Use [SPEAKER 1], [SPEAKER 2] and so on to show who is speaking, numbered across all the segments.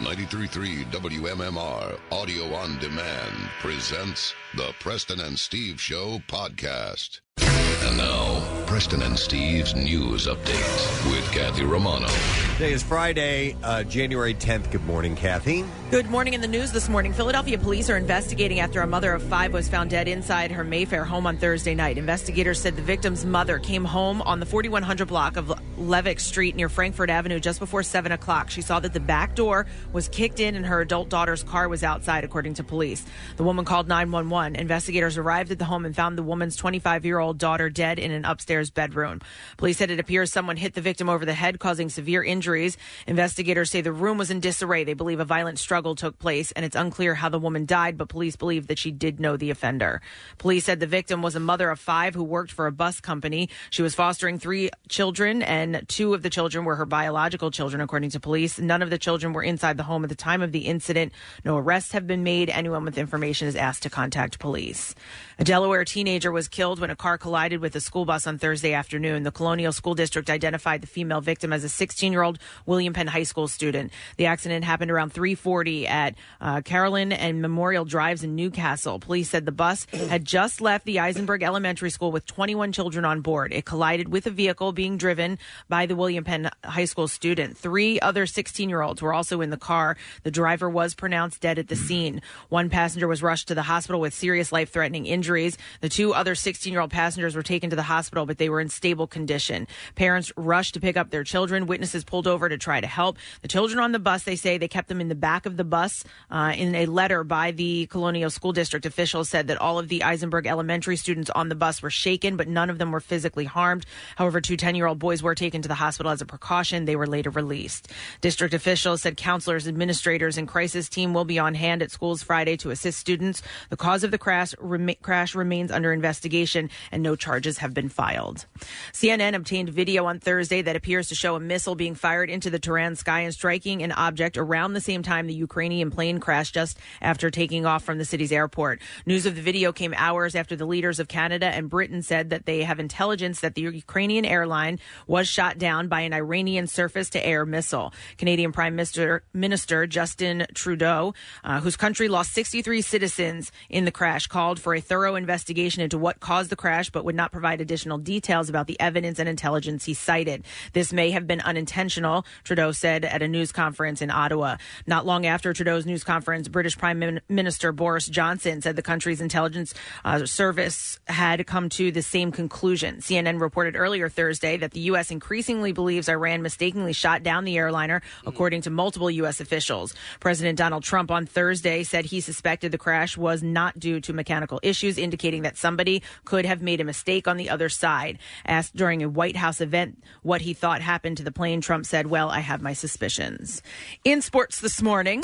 [SPEAKER 1] 933 WMMR Audio on Demand presents the Preston and Steve Show podcast. And now, Preston and Steve's news update with Kathy Romano.
[SPEAKER 2] Today is Friday, uh, January 10th. Good morning, Kathy.
[SPEAKER 3] Good morning. In the news this morning, Philadelphia police are investigating after a mother of five was found dead inside her Mayfair home on Thursday night. Investigators said the victim's mother came home on the 4100 block of Levick Street near Frankfurt Avenue just before 7 o'clock. She saw that the back door was kicked in and her adult daughter's car was outside, according to police. The woman called 911. Investigators arrived at the home and found the woman's 25 year old daughter dead in an upstairs bedroom. Police said it appears someone hit the victim over the head, causing severe injuries. Investigators say the room was in disarray. They believe a violent struggle took place, and it's unclear how the woman died, but police believe that she did know the offender. Police said the victim was a mother of five who worked for a bus company. She was fostering three children, and two of the children were her biological children, according to police. None of the children were inside the home at the time of the incident. No arrests have been made. Anyone with information is asked to contact police. A Delaware teenager was killed when a car collided with a school bus on Thursday afternoon. The Colonial School District identified the female victim as a 16-year-old William Penn High School student. The accident happened around 3:40 at uh, Carolyn and Memorial Drives in Newcastle. Police said the bus had just left the Eisenberg Elementary School with 21 children on board. It collided with a vehicle being driven by the William Penn High School student. Three other 16-year-olds were also in the car. The driver was pronounced dead at the scene. One passenger was rushed to the hospital with serious life-threatening injuries. The two other 16-year-old passengers were taken to the hospital, but they were in stable condition. Parents rushed to pick up their children. Witnesses pulled over to try to help. The children on the bus, they say they kept them in the back of the bus. Uh, in a letter by the Colonial School District officials said that all of the Eisenberg Elementary students on the bus were shaken, but none of them were physically harmed. However, two 10-year-old boys were taken to the hospital as a precaution. They were later released. District officials said counselors, administrators, and crisis team will be on hand at schools Friday to assist students. The cause of the crash, rema- crash remains under investigation, and no charges have been filed. CNN obtained video on Thursday that appears to show a missile being fired into the Tehran sky and striking an object around the same time the Ukrainian plane crashed just after taking off from the city's airport. News of the video came hours after the leaders of Canada and Britain said that they have intelligence that the Ukrainian airline was shot down by an Iranian surface to air missile. Canadian Prime Minister, Minister Justin Trudeau, uh, whose country lost 63 citizens in the crash, called for a thorough investigation into what caused the crash, but would not provide additional details about the evidence and intelligence he cited. This may have been unintentional, Trudeau said at a news conference in Ottawa. Not long after Trudeau's news conference, British Prime Min- Minister Boris Johnson said the country's intelligence uh, service had come to the same conclusion. CNN reported earlier Thursday that the U.S. increasingly believes Iran mistakenly shot down the airliner, according to multiple U.S. officials. President Donald Trump on Thursday said he suspected the crash was not due to mechanical issues, indicating that somebody could have made a mistake on the other side. Asked during a White House event what he thought happened to the plane, Trump said, Well, I have my suspicions. In sports this morning.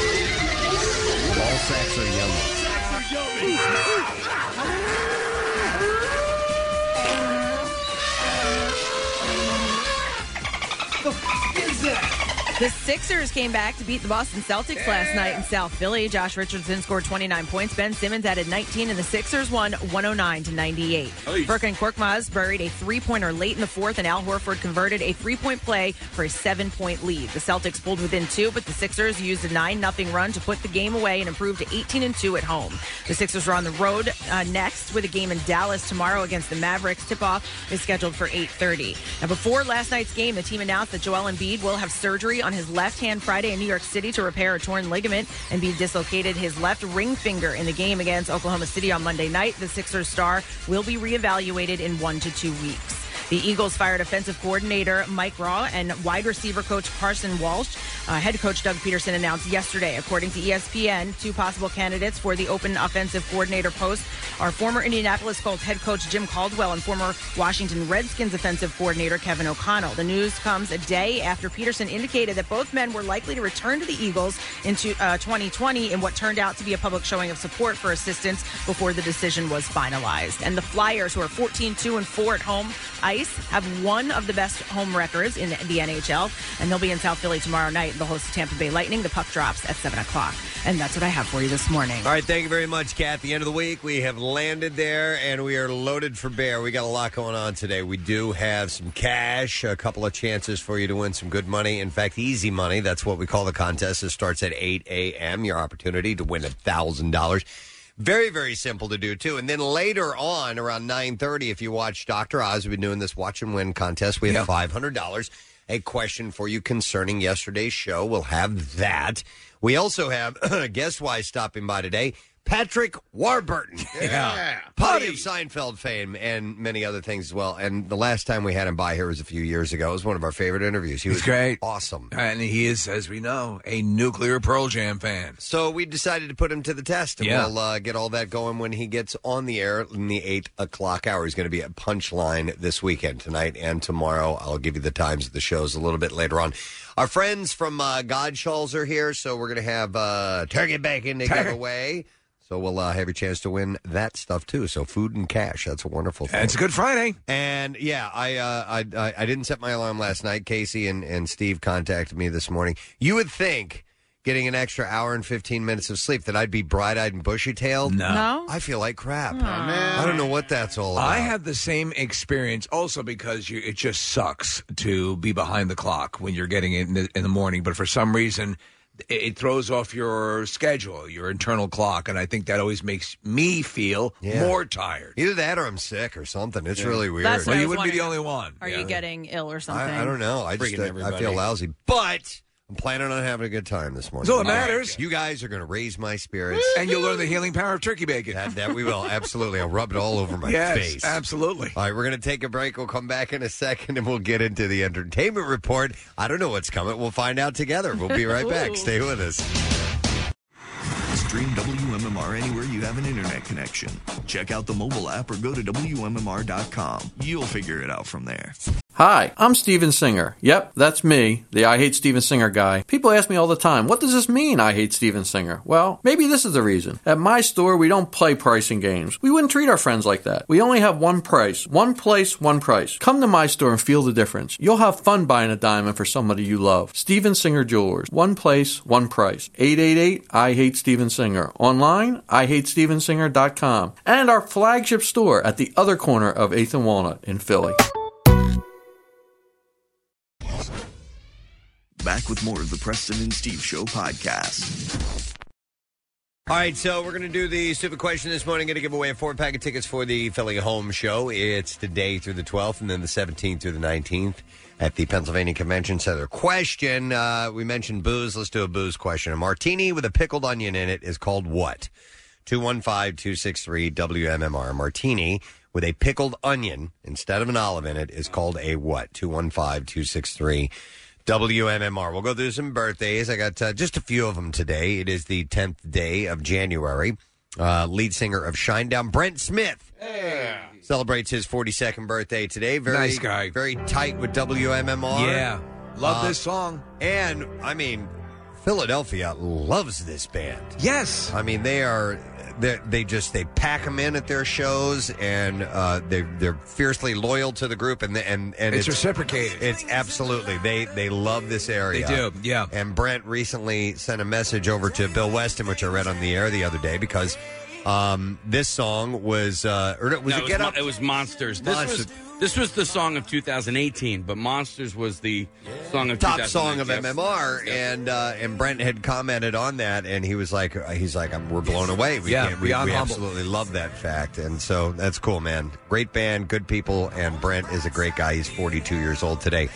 [SPEAKER 2] All sacks are yellow.
[SPEAKER 3] The Sixers came back to beat the Boston Celtics last night in South Philly. Josh Richardson scored 29 points. Ben Simmons added 19, and the Sixers won 109 to 98. Furkan Korkmaz buried a three-pointer late in the fourth, and Al Horford converted a three-point play for a seven-point lead. The Celtics pulled within two, but the Sixers used a 9 nothing run to put the game away and improve to 18 and 2 at home. The Sixers are on the road uh, next with a game in Dallas tomorrow against the Mavericks. Tip-off is scheduled for 8:30. Now, before last night's game, the team announced that Joel Embiid will have surgery on his left hand Friday in New York City to repair a torn ligament. Embiid dislocated his left ring finger in the game against Oklahoma City on Monday night. The Sixers star will be reevaluated in one to two weeks. The Eagles fired offensive coordinator Mike Raw and wide receiver coach Carson Walsh. Uh, head coach Doug Peterson announced yesterday, according to E ESPN, two possible candidates for the open offensive coordinator post are former Indianapolis Colts head coach Jim Caldwell and former Washington Redskins offensive coordinator Kevin O'Connell. The news comes a day after Peterson indicated that both men were likely to return to the Eagles into uh, 2020 in what turned out to be a public showing of support for assistance before the decision was finalized. And the Flyers, who are 14-2 and 4 at home ice, have one of the best home records in the NHL, and they'll be in South Philly tomorrow night night, the host of Tampa Bay Lightning. The puck drops at 7 o'clock. And that's what I have for you this morning.
[SPEAKER 2] All right, thank you very much, Kat. The end of the week, we have landed there, and we are loaded for bear. We got a lot going on today. We do have some cash, a couple of chances for you to win some good money. In fact, easy money. That's what we call the contest. It starts at 8 a.m. Your opportunity to win a thousand dollars. Very, very simple to do too. And then later on, around 9:30, if you watch Doctor Oz, we've been doing this watch and win contest. We have five hundred dollars. A question for you concerning yesterday's show. We'll have that. We also have guess why stopping by today. Patrick Warburton, yeah, potty of Seinfeld fame, and many other things as well. And the last time we had him by here was a few years ago. It was one of our favorite interviews. He was great, awesome,
[SPEAKER 4] and he is, as we know, a nuclear Pearl Jam fan.
[SPEAKER 2] So we decided to put him to the test, and
[SPEAKER 4] Yeah.
[SPEAKER 2] we'll uh, get all that going when he gets on the air in the eight o'clock hour. He's going to be at Punchline this weekend, tonight and tomorrow. I'll give you the times of the shows a little bit later on. Our friends from uh, Godshalls are here, so we're going to have uh, turkey bacon to give away. So we'll uh, have your chance to win that stuff too. So food and cash, that's a wonderful thing.
[SPEAKER 4] It's a Good Friday.
[SPEAKER 2] And yeah, I, uh, I I I didn't set my alarm last night. Casey and, and Steve contacted me this morning. You would think getting an extra hour and fifteen minutes of sleep that I'd be bright eyed and bushy tailed.
[SPEAKER 4] No. No?
[SPEAKER 2] I feel like crap. I don't know what that's all about.
[SPEAKER 4] I have the same experience also because you, it just sucks to be behind the clock when you're getting it in the, in the morning. But for some reason, it, it throws off your schedule, your internal clock. And I think that always makes me feel
[SPEAKER 2] Yeah.
[SPEAKER 4] more tired.
[SPEAKER 2] Either that or I'm sick or something. It's really weird.
[SPEAKER 3] That's what
[SPEAKER 4] well,
[SPEAKER 3] I
[SPEAKER 4] you
[SPEAKER 3] was
[SPEAKER 4] wouldn't be the only one.
[SPEAKER 3] wondering. Are you getting ill or something?
[SPEAKER 2] I, I don't know. I just uh,
[SPEAKER 4] Friggin'
[SPEAKER 2] I- I
[SPEAKER 4] everybody.
[SPEAKER 2] feel lousy, but I'm planning on having a good time this morning.
[SPEAKER 4] That's all that matters.
[SPEAKER 2] You guys are going to raise my spirits,
[SPEAKER 4] And you'll learn the healing power of turkey bacon.
[SPEAKER 2] That, that we will absolutely. I'll rub it all over my
[SPEAKER 4] Yes,
[SPEAKER 2] face.
[SPEAKER 4] absolutely.
[SPEAKER 2] All right, we're going to take a break. We'll come back in a second, and we'll get into the entertainment report. I don't know what's coming. We'll find out together. We'll be right back.
[SPEAKER 5] Ooh.
[SPEAKER 2] Stay with us.
[SPEAKER 5] Stream WMMR anywhere you have an internet connection. Check out the mobile app or go to WMMR.com. You'll figure it out from there.
[SPEAKER 6] Hi, I'm Steven Singer. Yep, that's me, the I Hate Steven Singer guy. People ask me all the time, what does this mean, I Hate Steven Singer? Well, maybe this is the reason. At my store, we don't play pricing games. We wouldn't treat our friends like that. We only have one price, one place, one price. Come to my store and feel the difference. You'll have fun buying a diamond for somebody you love. Steven Singer Jewelers. One place, one price. 888 I Hate Steven Singer. Online, IHateStevenSinger.com. And our flagship store at the other corner of 8th and Walnut in Philly.
[SPEAKER 5] Back with more of the Preston and Steve Show podcast.
[SPEAKER 2] All right, so we're going to do the stupid question this morning. Going to give away a four pack of tickets for the Philly Home Show. It's today through the 12th, and then the 17th through the 19th at the Pennsylvania Convention Center. Question: uh, We mentioned booze. Let's do a booze question. A martini with a pickled onion in it is called what? 215-263 WMMR. A martini with a pickled onion instead of an olive in it is called a what? 215-263 WMMR. We'll go through some birthdays. I got uh, just a few of them today. It is the 10th day of January. Uh, lead singer of Shinedown, Brent Smith, celebrates his 42nd birthday today. Very
[SPEAKER 4] Nice guy.
[SPEAKER 2] Very tight with WMMR.
[SPEAKER 4] Yeah. Love
[SPEAKER 2] Uh,
[SPEAKER 4] this song.
[SPEAKER 2] And, I mean, Philadelphia loves this band.
[SPEAKER 4] Yes.
[SPEAKER 2] I mean, they are. They, they just they pack them in at their shows, and uh, they they're fiercely loyal to the group, and and and
[SPEAKER 4] It's reciprocated.
[SPEAKER 2] It's absolutely they they love this area.
[SPEAKER 4] They do, yeah.
[SPEAKER 2] And Brent recently sent a message over to Bill Weston, which I read on the air the other day, because um, this song was uh, or no, was
[SPEAKER 7] No,
[SPEAKER 2] it, Get
[SPEAKER 7] Mon-
[SPEAKER 2] Up?
[SPEAKER 7] It was Monsters. This
[SPEAKER 2] Monsters.
[SPEAKER 7] was this was the song of 2018, but Monsters was the song of
[SPEAKER 2] top song of
[SPEAKER 7] 2019.
[SPEAKER 2] MMR, and uh, and Brent had commented on that, and he was like, uh, he's like, I'm- we're blown away. We
[SPEAKER 4] Yeah,
[SPEAKER 2] can't- we,
[SPEAKER 4] beyond
[SPEAKER 2] we
[SPEAKER 4] humble.
[SPEAKER 2] absolutely love that fact, and so that's cool, man. Great band, good people, and Brent is a great guy. He's 42 years old today.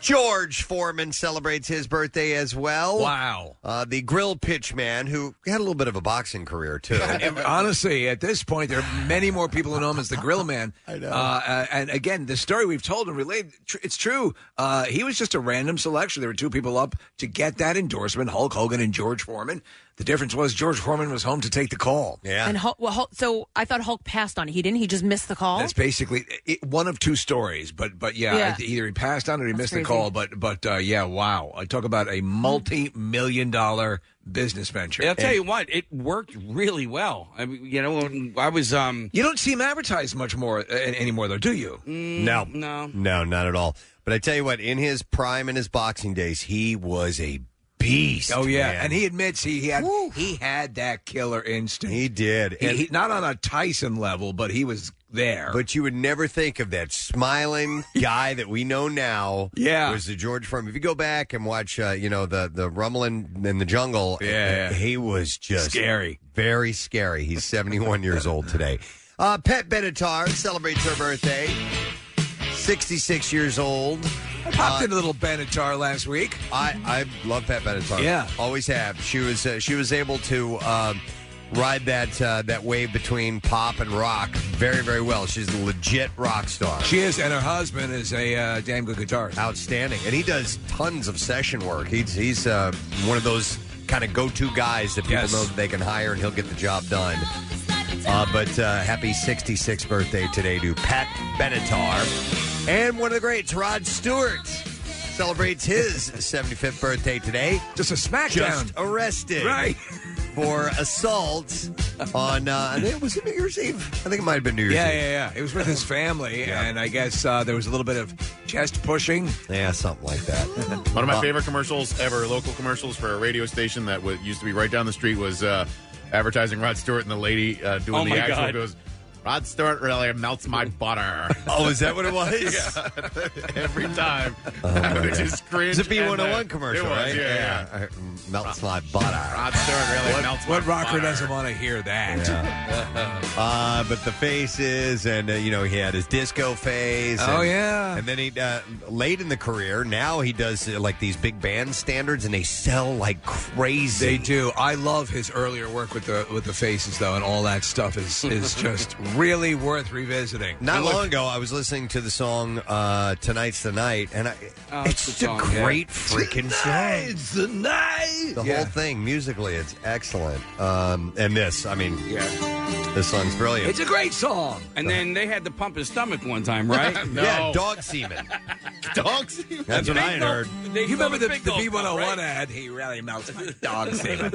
[SPEAKER 2] George Foreman celebrates his birthday as well.
[SPEAKER 4] Wow.
[SPEAKER 2] Uh, the grill pitch man who had a little bit of a boxing career too.
[SPEAKER 4] Honestly, at this point, there are many more people who know him as the Grill Man. I know. Uh, uh, and again, the story we've told and related, tr- it's true. Uh, he was just a random selection. There were two people up to get that endorsement Hulk Hogan and George Foreman. The difference was George Foreman was home to take the call.
[SPEAKER 2] Yeah.
[SPEAKER 3] And Hulk, well, Hulk, so I thought Hulk passed on it. He didn't. He just missed the call.
[SPEAKER 4] That's basically it, one of two stories, but but yeah,
[SPEAKER 3] Yeah.
[SPEAKER 4] I- either he passed on or he
[SPEAKER 3] That's
[SPEAKER 4] missed
[SPEAKER 3] crazy.
[SPEAKER 4] the call. But but uh, yeah, wow! I talk about a multi-million dollar business venture.
[SPEAKER 7] I'll tell you what, it worked really well. I mean, you know, when I was um
[SPEAKER 4] You don't see him advertised much more uh, anymore, though, do you?
[SPEAKER 2] No,
[SPEAKER 7] no.
[SPEAKER 2] no, not at all. But I tell you what, in his prime and his boxing days, he was a beast.
[SPEAKER 4] Oh yeah,
[SPEAKER 2] man.
[SPEAKER 4] and he admits he, he had he had that killer instinct.
[SPEAKER 2] He did,
[SPEAKER 4] He- he- not on a Tyson level, but he was there.
[SPEAKER 2] But you would never think of that smiling guy that we know now.
[SPEAKER 4] Yeah.
[SPEAKER 2] was the George Foreman. If you go back and watch, uh, you know, the the rumbling in the jungle. uh,
[SPEAKER 4] Yeah, yeah.
[SPEAKER 2] he was just
[SPEAKER 4] Scary.
[SPEAKER 2] very scary. He's seventy one years old today. Uh, Pet Benatar celebrates her birthday. Sixty six years old.
[SPEAKER 4] I popped in a little Benatar last week.
[SPEAKER 2] I, I love Pat Benatar.
[SPEAKER 4] Yeah.
[SPEAKER 2] always have. She was uh, she was able to um, ride that uh, that wave between pop and rock very very well. She's a legit rock star.
[SPEAKER 4] She is, and her husband is a uh, damn good guitarist.
[SPEAKER 2] outstanding, and he does tons of session work. He's he's uh, one of those kind of go-to guys that people
[SPEAKER 4] Yes.
[SPEAKER 2] know that they can hire, and he'll get the job done. Uh, but uh, happy 66th birthday today to Pat Benatar, and one of the greats, Rod Stewart, celebrates his 75th birthday today.
[SPEAKER 4] Just a smackdown.
[SPEAKER 2] Just arrested
[SPEAKER 4] Right.
[SPEAKER 2] for assault on uh, I think- was it New Year's Eve? I think it might have been New Year's
[SPEAKER 4] Yeah,
[SPEAKER 2] Eve.
[SPEAKER 4] yeah, yeah. It was with his family, and I guess uh, there was a little bit of chest pushing. Uh,
[SPEAKER 2] Yeah, something like that.
[SPEAKER 8] One of my favorite commercials ever, local commercials for a radio station that was, used to be right down the street, was uh, advertising Rod Stewart, and the lady uh, doing
[SPEAKER 7] Oh,
[SPEAKER 8] the
[SPEAKER 7] my
[SPEAKER 8] actual
[SPEAKER 7] God.
[SPEAKER 8] goes, Rod Stewart really melts my butter
[SPEAKER 2] oh, is that what it was? Oh,
[SPEAKER 8] every time. I would just cringe.
[SPEAKER 2] It's a B101
[SPEAKER 8] and, uh,
[SPEAKER 2] commercial,
[SPEAKER 8] it was,
[SPEAKER 2] right?
[SPEAKER 8] Yeah, yeah.
[SPEAKER 2] Uh, Melts my butter.
[SPEAKER 8] Rod Stewart really melts
[SPEAKER 4] What
[SPEAKER 8] my
[SPEAKER 4] rocker
[SPEAKER 8] butter.
[SPEAKER 4] doesn't want to hear that?
[SPEAKER 2] Uh, but the faces, and, uh, you know, he had his disco face.
[SPEAKER 4] Oh,
[SPEAKER 2] and-
[SPEAKER 4] yeah.
[SPEAKER 2] And then he, uh, late in the career, now he does, uh, like, these big band standards, and they sell like
[SPEAKER 4] They
[SPEAKER 2] crazy.
[SPEAKER 4] do. I love his earlier work with the with the faces though, and all that stuff is is just really worth revisiting.
[SPEAKER 2] Not long ago, I was listening to the song uh, "Tonight's the Night," and I,
[SPEAKER 7] Oh,
[SPEAKER 2] it's
[SPEAKER 7] it's
[SPEAKER 2] just
[SPEAKER 7] the song,
[SPEAKER 2] a
[SPEAKER 7] yeah.
[SPEAKER 2] great freaking song.
[SPEAKER 4] It's the night.
[SPEAKER 2] The
[SPEAKER 4] Yeah.
[SPEAKER 2] whole thing musically, it's excellent. Um, and this, I mean, this song's brilliant.
[SPEAKER 4] It's a great song.
[SPEAKER 7] And then they had to pump his stomach one time, right?
[SPEAKER 8] No.
[SPEAKER 2] Yeah, dog semen.
[SPEAKER 8] Dogs?
[SPEAKER 2] That's what I had
[SPEAKER 7] Big gulp.
[SPEAKER 2] heard.
[SPEAKER 7] They
[SPEAKER 4] You remember
[SPEAKER 7] thought
[SPEAKER 4] the,
[SPEAKER 7] big
[SPEAKER 4] the
[SPEAKER 7] gulp,
[SPEAKER 4] B101
[SPEAKER 7] right?
[SPEAKER 4] ad? He really melts my dog semen.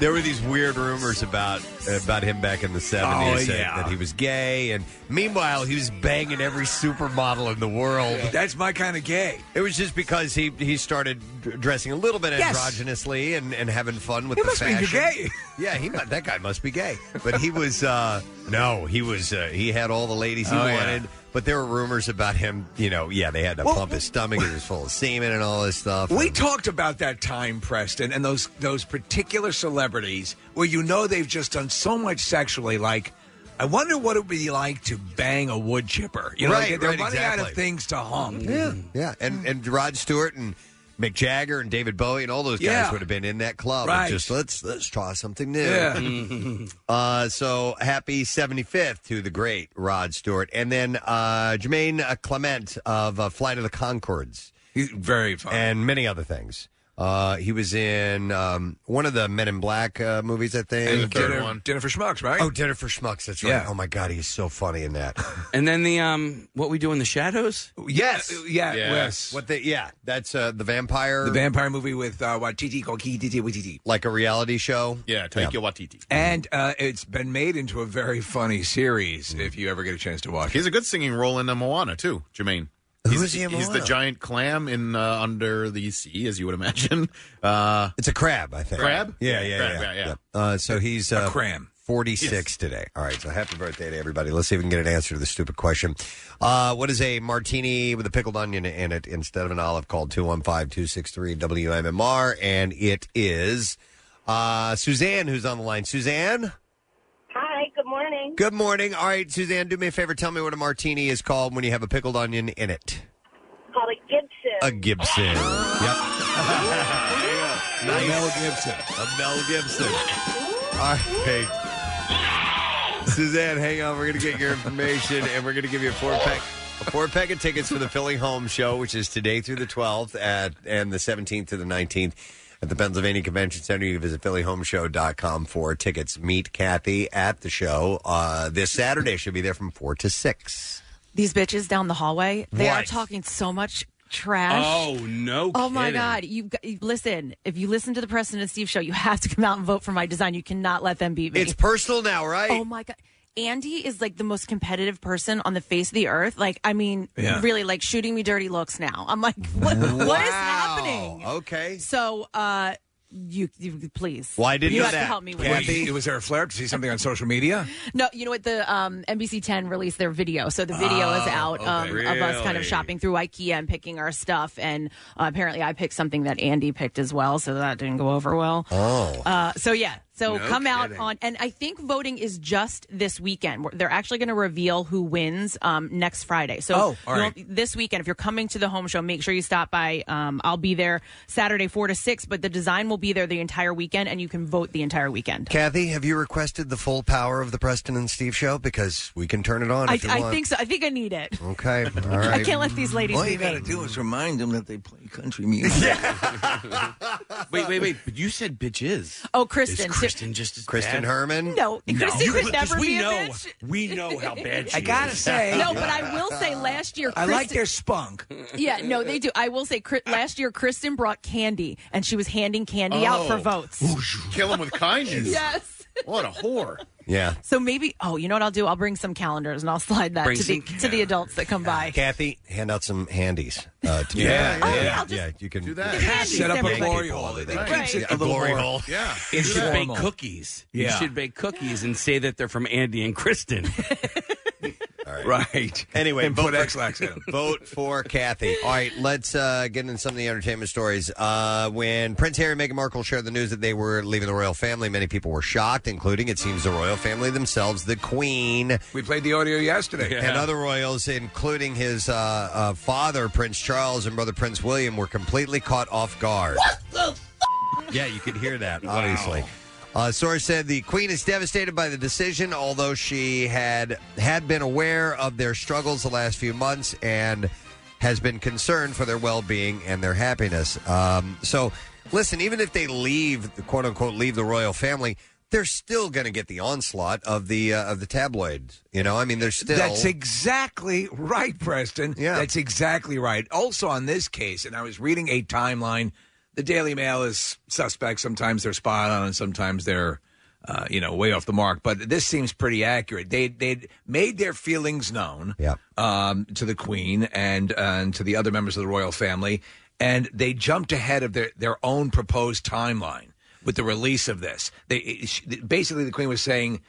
[SPEAKER 2] There were these weird rumors about about him back in the seventies
[SPEAKER 4] Oh, yeah.
[SPEAKER 2] that he was gay, and meanwhile he was banging every supermodel in the world.
[SPEAKER 4] That's my kind of gay.
[SPEAKER 2] It was just because he he started d- dressing a little bit
[SPEAKER 4] Yes.
[SPEAKER 2] androgynously and, and having fun with
[SPEAKER 4] He
[SPEAKER 2] the
[SPEAKER 4] must be
[SPEAKER 2] fashion.
[SPEAKER 4] gay.
[SPEAKER 2] Yeah, he mu- that guy must be gay. But he was uh, no, he was uh, he had all the ladies he
[SPEAKER 4] Oh, yeah.
[SPEAKER 2] wanted. But there were rumors about him. You know, yeah, they had to
[SPEAKER 4] Well,
[SPEAKER 2] pump his stomach. He was full of semen and all this stuff.
[SPEAKER 4] We
[SPEAKER 2] And-
[SPEAKER 4] talked about that time, Preston, and those those particular celebrities where you know they've just done so much sexually. Like, I wonder what it would be like to bang a wood chipper. You know, like,
[SPEAKER 2] Right,
[SPEAKER 4] they're
[SPEAKER 2] right,
[SPEAKER 4] running out
[SPEAKER 2] exactly.
[SPEAKER 4] of things to hum. Mm-hmm.
[SPEAKER 2] Yeah, yeah, and and Rod Stewart and Mick Jagger and David Bowie and all those guys
[SPEAKER 4] Yeah.
[SPEAKER 2] would have been in that club.
[SPEAKER 4] Right.
[SPEAKER 2] And just let's let's try something new. Mm-hmm.
[SPEAKER 4] Yeah.
[SPEAKER 2] Uh, so happy 75th to the great Rod Stewart, and then uh, Jermaine uh, Clement of uh, Flight of the Concords
[SPEAKER 4] He's very fun.
[SPEAKER 2] and many other things. Uh, he was in um, one of the Men in Black uh, movies, I
[SPEAKER 4] And
[SPEAKER 2] think.
[SPEAKER 4] dinner, dinner for schmucks, right?
[SPEAKER 2] Oh, Dinner for Schmucks. That's right.
[SPEAKER 4] Yeah.
[SPEAKER 2] Oh my God, he's so funny in that.
[SPEAKER 7] And then the um, what we do in the shadows?
[SPEAKER 2] yes.
[SPEAKER 4] yeah,
[SPEAKER 8] Yeah.
[SPEAKER 4] Wes.
[SPEAKER 2] What they? Yeah, that's uh, the vampire.
[SPEAKER 4] the vampire movie with uh, Watiti called Kititi Watiti.
[SPEAKER 2] like a reality show.
[SPEAKER 8] Yeah, Taika Waititi.
[SPEAKER 4] And uh, it's been made into a very funny series
[SPEAKER 2] Hmm.
[SPEAKER 4] if you ever get a chance to watch
[SPEAKER 8] He
[SPEAKER 4] it.
[SPEAKER 8] has a good singing role in uh, Moana, too, Jermaine.
[SPEAKER 2] Who
[SPEAKER 8] he's,
[SPEAKER 2] is he in
[SPEAKER 8] He's the
[SPEAKER 2] Moana?
[SPEAKER 8] giant clam in uh, Under the Sea, as you would imagine. Uh,
[SPEAKER 2] It's a crab, I think.
[SPEAKER 8] Crab?
[SPEAKER 2] Yeah, yeah,
[SPEAKER 8] Crab,
[SPEAKER 2] yeah.
[SPEAKER 8] yeah, yeah.
[SPEAKER 2] Uh, so he's uh,
[SPEAKER 4] cram.
[SPEAKER 2] 46 today. All right, so happy birthday to everybody. Let's see if we can get an answer to this stupid question. Uh, what is a martini with a pickled onion in it instead of an olive called 215-263-WMMR? And it is uh, Suzanne who's on the line. Suzanne?
[SPEAKER 9] Hi, good morning.
[SPEAKER 2] Good morning. All right, Suzanne, do me a favor. Tell me what a martini is called when you have a pickled onion in it.
[SPEAKER 9] Called it Gibson.
[SPEAKER 2] A Gibson. Yep.
[SPEAKER 4] Mel Gibson.
[SPEAKER 2] of Mel Gibson. All right. Suzanne, hang on. We're going to get your information, and we're going to give you a four pack. A four pack of tickets for the Philly Home Show, which is today through the 12th at, and the 17th to the 19th at the Pennsylvania Convention Center. You can visit PhillyHomeShow.com for tickets. Meet Kathy at the show uh, this Saturday. She'll be there from 4 to 6.
[SPEAKER 3] These bitches down the hallway, they are
[SPEAKER 2] What?
[SPEAKER 3] talking so much trash.
[SPEAKER 7] Oh no!
[SPEAKER 3] Oh my
[SPEAKER 7] kidding.
[SPEAKER 3] God! You g- listen. If you listen to the Preston and Steve show, you have to come out and vote for my design. You cannot let them beat me.
[SPEAKER 2] It's personal now, right?
[SPEAKER 3] oh my God! Andy is like the most competitive person on the face of the earth. Like, I mean,
[SPEAKER 2] Yeah.
[SPEAKER 3] really, like shooting me dirty looks now. I'm like, what, what is happening?
[SPEAKER 2] Okay.
[SPEAKER 3] So, uh, you, you please.
[SPEAKER 4] Why
[SPEAKER 3] you have to help me with
[SPEAKER 4] Kathy,
[SPEAKER 3] it.
[SPEAKER 4] was there a flare up to see something on social media?
[SPEAKER 3] No, you know what? The um, NBC 10 released their video. So the video is
[SPEAKER 10] Ah,
[SPEAKER 4] Oh,
[SPEAKER 3] out um,
[SPEAKER 4] okay.
[SPEAKER 3] of us kind of
[SPEAKER 4] Really?
[SPEAKER 3] shopping through IKEA and picking our stuff. And uh, apparently I picked something that Andy picked as well. So that didn't go over well.
[SPEAKER 2] Oh.
[SPEAKER 3] Uh, so yeah, so
[SPEAKER 10] No
[SPEAKER 3] come out
[SPEAKER 10] kidding.
[SPEAKER 3] on, and I think voting is just this weekend. We're- They're actually going to reveal who wins um, next Friday. So
[SPEAKER 10] Oh, all
[SPEAKER 3] you
[SPEAKER 10] right.
[SPEAKER 3] won't- this weekend, if you're coming to the home show, make sure you stop by. Um, I'll be there Saturday four to six, but the design will be there the entire weekend, and you can vote the entire weekend.
[SPEAKER 2] Kathy, have you requested the full power of the Preston and Steve show? Because we can turn it on
[SPEAKER 3] I,
[SPEAKER 2] if you
[SPEAKER 3] I
[SPEAKER 2] want.
[SPEAKER 3] think so. I think I need it.
[SPEAKER 2] Okay. All right.
[SPEAKER 3] I can't let these ladies
[SPEAKER 11] All
[SPEAKER 3] be
[SPEAKER 11] you got to
[SPEAKER 3] me.
[SPEAKER 11] do is remind them that they play country music.
[SPEAKER 7] wait, wait, wait. But you said bitches.
[SPEAKER 3] Oh, Kristen.
[SPEAKER 7] Is Kristen just as
[SPEAKER 2] Kristen
[SPEAKER 7] bad?
[SPEAKER 2] Herman?
[SPEAKER 3] No, Kristen
[SPEAKER 7] You-
[SPEAKER 3] could
[SPEAKER 7] because
[SPEAKER 3] never
[SPEAKER 7] we
[SPEAKER 3] be a
[SPEAKER 7] know,
[SPEAKER 3] bitch.
[SPEAKER 7] We know how bad she
[SPEAKER 11] I gotta
[SPEAKER 7] is.
[SPEAKER 11] say-
[SPEAKER 3] no, but I will say last year,
[SPEAKER 11] I like
[SPEAKER 3] Kristen-
[SPEAKER 11] their spunk.
[SPEAKER 3] Yeah, no, they do. I will say, Chri- last year Kristen brought candy, and she was handing candy out for
[SPEAKER 8] Oh.
[SPEAKER 3] votes.
[SPEAKER 8] Kill him with kindness.
[SPEAKER 3] yes.
[SPEAKER 8] What a whore.
[SPEAKER 2] Yeah.
[SPEAKER 3] So maybe, oh, you know what I'll do? I'll bring some calendars and I'll slide that
[SPEAKER 2] Bring
[SPEAKER 3] to the,
[SPEAKER 2] some
[SPEAKER 3] to the adults that come by.
[SPEAKER 2] Kathy, hand out some handies. Uh, to
[SPEAKER 4] Yeah,
[SPEAKER 2] people.
[SPEAKER 4] yeah. Oh, yeah,
[SPEAKER 2] yeah,
[SPEAKER 4] I'll just
[SPEAKER 2] You can
[SPEAKER 4] do that.
[SPEAKER 2] you can-
[SPEAKER 4] Handies Set up a everywhere. glory hole.
[SPEAKER 2] Right.
[SPEAKER 4] That keeps it
[SPEAKER 2] A
[SPEAKER 4] a little
[SPEAKER 2] glory
[SPEAKER 4] more-
[SPEAKER 2] hole.
[SPEAKER 4] Yeah.
[SPEAKER 7] You should
[SPEAKER 4] Informal.
[SPEAKER 7] bake cookies. You
[SPEAKER 4] Yeah.
[SPEAKER 7] should bake cookies and say that they're from Andy and Kristen.
[SPEAKER 4] Right.
[SPEAKER 2] Anyway,
[SPEAKER 4] And
[SPEAKER 2] vote
[SPEAKER 4] put
[SPEAKER 2] for-
[SPEAKER 4] X-Lax in 'em.
[SPEAKER 2] Vote for Kathy. All right, let's uh, get into some of the entertainment stories. Uh, when Prince Harry and Meghan Markle shared the news that they were leaving the royal family, many people were shocked, including, it seems, the royal family themselves, the Queen.
[SPEAKER 4] We played the audio yesterday.
[SPEAKER 2] And other royals, including his uh, uh, father, Prince Charles, and brother Prince William, were completely caught off guard. Yeah, you could hear that, obviously. Uh, source said the Queen is devastated by the decision, although she had had been aware of their struggles the last few months and has been concerned for their well-being and their happiness. Um, so, listen, even if they leave, quote unquote, leave the royal family, they're still going to get the onslaught of the uh, of the tabloids. You know, I mean, they're still
[SPEAKER 4] That's exactly right, Preston. Yeah. That's exactly right. Also, on this case, and I was reading a timeline, the Daily Mail is suspect. Sometimes they're spot on, and sometimes they're, uh, you know, way off the mark. But this seems pretty accurate. They they made their feelings known
[SPEAKER 2] Yeah.
[SPEAKER 4] um, to the Queen and, and to the other members of the royal family, and they jumped ahead of their, their own proposed timeline with the release of this. They basically the Queen was saying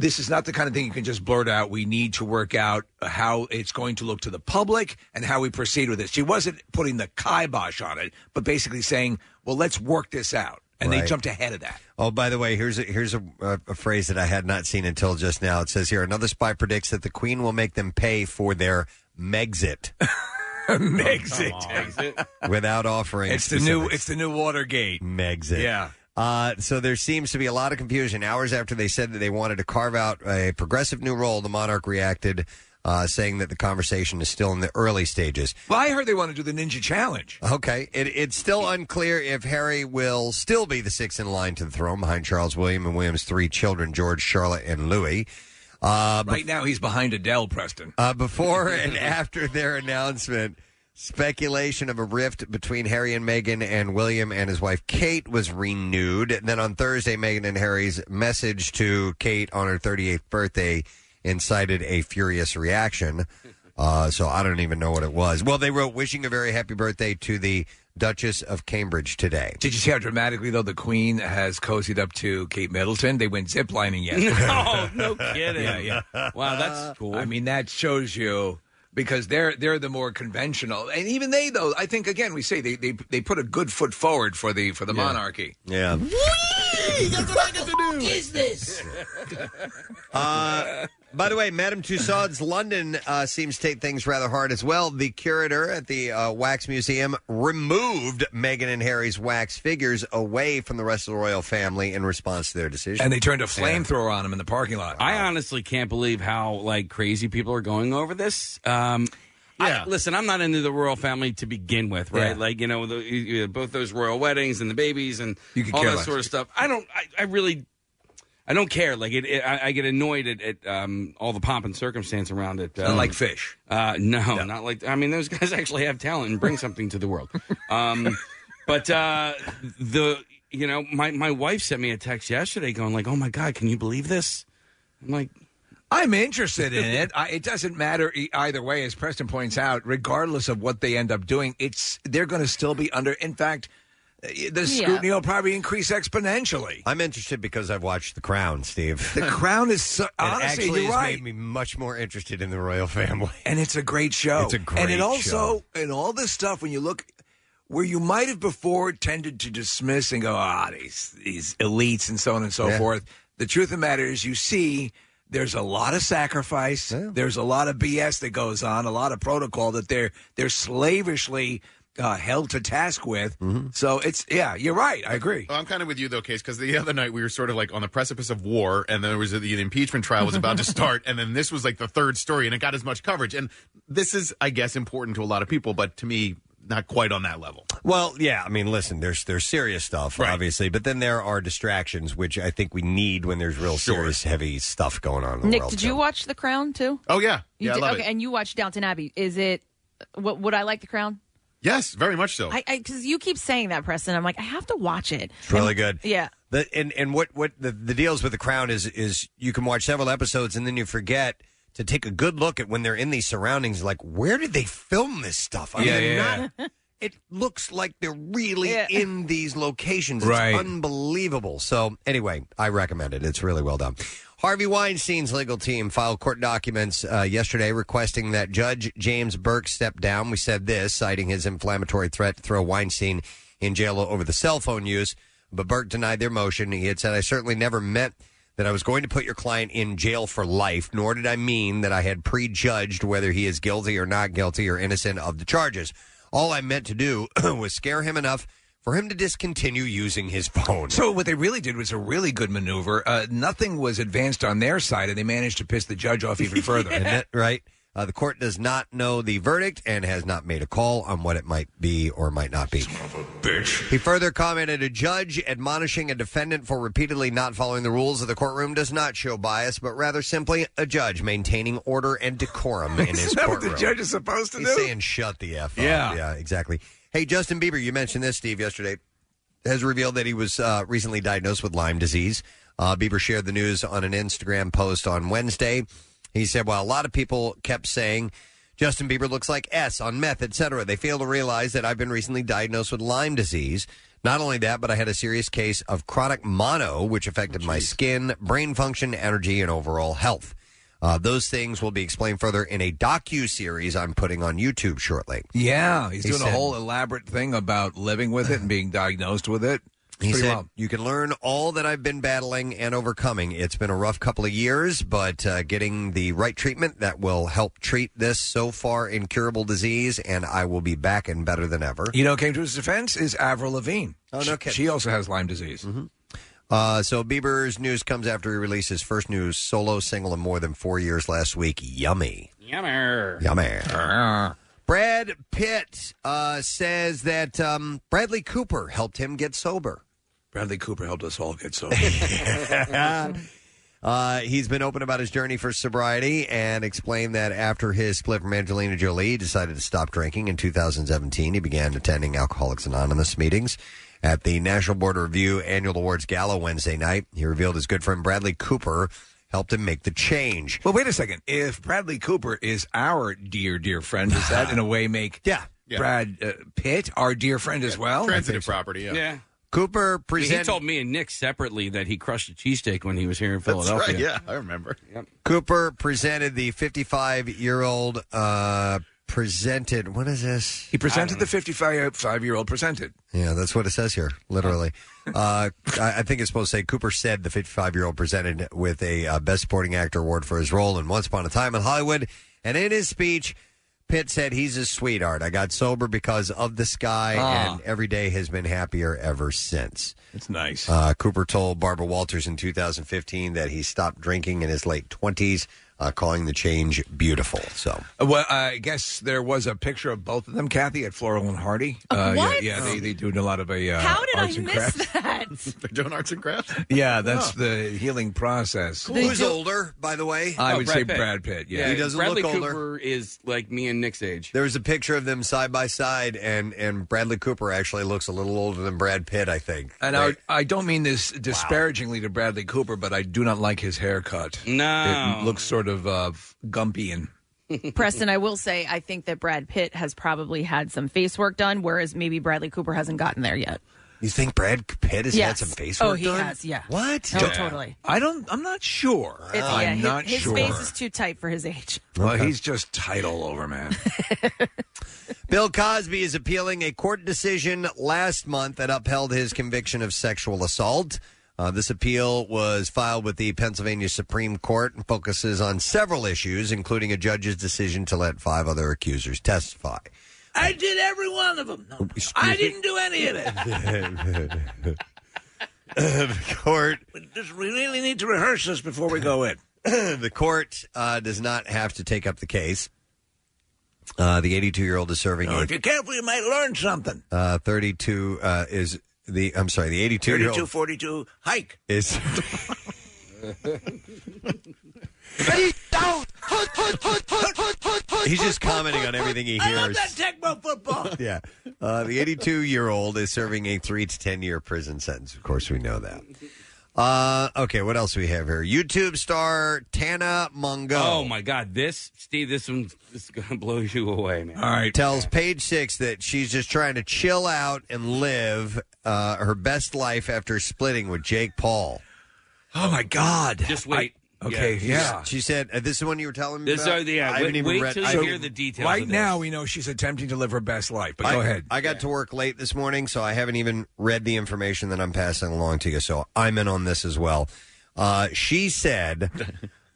[SPEAKER 4] this is not the kind of thing you can just blurt out. We need to work out how it's going to look to the public and how we proceed with this. She wasn't putting the kibosh on it, but basically saying, well, let's work this out. And they
[SPEAKER 2] Right.
[SPEAKER 4] jumped ahead of that.
[SPEAKER 2] Oh, by the way, here's a, here's a, a, a phrase that I had not seen until just now. It says here another spy predicts that the Queen will make them pay for their Megxit
[SPEAKER 4] Megxit.
[SPEAKER 2] without offering.
[SPEAKER 4] it's the new
[SPEAKER 2] specifics.
[SPEAKER 4] it's the new Watergate.
[SPEAKER 2] Megxit.
[SPEAKER 4] Yeah.
[SPEAKER 2] Uh, so there seems to be a lot of confusion. Hours after they said that they wanted to carve out a progressive new role, the monarch reacted, uh, saying that the conversation is still in the early stages.
[SPEAKER 4] Well, I heard they want to do the ninja challenge.
[SPEAKER 2] Okay, it, it's still unclear if Harry will still be the sixth in line to the throne behind Charles William and William's three children, George, Charlotte, and Louis. Uh,
[SPEAKER 4] Right now he's behind Adele Preston.
[SPEAKER 2] uh, before and after their announcement, speculation of a rift between Harry and Meghan and William and his wife Kate was renewed. then on Thursday, Meghan and Harry's message to Kate on her 38th birthday incited a furious reaction. Uh, so I don't even know what it was. Well, they wrote wishing a very happy birthday to the Duchess of Cambridge today.
[SPEAKER 4] Did you see how dramatically though the Queen has cozied up to Kate Middleton? They went ziplining yesterday.
[SPEAKER 7] oh, no kidding.
[SPEAKER 4] Yeah, yeah. Uh,
[SPEAKER 7] Wow, that's cool.
[SPEAKER 4] I mean, that shows you because they're they're the more conventional, and even they though I think again we say they they, they put a good foot forward for the for the
[SPEAKER 2] Yeah.
[SPEAKER 4] monarchy.
[SPEAKER 2] Yeah.
[SPEAKER 10] That's what I get to do. Is this?
[SPEAKER 2] Uh, by the way, Madame Tussauds London uh, seems to take things rather hard as well. The curator at the uh, Wax Museum removed Meghan and Harry's wax figures away from the rest of the royal family in response to their decision.
[SPEAKER 4] And they turned a flamethrower on him in the parking lot.
[SPEAKER 7] I honestly can't believe how like crazy people are going over this. Um, yeah. listen, I'm not into the royal family to begin with, right?
[SPEAKER 4] Yeah.
[SPEAKER 7] Like you know, the, you- you- both those royal weddings and the babies and
[SPEAKER 4] You could
[SPEAKER 7] all
[SPEAKER 4] care
[SPEAKER 7] that
[SPEAKER 4] less.
[SPEAKER 7] sort of stuff. I don't. I, I really. I don't care. Like it, it I, I get annoyed at, at um, all the pomp and circumstance around it.
[SPEAKER 4] Not
[SPEAKER 7] Um,
[SPEAKER 4] like fish.
[SPEAKER 7] Uh, no, not like. I mean, those guys actually have talent and bring something to the world. Um, but uh, the you know, my my wife sent me a text yesterday going like, "Oh my god, can you believe this?" I'm like,
[SPEAKER 4] I'm interested in it. I, it doesn't matter e- either way, as Preston points out. Regardless of what they end up doing, it's they're going to still be under. In fact, uh, the scrutiny will probably increase exponentially.
[SPEAKER 2] I'm interested because I've watched The Crown, Steve.
[SPEAKER 4] The Crown is so,
[SPEAKER 2] it
[SPEAKER 4] honestly,
[SPEAKER 2] actually
[SPEAKER 4] you're
[SPEAKER 2] has
[SPEAKER 4] right.
[SPEAKER 2] made me much more interested in the royal family.
[SPEAKER 4] and it's a great show.
[SPEAKER 2] It's a great
[SPEAKER 4] and it
[SPEAKER 2] show.
[SPEAKER 4] also and all this stuff when you look where you might have before tended to dismiss and go ah these these elites and so on and so
[SPEAKER 12] Yeah.
[SPEAKER 4] forth. The truth of the matter is you see there's a lot of sacrifice. There's a lot of BS that goes on. A lot of protocol that they're they're slavishly uh, held to task with.
[SPEAKER 2] Mm-hmm.
[SPEAKER 4] So it's yeah, you're right. I agree.
[SPEAKER 8] Well, I'm kind of with you though, Case, because the other night we were sort of like on the precipice of war, and there was the impeachment trial was about to start, and then this was like the third story, and it got as much coverage. And this is, I guess, important to a lot of people, but to me, not quite on that level.
[SPEAKER 2] Well, yeah. I mean, listen, there's there's serious stuff, obviously, but then there are distractions, which I think we need when there's real serious, heavy stuff going on in the
[SPEAKER 3] Nick,
[SPEAKER 2] world.
[SPEAKER 3] did you watch The Crown too?
[SPEAKER 8] Oh yeah,
[SPEAKER 3] You
[SPEAKER 8] yeah,
[SPEAKER 3] did?
[SPEAKER 8] I love
[SPEAKER 3] okay,
[SPEAKER 8] it.
[SPEAKER 3] and you watched Downton Abbey. Is it? What, would I like The Crown?
[SPEAKER 8] Yes, very much so.
[SPEAKER 3] I because you keep saying that, Preston. I'm like, I have to watch it.
[SPEAKER 2] It's really good.
[SPEAKER 3] Yeah.
[SPEAKER 2] The, and and what what the, the deals with the crown is is you can watch several episodes and then you forget to take a good look at when they're in these surroundings. Like, where did they film this stuff? I mean,
[SPEAKER 12] Yeah,
[SPEAKER 2] they're
[SPEAKER 12] yeah,
[SPEAKER 2] not- It looks like they're really in these locations.
[SPEAKER 12] Right.
[SPEAKER 2] It's unbelievable. So anyway, I recommend it. It's really well done. Harvey Weinstein's legal team filed court documents uh, yesterday requesting that Judge James Burke step down. We said this, citing his inflammatory threat to throw Weinstein in jail over the cell phone use, but Burke denied their motion. He had said, I certainly never meant that I was going to put your client in jail for life, nor did I mean that I had prejudged whether he is guilty or not guilty or innocent of the charges. All I meant to do was scare him enough for him to discontinue using his phone.
[SPEAKER 4] So what they really did was a really good maneuver. Uh, nothing was advanced on their side, and they managed to piss the judge off even further.
[SPEAKER 2] And that- right? Uh, the court does not know the verdict and has not made a call on what it might be or might not be. He further commented a judge admonishing a defendant for repeatedly not following the rules of the courtroom does not show bias, but rather simply a judge maintaining order and decorum in
[SPEAKER 4] Isn't
[SPEAKER 2] his
[SPEAKER 4] that what the
[SPEAKER 2] courtroom.
[SPEAKER 4] judge is supposed to
[SPEAKER 2] He's
[SPEAKER 4] do?
[SPEAKER 2] saying shut the F up.
[SPEAKER 4] Yeah.
[SPEAKER 2] Yeah, exactly. Hey, Justin Bieber, you mentioned this, Steve, yesterday, has revealed that he was uh, recently diagnosed with Lyme disease. Uh, Bieber shared the news on an Instagram post on Wednesday. He said, while a lot of people kept saying, Justin Bieber looks like S on meth, etc. They fail to realize that I've been recently diagnosed with Lyme disease. Not only that, but I had a serious case of chronic mono, which affected my skin, brain function, energy, and overall health. Uh, those things will be explained further in a docu series I'm putting on YouTube shortly.
[SPEAKER 4] Yeah, he's
[SPEAKER 2] He
[SPEAKER 4] doing
[SPEAKER 2] said-
[SPEAKER 4] a whole elaborate thing about living with it and being diagnosed with it. It's
[SPEAKER 2] He
[SPEAKER 4] pretty
[SPEAKER 2] said,
[SPEAKER 4] wild.
[SPEAKER 2] "You can learn all that I've been battling and overcoming. It's been a rough couple of years, but uh, getting the right treatment that will help treat this so far incurable disease, and I will be back and better than ever."
[SPEAKER 4] You know, who came to his defense is Avril Lavigne.
[SPEAKER 2] Oh, no kidding. Mm-hmm.
[SPEAKER 4] She also has Lyme disease.
[SPEAKER 2] Uh, so Bieber's news comes after he released his first new solo single in more than four years last week. Yummy,
[SPEAKER 7] Yummer.
[SPEAKER 2] yummy.
[SPEAKER 4] Ah.
[SPEAKER 2] Brad Pitt uh, says that um, Bradley Cooper helped him get sober.
[SPEAKER 4] Bradley Cooper helped us all get sober.
[SPEAKER 2] Uh, he's been open about his journey for sobriety and explained that after his split from Angelina Jolie, he decided to stop drinking in 2017. He began attending Alcoholics Anonymous meetings. At the National Board of Review Annual Awards Gala Wednesday night, he revealed his good friend Bradley Cooper helped him make the change.
[SPEAKER 4] Well, wait a second. If Bradley Cooper is our dear, dear friend, does that in a way make
[SPEAKER 2] yeah.
[SPEAKER 4] Brad uh, Pitt our dear friend as well?
[SPEAKER 7] Transitive
[SPEAKER 8] property,
[SPEAKER 7] Yeah.
[SPEAKER 2] Cooper
[SPEAKER 7] He
[SPEAKER 2] presented-
[SPEAKER 7] told me and Nick separately that he crushed a cheesesteak when he was here in Philadelphia.
[SPEAKER 8] I remember.
[SPEAKER 2] Cooper presented the 55 year old, uh, presented, what is this?
[SPEAKER 4] He presented the 55 five year old presented.
[SPEAKER 2] Yeah, that's what it says here, literally. uh, I I think it's supposed to say Cooper said the 55 year old presented with a uh, Best Supporting Actor award for his role in Once Upon a Time in Hollywood. And in his speech, Pitt said he's a sweetheart. I got sober because of this guy,
[SPEAKER 12] Ah.
[SPEAKER 2] and every day has been happier ever since.
[SPEAKER 4] It's nice.
[SPEAKER 2] Uh, Cooper told Barbara Walters in 2015 that he stopped drinking in his late 20s. uh, calling the change beautiful. So
[SPEAKER 4] Uh, Well, I guess there was a picture of both of them, Kathy, at Floral and Hardy.
[SPEAKER 2] Uh,
[SPEAKER 4] yeah,
[SPEAKER 2] what?
[SPEAKER 4] yeah, they, they do a lot of a. Uh,
[SPEAKER 3] How did
[SPEAKER 4] arts
[SPEAKER 3] I
[SPEAKER 4] and
[SPEAKER 3] miss
[SPEAKER 4] crafts.
[SPEAKER 3] that?
[SPEAKER 8] They're doing arts and crafts.
[SPEAKER 4] Yeah, that's the healing process.
[SPEAKER 2] Who's older, by the way?
[SPEAKER 7] Oh,
[SPEAKER 4] I would say Brad Pitt. Yeah,
[SPEAKER 2] he doesn't
[SPEAKER 7] Bradley
[SPEAKER 2] look older.
[SPEAKER 7] Cooper is like me and Nick's age.
[SPEAKER 2] There was a picture of them side by side, and and Bradley Cooper actually looks a little older than Brad Pitt, I think.
[SPEAKER 4] And I, I don't mean this disparagingly to Bradley Cooper, but I do not like his haircut.
[SPEAKER 7] No.
[SPEAKER 4] It looks sort of uh, Gumpian.
[SPEAKER 3] Preston, I will say I think that Brad Pitt has probably had some face work done, whereas maybe Bradley Cooper hasn't gotten there yet.
[SPEAKER 2] You think Brad Pitt has
[SPEAKER 3] Yes.
[SPEAKER 2] had some face work
[SPEAKER 3] Oh, he
[SPEAKER 2] done?
[SPEAKER 3] has, yeah.
[SPEAKER 2] What?
[SPEAKER 3] Oh, totally.
[SPEAKER 4] I don't. I'm not sure.
[SPEAKER 3] It's, yeah,
[SPEAKER 4] I'm
[SPEAKER 3] his,
[SPEAKER 4] not
[SPEAKER 3] his
[SPEAKER 4] sure.
[SPEAKER 3] face is too tight for his age.
[SPEAKER 4] Well, he's just title over, man.
[SPEAKER 2] Bill Cosby is appealing a court decision last month that upheld his conviction of sexual assault. Uh, this appeal was filed with the Pennsylvania Supreme Court and focuses on several issues, including a judge's decision to let five other accusers testify.
[SPEAKER 10] I did every one of them. No, I didn't do any of that.
[SPEAKER 2] the court
[SPEAKER 10] Just- we really need to rehearse this before we
[SPEAKER 4] go in.
[SPEAKER 2] the court uh, does not have to take up the case. Uh, the 82 year old is serving
[SPEAKER 10] Now,
[SPEAKER 2] a
[SPEAKER 10] if you're careful, you might learn something.
[SPEAKER 2] uh, 32 uh, is the I'm sorry, the 82 year
[SPEAKER 10] 32,
[SPEAKER 2] old
[SPEAKER 10] 42, hike.
[SPEAKER 2] is he's just commenting on everything he
[SPEAKER 10] I love
[SPEAKER 2] hears.
[SPEAKER 10] that Tecmo football.
[SPEAKER 2] Yeah, uh, the 82 year old is serving a three to 10 year prison sentence. Of course, we know that. Uh, okay, what else do we have here? YouTube star Tana Mungo.
[SPEAKER 7] Oh my God, this Steve, this one's this is gonna blow you away, man.
[SPEAKER 2] Tells page six that she's just trying to chill out and live uh, her best life after splitting with Jake Paul.
[SPEAKER 4] Oh my God!
[SPEAKER 7] Just wait.
[SPEAKER 4] okay, yeah.
[SPEAKER 2] She said, uh, "This is one you were telling me
[SPEAKER 7] This-
[SPEAKER 2] about."
[SPEAKER 7] uh, yeah,
[SPEAKER 2] I haven't
[SPEAKER 7] wait-
[SPEAKER 2] even
[SPEAKER 7] wait
[SPEAKER 2] read.
[SPEAKER 7] till you
[SPEAKER 2] I
[SPEAKER 7] hear
[SPEAKER 2] haven't-
[SPEAKER 7] the details
[SPEAKER 4] Right now, we know she's attempting to live her best life. But go
[SPEAKER 2] I-
[SPEAKER 4] ahead.
[SPEAKER 2] I got to work late this morning, so I haven't even read the information that I'm passing along to you. So I'm in on this as well. Uh, she said,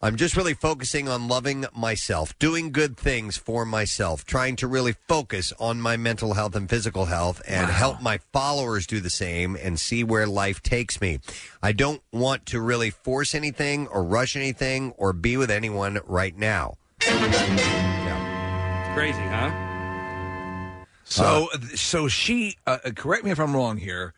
[SPEAKER 2] I'm just really focusing on loving myself, doing good things for myself, trying to really focus on my mental health and physical health and help my followers do the same and see where life takes me. I don't want to really force anything or rush anything or be with anyone right now.
[SPEAKER 7] Crazy, huh?
[SPEAKER 4] So,
[SPEAKER 2] Uh,
[SPEAKER 4] so she. Uh, uh, correct me if I'm wrong here.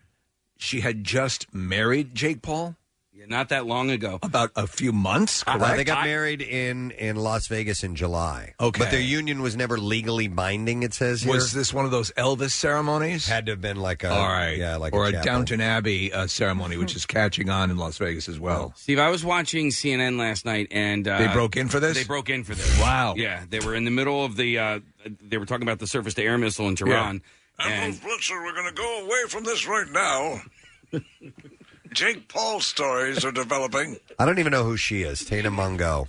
[SPEAKER 4] She had just married Jake Paul.
[SPEAKER 7] Yeah, not that long ago.
[SPEAKER 4] About a few months. Correct.
[SPEAKER 2] Uh, they got married in in Las Vegas in July.
[SPEAKER 4] Okay.
[SPEAKER 2] but their union was never legally binding. It says here.
[SPEAKER 4] Was this one of those Elvis ceremonies?
[SPEAKER 2] Had to have been like a
[SPEAKER 4] all right,
[SPEAKER 2] Uh, yeah, like
[SPEAKER 4] or
[SPEAKER 2] a
[SPEAKER 4] a,
[SPEAKER 2] chapel.
[SPEAKER 4] Downton Abbey uh, ceremony, which is catching on in Las Vegas as well.
[SPEAKER 7] Steve, I was watching CNN last night, and uh,
[SPEAKER 4] They broke in for this?
[SPEAKER 7] They broke in for this.
[SPEAKER 4] Wow.
[SPEAKER 7] Yeah, they were in the middle of the. Uh, they were talking about the surface-to-air missile in Tehran. And
[SPEAKER 12] Oh, Blitzer, we're going to go away from this right now. Jake Paul stories are developing.
[SPEAKER 2] I don't even know who she is. Tana Mungo.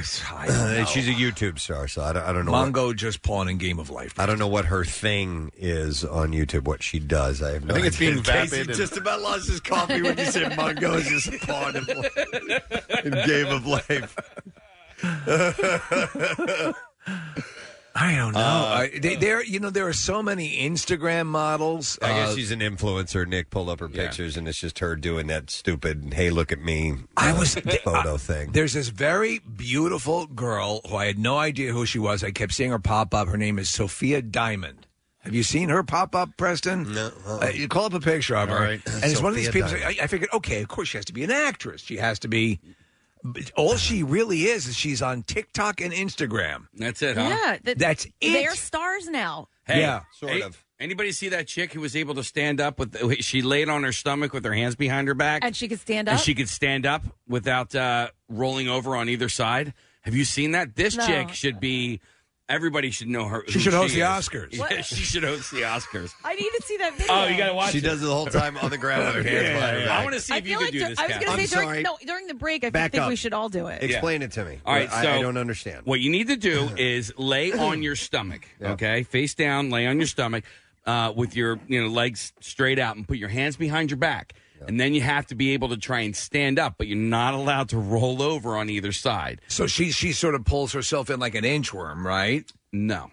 [SPEAKER 2] She's a YouTube star, so I don't, I don't know. what,
[SPEAKER 4] Mongo just pawn in Game of Life.
[SPEAKER 2] I don't know what her thing is on YouTube. What she does, I have no.
[SPEAKER 8] I think it's
[SPEAKER 2] idea.
[SPEAKER 8] being
[SPEAKER 2] Casey
[SPEAKER 8] vapid and-
[SPEAKER 2] just about lost his coffee when you said Mungo is just a pawn in, in Game of Life.
[SPEAKER 4] I don't know.
[SPEAKER 2] Uh,
[SPEAKER 4] I, they, there, you know, there are so many Instagram models.
[SPEAKER 2] I guess
[SPEAKER 4] uh,
[SPEAKER 2] she's an influencer. Nick pulled up her pictures, and it's just her doing that stupid "Hey, look at me"
[SPEAKER 4] I
[SPEAKER 2] uh,
[SPEAKER 4] was-
[SPEAKER 2] photo thing.
[SPEAKER 4] There's this very beautiful girl who I had no idea who she was. I kept seeing her pop up. Her name is Sophia Diamond. Have you seen her pop up, Preston? No. you call up a picture of her,
[SPEAKER 2] uh-uh. All right.
[SPEAKER 4] and it's one of these
[SPEAKER 2] Sophia
[SPEAKER 4] people. I,
[SPEAKER 2] Diamond.
[SPEAKER 4] I figured, okay, of course she has to be an actress. She has to be. But all she really is is she's on TikTok and Instagram.
[SPEAKER 7] that's it, huh?
[SPEAKER 3] Yeah, that-
[SPEAKER 4] That's it.
[SPEAKER 3] They're stars now.
[SPEAKER 7] Hey,
[SPEAKER 4] Yeah,
[SPEAKER 2] sort
[SPEAKER 7] hey,
[SPEAKER 2] of.
[SPEAKER 7] Anybody see that chick who was able to stand up with? She laid on her stomach with her hands behind her back,
[SPEAKER 3] And she could stand
[SPEAKER 7] and
[SPEAKER 3] up.
[SPEAKER 7] she could stand up without uh, rolling over on either side. Have you seen that? This
[SPEAKER 3] No.
[SPEAKER 7] chick should be. Everybody should know her.
[SPEAKER 4] She
[SPEAKER 7] who
[SPEAKER 4] should host the
[SPEAKER 7] is.
[SPEAKER 4] Oscars.
[SPEAKER 7] Yeah, she should host the Oscars.
[SPEAKER 3] I need to see that video.
[SPEAKER 7] Oh, you gotta watch.
[SPEAKER 2] She does it the whole time on the ground with her hands
[SPEAKER 7] Yeah,
[SPEAKER 2] behind her
[SPEAKER 7] yeah,
[SPEAKER 2] back.
[SPEAKER 7] I want to see
[SPEAKER 3] I
[SPEAKER 7] if you
[SPEAKER 3] feel
[SPEAKER 7] can
[SPEAKER 3] like
[SPEAKER 7] do
[SPEAKER 3] dur-
[SPEAKER 7] this.
[SPEAKER 3] I was
[SPEAKER 7] Kat.
[SPEAKER 3] gonna
[SPEAKER 2] I'm
[SPEAKER 3] say during
[SPEAKER 2] sorry.
[SPEAKER 3] no during the break. I
[SPEAKER 2] Back
[SPEAKER 3] think we
[SPEAKER 2] up.
[SPEAKER 3] should all do it.
[SPEAKER 2] Explain it to me.
[SPEAKER 7] All right,
[SPEAKER 2] I,
[SPEAKER 7] so
[SPEAKER 2] I don't understand.
[SPEAKER 7] What you need to do is lay on your stomach, okay, face down, lay on your stomach, uh, with your you know legs straight out, and put your hands behind your back, and then you have to be able to try and stand up, but you're not allowed to roll over on either side.
[SPEAKER 4] So she she sort of pulls herself in like an inchworm, right?
[SPEAKER 7] No.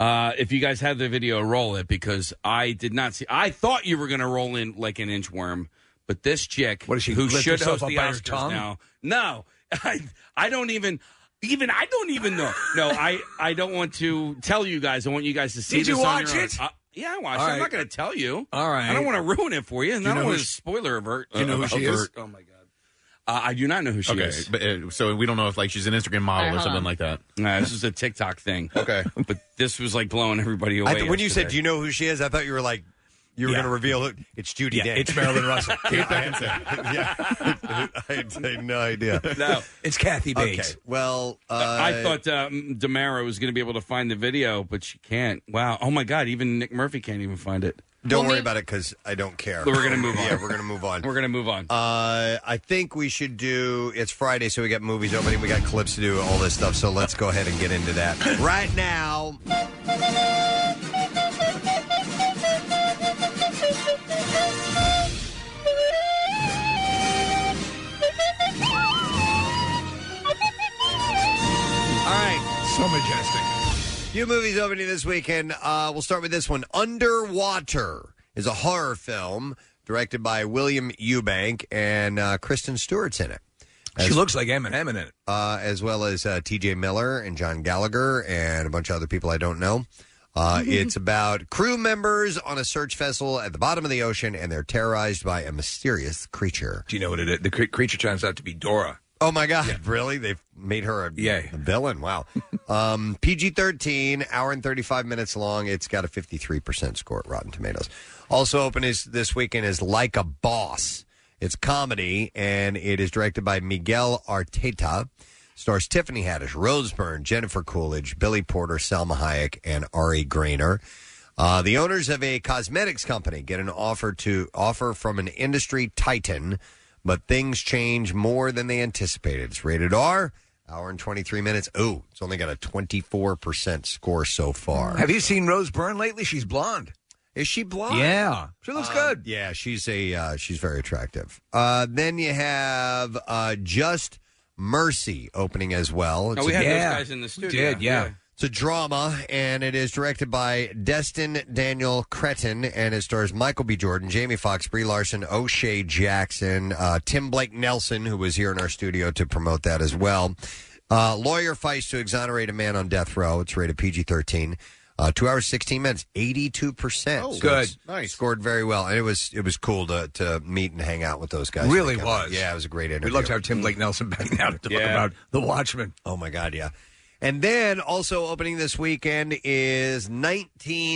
[SPEAKER 7] Uh, if you guys have the video, roll it because I did not see. I thought you were going to roll in like an inchworm, but this chick,
[SPEAKER 4] What, does she
[SPEAKER 7] who
[SPEAKER 4] lift
[SPEAKER 7] should
[SPEAKER 4] herself
[SPEAKER 7] host
[SPEAKER 4] up
[SPEAKER 7] the
[SPEAKER 4] by her
[SPEAKER 7] Oscars
[SPEAKER 4] tongue?
[SPEAKER 7] now, no, I, I don't even. Even I don't even know. No, I I don't want to tell you guys. I want you guys to see.
[SPEAKER 4] Did you
[SPEAKER 7] this on
[SPEAKER 4] watch
[SPEAKER 7] your own.
[SPEAKER 4] it?
[SPEAKER 7] Uh, yeah, I watched.
[SPEAKER 4] All
[SPEAKER 7] it. I'm
[SPEAKER 4] right.
[SPEAKER 7] not going to tell you.
[SPEAKER 4] All right.
[SPEAKER 7] I don't want to ruin it for you, and
[SPEAKER 4] Do you
[SPEAKER 7] I don't
[SPEAKER 4] know who
[SPEAKER 7] want to
[SPEAKER 4] she-
[SPEAKER 7] spoiler avert.
[SPEAKER 4] Do you know who she
[SPEAKER 7] avert.
[SPEAKER 4] is?
[SPEAKER 7] Oh my god. Uh, I do not know who she
[SPEAKER 8] okay,
[SPEAKER 7] is.
[SPEAKER 8] but, uh, so we don't know if like she's an
[SPEAKER 7] All
[SPEAKER 8] Instagram model
[SPEAKER 7] right,
[SPEAKER 8] or
[SPEAKER 7] hold
[SPEAKER 8] something
[SPEAKER 7] on.
[SPEAKER 8] like that.
[SPEAKER 7] Nah, this is a TikTok thing. Okay, but this was like blowing everybody away.
[SPEAKER 2] I th- when you said,
[SPEAKER 7] yesterday.
[SPEAKER 2] "Do you know who she is?" I thought you were like, you were
[SPEAKER 7] Yeah.
[SPEAKER 2] going to reveal it. It's Judy
[SPEAKER 7] Yeah,
[SPEAKER 2] Dench.
[SPEAKER 7] it's Marilyn Russell.
[SPEAKER 2] Yeah,
[SPEAKER 7] Kate Beckinsale.
[SPEAKER 2] yeah. I had no idea.
[SPEAKER 7] No.
[SPEAKER 4] It's Kathy
[SPEAKER 2] Bates. Okay. Well, uh,
[SPEAKER 7] I thought um, Damara was going to be able to find the video, but she can't. Wow. Oh my God. Even Nick Murphy can't even find it.
[SPEAKER 2] Don't worry about it because I don't care.
[SPEAKER 7] But we're gonna move on.
[SPEAKER 2] yeah, we're gonna move on.
[SPEAKER 7] We're gonna move on.
[SPEAKER 2] Uh, I think we should do. It's Friday, so we got movies opening. We got clips to do. All this stuff. So let's go ahead and get into that right now. All right.
[SPEAKER 4] So majestic.
[SPEAKER 2] Few movies opening this weekend. Uh, we'll start with this one. Underwater is a horror film directed by William Eubank and uh, Kristen Stewart's in it.
[SPEAKER 4] She looks like Eminem in it.
[SPEAKER 2] Uh, as well as uh, T.J. Miller and John Gallagher and a bunch of other people I don't know. Uh,
[SPEAKER 4] Mm-hmm.
[SPEAKER 2] it's about crew members on a search vessel at the bottom of the ocean, and they're terrorized by a mysterious creature.
[SPEAKER 4] Do you know what it is? The cre- creature turns out to be Dora.
[SPEAKER 2] Oh my God! Really? They've made her a, a villain. Wow. um, PG thirteen, hour and thirty five minutes long. It's got a fifty three percent score at Rotten Tomatoes. Also open is this weekend is Like a Boss. It's comedy and it is directed by Miguel Arteta. Stars Tiffany Haddish, Rose Byrne, Jennifer Coolidge, Billy Porter, Salma Hayek, and Ari Grainer. Uh, the owners of a cosmetics company get an offer to offer from an industry titan, but things change more than they anticipated. It's rated R, hour and twenty three minutes. Oh, it's only got a twenty four percent score so far.
[SPEAKER 4] Have you seen Rose Byrne lately? She's blonde.
[SPEAKER 2] Is she blonde?
[SPEAKER 4] Yeah. She looks
[SPEAKER 2] Uh,
[SPEAKER 4] good.
[SPEAKER 2] Yeah, she's a uh, she's very attractive. Uh, then you have uh, Just Mercy opening as well.
[SPEAKER 7] No,
[SPEAKER 2] It's
[SPEAKER 7] Oh, we
[SPEAKER 2] a-
[SPEAKER 7] had those guys in the studio.
[SPEAKER 2] It's a drama, and it is directed by Destin Daniel Cretton, and it stars Michael B. Jordan, Jamie Foxx, Brie Larson, O'Shea Jackson, uh, Tim Blake Nelson, who was here in our studio to promote that as well. Uh, lawyer fights to exonerate a man on death row. It's rated PG 13. Uh, two hours, 16 minutes, 82%.
[SPEAKER 4] Oh, good.
[SPEAKER 2] Nice. Scored very well. And it was it was cool to, to meet and hang out with those guys.
[SPEAKER 4] Really
[SPEAKER 2] Like, uh,
[SPEAKER 4] was.
[SPEAKER 2] Yeah, it was a great interview.
[SPEAKER 4] We'd love to have Tim Blake Nelson back now to talk
[SPEAKER 2] Yeah.
[SPEAKER 4] about The Watchmen.
[SPEAKER 2] Oh, my God, yeah. And then also opening this weekend is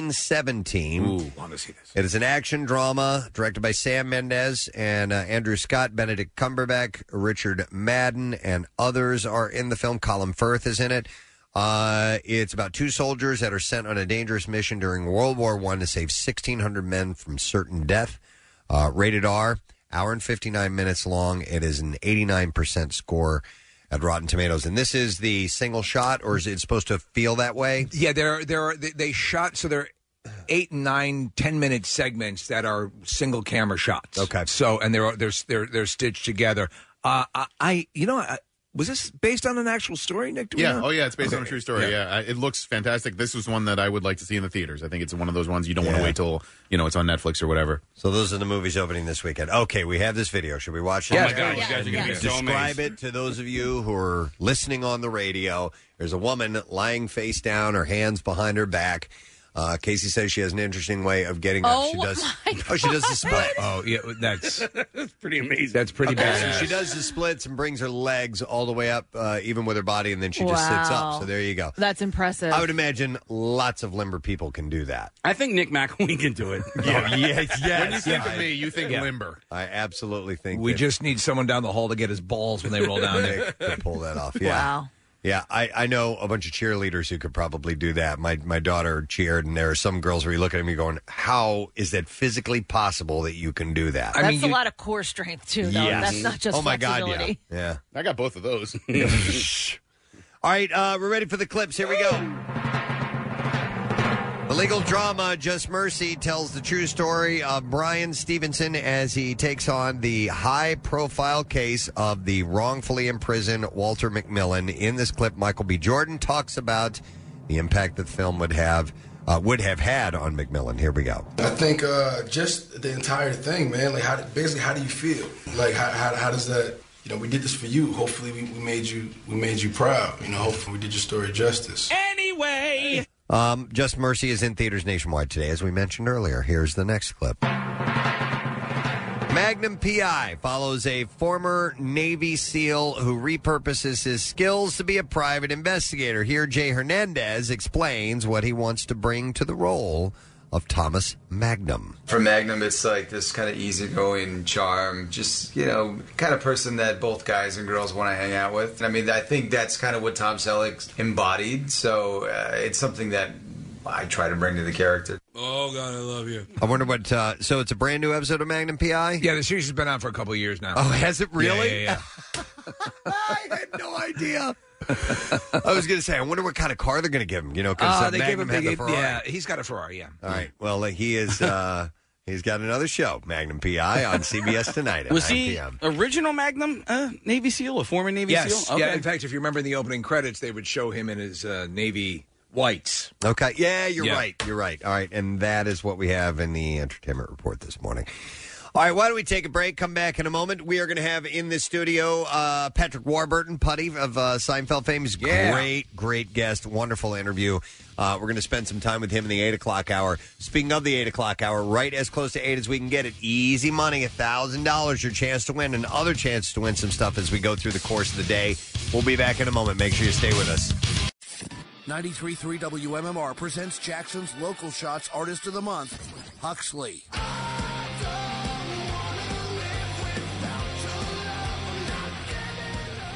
[SPEAKER 2] 1917.
[SPEAKER 4] Ooh, want to see this.
[SPEAKER 2] It is an action drama directed by Sam Mendes and uh, Andrew Scott, Benedict Cumberbatch, Richard Madden, and others are in the film. Colin Firth is in it. Uh, it's about two soldiers that are sent on a dangerous mission during World War One to save 1,600 men from certain death. Uh, rated R, hour and 59 minutes long. It is an 89% score at Rotten Tomatoes. And this is the single shot, or is it supposed to feel that way?
[SPEAKER 4] Yeah, there are, there are, they, they shot, so they're eight, nine, ten minute segments that are single camera shots. Okay. So, and they're, they're, they're, they're stitched together. Uh, I, I, you know, I, was this based on an actual story, Nick? Do we
[SPEAKER 8] Yeah.
[SPEAKER 4] know?
[SPEAKER 8] Oh, yeah. It's based on a
[SPEAKER 4] Okay.
[SPEAKER 8] true story. Yeah. I- it looks fantastic. This was one that I would like to see in the theaters. I think it's one of those ones you don't want to wait till you know it's on Netflix or whatever.
[SPEAKER 2] So those are the movies opening this weekend. Okay, we have this video. Should we watch it?
[SPEAKER 8] Oh my Yeah. God, you guys are gonna be so
[SPEAKER 2] Describe
[SPEAKER 8] amazed.
[SPEAKER 2] it to those of you who are listening on the radio. There's a woman lying face down, her hands behind her back. Uh, Casey says she has an interesting way of getting up. She
[SPEAKER 4] Oh,
[SPEAKER 2] does.
[SPEAKER 4] my
[SPEAKER 2] oh, she does the split.
[SPEAKER 4] Oh, yeah. That's,
[SPEAKER 7] that's pretty amazing.
[SPEAKER 4] That's pretty
[SPEAKER 2] Okay, so
[SPEAKER 4] bad.
[SPEAKER 2] she does the splits and brings her legs all the way up, uh, even with her body, and then she just sits
[SPEAKER 3] Wow.
[SPEAKER 2] up. So there you go.
[SPEAKER 3] That's impressive.
[SPEAKER 2] I would imagine lots of limber people can do that.
[SPEAKER 7] I think Nick McElwain can do it.
[SPEAKER 2] Oh, yes, yes.
[SPEAKER 8] When you think of me, you think
[SPEAKER 2] Yeah.
[SPEAKER 8] limber.
[SPEAKER 2] I absolutely think
[SPEAKER 4] We
[SPEAKER 2] that-
[SPEAKER 4] just need someone down the hall to get his balls when they roll down there.
[SPEAKER 2] to pull that off. Yeah.
[SPEAKER 4] Wow.
[SPEAKER 2] Yeah, I, I know a bunch of cheerleaders who could probably do that. My my daughter cheered, and there are some girls where you look at me going, "How is that physically possible that you can do that?"
[SPEAKER 13] That's a lot of core strength too. Though. That's not just
[SPEAKER 2] oh my god, yeah,
[SPEAKER 13] flexibility.
[SPEAKER 2] yeah.
[SPEAKER 8] I got both of those.
[SPEAKER 2] All right, uh, we're ready for the clips. Here we go. The legal drama Just Mercy tells the true story of Brian Stevenson as he takes on the high profile case of the wrongfully imprisoned Walter McMillan. In this clip, Michael B. Jordan talks about the impact that the film would have uh, would have had on McMillan. Here we go.
[SPEAKER 14] I think uh, just the entire thing, man. Like, how, basically, how do you feel? Like, how, how, how does that you know, we did this for you. Hopefully, we, we made you we made you proud. You know, hopefully, we did your story justice.
[SPEAKER 7] Anyway.
[SPEAKER 2] Um, Just Mercy is in theaters nationwide today, as we mentioned earlier. Here's the next clip. Magnum PI follows a former Navy SEAL who repurposes his skills to be a private investigator. Here, Jay Hernandez explains what he wants to bring to the role of Thomas Magnum.
[SPEAKER 15] For Magnum, it's like this kind of easygoing charm, just, you know, kind of person that both guys and girls want to hang out with. And I mean, I think that's kind of what Tom Selleck embodied. So uh, it's something that I try to bring to the character.
[SPEAKER 2] Oh, God, I love you. I wonder what. Uh, so, it's a brand new episode of Magnum PI?
[SPEAKER 4] Yeah, the series has been on for a couple of years now.
[SPEAKER 2] Oh, has it really?
[SPEAKER 4] Yeah, yeah, yeah.
[SPEAKER 2] I had no idea. I was going to say, I wonder what kind of car they're going to give him. You know, because
[SPEAKER 4] Uh,
[SPEAKER 2] uh,
[SPEAKER 4] they gave
[SPEAKER 2] Magnum
[SPEAKER 4] him, they
[SPEAKER 2] had the
[SPEAKER 4] gave-
[SPEAKER 2] Ferrari.
[SPEAKER 4] yeah, he's got a Ferrari, yeah.
[SPEAKER 2] All right. Well, he is. Uh, he's got another show, Magnum PI, on CBS tonight at
[SPEAKER 7] Was
[SPEAKER 2] 9
[SPEAKER 7] he
[SPEAKER 2] p.m.
[SPEAKER 7] original Magnum uh, Navy SEAL, a former Navy
[SPEAKER 4] yes,
[SPEAKER 7] SEAL?
[SPEAKER 4] yeah. In fact, if you remember in the opening credits, they would show him in his uh, navy whites.
[SPEAKER 2] Okay. Yeah, you're
[SPEAKER 4] Yeah.
[SPEAKER 2] right. You're right. All right. And that is what we have in the entertainment report this morning. All right, why don't we take a break? Come back in a moment. We are going to have in the studio uh, Patrick Warburton, putty of uh, Seinfeld fame. He's a
[SPEAKER 16] Yeah.
[SPEAKER 2] great, great guest. Wonderful interview. Uh, we're going to spend some time with him in the 8 o'clock hour. Speaking of the 8 o'clock hour, right as close to 8 as we can get it, easy money, $1,000, your chance to win, and other chance to win some stuff as we go through the course of the day. We'll be back in a moment. Make sure you stay with us.
[SPEAKER 17] 93.3 WMMR presents Jackson's Local Shots Artist of the Month, Huxley.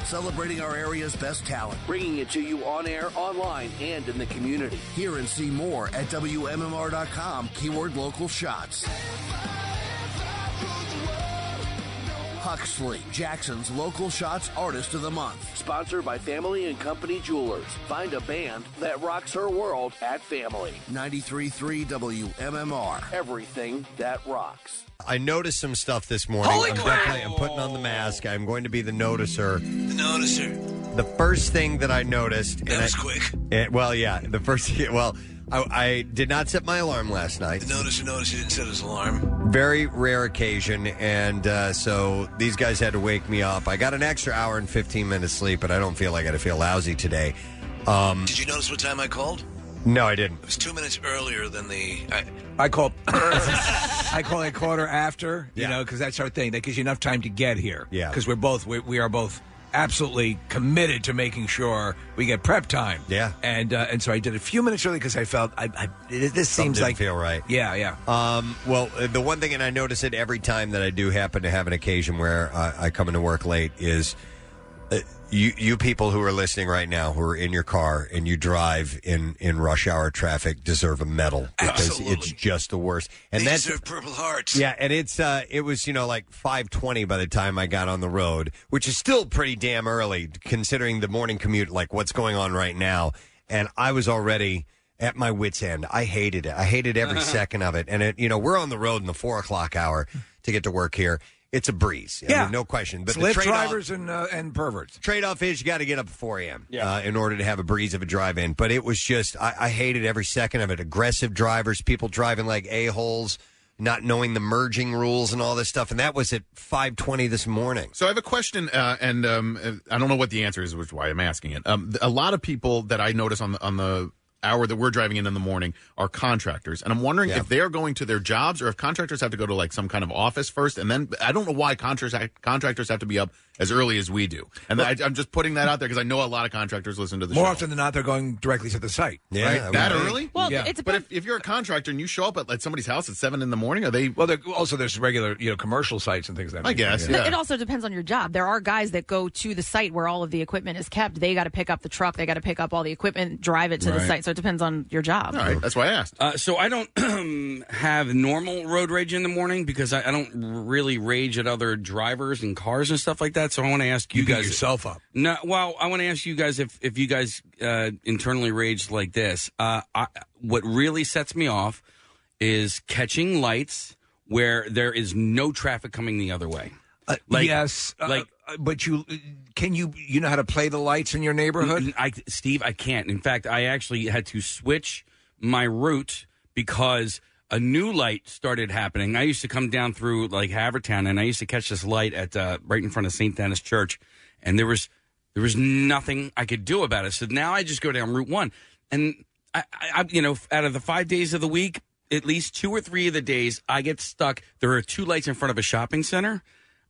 [SPEAKER 17] Celebrating our area's best talent. Bringing it to you on air, online, and in the community. Hear and see more at WMMR.com, keyword local shots. Huxley, Jackson's Local Shots Artist of the Month. Sponsored by Family and Company Jewelers. Find a band that rocks her world at Family. 93.3 WMMR. Everything that rocks.
[SPEAKER 2] I noticed some stuff this morning.
[SPEAKER 17] Holy
[SPEAKER 2] I'm
[SPEAKER 17] crap!
[SPEAKER 2] definitely- I'm putting on the mask. I'm going to be the noticer.
[SPEAKER 11] The noticer.
[SPEAKER 2] The first thing that I noticed.
[SPEAKER 11] That
[SPEAKER 2] and
[SPEAKER 11] was
[SPEAKER 2] I-
[SPEAKER 11] quick.
[SPEAKER 2] eh, well, yeah. The first. Well, I, I did not set my alarm last night.
[SPEAKER 11] The noticer noticed he didn't set his alarm.
[SPEAKER 2] Very rare occasion, and uh, so these guys had to wake me up. I got an extra hour and 15 minutes sleep, but I don't feel like I feel lousy today. Um,
[SPEAKER 11] Did you notice what time I called?
[SPEAKER 2] No, I didn't.
[SPEAKER 11] It was two minutes earlier than the. I,
[SPEAKER 4] I call. I call it quarter after, you know, because that's our thing. That gives you enough time to get here.
[SPEAKER 2] Yeah.
[SPEAKER 4] Because we're both, we, we are both absolutely committed to making sure we get prep time.
[SPEAKER 2] Yeah.
[SPEAKER 4] And uh, and so I did a few minutes early because I felt I, I it- this
[SPEAKER 2] Something
[SPEAKER 4] seems
[SPEAKER 2] didn't
[SPEAKER 4] like
[SPEAKER 2] feel right.
[SPEAKER 4] Yeah, yeah.
[SPEAKER 2] Um, well, uh, the one thing, and I notice it every time that I do happen to have an occasion where uh, I come into work late is uh, you you people who are listening right now who are in your car and you drive in in rush hour traffic deserve a medal because it's just the worst. And
[SPEAKER 11] they
[SPEAKER 2] that's
[SPEAKER 11] deserve Purple Hearts.
[SPEAKER 2] yeah, and it's uh, it was you know like five twenty by the time I got on the road, which is still pretty damn early considering the morning commute, like what's going on right now. And I was already at my wits end. I hated it. I hated every
[SPEAKER 4] Uh-huh.
[SPEAKER 2] second of it. And it, you know, we're on the road in the four o'clock hour to get to work here. It's a breeze, I mean,
[SPEAKER 4] Yeah.
[SPEAKER 2] no question. But
[SPEAKER 4] It's
[SPEAKER 2] the
[SPEAKER 4] Lyft
[SPEAKER 2] trade-off,
[SPEAKER 4] drivers and uh, and perverts.
[SPEAKER 2] Trade off is you got to get up at 4 a.m. uh, in order to have a breeze of a drive in. But it was just, I, I hated every second of it. Aggressive drivers, people driving like a-holes, not knowing the merging rules and all this stuff. And that was at 520 this morning.
[SPEAKER 8] So I have a question, uh, and um, uh, I don't know what the answer is, which is why I'm asking it. Um, th- a lot of people that I notice on the on the hour that we're driving in in the morning are contractors, and I'm wondering if they are going to their jobs or if contractors have to go to like some kind of office first, and then I don't know why contractors contractors have to be up as early as we do, and I, I'm just putting that out there because I know a lot of contractors listen to the
[SPEAKER 4] More
[SPEAKER 8] show.
[SPEAKER 4] often than not, they're going directly to the site.
[SPEAKER 8] Yeah,
[SPEAKER 4] right?
[SPEAKER 8] that early?
[SPEAKER 13] Well, Yeah. it's a-
[SPEAKER 8] but if, if you're a contractor and you show up at, at somebody's house at seven in the morning, are they?
[SPEAKER 4] Well, also there's regular, you know, commercial sites and things that.
[SPEAKER 8] I guess. Yeah.
[SPEAKER 13] But it also depends on your job. There are guys that go to the site where all of the equipment is kept. They got to pick up the truck. They got to pick up all the equipment, drive it to the
[SPEAKER 7] Right.
[SPEAKER 13] site. So it depends on your job.
[SPEAKER 7] All right,
[SPEAKER 8] that's why I asked.
[SPEAKER 7] Uh, so I don't um, have normal road rage in the morning because I, I don't really rage at other drivers and cars and stuff like that. So I want to ask you,
[SPEAKER 4] You beat
[SPEAKER 7] guys
[SPEAKER 4] yourself up.
[SPEAKER 7] No, well, I want to ask you guys if if you guys uh, internally rage like this. Uh, I, what really sets me off is catching lights where there is no traffic coming the other way. Like-
[SPEAKER 4] yes,
[SPEAKER 7] like-
[SPEAKER 4] uh, but you can you you know how to play the lights in your neighborhood?
[SPEAKER 7] I, Steve, I can't. In fact, I actually had to switch my route because a new light started happening. I used to come down through like Havertown, and I used to catch this light at uh, right in front of St. Dennis Church, and there was there was nothing I could do about it. So now I just go down Route One, and I, I I- you know out of the five days of the week, at least two or three of the days I get stuck. There are two lights in front of a shopping center.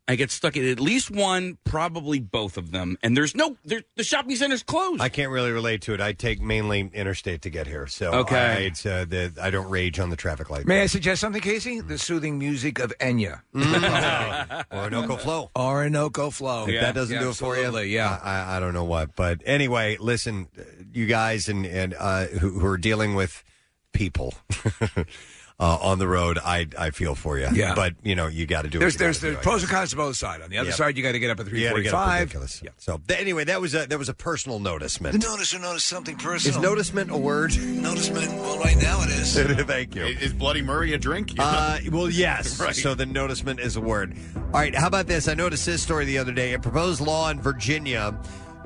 [SPEAKER 7] I get stuck at at least one, probably both of them, and there's no there, the shopping center's closed.
[SPEAKER 2] I can't really relate to it. I take mainly interstate to get here, so
[SPEAKER 7] Okay.
[SPEAKER 2] I, it's, uh, the, I don't rage on the traffic light.
[SPEAKER 4] May I suggest something, Casey?
[SPEAKER 2] Mm.
[SPEAKER 4] The soothing music of Enya.
[SPEAKER 2] Orinoco Flow.
[SPEAKER 4] Orinoco Flow.
[SPEAKER 2] If that doesn't do it for you, yeah, I, I don't know what. But anyway, listen, you guys and and uh, who, who are dealing with people uh, on the road, I I feel for you.
[SPEAKER 4] Yeah.
[SPEAKER 2] but you know you got to do.
[SPEAKER 4] There's
[SPEAKER 2] what you
[SPEAKER 4] there's
[SPEAKER 2] gotta do,
[SPEAKER 4] the
[SPEAKER 2] I
[SPEAKER 4] pros and cons to both sides. On the other
[SPEAKER 2] Yep.
[SPEAKER 4] side, you got to get up at
[SPEAKER 2] guess. You
[SPEAKER 4] three
[SPEAKER 2] gotta get up
[SPEAKER 4] forty-five.
[SPEAKER 2] ridiculous. So th- anyway, that was a that was a personal noticement.
[SPEAKER 18] The notice or notice something personal.
[SPEAKER 2] Is noticement a word?
[SPEAKER 18] Noticement. Well, right now it is.
[SPEAKER 2] Thank you.
[SPEAKER 8] Is Bloody Murray a drink?
[SPEAKER 2] Uh, well, yes.
[SPEAKER 8] Right.
[SPEAKER 2] So the noticement is a word. All right. How about this? I noticed this story the other day. A proposed law in Virginia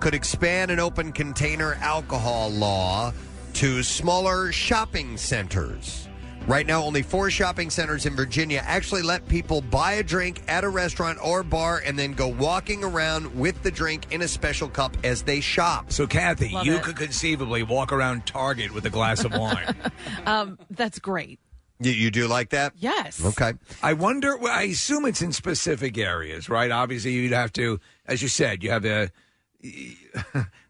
[SPEAKER 2] could expand an open container alcohol law to smaller shopping centers. Right now, only four shopping centers in Virginia actually let people buy a drink at a restaurant or bar and then go walking around with the drink in a special cup as they shop.
[SPEAKER 4] So, Kathy,
[SPEAKER 3] Love
[SPEAKER 4] you
[SPEAKER 3] it.
[SPEAKER 4] could conceivably walk around Target with a glass of wine.
[SPEAKER 3] Um, that's great.
[SPEAKER 2] you, you do like that?
[SPEAKER 3] Yes.
[SPEAKER 2] Okay.
[SPEAKER 4] I wonder. Well, I assume it's in specific areas, right? Obviously, you'd have to, as you said, you have a.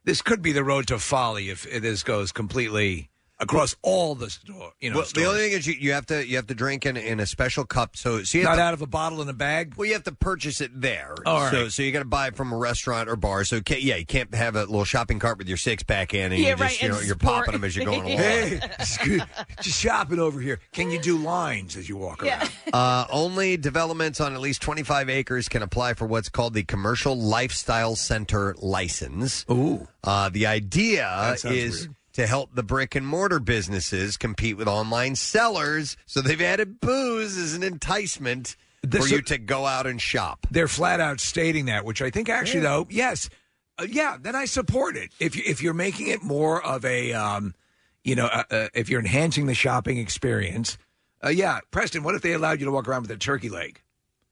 [SPEAKER 4] this could be the road to folly if this goes completely across all the store. You know,
[SPEAKER 2] well, the only thing is you, you have to you have to drink in, in a special cup. So, so you have
[SPEAKER 4] not
[SPEAKER 2] to-
[SPEAKER 4] out of a bottle in a bag.
[SPEAKER 2] Well, you have to purchase it there.
[SPEAKER 4] All right.
[SPEAKER 2] So, so you got to buy it from a restaurant or bar. So, ca yeah, you can't have a little shopping cart with your six pack in, and you
[SPEAKER 4] Yeah,
[SPEAKER 2] just,
[SPEAKER 4] right,
[SPEAKER 2] you
[SPEAKER 4] and
[SPEAKER 2] know, you're
[SPEAKER 4] sport-
[SPEAKER 2] popping them as you're going along.
[SPEAKER 4] Hey, excuse- just shopping over here. Can you do lines as you walk around?
[SPEAKER 2] Uh, only developments on at least 25 acres can apply for what's called the commercial lifestyle center license.
[SPEAKER 4] Ooh.
[SPEAKER 2] Uh, the idea
[SPEAKER 4] That sounds
[SPEAKER 2] is to help the brick and mortar businesses compete with online sellers. So they've added booze as an enticement
[SPEAKER 4] This
[SPEAKER 2] for
[SPEAKER 4] is-
[SPEAKER 2] you to go out and shop.
[SPEAKER 4] They're flat out stating that, which I think actually, though, yes, uh, yeah, then I support it. If you, if you're making it more of a, um, you know, uh, uh, if you're enhancing the shopping experience, uh, yeah, Preston, what if they allowed you to walk around with a turkey leg?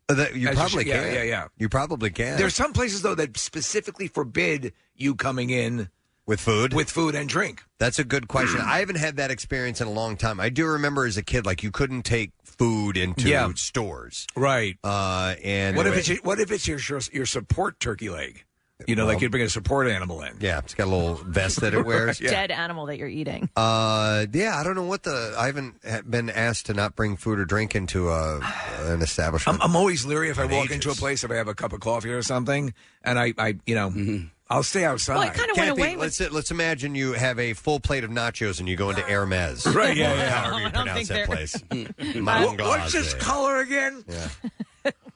[SPEAKER 2] Uh, that- you
[SPEAKER 4] As you
[SPEAKER 2] probably
[SPEAKER 4] should- yeah,
[SPEAKER 2] can.
[SPEAKER 4] yeah, yeah.
[SPEAKER 2] You probably can.
[SPEAKER 4] There's some places though that specifically forbid you coming in
[SPEAKER 2] with food,
[SPEAKER 4] with food and drink.
[SPEAKER 2] That's a good question. I haven't had that experience in a long time. I do remember as a kid, like you couldn't take food into
[SPEAKER 4] Yeah.
[SPEAKER 2] stores,
[SPEAKER 4] right?
[SPEAKER 2] Uh, and
[SPEAKER 4] what if it's your, what if it's your your support turkey leg? You know, like
[SPEAKER 2] Well-
[SPEAKER 4] you'd bring a support animal in.
[SPEAKER 2] yeah, it's got a little vest that it wears.
[SPEAKER 3] Dead animal that you're eating.
[SPEAKER 2] Uh, yeah, I don't know what the. I haven't ha- been asked to not bring food or drink into a an establishment.
[SPEAKER 4] I'm always leery if I
[SPEAKER 2] In
[SPEAKER 4] walk
[SPEAKER 2] ages.
[SPEAKER 4] into a place if I have a cup of coffee or something, and I, I you know,
[SPEAKER 2] Mm-hmm.
[SPEAKER 4] I'll stay outside.
[SPEAKER 2] Kathy, Let's let's imagine you have a full plate of nachos and you go into Hermes,
[SPEAKER 4] Right, yeah, yeah.
[SPEAKER 2] However you
[SPEAKER 4] I don't
[SPEAKER 2] pronounce that
[SPEAKER 4] think
[SPEAKER 2] place.
[SPEAKER 4] What- what's this color again?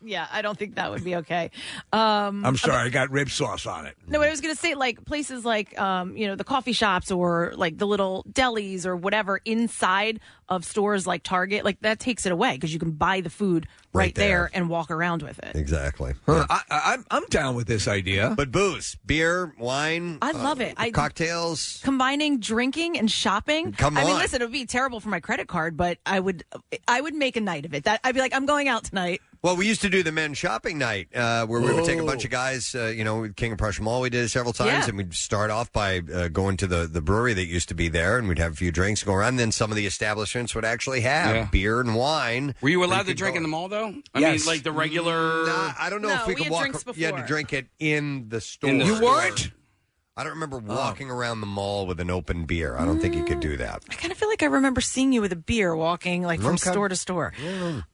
[SPEAKER 3] yeah, I don't think that would be okay. Um,
[SPEAKER 2] Mm.
[SPEAKER 4] I'm sorry, I got rib sauce on it.
[SPEAKER 3] No, but I was going to say, like places like, um, you know, the coffee shops or like the little delis or whatever inside of stores like Target, like that takes it away because you can buy the food right,
[SPEAKER 4] Right
[SPEAKER 3] there.
[SPEAKER 4] there.
[SPEAKER 3] and walk around with it.
[SPEAKER 2] Exactly.
[SPEAKER 4] Huh, I, I, I'm I'm down with this idea.
[SPEAKER 2] But booze, beer, wine. uh,
[SPEAKER 3] I love it. I
[SPEAKER 2] cocktails.
[SPEAKER 3] Combining drinking and shopping.
[SPEAKER 2] Come
[SPEAKER 3] I mean,
[SPEAKER 2] on.
[SPEAKER 3] listen, it would be terrible for my credit card, but I would, I would make a night of it. That I'd be like, I'm going out tonight.
[SPEAKER 2] Well, we used to do the men's shopping night uh, where we would take a bunch
[SPEAKER 7] Oh.
[SPEAKER 2] of guys, uh, you know, with King of Prussia Mall. We did it several times,
[SPEAKER 3] Yeah.
[SPEAKER 2] and we'd start off by uh, going to the, the brewery that used to be there, and we'd have a few drinks going around. And then some of the establishments would actually have
[SPEAKER 7] Yeah.
[SPEAKER 2] beer and wine.
[SPEAKER 7] Were you
[SPEAKER 2] that
[SPEAKER 7] allowed
[SPEAKER 2] could
[SPEAKER 7] to drink
[SPEAKER 2] go-
[SPEAKER 7] in the mall though? I
[SPEAKER 2] Yes.
[SPEAKER 7] mean, like the regular.
[SPEAKER 2] Nah, I don't know if we, could walk. You had to drink it in the store.
[SPEAKER 7] In the You Oh. store.
[SPEAKER 4] weren't?
[SPEAKER 2] I don't remember walking around the mall with an open beer. I don't think you could do that.
[SPEAKER 3] I kind of feel like I remember seeing you with a beer walking like from
[SPEAKER 2] Okay.
[SPEAKER 3] store to store.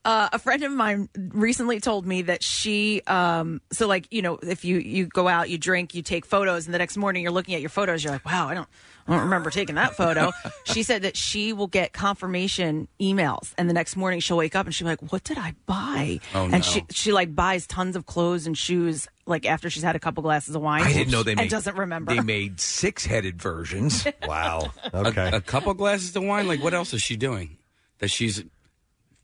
[SPEAKER 3] Uh, a friend of mine recently told me that she, um, so like you know, if you you go out, you drink, you take photos, and the next morning you're looking at your photos, you're like, wow, I don't, I don't remember taking that photo. she said that she will get confirmation emails, and the next morning she'll wake up and she'll be like, what did I buy?
[SPEAKER 4] Oh,
[SPEAKER 3] and
[SPEAKER 4] no.
[SPEAKER 3] she she like buys tons of clothes and shoes like after she's had a couple glasses of wine.
[SPEAKER 4] I didn't know they
[SPEAKER 3] and
[SPEAKER 4] made.
[SPEAKER 3] doesn't remember.
[SPEAKER 4] They made six-headed versions.
[SPEAKER 2] wow.
[SPEAKER 7] A, a couple glasses of wine. Like, what else is she doing? That she's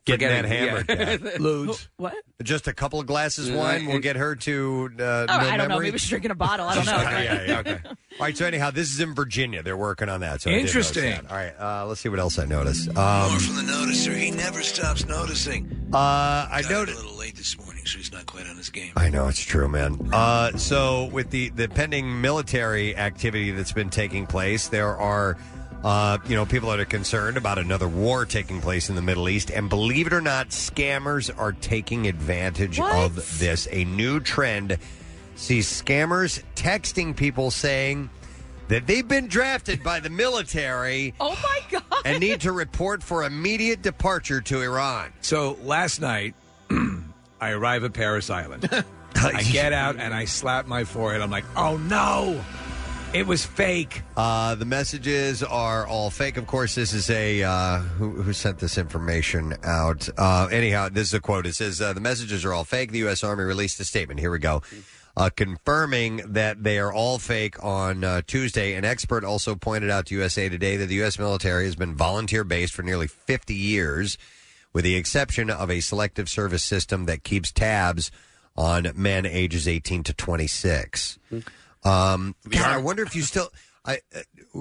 [SPEAKER 2] Getting
[SPEAKER 7] Forgetting-
[SPEAKER 2] that hammered.
[SPEAKER 7] yeah.
[SPEAKER 2] down.
[SPEAKER 4] Ludes.
[SPEAKER 13] What?
[SPEAKER 2] Just a couple of glasses of
[SPEAKER 13] Uh,
[SPEAKER 2] wine will
[SPEAKER 13] it-
[SPEAKER 2] get her to uh,
[SPEAKER 13] Oh,
[SPEAKER 2] no
[SPEAKER 13] I don't know.
[SPEAKER 2] memory.
[SPEAKER 13] Maybe she's drinking a bottle. I don't know.
[SPEAKER 2] yeah, yeah, okay. All right, so anyhow, this is in Virginia. They're working on that. So I did notice
[SPEAKER 11] Interesting.
[SPEAKER 2] that. All right, uh, let's see what else I noticed. Um,
[SPEAKER 11] More from the noticer. He never stops noticing.
[SPEAKER 2] uh, I
[SPEAKER 11] Got in
[SPEAKER 2] noticed.
[SPEAKER 11] a little late this morning, so he's not quite on his game.
[SPEAKER 2] I know it's true, man. Uh, so, with the the pending military activity that's been taking place, there are, uh, you know, people that are concerned about another war taking place in the Middle East, and believe it or not, scammers are taking advantage of this. A new trend sees scammers texting people saying that they've been drafted by the military.
[SPEAKER 13] Oh my god!
[SPEAKER 2] And need to report for immediate departure to Iran.
[SPEAKER 4] So last night, I arrive at Paris Island. I get out and I slap my forehead. I'm like, oh no, it was fake.
[SPEAKER 2] Uh, the messages are all fake. Of course, this is a uh, who, who sent this information out. Uh, anyhow, this is a quote. It says uh, the messages are all fake. The U.S. Army released a statement. Here we go. Uh, confirming that they are all fake on uh, Tuesday. An expert also pointed out to USA Today that the U.S. military has been volunteer based for nearly 50 years, with the exception of a selective service system that keeps tabs on men ages 18 to 26.
[SPEAKER 4] Mm-hmm.
[SPEAKER 2] Um, God, I wonder if you still. I uh,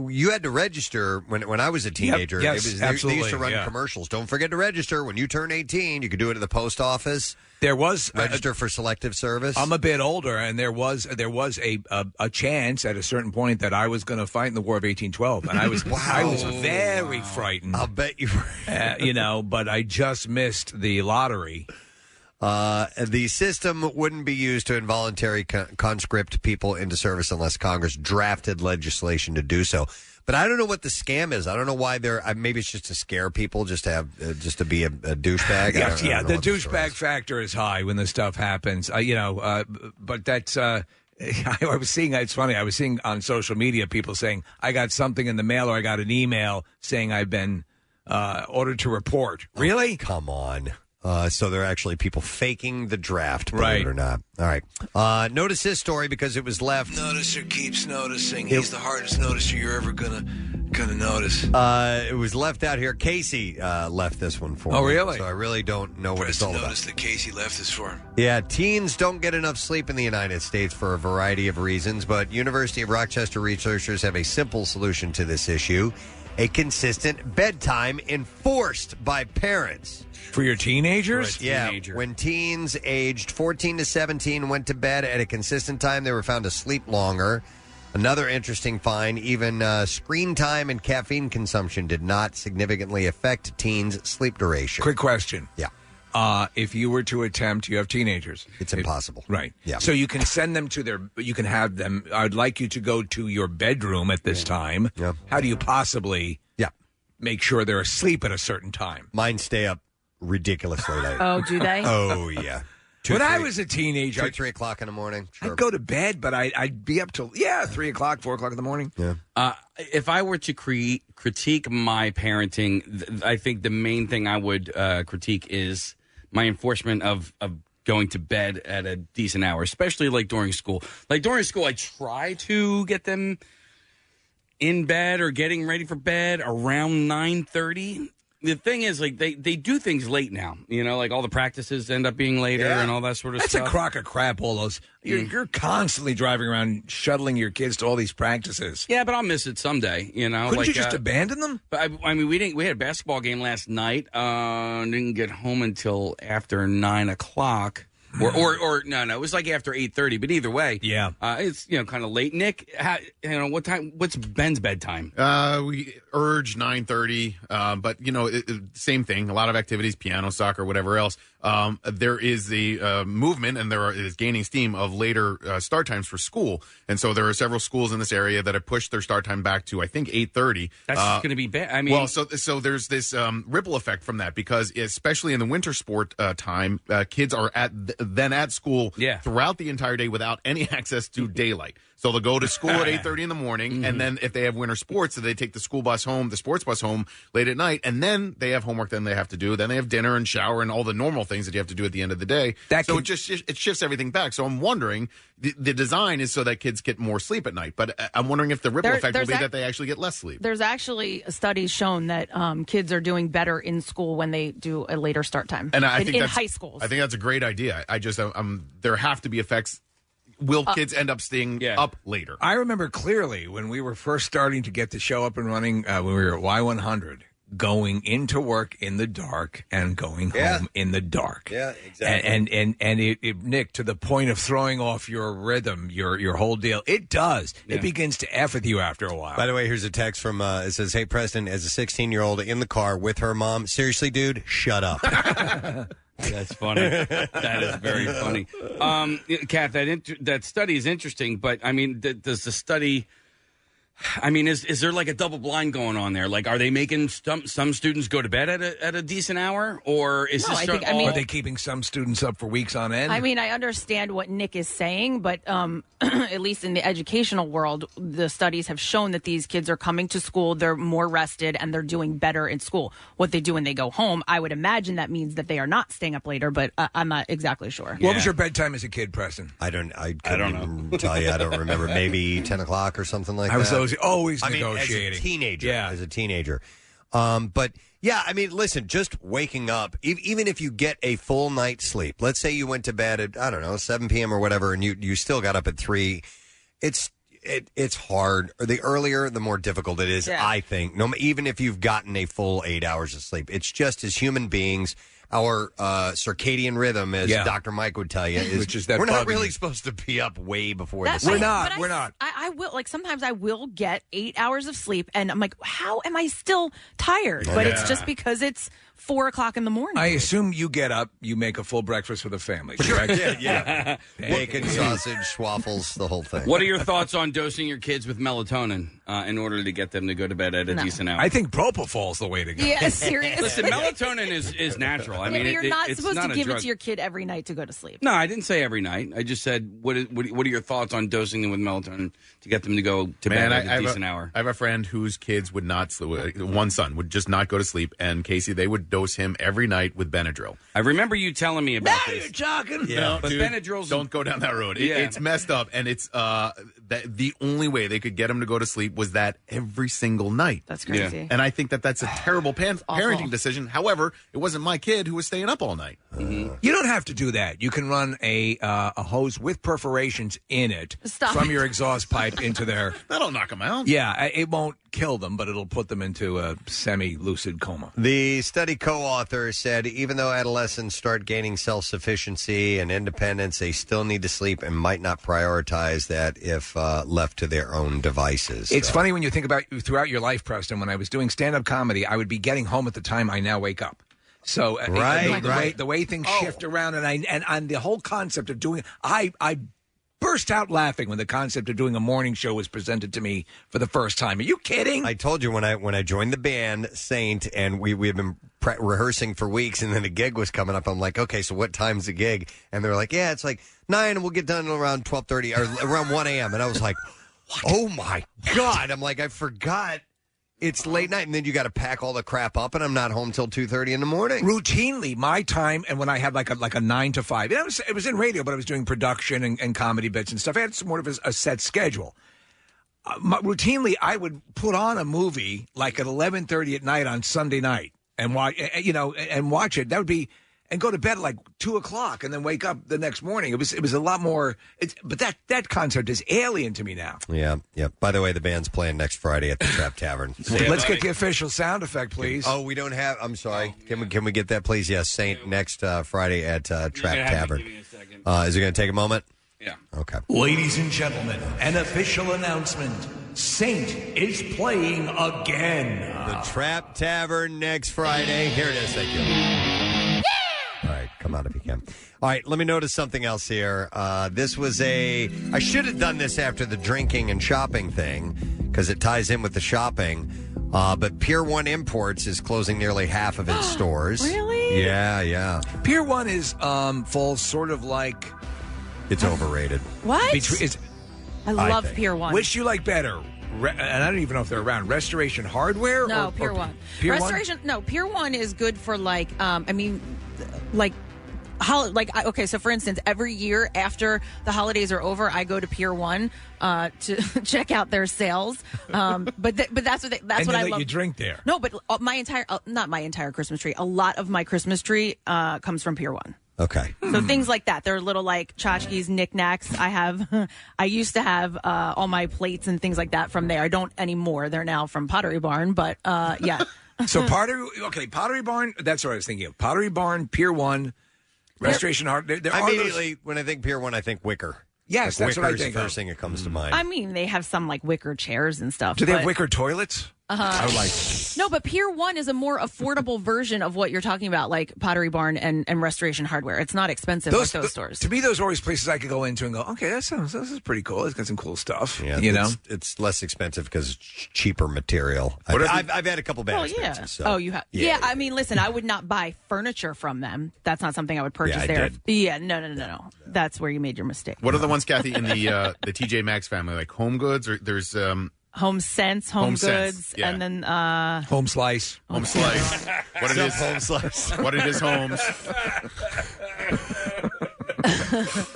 [SPEAKER 2] you had to register when when I was a teenager. it
[SPEAKER 4] yes,
[SPEAKER 2] was, they- they, used
[SPEAKER 4] absolutely,
[SPEAKER 2] to run
[SPEAKER 4] yeah.
[SPEAKER 2] commercials. Don't forget to register when you turn eighteen. You could do it at the post office.
[SPEAKER 4] There was uh,
[SPEAKER 2] register for selective service.
[SPEAKER 4] I'm a bit older, and there was there was a a, a chance at a certain point that I was going to fight in the War of 1812, and I was I was very frightened. I'll
[SPEAKER 2] bet you were.
[SPEAKER 4] uh, you know, but I just missed the lottery.
[SPEAKER 2] Uh, the system wouldn't be used to involuntary con- conscript people into service unless Congress drafted legislation to do so. But I don't know what the scam is. I don't know why they're. Uh, maybe it's just to scare people, just to have, uh, just to be a, a douchebag. I
[SPEAKER 4] Yeah,
[SPEAKER 2] don't- I
[SPEAKER 4] yeah.
[SPEAKER 2] don't know
[SPEAKER 4] The
[SPEAKER 2] what story
[SPEAKER 4] douchebag factor is high when this stuff happens. Uh, you know, uh, b- but that's. Uh, I was seeing. It's funny. I was seeing on social media people saying I got something in the mail or I got an email saying I've been uh, ordered to report. Really?
[SPEAKER 2] Oh, come on. Uh, so there are actually people faking the draft, believe
[SPEAKER 4] Right.
[SPEAKER 2] it or not. All right. Uh, notice this story because it was left.
[SPEAKER 11] Noticer keeps noticing. He's the hardest noticer you're ever gonna gonna notice.
[SPEAKER 2] Uh, it was left out here. Casey uh, left this one for
[SPEAKER 11] Oh,
[SPEAKER 2] me.
[SPEAKER 11] really?
[SPEAKER 2] So I really don't know what it's all about.
[SPEAKER 11] Notice that Casey left this for him.
[SPEAKER 2] Yeah, teens don't get enough sleep in the United States for a variety of reasons, but University of Rochester researchers have a simple solution to this issue. A consistent bedtime enforced by parents.
[SPEAKER 4] For your teenagers?
[SPEAKER 2] yeah. When teens aged 14 to 17 went to bed at a consistent time, they were found to sleep longer. Another interesting find even uh, screen time and caffeine consumption did not significantly affect teens' sleep duration.
[SPEAKER 4] Quick question.
[SPEAKER 2] Yeah.
[SPEAKER 4] Uh, if you were to attempt, you have teenagers.
[SPEAKER 2] It's impossible.
[SPEAKER 4] right.
[SPEAKER 2] Yeah.
[SPEAKER 4] So you can send them to their. You can have them. I'd like you to go to your bedroom at this time. Yeah. How do you possibly?
[SPEAKER 2] Yeah.
[SPEAKER 4] Make sure they're asleep at a certain time.
[SPEAKER 2] Mine stay up ridiculously late.
[SPEAKER 4] Oh, do they?
[SPEAKER 2] oh, yeah.
[SPEAKER 4] when I was a teenager,
[SPEAKER 2] two,
[SPEAKER 4] I'd-
[SPEAKER 2] three o'clock in the morning.
[SPEAKER 4] I'd go to bed, but I, I'd be up till yeah three o'clock, four o'clock in the morning.
[SPEAKER 2] Yeah.
[SPEAKER 7] Uh, if I were to cre- critique my parenting, th- th- I think the main thing I would uh, critique is my enforcement of, of going to bed at a decent hour, especially like during school. Like during school, I try to get them in bed or getting ready for bed around 9.30 the thing is like they, they do things late now you know like all the practices end up being later and all that sort of
[SPEAKER 4] That's
[SPEAKER 7] stuff
[SPEAKER 4] a crock of crap. All those you're,
[SPEAKER 2] Mm.
[SPEAKER 4] you're constantly driving around shuttling your kids to all these practices.
[SPEAKER 7] Yeah, but I'll miss it someday. You know,
[SPEAKER 4] Couldn't
[SPEAKER 7] like,
[SPEAKER 4] you just
[SPEAKER 7] uh,
[SPEAKER 4] abandon them?
[SPEAKER 7] But I, I mean, we didn't. We had a basketball game last night. Uh, didn't get home until after nine o'clock, or or, or no, no, it was like after eight thirty. But either way,
[SPEAKER 4] yeah,
[SPEAKER 7] uh, it's you know kind of late. Nick, how, you know what time? What's Ben's bedtime?
[SPEAKER 8] Uh, we urge 9.30, um, but, you know, it, it- same thing. A lot of activities, piano, soccer, whatever else. Um, there is the uh, movement, and there are, is gaining steam of later uh, start times for school. And so there are several schools in this area that have pushed their start time back to, I think, 8.30.
[SPEAKER 7] That's
[SPEAKER 8] Uh,
[SPEAKER 7] going to be bad. I mean,
[SPEAKER 8] well, so so there's this um, ripple effect from that because especially in the winter sport uh, time, uh, kids are at th- then at school
[SPEAKER 7] Yeah.
[SPEAKER 8] throughout the entire day without any access to daylight. So they'll go to school at eight thirty in the morning, and then if they have winter sports, they take the school bus home, the sports bus home late at night, and then they have homework. Then they have to do. Then they have dinner and shower and all the normal things that you have to do at the end of the day. so it just it shifts everything back. So I'm wondering, the, the design is so that kids get more sleep at night, but I- I'm wondering if the ripple
[SPEAKER 13] There-
[SPEAKER 8] effect will
[SPEAKER 13] there's
[SPEAKER 8] be
[SPEAKER 13] ac-
[SPEAKER 8] that they actually get less sleep.
[SPEAKER 13] There's actually studies shown that um, kids are doing better in school when they do a later start time.
[SPEAKER 8] And I
[SPEAKER 13] in,
[SPEAKER 8] think
[SPEAKER 13] in
[SPEAKER 8] that's,
[SPEAKER 13] high schools.
[SPEAKER 8] I think that's a great idea. I just um, there have to be effects. Will
[SPEAKER 13] Uh,
[SPEAKER 8] kids end up staying up later?
[SPEAKER 4] I remember clearly when we were first starting to get the show up and running, uh, when we were at Y100, going into work in the dark and going
[SPEAKER 2] Yeah.
[SPEAKER 4] home in the dark.
[SPEAKER 2] Yeah,
[SPEAKER 4] And and and, and it, it, Nick, to the point of throwing off your rhythm, your your whole deal, it does.
[SPEAKER 2] Yeah.
[SPEAKER 4] It begins to f with you after a while.
[SPEAKER 2] By the way, here's a text from uh, it says, "Hey Preston, as a 16 year old in the car with her mom, seriously, dude, shut up."
[SPEAKER 7] That's funny. that is very funny. Um, Kath, that inter- that study is interesting, but I mean, th- does the study? I mean, is is there like a double blind going on there? Like, are they making some some students go to bed at a at a decent hour, or is this sort of all-
[SPEAKER 4] are they keeping some students up for weeks on end?
[SPEAKER 13] I mean, I understand what Nick is saying, but um, at least in the educational world, the studies have shown that these kids are coming to school, they're more rested, and they're doing better in school. What they do when they go home, I would imagine that means that they are not staying up later, but uh, I'm not exactly sure.
[SPEAKER 4] what was your bedtime as a kid, Preston?
[SPEAKER 2] I don't. I, I don't know. Tell you, I don't remember. Maybe 10 o'clock or something like that.
[SPEAKER 4] I was always- always
[SPEAKER 2] I mean, as
[SPEAKER 4] negotiating.
[SPEAKER 2] a teenager. Yeah, as a teenager. Um, but yeah, I mean, listen, just waking up, e- even if you get a full night's sleep. Let's say you went to bed at I don't know 7 p.m. or whatever, and you you still got up at three. It's it, it's hard. The earlier, the more difficult it is. I think. No, even if you've gotten a full eight hours of sleep, it's just as human beings. Our uh, circadian rhythm, as
[SPEAKER 4] Yeah.
[SPEAKER 2] Dr. Mike would tell you, is,
[SPEAKER 4] Which is that
[SPEAKER 2] we're not
[SPEAKER 4] bugging.
[SPEAKER 2] really supposed to be up way before
[SPEAKER 13] That-
[SPEAKER 2] the sun.
[SPEAKER 13] I- but I- I, I will like sometimes I will get eight hours of sleep, and I'm like, how am I still tired? But it's
[SPEAKER 4] Yeah.
[SPEAKER 13] just because it's four o'clock in the morning.
[SPEAKER 4] I assume you get up, you make a full breakfast for the family. Correct?
[SPEAKER 2] Yeah, yeah. Bacon, sausage, waffles, the whole thing.
[SPEAKER 7] What are your thoughts on dosing your kids with melatonin uh, in order to get them to go to bed at a
[SPEAKER 13] No.
[SPEAKER 7] decent hour?
[SPEAKER 4] I think propofol's the way to go.
[SPEAKER 13] Yeah, seriously.
[SPEAKER 7] Listen, melatonin is, is natural. I
[SPEAKER 13] Yeah,
[SPEAKER 7] mean,
[SPEAKER 13] but you're
[SPEAKER 7] it- it-
[SPEAKER 13] not
[SPEAKER 7] it's
[SPEAKER 13] supposed
[SPEAKER 7] not
[SPEAKER 13] to
[SPEAKER 7] a
[SPEAKER 13] give
[SPEAKER 7] drug.
[SPEAKER 13] it to your kid every night to go to sleep.
[SPEAKER 7] No, I didn't say every night. I just said what is- what, what are your thoughts on dosing them with melatonin to get them to go to
[SPEAKER 8] Man,
[SPEAKER 7] bed at
[SPEAKER 8] I- I
[SPEAKER 7] a
[SPEAKER 8] have a-
[SPEAKER 7] decent hour?
[SPEAKER 8] I have a friend whose kids would not sleep. uh, One son would just not go to sleep, and Casey, they would dose him every night with Benadryl.
[SPEAKER 7] I remember you telling me about this.
[SPEAKER 10] talking.
[SPEAKER 8] Yeah,
[SPEAKER 7] but
[SPEAKER 8] dude,
[SPEAKER 7] Benadryl's
[SPEAKER 8] don't go down that road. It-
[SPEAKER 7] Yeah.
[SPEAKER 8] It's messed up, and it's uh, that the only way they could get him to go to sleep was that every single night.
[SPEAKER 13] That's
[SPEAKER 7] crazy. Yeah.
[SPEAKER 8] And I think that that's a terrible pan-
[SPEAKER 7] awful.
[SPEAKER 8] parenting decision. However, it wasn't my kid who was staying up all night.
[SPEAKER 7] Mm-hmm.
[SPEAKER 4] You don't have to do that. You can run a uh, a hose with perforations in it
[SPEAKER 8] Stop
[SPEAKER 4] from
[SPEAKER 8] it.
[SPEAKER 4] your exhaust pipe into their.
[SPEAKER 8] That'll knock them out.
[SPEAKER 4] Yeah, I- it won't kill them, but it'll put them into a semi lucid coma.
[SPEAKER 2] The study co author said even though adolescents start gaining self sufficiency and independence, they still need to sleep and might not prioritize that if uh, left to their own devices.
[SPEAKER 4] It's
[SPEAKER 2] So-
[SPEAKER 4] funny when you think about throughout your life, Preston. When I was doing stand up comedy, I would be getting home at the time I now wake up. So uh,
[SPEAKER 2] Right,
[SPEAKER 4] the, the way,
[SPEAKER 2] right.
[SPEAKER 4] the way things
[SPEAKER 8] Oh.
[SPEAKER 4] shift around, and I and on the whole concept of doing, I I burst out laughing when the concept of doing a morning show was presented to me for the first time. Are you kidding?
[SPEAKER 2] I told you when I when I joined the band Saint, and we we had been pre- rehearsing for weeks, and then the gig was coming up. I'm like, okay, so what time's the gig? And they're like, yeah, it's like nine, and we'll get done around twelve thirty or around one a.m. And I was like, oh my god! I'm like, I forgot. It's late night, and then you got to pack all the crap up, and I'm not home till two thirty in the morning.
[SPEAKER 4] Routinely, my time and when I had like a like a nine to five, and I was it was in radio, but I was doing production and, and comedy bits and stuff. I had some more of a, a set schedule. Uh, my, routinely, I would put on a movie like at eleven thirty at night on Sunday night and watch, you know, and and watch it. That would be and go to bed at like two o'clock and then wake up the next morning. It was it was a lot more. It's, but that that concept is alien to me now.
[SPEAKER 2] Yeah, yeah. By the way, the band's playing next Friday at the Trap Tavern.
[SPEAKER 4] Let's get the official sound effect, please.
[SPEAKER 2] Oh, we don't have. I'm sorry. Can we can we get that please? Yes, Saint next uh, Friday at uh, Trap Tavern. Uh, is it going to take a moment?
[SPEAKER 7] Yeah.
[SPEAKER 2] Okay.
[SPEAKER 17] Ladies and gentlemen, an official announcement. Saint is playing again.
[SPEAKER 2] The Trap Tavern next Friday. Here it
[SPEAKER 7] Uh,
[SPEAKER 2] is. Thank you. All right, come out if you can. All right, let me notice something else here. Uh, this was a. I should have done this after the drinking and shopping thing because it ties in with the shopping. Uh, but Pier One Imports is closing nearly half of its stores. Really? Yeah, yeah.
[SPEAKER 4] Pier One is um falls sort of like
[SPEAKER 2] It's overrated.
[SPEAKER 13] What?
[SPEAKER 4] Between, it's,
[SPEAKER 3] I love Pier One.
[SPEAKER 4] Wish you like better. Re- and I don't even know if they're around. Restoration Hardware?
[SPEAKER 3] No,
[SPEAKER 4] or,
[SPEAKER 3] Pier
[SPEAKER 4] or
[SPEAKER 3] One.
[SPEAKER 4] Pier
[SPEAKER 3] Restoration. No, Pier One is good for like. Um, I mean, like. Hol- like I- okay, so for instance, every year after the holidays are over, I go to Pier One uh, to check out their sales. Um, but th- but that's what they, that's
[SPEAKER 4] and
[SPEAKER 3] what
[SPEAKER 4] they
[SPEAKER 3] I
[SPEAKER 4] let
[SPEAKER 3] love.
[SPEAKER 4] you drink there.
[SPEAKER 3] No, but uh, my entire uh, not my entire Christmas tree. A lot of my Christmas tree uh, comes from Pier One.
[SPEAKER 2] Okay.
[SPEAKER 3] So things like that. They're little like tchotchkes, knickknacks. I have, I used to have uh, all my plates and things like that from there. I don't anymore. They're now from Pottery Barn, but uh, yeah.
[SPEAKER 4] so Pottery, okay, Pottery Barn. That's what I was thinking of. Pottery Barn, Pier One, Restoration Hard. There, there are those-
[SPEAKER 2] Immediately, when I think Pier One, I think Wicker.
[SPEAKER 4] Yes,
[SPEAKER 2] like
[SPEAKER 4] that's what I
[SPEAKER 2] Wicker's
[SPEAKER 4] think
[SPEAKER 2] the
[SPEAKER 4] of.
[SPEAKER 2] first thing that comes to mind.
[SPEAKER 3] I mean, they have some like wicker chairs and stuff.
[SPEAKER 4] Do they have
[SPEAKER 3] but-
[SPEAKER 4] wicker toilets?
[SPEAKER 3] Uh-huh.
[SPEAKER 4] I would like.
[SPEAKER 3] No, but Pier One is a more affordable version of what you're talking about, like Pottery Barn and, and Restoration Hardware. It's not expensive like those
[SPEAKER 4] th-
[SPEAKER 3] stores.
[SPEAKER 4] To me, those are always places I could go into and go, okay, that sounds this is pretty cool. It's got some cool stuff.
[SPEAKER 2] Yeah,
[SPEAKER 4] you know,
[SPEAKER 2] it's, it's less expensive because it's ch- cheaper material. I've, I've, I've had a couple bad
[SPEAKER 3] Well, yeah.
[SPEAKER 2] experiences. so-
[SPEAKER 3] Oh, you have. Yeah, I mean, listen, I would not buy furniture from them. That's not something I would purchase
[SPEAKER 8] I
[SPEAKER 3] there.
[SPEAKER 8] did.
[SPEAKER 3] Yeah, no, no, no, no, no. That's where you made your mistake.
[SPEAKER 8] What are the ones, Kathy, in the uh, the TJ Maxx family? Like Home Goods or there's um,
[SPEAKER 3] Home Sense, Home,
[SPEAKER 8] Home Sense,
[SPEAKER 3] Goods,
[SPEAKER 8] yeah.
[SPEAKER 3] and then uh,
[SPEAKER 4] Home Slice,
[SPEAKER 8] Home Slice. What it
[SPEAKER 3] Some
[SPEAKER 8] is
[SPEAKER 3] Home Slice.
[SPEAKER 8] What it is Homes.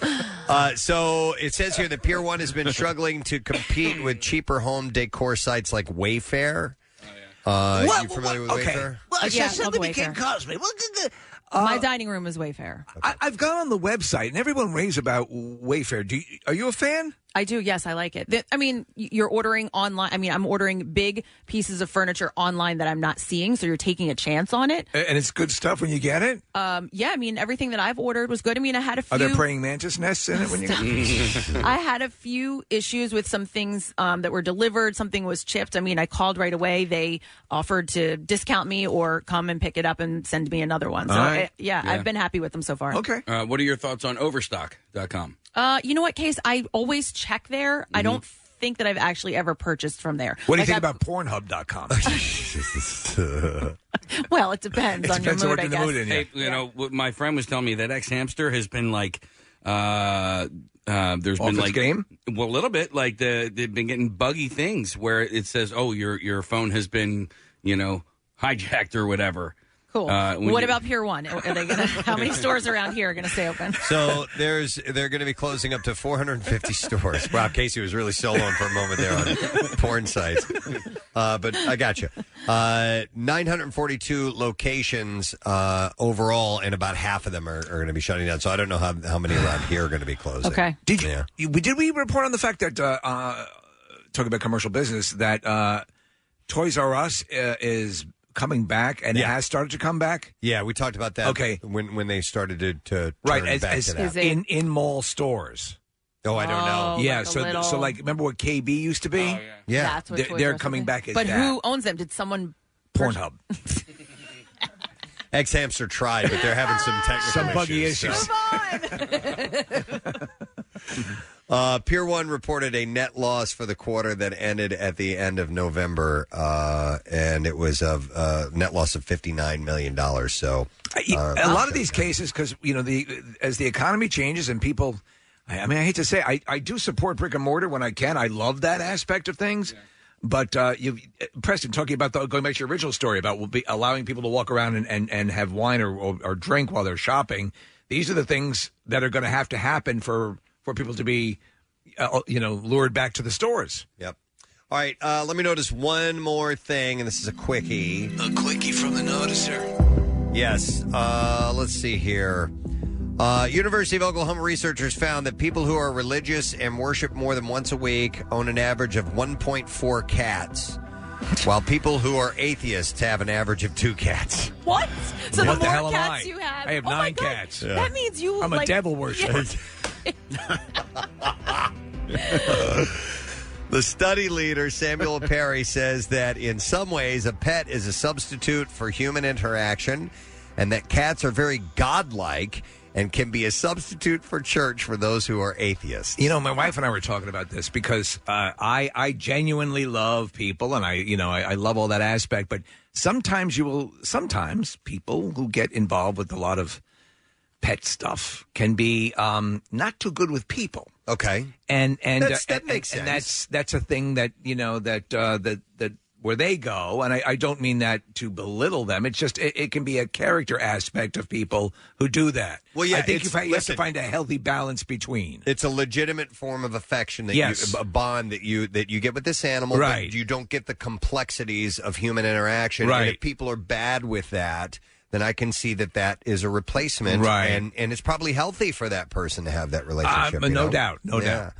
[SPEAKER 2] Uh, so it says here that Pier One has been struggling to compete with cheaper home decor sites like Wayfair.
[SPEAKER 8] Oh,
[SPEAKER 2] Uh,
[SPEAKER 10] What-
[SPEAKER 2] you familiar
[SPEAKER 10] what-
[SPEAKER 2] with
[SPEAKER 10] okay.
[SPEAKER 2] Wayfair?
[SPEAKER 10] Well, it's
[SPEAKER 3] Yeah,
[SPEAKER 10] just
[SPEAKER 3] I love
[SPEAKER 10] something that Ken
[SPEAKER 3] Wayfair.
[SPEAKER 10] Cosby. Well, uh, good,
[SPEAKER 3] my dining room is Wayfair.
[SPEAKER 4] I, I've gone on the website and everyone raves about Wayfair. Do you, are you a fan?
[SPEAKER 3] I do. Yes, I like it. The- I mean, y- you're ordering online. I mean, I'm ordering big pieces of furniture online that I'm not seeing, so you're taking a chance on it.
[SPEAKER 4] A- And it's good stuff when you get it.
[SPEAKER 3] Um, yeah, I mean, everything that I've ordered was good. I mean, I had a few.
[SPEAKER 4] Are there praying mantis nests in it when you?
[SPEAKER 3] I had a few issues with some things um, that were delivered. Something was chipped. I mean, I called right away. They offered to discount me or come and pick it up and send me another one. So,
[SPEAKER 7] All right.
[SPEAKER 3] I- yeah,
[SPEAKER 7] Yeah.
[SPEAKER 3] I've been happy with them so far.
[SPEAKER 4] Okay.
[SPEAKER 7] Uh, what are your thoughts on Overstock.com?
[SPEAKER 3] Uh, you know what, Case? I always check there. I don't think that I've actually ever purchased from there.
[SPEAKER 4] What do you
[SPEAKER 3] Like,
[SPEAKER 4] think
[SPEAKER 3] I've-
[SPEAKER 4] about Pornhub.com?
[SPEAKER 3] Well, it depends on your mood, I guess.
[SPEAKER 7] Hey, you know, what my friend was telling me that ex hamster has been like, uh, uh, there's
[SPEAKER 4] Off
[SPEAKER 7] been
[SPEAKER 4] its
[SPEAKER 7] like
[SPEAKER 4] game?
[SPEAKER 7] well, a little bit like the they've been getting buggy things where it says, oh, your your phone has been you know hijacked or whatever.
[SPEAKER 3] Cool.
[SPEAKER 7] Uh, when
[SPEAKER 3] what
[SPEAKER 7] you-
[SPEAKER 3] about Pier One? Are they gonna? How many stores around here are gonna stay open?
[SPEAKER 2] So there's they're going to be closing up to 450 stores. Wow, Casey was really soloing for a moment there on porn sites. Uh, but I got you. Uh, 942 locations uh, overall, and about half of them are, are going to be shutting down. So I don't know how, how many around here are going to be closing.
[SPEAKER 4] Did you,
[SPEAKER 2] Yeah.
[SPEAKER 4] you- we- Did we report on the fact that uh, uh, talking about commercial business that uh, Toys R Us uh, is coming back and has started to come back?
[SPEAKER 2] Yeah, we talked about that.
[SPEAKER 4] Okay.
[SPEAKER 2] when when they started to, to turn
[SPEAKER 4] Right, as,
[SPEAKER 2] back
[SPEAKER 4] as
[SPEAKER 2] to that.
[SPEAKER 4] in in mall stores.
[SPEAKER 2] Oh, I don't know. Oh,
[SPEAKER 4] yeah,
[SPEAKER 2] like a
[SPEAKER 4] so
[SPEAKER 2] little-
[SPEAKER 4] so like remember what KB used to be? yeah.
[SPEAKER 3] That's what
[SPEAKER 4] they're,
[SPEAKER 3] Toys
[SPEAKER 4] they're
[SPEAKER 3] R Us
[SPEAKER 4] coming
[SPEAKER 3] is.
[SPEAKER 4] back as
[SPEAKER 3] But
[SPEAKER 4] that.
[SPEAKER 3] who owns them? Did someone?
[SPEAKER 4] Pornhub.
[SPEAKER 2] Ex hamster tried, but they're having some technical
[SPEAKER 4] Some buggy
[SPEAKER 2] issues. so. Uh, Pier One reported a net loss for the quarter that ended at the end of November, uh, and it was a uh, net loss of fifty nine million dollars. So, uh,
[SPEAKER 4] a lot of these cases because you know the as the economy changes and people i, I mean i hate to say I, I do support brick and mortar when i can i love that aspect of things but uh, you preston talking about the, going back to your original story about will be allowing people to walk around and, and, and have wine or, or, or drink while they're shopping these are the things that are going to have to happen for for people to be uh, you know lured back to the stores
[SPEAKER 2] yep. All right, uh, let me notice one more thing, and this is a quickie.
[SPEAKER 11] A quickie from the noticer.
[SPEAKER 2] Yes. Uh, let's see here. Uh, University of Oklahoma researchers found that people who are religious and worship more than once a week own an average of 1.4 cats, while people who are atheists have an average of two cats.
[SPEAKER 3] What? So
[SPEAKER 2] What
[SPEAKER 3] the
[SPEAKER 2] the
[SPEAKER 3] more
[SPEAKER 2] hell am
[SPEAKER 3] cats
[SPEAKER 2] I?
[SPEAKER 3] you have,
[SPEAKER 2] I have
[SPEAKER 3] oh my
[SPEAKER 2] nine
[SPEAKER 3] God,
[SPEAKER 2] cats. Yeah.
[SPEAKER 3] That means you.
[SPEAKER 4] I'm a
[SPEAKER 3] like-
[SPEAKER 4] devil worshiper.
[SPEAKER 2] The study leader, Samuel Perry, says that in some ways a pet is a substitute for human interaction and that cats are very godlike and can be a substitute for church for those who are atheists.
[SPEAKER 4] You know, my wife and I were talking about this because uh, I I genuinely love people, and I you know I, I love all that aspect. But sometimes you will sometimes people who get involved with a lot of pet stuff can be um, not too good with people.
[SPEAKER 2] Okay,
[SPEAKER 4] and and uh,
[SPEAKER 2] That's- that
[SPEAKER 4] and-
[SPEAKER 2] makes
[SPEAKER 4] and
[SPEAKER 2] sense.
[SPEAKER 4] that's that's a thing that you know that uh, that that where they go, and I, I don't mean that to belittle them. It's just it, it can be a character aspect of people who do that.
[SPEAKER 2] Well, yeah,
[SPEAKER 4] I think you,
[SPEAKER 2] it's-
[SPEAKER 4] fi- you have to
[SPEAKER 2] listen.
[SPEAKER 4] find a healthy balance between.
[SPEAKER 2] It's a legitimate form of affection that
[SPEAKER 4] Yes.
[SPEAKER 2] you, a bond that you that you get with this animal. but
[SPEAKER 4] Right.
[SPEAKER 2] you don't get the complexities of human interaction. And
[SPEAKER 4] Right.
[SPEAKER 2] if people are bad with that, then I can see that that is a replacement.
[SPEAKER 4] Right.
[SPEAKER 2] And and it's probably healthy for that person to have that relationship.
[SPEAKER 4] Uh,
[SPEAKER 2] you
[SPEAKER 4] no
[SPEAKER 2] know?
[SPEAKER 4] doubt, no doubt.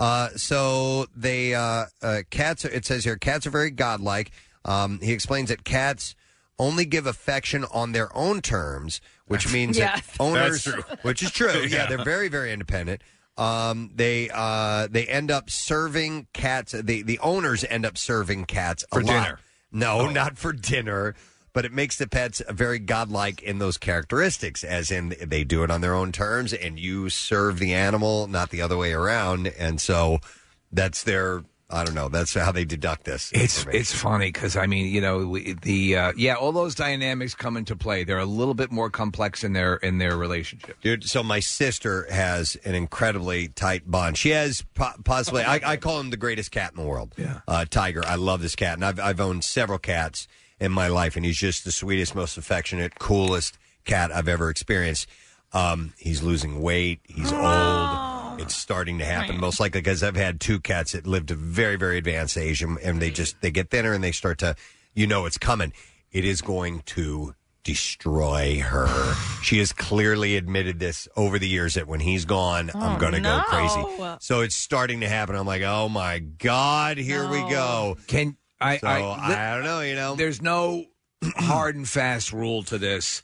[SPEAKER 2] Uh, so they uh, uh, cats. Are, it says here cats are very godlike. Um, he explains that cats only give affection on their own terms, which means
[SPEAKER 16] Yeah.
[SPEAKER 2] that owners,
[SPEAKER 16] That's true.
[SPEAKER 2] which is true. yeah,
[SPEAKER 16] Yeah.
[SPEAKER 2] they're very very independent. Um, they uh, they end up serving cats. The the owners end up serving cats a
[SPEAKER 16] For
[SPEAKER 2] lot.
[SPEAKER 16] dinner.
[SPEAKER 2] No,
[SPEAKER 4] Oh.
[SPEAKER 2] not for dinner. But it makes the pets very godlike in those characteristics, as in they do it on their own terms, and you serve the animal, not the other way around. And so that's their. I don't know. That's how they deduct this.
[SPEAKER 4] It's it's funny because I mean you know we- the uh, yeah all those dynamics come into play. They're a little bit more complex in their in their relationship.
[SPEAKER 2] Dude, so my sister has an incredibly tight bond. She has po- possibly, I, I call him the greatest cat in the world. Yeah. Uh, Tiger. I love this cat. And I've, I've owned several cats in my life, and he's just the sweetest, most affectionate, coolest cat I've ever experienced. Um, he's losing weight. He's
[SPEAKER 16] Oh.
[SPEAKER 2] old. It's starting to happen, most likely because I've had two cats that lived to very, very advanced age, and, and they just they get thinner and they start to, you know, it's coming. It is going to destroy her. She has clearly admitted this over the years that when he's gone, I'm
[SPEAKER 16] Oh,
[SPEAKER 2] going to
[SPEAKER 16] no.
[SPEAKER 2] go crazy. So it's starting to happen. I'm like, oh my god, here we go.
[SPEAKER 4] Can I?
[SPEAKER 2] So I don't know. You know,
[SPEAKER 4] there's no hard and fast rule to this.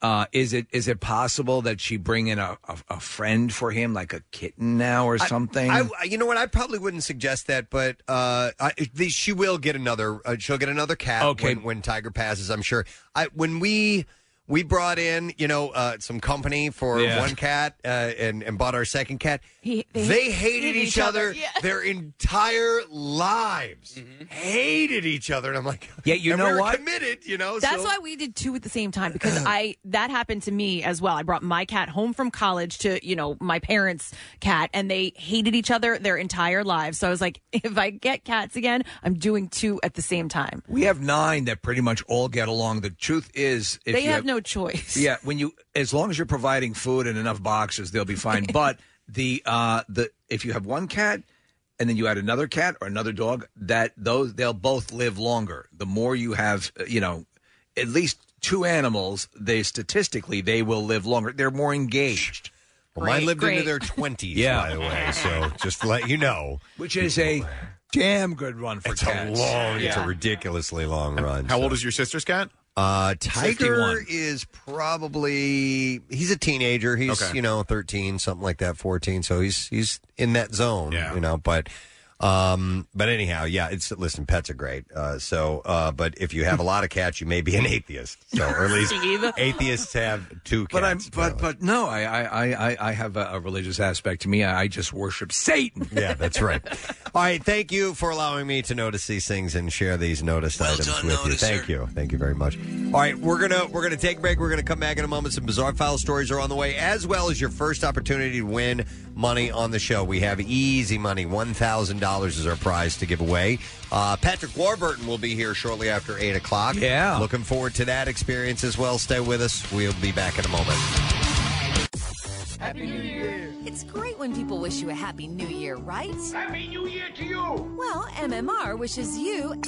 [SPEAKER 4] Uh, is it is it possible that she bring in a, a, a friend for him, like a kitten now or
[SPEAKER 2] I-
[SPEAKER 4] something?
[SPEAKER 2] I, you know what? I probably wouldn't suggest that, but uh, I, the, she will get another. Uh, she'll get another cat
[SPEAKER 4] Okay.
[SPEAKER 2] when, when Tiger passes. I'm sure. I when we we brought in you know uh, some company for
[SPEAKER 16] Yeah.
[SPEAKER 2] one cat uh, and and bought our second cat. they, hated each other, their entire lives. Hated each other, and I'm like,
[SPEAKER 4] yeah, you
[SPEAKER 3] know
[SPEAKER 2] we were
[SPEAKER 3] what?
[SPEAKER 2] Committed, you know.
[SPEAKER 3] That's
[SPEAKER 2] Oh, so-
[SPEAKER 3] why we did two at the same time because I that happened to me as well. I brought my cat home from college to you know my parents' cat, and they hated each other their entire lives. So I was like, if I get cats again, I'm doing two at the same time.
[SPEAKER 4] we have nine that pretty much all get along. The truth is, if
[SPEAKER 3] they
[SPEAKER 4] you
[SPEAKER 3] have, no choice.
[SPEAKER 4] Yeah, when you as long as you're providing food and enough boxes, they'll be fine. but the uh the if you have one cat and then you add another cat or another dog, that those they'll both live longer. The more you have, uh, you know, at least two animals, they statistically they will live longer. They're more engaged.
[SPEAKER 2] Well, mine Great, lived into great. their twenties, by the way. So just to let you know,
[SPEAKER 4] which is a damn good run for
[SPEAKER 2] it's a
[SPEAKER 4] cats.
[SPEAKER 2] long, it's a
[SPEAKER 4] Yeah.
[SPEAKER 2] ridiculously long run.
[SPEAKER 8] How old
[SPEAKER 2] so.
[SPEAKER 8] is your sister's cat?
[SPEAKER 2] Uh, Tiger
[SPEAKER 8] 51.
[SPEAKER 2] is probably he's a teenager. He's
[SPEAKER 8] Okay.
[SPEAKER 2] you know thirteen, something like that, fourteen. So he's he's in that zone, you know. But um, but anyhow, yeah. It's listen, pets are great. Uh, so uh, but if you have a lot of cats, you may be an atheist. So or at least atheists have two cats.
[SPEAKER 4] But I'm, but but no, I I I- I, I have a, a religious aspect to me. I, I just worship Satan.
[SPEAKER 2] Yeah, that's right. All right, thank you for allowing me to notice these things and share these noticed items with you. Thank you, thank you very much. All right, we're gonna we're gonna take a break. We're gonna come back in a moment. Some bizarre file stories are on the way, as well as your first opportunity to win money on the show. We have easy money, one thousand dollars is our prize to give away. Uh, Patrick Warburton will be here shortly after eight o'clock.
[SPEAKER 16] Yeah.
[SPEAKER 2] looking forward to that experience as well. Stay with us. We'll be back in a moment.
[SPEAKER 19] Happy New Year! It's great when people wish you a Happy New Year, right? Happy New Year to you! Well, MMR wishes you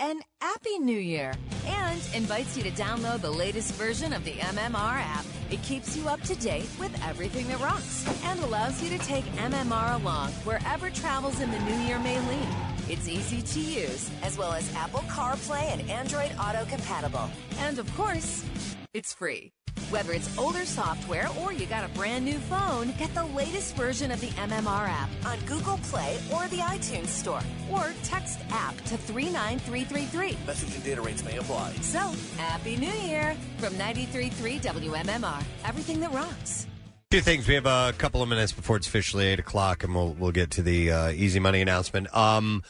[SPEAKER 19] an Happy New Year and invites you to download the latest version of the MMR app. It keeps you up to date with everything that rocks and allows you to take MMR along wherever travels in the new year may lead. It's easy to use, as well as Apple CarPlay and Android Auto compatible. And of course, it's free. Whether it's older software or you got a brand new phone, get the latest version of the MMR app on Google Play or the iTunes Store, or text app to 39333.
[SPEAKER 17] Message and data rates may apply.
[SPEAKER 19] So, Happy New Year from 93.3 WMMR. Everything that rocks.
[SPEAKER 2] Two things. We have a couple of minutes before it's officially eight o'clock, and we'll we'll get to the uh, easy money announcement. Um,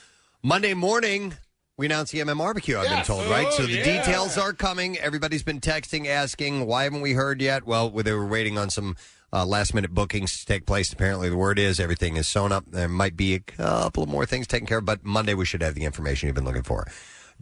[SPEAKER 2] Monday morning, We announced the MM barbecue, I've
[SPEAKER 16] Yes.
[SPEAKER 2] been told, right? So
[SPEAKER 16] Oh,
[SPEAKER 2] the
[SPEAKER 16] yeah.
[SPEAKER 2] details are coming. Everybody's been texting, asking, why haven't we heard yet? Well, they were waiting on some uh, last minute bookings to take place. Apparently, the word is everything is sewn up. There might be a couple of more things taken care of, but Monday we should have the information you've been looking for.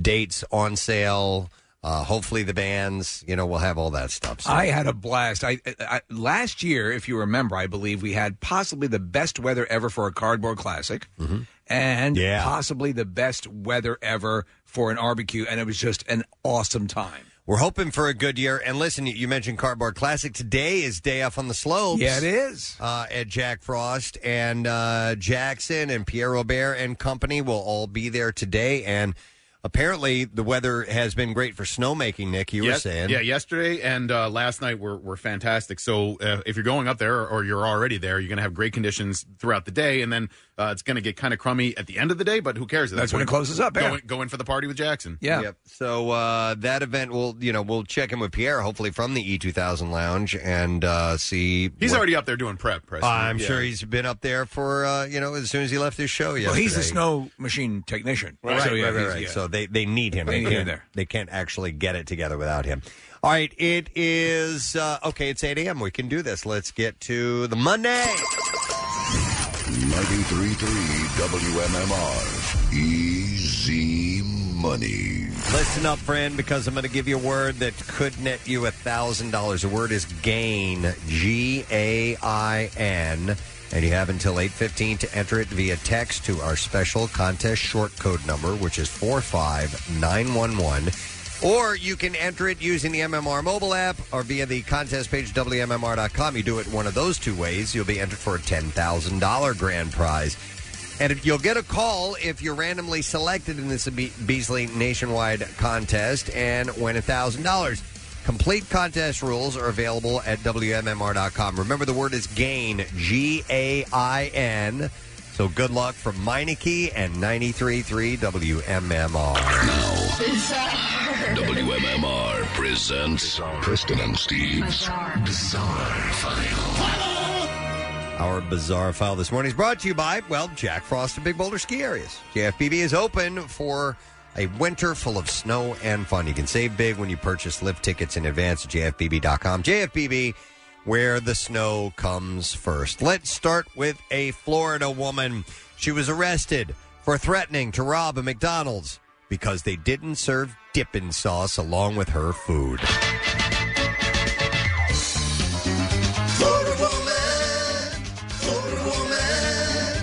[SPEAKER 2] Dates on sale. Uh, hopefully, the bands, you know, we'll have all that stuff. So-
[SPEAKER 4] I had a blast. I, I I- last year, if you remember, I believe we had possibly the best weather ever for a cardboard classic,
[SPEAKER 2] Mm-hmm.
[SPEAKER 4] and possibly the best weather ever for an barbecue, and it was just an awesome time.
[SPEAKER 2] We're hoping for a good year. And listen, you mentioned Cardboard Classic. Today is day off on the slopes.
[SPEAKER 4] Yeah, it is.
[SPEAKER 2] Uh, at Jack Frost and uh, Jackson and Pierre Robert and company will all be there today. And apparently, the weather has been great for snowmaking, Nick. You
[SPEAKER 8] Yes-
[SPEAKER 2] were saying.
[SPEAKER 8] Yeah, yesterday and uh, last night were, were fantastic. So uh, if you're going up there or, or you're already there, you're going to have great conditions throughout the day, and then uh, it's going to get kind of crummy at the end of the day. But who cares? At that
[SPEAKER 4] That's when
[SPEAKER 8] point,
[SPEAKER 4] it closes up,
[SPEAKER 8] Go,
[SPEAKER 4] yeah.
[SPEAKER 8] in, go in for the party with Jackson.
[SPEAKER 2] Yep. So uh, that event will, you know, we'll check in with Pierre, hopefully from the E2000 Lounge, and uh, see.
[SPEAKER 8] He's
[SPEAKER 2] what-
[SPEAKER 8] already up there doing prep. Preston.
[SPEAKER 2] I'm
[SPEAKER 8] Yeah.
[SPEAKER 2] sure he's been up there for uh, you know as soon as he left his show yesterday.
[SPEAKER 4] Well, he's a snow machine technician,
[SPEAKER 2] Right,
[SPEAKER 4] So,
[SPEAKER 2] right,
[SPEAKER 4] yeah,
[SPEAKER 2] right,
[SPEAKER 4] he's-
[SPEAKER 2] right.
[SPEAKER 4] yeah.
[SPEAKER 2] So they, they need him.
[SPEAKER 4] They need him
[SPEAKER 2] can't,
[SPEAKER 4] there.
[SPEAKER 2] They can't actually get it together without him. All right, it is uh, okay. It's eight a.m. We can do this. Let's get to the Monday.
[SPEAKER 1] 93.3 WMMR. Easy money.
[SPEAKER 2] Listen up, friend, because I'm going to give you a word that could net you a thousand dollars. The word is gain. G A I N. And you have until 8.15 to enter it via text to our special contest short code number, which is 45911. Or you can enter it using the MMR mobile app or via the contest page, WMMR.com. You do it one of those two ways, you'll be entered for a $10,000 grand prize. And if- you'll get a call if you're randomly selected in this Be- Beasley Nationwide contest and win $1,000. Complete contest rules are available at WMMR.com. Remember, the word is GAIN, G A I N. So good luck from Meineke and 93.3 WMMR.
[SPEAKER 1] WMMR presents Preston and Steve's Bizarre, File.
[SPEAKER 2] Our bizarre file this morning is brought to you by, well, Jack Frost and Big Boulder Ski Areas. JFBB is open for a winter full of snow and fun. You can save big when you purchase lift tickets in advance at jfbb.com. JFBB, where the snow comes first. Let's start with a Florida woman. She was arrested for threatening to rob a McDonald's because they didn't serve dipping sauce along with her food.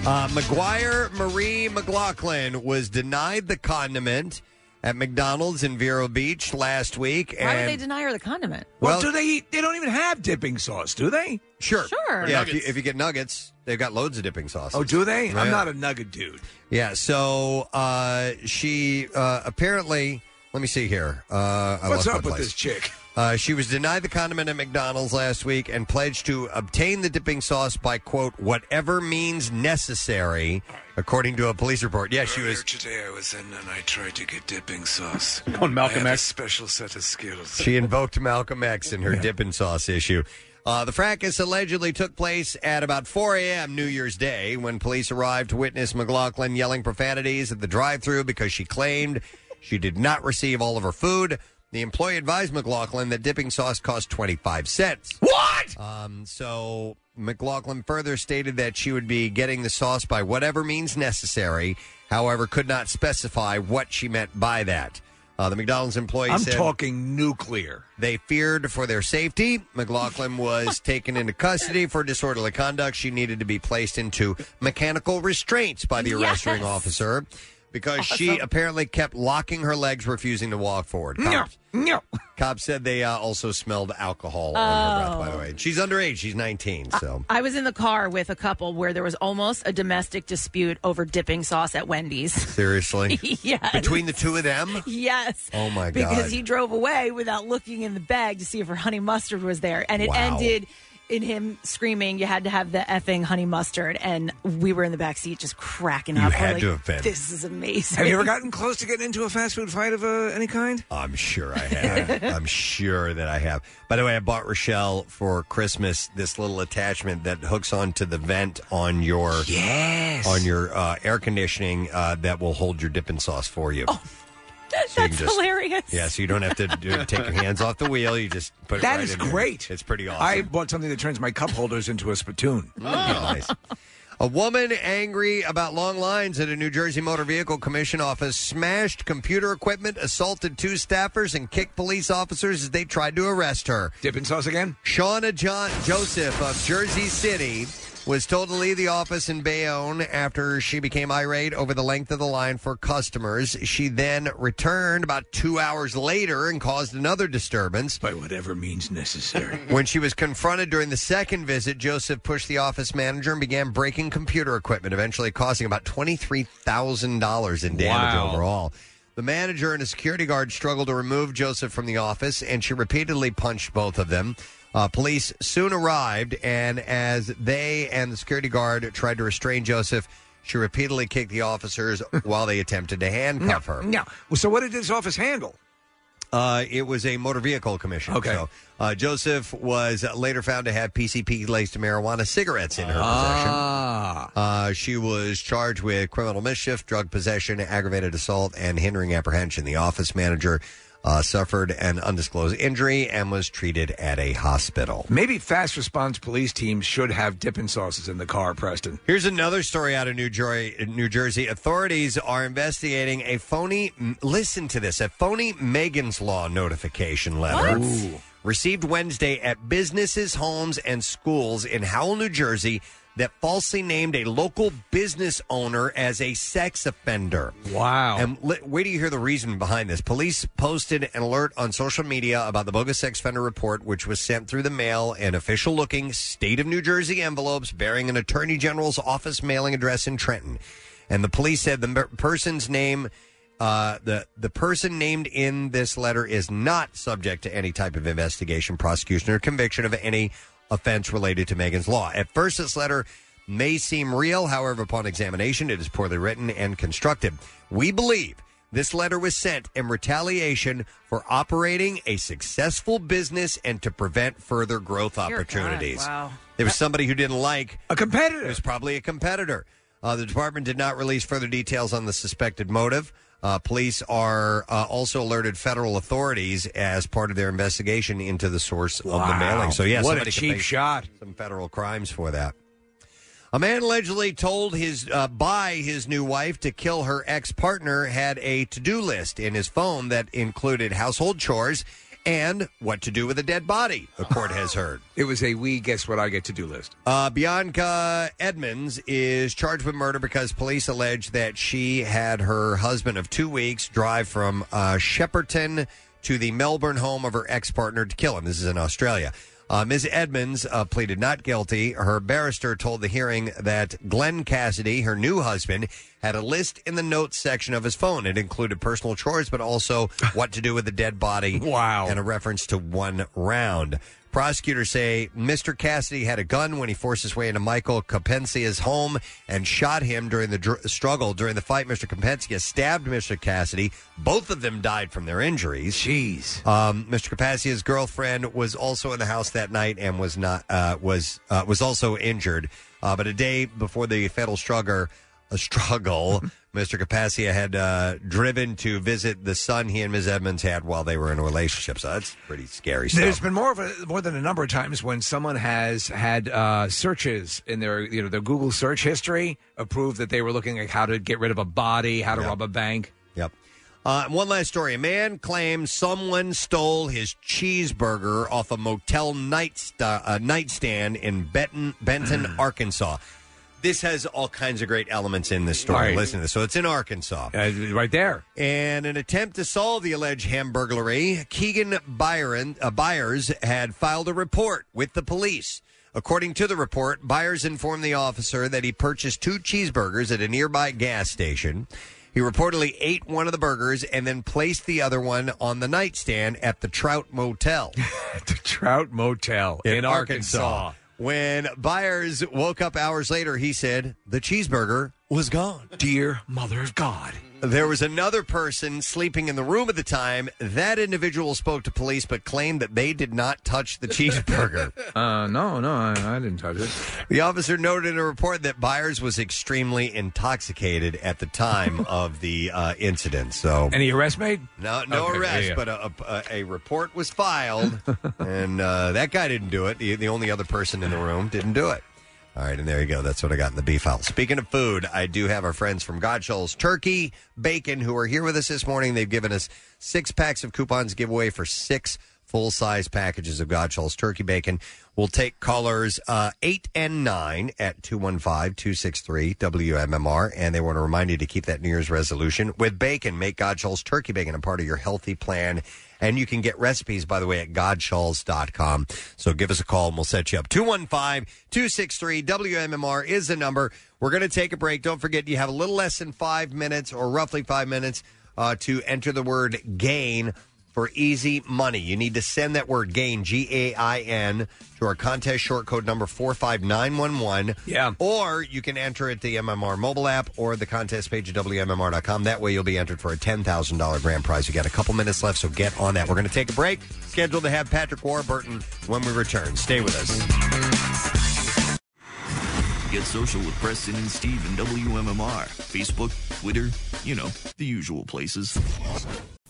[SPEAKER 2] Uh, McGuire Marie McLaughlin was denied the condiment at McDonald's in Vero Beach last week.
[SPEAKER 3] Why would
[SPEAKER 2] and-
[SPEAKER 3] they deny her the condiment?
[SPEAKER 2] Well,
[SPEAKER 4] do they eat? They don't even have dipping sauce, do they?
[SPEAKER 2] Sure.
[SPEAKER 3] Sure.
[SPEAKER 2] Yeah, if you, if you get nuggets, they've got loads of dipping sauces.
[SPEAKER 4] Oh, do they? I'm
[SPEAKER 2] Yeah.
[SPEAKER 4] not a nugget dude.
[SPEAKER 2] Yeah, so uh, she uh, apparently. Let me see here. Uh, I
[SPEAKER 4] What's
[SPEAKER 2] lost my
[SPEAKER 4] up with
[SPEAKER 2] place.
[SPEAKER 4] this chick?
[SPEAKER 2] Uh, she was denied the condiment at McDonald's last week and pledged to obtain the dipping sauce by quote whatever means necessary, according to a police report. Yeah, she was.
[SPEAKER 11] Today I was in and I tried to get dipping sauce.
[SPEAKER 2] On Malcolm
[SPEAKER 11] I have a
[SPEAKER 2] X.
[SPEAKER 11] special set of skills.
[SPEAKER 2] She invoked Malcolm X in her dipping sauce issue. Uh, the fracas allegedly took place at about 4 a.m. New Year's Day when police arrived to witness McLaughlin yelling profanities at the drive thru because she claimed she did not receive all of her food. The employee advised McLaughlin that dipping sauce cost 25 cents.
[SPEAKER 4] What?
[SPEAKER 2] Um, so McLaughlin further stated that she would be getting the sauce by whatever means necessary, however, could not specify what she meant by that. Uh, the McDonald's employee
[SPEAKER 4] I'm
[SPEAKER 2] said.
[SPEAKER 4] talking nuclear.
[SPEAKER 2] They feared for their safety. McLaughlin was taken into custody for disorderly conduct. She needed to be placed into mechanical restraints by the arresting
[SPEAKER 16] Yes.
[SPEAKER 2] officer because she apparently kept locking her legs, refusing to walk forward. Cops,
[SPEAKER 4] no.
[SPEAKER 2] Cops said they uh, also smelled alcohol on her breath, by the
[SPEAKER 3] Oh. Uh,
[SPEAKER 2] way. She's underage. She's 19, so.
[SPEAKER 3] I was in the car with a couple where there was almost a domestic dispute over dipping sauce at Wendy's.
[SPEAKER 2] Seriously?
[SPEAKER 3] uh, Yes.
[SPEAKER 2] Between the two of them?
[SPEAKER 3] Yes.
[SPEAKER 2] Oh, my God.
[SPEAKER 3] Because he drove away without looking in the bag to see if her honey mustard was there. And it
[SPEAKER 2] Wow.
[SPEAKER 3] ended in him screaming, You had to have the effing honey mustard. And we were in the back seat just cracking
[SPEAKER 2] You
[SPEAKER 3] up. We're
[SPEAKER 2] had
[SPEAKER 3] like,
[SPEAKER 2] to have been.
[SPEAKER 3] This is amazing.
[SPEAKER 4] Have you ever gotten close to getting into a fast food fight of uh, any kind?
[SPEAKER 2] I'm sure I have. I'm sure that I have. By the way, I bought Rochelle for Christmas this little attachment that hooks onto the vent on your
[SPEAKER 4] Yes. Oh,
[SPEAKER 2] on your uh, air conditioning uh, that will hold your dipping sauce for you. So you can
[SPEAKER 13] That's
[SPEAKER 2] just-
[SPEAKER 13] hilarious.
[SPEAKER 2] Yeah, so you don't have to do, take your hands off the wheel. You just put it
[SPEAKER 4] That
[SPEAKER 2] right
[SPEAKER 4] is
[SPEAKER 2] in there.
[SPEAKER 4] great.
[SPEAKER 2] It's pretty awesome. Oh.
[SPEAKER 4] I bought something that turns my cup holders into a spittoon.
[SPEAKER 2] nice. A woman angry about long lines at a New Jersey Motor Vehicle Commission office smashed computer equipment, assaulted two staffers, and kicked police officers as they tried to arrest her.
[SPEAKER 4] Dipping sauce again?
[SPEAKER 2] Shauna John Joseph of Jersey City was told to leave the office in Bayonne after she became irate over the length of the line for customers. She then returned about two hours later and caused another disturbance.
[SPEAKER 4] By whatever means necessary.
[SPEAKER 2] When she was confronted during the second visit, Joseph pushed the office manager and began breaking computer equipment, eventually causing about $23,000 in damage
[SPEAKER 16] Wow.
[SPEAKER 2] overall. The manager and a security guard struggled to remove Joseph from the office, and she repeatedly punched both of them. Uh, police soon arrived, and as they and the security guard tried to restrain Joseph, she repeatedly kicked the officers while they attempted to handcuff her.
[SPEAKER 4] No. Well, so what did this office handle?
[SPEAKER 2] Uh, it was a motor vehicle commission.
[SPEAKER 4] Okay.
[SPEAKER 2] So, uh, Joseph was later found to have PCP laced marijuana cigarettes in her possession. Uh, she was charged with criminal mischief, drug possession, aggravated assault, and hindering apprehension. The office manager uh, suffered an undisclosed injury and was treated at a hospital.
[SPEAKER 4] Maybe fast response police teams should have dipping sauces in the car, Preston.
[SPEAKER 2] Here's another story out of New Jersey. New Jersey authorities are investigating a phony. m- Listen to this: a phony Megan's Law notification letter
[SPEAKER 16] What? Ooh.
[SPEAKER 2] received Wednesday at businesses, homes, and schools in Howell, New Jersey, that falsely named a local business owner as a sex offender.
[SPEAKER 4] Wow!
[SPEAKER 2] And li- where do you hear the reason behind this? Police posted an alert on social media about the bogus sex offender report, which was sent through the mail in official looking state of New Jersey envelopes bearing an attorney general's office mailing address in Trenton. And the police said the mer- person's name. Uh, the the person named in this letter is not subject to any type of investigation, prosecution, or conviction of any offense related to Megan's Law. At first, this letter may seem real. However, upon examination, it is poorly written and constructed. We believe this letter was sent in retaliation for operating a successful business and to prevent further growth opportunities.
[SPEAKER 16] wow.
[SPEAKER 2] There was somebody who didn't like
[SPEAKER 4] a competitor.
[SPEAKER 2] It was probably a competitor. Uh, the department did not release further details on the suspected motive. Uh, police are uh, also alerted federal authorities as part of their investigation into the source of the
[SPEAKER 4] Wow.
[SPEAKER 2] mailing. So, yeah,
[SPEAKER 4] What
[SPEAKER 2] somebody
[SPEAKER 4] a
[SPEAKER 2] could
[SPEAKER 4] cheap
[SPEAKER 2] pay
[SPEAKER 4] shot.
[SPEAKER 2] Some federal crimes for that. A man allegedly told his uh, by his new wife to kill her ex partner had a to do list in his phone that included household chores and what to do with a dead body. A court has heard.
[SPEAKER 4] It was a we guess what I get to do list.
[SPEAKER 2] Uh, Bianca Edmonds is charged with murder because police allege that she had her husband of two weeks drive from uh, Shepperton to the Melbourne home of her ex partner to kill him. This is in Australia. Uh, Ms. Edmonds uh, pleaded not guilty. Her barrister told the hearing that Glenn Cassidy, her new husband, had a list in the notes section of his phone. It included personal chores, but also what to do with the dead body. Wow. And a reference to one round. Prosecutors say Mr. Cassidy had a gun when he forced his way into Michael Capencia's home and shot him during the dr- struggle. During the fight, Mr. Capencia stabbed Mr. Cassidy. Both of them died from their injuries.
[SPEAKER 4] Jeez.
[SPEAKER 2] Um, Mr. Capencia's girlfriend was also in the house that night and was not uh, was uh, was also injured. Uh, but a day before the fatal struggle, a struggle,
[SPEAKER 4] Mm-hmm.
[SPEAKER 2] Mr. Capacia had uh, driven to visit the son he and Ms. Edmonds had while they were in a relationship. So that's pretty scary stuff.
[SPEAKER 4] There's been more of a, more than a number of times when someone has had uh, searches in their you know their Google search history approved that they were looking at how to get rid of a body, how to rob a bank.
[SPEAKER 2] Yep. Uh, one last story. A man claims someone stole his cheeseburger off a motel nightst- uh, nightstand in Benton, Benton Arkansas. This has all kinds of great elements in this story.
[SPEAKER 4] All right.
[SPEAKER 2] Listen to this. So it's in Arkansas.
[SPEAKER 4] Uh, right there.
[SPEAKER 2] In an attempt to solve the alleged hamburglary, Keegan Byron uh, Byers had filed a report with the police. According to the report, Byers informed the officer that he purchased two cheeseburgers at a nearby gas station. He reportedly ate one of the burgers and then placed the other one on the nightstand at the Trout Motel.
[SPEAKER 4] the Trout Motel in, Arkansas.
[SPEAKER 2] When Byers woke up hours later, he said the cheeseburger was gone.
[SPEAKER 4] Dear Mother of God.
[SPEAKER 2] There was another person sleeping in the room at the time. That individual spoke to police but claimed that they did not touch the cheeseburger.
[SPEAKER 4] Uh, no, no, I, I didn't touch it.
[SPEAKER 2] The officer noted in a report that Byers was extremely intoxicated at the time of the uh, incident. So
[SPEAKER 4] Any arrest made?
[SPEAKER 2] No, no
[SPEAKER 4] Okay, yeah,
[SPEAKER 2] arrest,
[SPEAKER 4] yeah.
[SPEAKER 2] but a, a, uh, a report was filed, and uh, that guy didn't do it. The, the only other person in the room didn't do it. All right, and there you go. That's what I got in the beef house. Speaking of food, I do have our friends from Godshull's Turkey Bacon who are here with us this morning. They've given us six packs of coupons giveaway for six full size packages of Godshull's Turkey Bacon. We'll take callers uh, eight and nine at 215 263 WMMR. And they want to remind you to keep that New Year's resolution with bacon. Make Godshull's Turkey Bacon a part of your healthy plan. And you can get recipes, by the way, at godshalls.com. So give us a call and we'll set you up. 215 263 WMMR is the number. We're going to take a break. Don't forget, you have a little less than five minutes or roughly five minutes uh, to enter the word gain for easy money. You need to send that word GAIN, G A I N, to our contest short code number 45911. Yeah. Or you can enter it the MMR mobile app or the contest page at WMMR.com. That way you'll be entered for a $10,000 grand prize. You got a couple minutes left, so get on that. We're going to take a break. Scheduled to have Patrick Warburton when we return. Stay with us.
[SPEAKER 5] Get social with Preston and Steve and WMMR. Facebook, Twitter, you know, the usual places.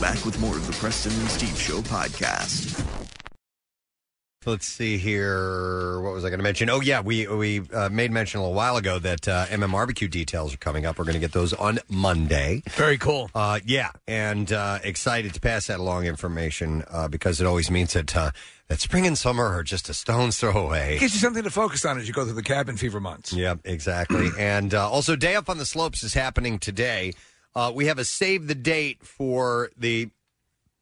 [SPEAKER 5] Back with more of the Preston and Steve Show podcast.
[SPEAKER 2] Let's see here. What was I going to mention? Oh yeah, we we uh, made mention a little while ago that uh, MM barbecue details are coming up. We're going to get those on Monday.
[SPEAKER 4] Very cool.
[SPEAKER 2] Uh, yeah, and uh, excited to pass that along information uh, because it always means that uh, that spring and summer are just a stone's throw away.
[SPEAKER 4] Gives you something to focus on as you go through the cabin fever months.
[SPEAKER 2] Yep, exactly. and uh, also, Day Up on the Slopes is happening today. Uh, we have a save the date for the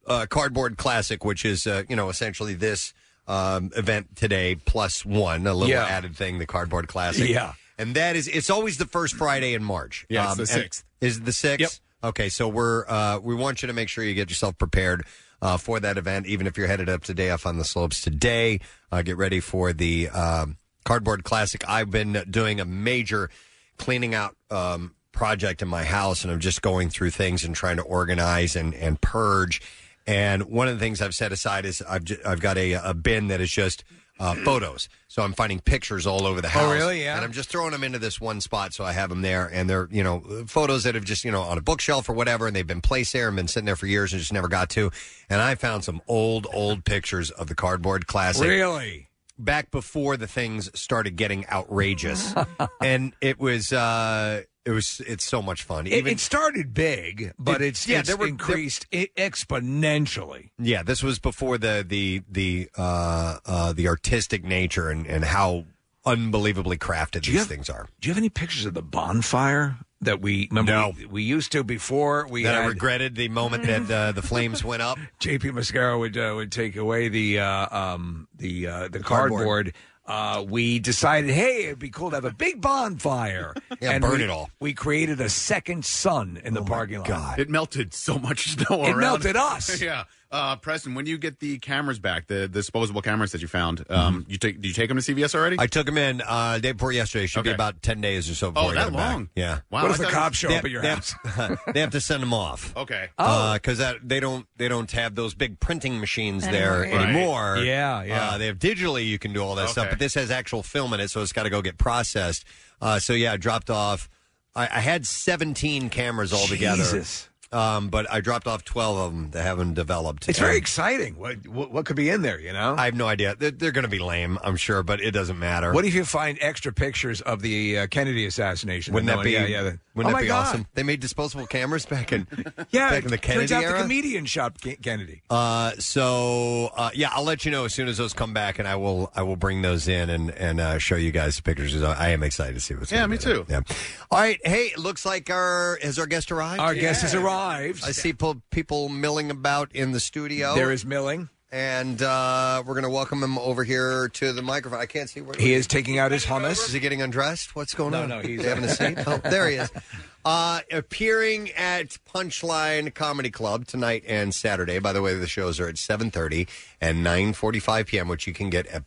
[SPEAKER 2] uh, Cardboard Classic, which is uh, you know essentially this um, event today plus one, a little
[SPEAKER 8] Yeah.
[SPEAKER 2] added thing, the Cardboard Classic.
[SPEAKER 8] Yeah.
[SPEAKER 2] and that is it's always the first Friday in March. Um,
[SPEAKER 8] Yeah, it's the
[SPEAKER 2] and-
[SPEAKER 8] sixth.
[SPEAKER 2] Is it the sixth? Okay, so we're uh, we want you to make sure you get yourself prepared uh, for that event, even if you're headed up to day off on the slopes today. Uh, get ready for the um, cardboard classic. I've been doing a major cleaning out um, project in my house, and I'm just going through things and trying to organize and and purge. And one of the things I've set aside is I've ju- I've got a, a bin that is just uh, photos. So I'm finding pictures all over the house.
[SPEAKER 4] Oh, really? Yeah.
[SPEAKER 2] And I'm just throwing them into this one spot, so I have them there, and they're you know photos that have just you know on a bookshelf or whatever, and they've been placed there and been sitting there for years and just never got to. And I found some old old pictures of the cardboard classic.
[SPEAKER 4] Really?
[SPEAKER 2] Back before the things started getting outrageous, and it was uh it was it's so much fun.
[SPEAKER 4] It, it started big, but
[SPEAKER 2] It-
[SPEAKER 4] it's,
[SPEAKER 2] yeah,
[SPEAKER 4] it's
[SPEAKER 2] there were-
[SPEAKER 4] increased i exponentially.
[SPEAKER 2] Yeah, this was before the the the uh, uh, the artistic nature and, and how unbelievably crafted these things are.
[SPEAKER 4] Do you have any pictures of the bonfire that we remember? We, we used to before we
[SPEAKER 2] that I
[SPEAKER 4] had-
[SPEAKER 2] regretted the moment that uh, the flames went up.
[SPEAKER 4] JP Mascaro would uh, would take away the uh, um, the uh, the
[SPEAKER 2] Cardboard.
[SPEAKER 4] cardboard. Uh, we decided, hey, it'd be cool to have a big bonfire.
[SPEAKER 2] Yeah, burn
[SPEAKER 4] we-
[SPEAKER 2] it all. Oh
[SPEAKER 4] We created a second sun in the parking lot.
[SPEAKER 8] It melted so much snow
[SPEAKER 4] It
[SPEAKER 8] around.
[SPEAKER 4] melted us.
[SPEAKER 8] yeah. Uh, Preston, when you get the cameras back, the, disposable cameras that you found, um, you take? Did you take them to CVS already?
[SPEAKER 2] Mm-hmm. I took them in uh, day before yesterday. Should be about ten days or so. Before
[SPEAKER 8] Oh,
[SPEAKER 2] I
[SPEAKER 8] that
[SPEAKER 2] get 'em back.
[SPEAKER 8] long?
[SPEAKER 2] Yeah.
[SPEAKER 8] Wow, What if I the thought it cops was- show
[SPEAKER 2] They-
[SPEAKER 8] up at your
[SPEAKER 2] they
[SPEAKER 8] house?
[SPEAKER 2] Have, they have to send them off.
[SPEAKER 8] Okay.
[SPEAKER 4] Oh.
[SPEAKER 2] because Uh, that they don't they don't have those big printing machines there
[SPEAKER 8] Anymore. Right.
[SPEAKER 2] anymore.
[SPEAKER 8] Yeah, yeah.
[SPEAKER 2] Uh, they have digitally. You can do all that stuff,
[SPEAKER 8] Okay.
[SPEAKER 2] but this has actual film in it, so it's got to go get processed. Uh, so yeah, I dropped off. I, I had seventeen cameras altogether.
[SPEAKER 4] Jesus.
[SPEAKER 2] Um, but I dropped off twelve of them that haven't developed.
[SPEAKER 4] It's very
[SPEAKER 2] And-
[SPEAKER 4] exciting. What, what what could be in there? You know.
[SPEAKER 2] I have no idea. They're, they're going to be lame, I'm sure, but it doesn't matter.
[SPEAKER 4] What if you find extra pictures of the uh, Kennedy assassination?
[SPEAKER 2] Wouldn't
[SPEAKER 4] No
[SPEAKER 2] that
[SPEAKER 4] one-
[SPEAKER 2] be
[SPEAKER 4] Yeah, yeah.
[SPEAKER 2] Wouldn't that
[SPEAKER 4] Oh, my
[SPEAKER 2] be
[SPEAKER 4] God.
[SPEAKER 2] awesome? They made disposable cameras back in
[SPEAKER 4] Yeah,
[SPEAKER 2] back in the Kennedy
[SPEAKER 4] turns out
[SPEAKER 2] era.
[SPEAKER 4] the comedian shot Ke- Kennedy.
[SPEAKER 2] Uh, so uh, yeah, I'll let you know as soon as those come back, and I will I will bring those in and and uh, show you guys the pictures. I am excited to see what's.
[SPEAKER 4] Yeah,
[SPEAKER 2] gonna
[SPEAKER 4] me
[SPEAKER 2] be there.
[SPEAKER 4] too.
[SPEAKER 2] Yeah. All right. Hey, it looks like our has our guest arrived.
[SPEAKER 4] Our guest has arrived.
[SPEAKER 2] I see po- people milling about in the studio.
[SPEAKER 4] There is milling,
[SPEAKER 2] and uh, we're going to welcome him over here to the microphone. I can't see where
[SPEAKER 4] He is taking out his hummus.
[SPEAKER 2] Is he getting undressed? What's going
[SPEAKER 4] No,
[SPEAKER 2] on?
[SPEAKER 4] no, he's-
[SPEAKER 2] Is he having a seat. Oh, there he is. Uh, appearing at Punchline Comedy Club tonight and Saturday. By the way, the shows are at 7.30 and 9.45 p.m., which you can get at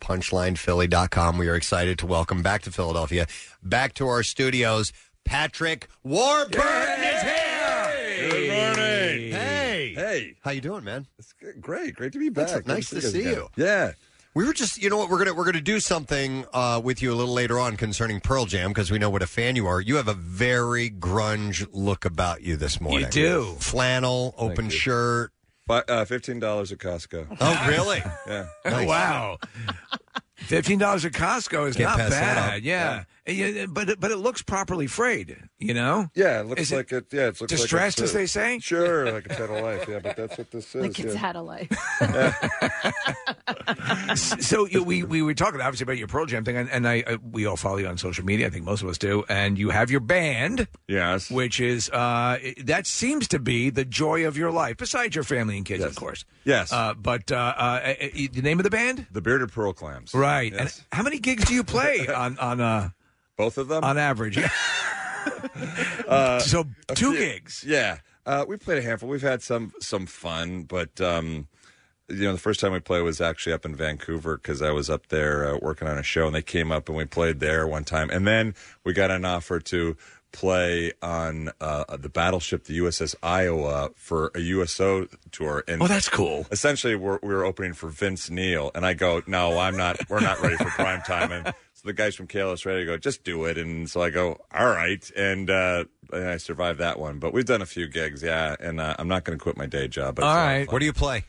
[SPEAKER 2] punchlinephilly.com. We are excited to welcome back to Philadelphia, back to our studios, Patrick Warburton is here!
[SPEAKER 16] Good morning.
[SPEAKER 2] Hey!
[SPEAKER 16] Hey.
[SPEAKER 2] How you doing, man?
[SPEAKER 16] It's good. great. Great to be back.
[SPEAKER 2] That's nice to see
[SPEAKER 16] guys again.
[SPEAKER 2] you. Yeah. We were just, you know what, we're gonna we're gonna do something uh, with you a little later on concerning Pearl Jam because we know what a fan you are. You have a very grunge look about you this morning.
[SPEAKER 16] do.
[SPEAKER 2] flannel, open shirt.
[SPEAKER 16] Fi- uh, Fifteen dollars at Costco.
[SPEAKER 2] Oh, really?
[SPEAKER 16] yeah.
[SPEAKER 4] Oh, wow. Fifteen dollars at Costco is
[SPEAKER 16] Can't
[SPEAKER 4] not
[SPEAKER 16] pass that
[SPEAKER 4] bad.
[SPEAKER 16] up.
[SPEAKER 4] Yeah. Yeah, but it- but it looks properly frayed. You know.
[SPEAKER 16] Yeah, it looks
[SPEAKER 4] Is it
[SPEAKER 16] like it. Yeah, it looks like
[SPEAKER 4] distressed,
[SPEAKER 16] it's,
[SPEAKER 4] as they say?
[SPEAKER 16] Sure, like it's out of life. Yeah, but that's what this is.
[SPEAKER 19] Like it's
[SPEAKER 16] yeah.
[SPEAKER 19] had a life.
[SPEAKER 4] so you, we we were talking obviously about your Pearl Jam thing, and, and I, I we all follow you on social media. I think most of us do, and you have your band,
[SPEAKER 16] yes,
[SPEAKER 4] which is uh, it- that seems to be the joy of your life, besides your family and kids, of course.
[SPEAKER 16] Yes.
[SPEAKER 4] uh, but uh, uh, uh, uh, the name of the band,
[SPEAKER 16] the Bearded Pearl Clams,
[SPEAKER 4] right?
[SPEAKER 16] Yes.
[SPEAKER 4] And how many gigs do you play on on uh,
[SPEAKER 16] both of them
[SPEAKER 4] on average?
[SPEAKER 16] Uh,
[SPEAKER 4] so
[SPEAKER 16] a
[SPEAKER 4] two
[SPEAKER 16] few-
[SPEAKER 4] gigs.
[SPEAKER 16] Yeah, uh, we played a handful. We've had some some fun, but um, you know, the first time we played was actually up in Vancouver because I was up there uh, working on a show, and they came up and we played there one time, and then we got an offer to play on uh, the battleship the USS Iowa for a USO tour. And
[SPEAKER 4] Oh, that's cool.
[SPEAKER 16] Essentially, we're, we were opening for Vince Neil, and I go, "No, I'm not. We're not ready for prime time." And so the guys from KLS Radio go, "Just do it." And so I go, "All right," and uh, and I survived that one. But we've done a few gigs, yeah. And uh, I'm not going to quit my day job. But uh,
[SPEAKER 2] All right. What do you play?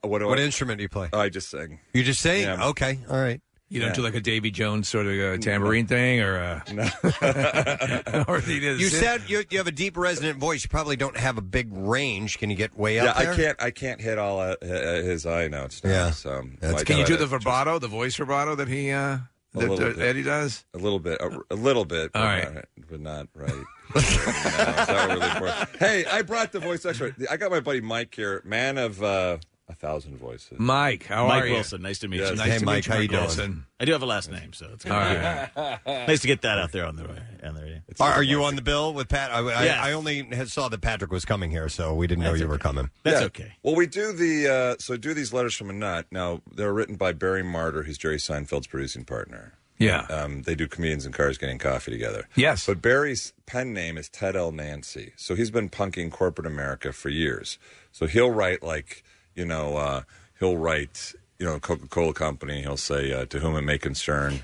[SPEAKER 16] what do
[SPEAKER 2] What
[SPEAKER 16] I- Oh,
[SPEAKER 2] instrument do you play?
[SPEAKER 16] I just sing.
[SPEAKER 2] You just sing?
[SPEAKER 16] Yeah.
[SPEAKER 2] Okay, all right.
[SPEAKER 4] You don't
[SPEAKER 16] Yeah.
[SPEAKER 4] do like a Davy Jones sort of uh tambourine thing, or uh, or the,
[SPEAKER 2] You said you, you have a deep resonant voice. You probably don't have a big range. Can you get way
[SPEAKER 16] yeah,
[SPEAKER 2] up there?
[SPEAKER 16] I can't. I can't hit all uh, h- uh, his eye notes. Now,
[SPEAKER 2] Yeah.
[SPEAKER 16] So
[SPEAKER 2] That's-
[SPEAKER 16] like,
[SPEAKER 4] Can you
[SPEAKER 16] uh,
[SPEAKER 4] do the vibrato, the voice vibrato that he uh,
[SPEAKER 16] A
[SPEAKER 4] that,
[SPEAKER 16] little
[SPEAKER 4] uh,
[SPEAKER 16] bit.
[SPEAKER 4] Eddie does?
[SPEAKER 16] A little bit, a, a little bit.
[SPEAKER 4] All
[SPEAKER 16] but
[SPEAKER 4] right.
[SPEAKER 16] not, but not right. No, is that what we're looking for? Hey, I brought the voice extra. I got my buddy Mike here, man of uh, a thousand voices.
[SPEAKER 4] Mike, how
[SPEAKER 20] Mike
[SPEAKER 4] are you?
[SPEAKER 20] Wilson, nice to meet
[SPEAKER 16] Yes.
[SPEAKER 20] you.
[SPEAKER 16] Hey, Mike, how you doing?
[SPEAKER 20] I do have a last name, so it's good.
[SPEAKER 16] All
[SPEAKER 20] nice to get that out there on the on the radio.
[SPEAKER 2] Are, are you on the bill with Pat? I, I,
[SPEAKER 20] Yes.
[SPEAKER 2] I only had- saw that Patrick was coming here, so we didn't know you were coming.
[SPEAKER 16] Yeah. Well, we do the uh, so do these letters from a nut. Now they're written by Barry Martyr, who's Jerry Seinfeld's producing partner.
[SPEAKER 4] Yeah.
[SPEAKER 16] Um, they do comedians and cars getting coffee together.
[SPEAKER 4] Yes.
[SPEAKER 16] But Barry's pen name is Ted L. Nancy, so he's been punking corporate America for years. So he'll write like you know uh, he'll write you know Coca Cola Company. He'll say uh, to whom it may concern.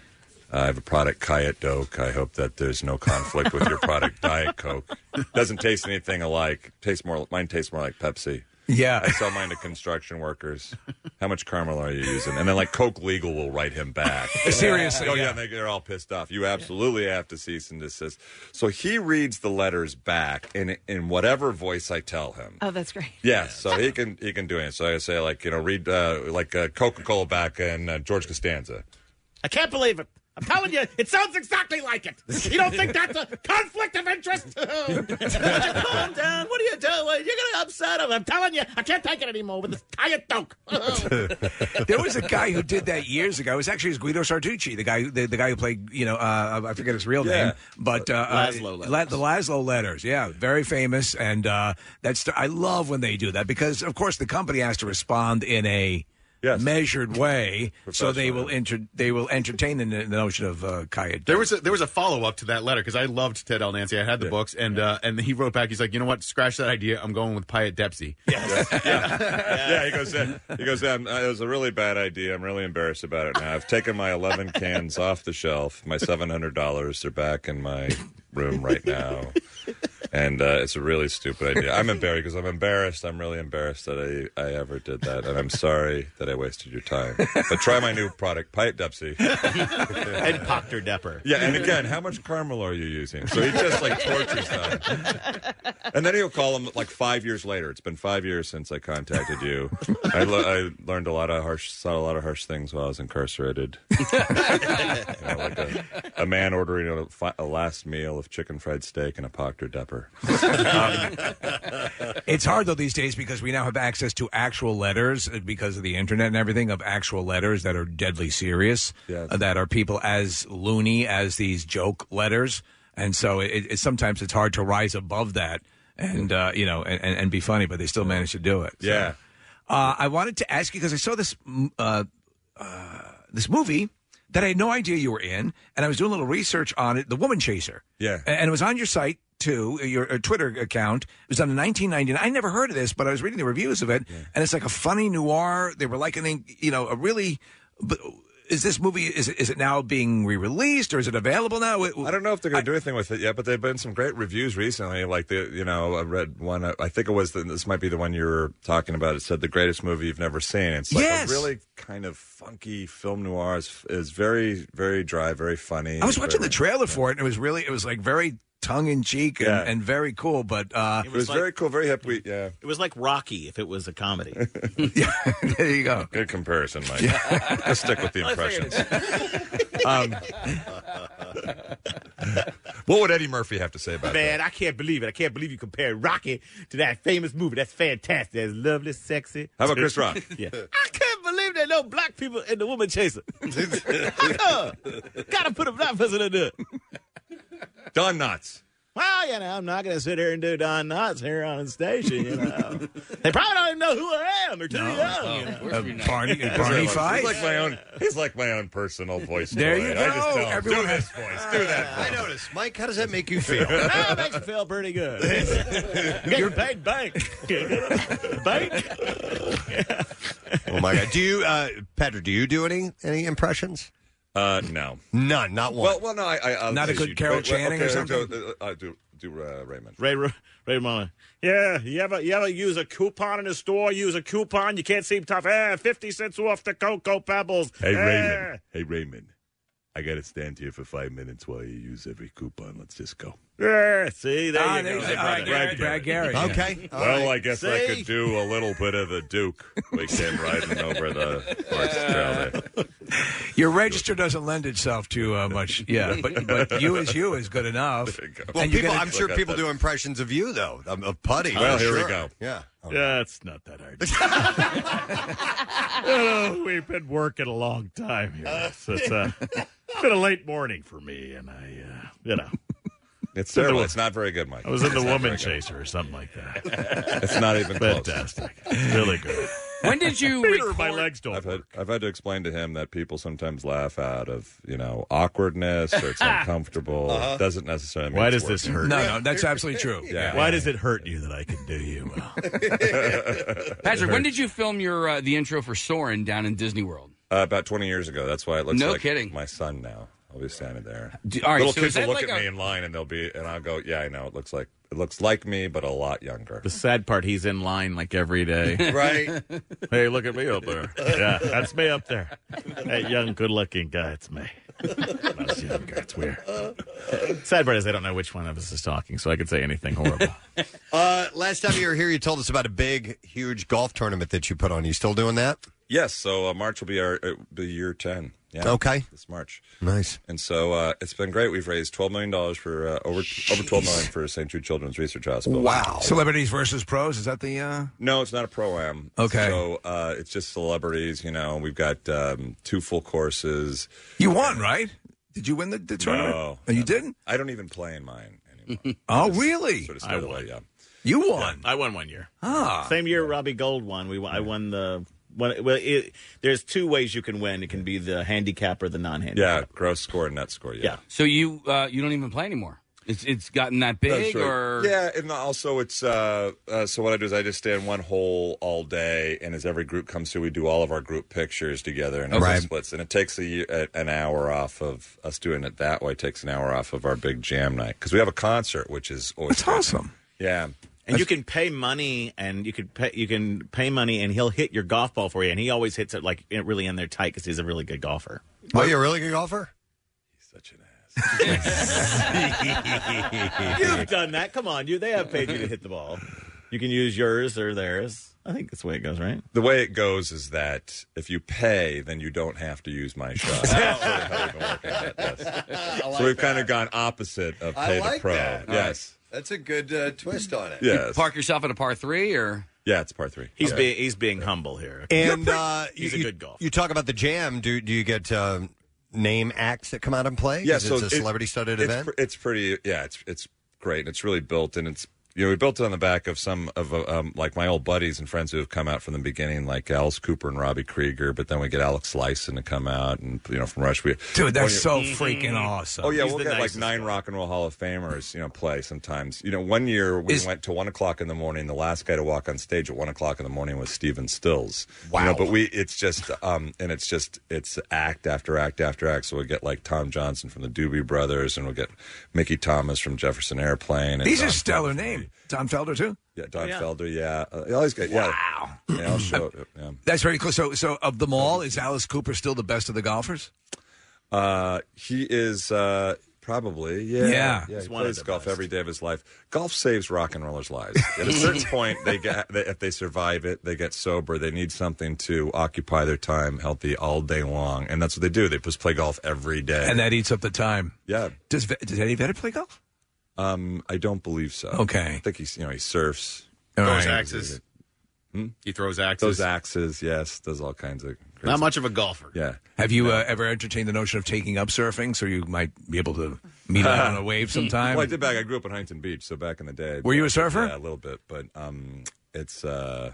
[SPEAKER 16] I have a product, Kayet Doke. I hope that there's no conflict with your product, Diet Coke. Doesn't taste anything alike. Tastes more. Mine tastes more like Pepsi.
[SPEAKER 4] Yeah.
[SPEAKER 16] I sell mine to construction workers. How much caramel are you using? And then, like, Coke Legal will write him back.
[SPEAKER 4] Seriously,
[SPEAKER 16] Oh, yeah.
[SPEAKER 4] yeah.
[SPEAKER 16] They, they're all pissed off. You absolutely have to cease and desist. So he reads the letters back in, in whatever voice I tell him.
[SPEAKER 13] Oh, that's great.
[SPEAKER 16] Yeah, so he can he can do it. So I say like you know read uh, like uh, Coca Cola back and uh, George Costanza.
[SPEAKER 20] I can't believe it. I'm telling you, it sounds exactly like it. You don't think that's a conflict of interest? Calm down. What are you doing? You're gonna upset him. I'm telling you, I can't take it anymore with this diet doke.
[SPEAKER 4] there was a guy who did that years ago. It was actually it was Guido Sartucci, the guy, who- the, the guy who played, you know, uh, I forget his real
[SPEAKER 16] Yeah.
[SPEAKER 4] name, but uh, uh,
[SPEAKER 16] Laszlo
[SPEAKER 4] La- the Laszlo letters, yeah, very famous. And uh, that's I love when they do that because, of course, the company has to respond in a measured way, so they will enter, they will entertain the, the notion of uh, Kaya.
[SPEAKER 8] There was a, there was a follow up to that letter because I loved Ted L. Nancy. I had the books, and uh, and he wrote back. He's like, you know what? Scratch that idea. I'm going with Pyatt Dempsey.
[SPEAKER 16] yeah, he goes. uh, He goes. Um, uh, it was a really bad idea. I'm really embarrassed about it now. I've taken my 11 cans off the shelf. My 700 dollars are back in my room right now, And uh, it's a really stupid idea. I'm embarrassed because I'm embarrassed. I'm really embarrassed that I, I ever did that, and I'm sorry that I wasted your time. But try my new product, Pipe Depsy.
[SPEAKER 20] and Proctor Depper.
[SPEAKER 16] Yeah, and again, how much caramel are you using? So he just like tortures them. And then he'll call him like five years later. It's been five years since I contacted you. I, le- I learned a lot of harsh, saw a lot of harsh things while I was incarcerated. You know, like a, a man ordering a, fi- a last meal of chicken fried steak and a Proctor Depper. Um,
[SPEAKER 4] It's hard though these days because we now have access to actual letters uh, because of the internet and everything of actual letters that are deadly serious,
[SPEAKER 16] Yes.
[SPEAKER 4] uh, that are people as loony as these joke letters, and so it, it, sometimes it's hard to rise above that and uh, you know and, and and be funny, but they still manage to do it. So,
[SPEAKER 16] Yeah.
[SPEAKER 4] uh, I wanted to ask you because I saw this mm, uh, uh, this movie that I had no idea you were in, and I was doing a little research on it, The Woman Chaser.
[SPEAKER 16] Yeah.
[SPEAKER 4] A- And it was on your site too, your uh, Twitter account. It was on in 1999. I never heard of this, but I was reading the reviews of it, and it's like a funny noir. They were likening, you know, a really. But is this movie is it, is it now being re released or is it available now? I
[SPEAKER 16] don't know if they're going to do anything with it yet, but there've been some great reviews recently. Like the, you know, I read one. uh, I think it was the, this might be the one you were talking about. It said the greatest movie you've never seen. It's like
[SPEAKER 4] Yes.
[SPEAKER 16] a really kind of funky film noir. Is, is very very dry, very funny.
[SPEAKER 4] I was watching the
[SPEAKER 16] Very-
[SPEAKER 4] trailer for it, and it was really it was like very tongue in cheek and,
[SPEAKER 16] Yeah.
[SPEAKER 4] and very cool. But uh,
[SPEAKER 16] It was, very cool, very hip. We, uh, yeah,
[SPEAKER 20] It was like Rocky if it was a comedy.
[SPEAKER 4] there you go.
[SPEAKER 16] Good comparison, Mike. Let's stick with the impressions. um, what would Eddie Murphy have to say about
[SPEAKER 20] Man, I can't believe it. I can't believe you compared Rocky to that famous movie. That's fantastic. That's lovely, sexy.
[SPEAKER 16] How about Chris Rock?
[SPEAKER 20] yeah. I can't believe there are no black people in the woman chaser. How come? Gotta put a black person in there.
[SPEAKER 16] that? Don Knotts.
[SPEAKER 20] Well, you know, I'm not gonna sit here and do Don Knotts here on the station, you know. they probably don't even know who I am. They're too young. you know.
[SPEAKER 16] Uh,
[SPEAKER 4] Oh, Barney, Barney Fife.
[SPEAKER 16] He's like my own. He's like my own personal voice.
[SPEAKER 4] There you
[SPEAKER 16] toy. I just
[SPEAKER 4] go.
[SPEAKER 16] tell him,
[SPEAKER 4] Everyone
[SPEAKER 16] do this voice. Do that. Voice.
[SPEAKER 2] I noticed, Mike. How does that make you feel?
[SPEAKER 20] Ah, it makes you feel pretty good. You're paid bank. bank?
[SPEAKER 2] oh my god! Do you, uh, Patrick? Do you do any any impressions?
[SPEAKER 16] Uh, no,
[SPEAKER 2] none, not one.
[SPEAKER 16] Well, well, no, I, I I'll
[SPEAKER 2] Not a
[SPEAKER 16] just-
[SPEAKER 2] good Carol
[SPEAKER 16] wait, wait,
[SPEAKER 2] Channing
[SPEAKER 16] okay,
[SPEAKER 2] or something?
[SPEAKER 16] Do, uh, uh, do, do uh, Raymond.
[SPEAKER 20] Ray, Ray, Ray Mullen. Yeah, you ever you ever use a coupon in a store? Use a coupon, you can't seem tough. Ah, fifty cents off the cocoa pebbles.
[SPEAKER 16] Hey
[SPEAKER 20] Ah.
[SPEAKER 16] Raymond. Hey Raymond. I gotta stand here for five minutes while you use every coupon. Let's just go.
[SPEAKER 20] Yeah, see, there
[SPEAKER 4] Ah,
[SPEAKER 20] you
[SPEAKER 4] there's-
[SPEAKER 20] go.
[SPEAKER 4] all right, Brad- Brad Garrett. Okay, all
[SPEAKER 16] Well,
[SPEAKER 4] right.
[SPEAKER 16] I guess
[SPEAKER 4] See?
[SPEAKER 16] I could do a little bit of the Duke. We came riding over the horse trail there.
[SPEAKER 4] Your register doesn't lend itself to uh, much, yeah. But but you as you is good enough.
[SPEAKER 2] Well,
[SPEAKER 4] And you
[SPEAKER 2] people,
[SPEAKER 4] get a-
[SPEAKER 2] I'm sure people do impressions of you though, of, of Putty.
[SPEAKER 4] Well,
[SPEAKER 2] I'm
[SPEAKER 4] here we
[SPEAKER 2] sure.
[SPEAKER 4] go.
[SPEAKER 2] Yeah. Oh.
[SPEAKER 20] Yeah, it's not that hard. Oh, we've been working a long time here. So it's uh, been a late morning for me, and I, uh, you know,
[SPEAKER 16] It's
[SPEAKER 20] in the
[SPEAKER 16] terrible.
[SPEAKER 20] wo-
[SPEAKER 16] It's not very good, Mike.
[SPEAKER 20] I was in the
[SPEAKER 16] It's not very
[SPEAKER 20] woman
[SPEAKER 16] good.
[SPEAKER 20] chaser or something like that.
[SPEAKER 16] It's not even close.
[SPEAKER 20] Fantastic. Really good.
[SPEAKER 7] When did you
[SPEAKER 20] Peter, my legs don't
[SPEAKER 16] I've had, I've had to explain to him that people sometimes laugh out of you know awkwardness or it's uncomfortable.
[SPEAKER 20] Uh-huh.
[SPEAKER 16] It doesn't necessarily. mean
[SPEAKER 20] Why
[SPEAKER 16] it's
[SPEAKER 20] does this
[SPEAKER 16] working.
[SPEAKER 20] hurt? No, no,
[SPEAKER 4] that's absolutely true.
[SPEAKER 16] Yeah.
[SPEAKER 20] Why does it hurt you that I can do you?
[SPEAKER 7] Patrick, when did you film your uh, the intro for Soren down in Disney World?
[SPEAKER 16] Uh, about 20 years ago. That's why it looks
[SPEAKER 7] No
[SPEAKER 16] like
[SPEAKER 7] kidding.
[SPEAKER 16] my son now. I'll be standing there.
[SPEAKER 7] D- all right,
[SPEAKER 16] Little
[SPEAKER 7] so is
[SPEAKER 16] kids will
[SPEAKER 7] that
[SPEAKER 16] look
[SPEAKER 7] like
[SPEAKER 16] at
[SPEAKER 7] a-
[SPEAKER 16] me in line and they'll be, and I'll go, yeah, I know. It looks like it looks like me, but a lot younger.
[SPEAKER 7] The
[SPEAKER 20] sad part, he's in line like every day.
[SPEAKER 16] Right.
[SPEAKER 20] hey, look at me up there. Yeah, that's me up there. That young, good-looking guy, it's me. When I was younger, it's weird. Sad part is I don't know which one of us is talking, so I could say anything horrible.
[SPEAKER 2] Uh, last time you were here, you told us about a big, huge golf tournament that you put on. You still doing that?
[SPEAKER 16] Yes. So uh, March will be our uh, be year 10. Yeah.
[SPEAKER 2] Okay.
[SPEAKER 16] This March.
[SPEAKER 2] Nice.
[SPEAKER 16] And so uh, it's been great. We've raised $12 million for uh, over, over 12 million for St. Jude Children's Research Hospital.
[SPEAKER 4] Celebrities versus pros. Is that the? Uh...
[SPEAKER 16] No, it's not a pro am.
[SPEAKER 4] Okay.
[SPEAKER 16] So uh, it's just celebrities. You know, we've got um, two full courses.
[SPEAKER 4] You won, right? Did you win the, the tournament?
[SPEAKER 16] No.
[SPEAKER 4] Oh, you didn't?
[SPEAKER 16] I don't even play in mine anymore.
[SPEAKER 4] Oh, really?
[SPEAKER 16] Sort of stayed away, yeah.
[SPEAKER 4] You won.
[SPEAKER 20] I won one year.
[SPEAKER 4] Ah.
[SPEAKER 20] Same year Robbie Gold won. We won, I won the one. Well, it, there's two ways you can win. It can be the handicap or the non-handicap.
[SPEAKER 16] Yeah, gross score and net score. Yeah.
[SPEAKER 7] So you uh, you don't even play anymore. It's it's gotten that big,
[SPEAKER 16] That's right.
[SPEAKER 7] or
[SPEAKER 16] yeah, and also it's uh, uh, so what I do is I just stay in one hole all day, and as every group comes through, we do all of our group pictures together, and
[SPEAKER 2] Right.
[SPEAKER 16] it splits, and it takes a, year- a- an hour off of us doing it that way. Takes an hour off of our big jam night because we have a concert, which is always it's awesome. Yeah,
[SPEAKER 21] And you can pay money, and you could pay, you can pay money, and he'll hit your golf ball for you. And he always hits it like it really in there tight because he's a really good golfer.
[SPEAKER 2] Oh, you're a really good golfer?
[SPEAKER 21] You've done that. Come on, you. They have paid you to hit the ball. You can use yours or theirs. I think that's the way it goes, right?
[SPEAKER 16] The way it goes is that if you pay, then you don't have to use my shot. That's sort of how we've been working at this. so we've kind of gone opposite of
[SPEAKER 2] I
[SPEAKER 16] pay
[SPEAKER 2] like
[SPEAKER 16] to pro.
[SPEAKER 2] that.
[SPEAKER 16] Yes.
[SPEAKER 2] That's a good uh, twist on it.
[SPEAKER 16] Yes.
[SPEAKER 7] park yourself at a par three, or
[SPEAKER 16] Yeah, it's par three.
[SPEAKER 21] He's
[SPEAKER 16] Yeah.
[SPEAKER 21] being he's being humble here.
[SPEAKER 2] And uh,
[SPEAKER 21] he's
[SPEAKER 2] you,
[SPEAKER 21] a good golfer.
[SPEAKER 2] You talk about the jam. Do do you get um, name acts that come out and play? 'Cause it's a
[SPEAKER 16] it-
[SPEAKER 2] celebrity studded
[SPEAKER 16] it's
[SPEAKER 2] event.
[SPEAKER 16] pr- it's pretty, yeah, it's it's great, and it's really built, and it's you know we built it on the back of some of uh, um, like my old buddies and friends who have come out from the beginning, like Alice Cooper and Robbie Krieger, but then we get Alex Lyson to come out, and you know from Rush we
[SPEAKER 4] Dude, they're
[SPEAKER 16] One year-
[SPEAKER 4] so freaking awesome.
[SPEAKER 16] Oh yeah,
[SPEAKER 4] Mm-hmm. He's
[SPEAKER 16] we'll
[SPEAKER 4] the
[SPEAKER 16] get like
[SPEAKER 4] nicest
[SPEAKER 16] nine rock and roll Hall of Famers, you know, play sometimes. You know, one year we went to one o'clock in the morning. The last guy to walk on stage at one o'clock in the morning was Steven Stills. Wow. but we, it's just, um, and it's just, it's act after act after act. So we get like Tom Johnson from the Doobie Brothers, and we'll get Mickey Thomas from Jefferson Airplane. And
[SPEAKER 4] These
[SPEAKER 16] Don-
[SPEAKER 4] are stellar names. Tom Felder too.
[SPEAKER 16] yeah, Don
[SPEAKER 4] Yeah.
[SPEAKER 16] Felder. Yeah, uh, all these guys. Yeah.
[SPEAKER 4] Wow.
[SPEAKER 16] Yeah, I'll show it. Yeah.
[SPEAKER 4] That's very cool. So, so of them all, is Alice Cooper still the best of the golfers?
[SPEAKER 16] Uh, he is uh, probably yeah.
[SPEAKER 4] Yeah.
[SPEAKER 16] he
[SPEAKER 4] He's one of
[SPEAKER 16] plays
[SPEAKER 4] the
[SPEAKER 16] golf every day of his life. Golf saves rock and rollers' lives. At a certain point, they get they, if they survive it, they get sober. They need something to occupy their time, healthy all day long, and that's what they do. They just play golf every day.
[SPEAKER 4] And that eats up the time.
[SPEAKER 16] yeah.
[SPEAKER 4] Does Ve- does Eddie Vedder play golf?
[SPEAKER 16] Um, I don't believe so.
[SPEAKER 4] Okay.
[SPEAKER 16] I think he's you know he surfs,
[SPEAKER 8] Throws axes. He throws axes.
[SPEAKER 16] Those axes, yes. Does all kinds of crazy-
[SPEAKER 4] Not much
[SPEAKER 8] of a golfer.
[SPEAKER 16] Yeah.
[SPEAKER 4] Have you uh, ever entertained the notion of taking up surfing so you might be able to meet out on a wave sometime?
[SPEAKER 16] well, I did back. I grew up in Huntington Beach, so back in the day.
[SPEAKER 4] Were you a surfer?
[SPEAKER 16] Yeah, a little bit, but um, it's uh,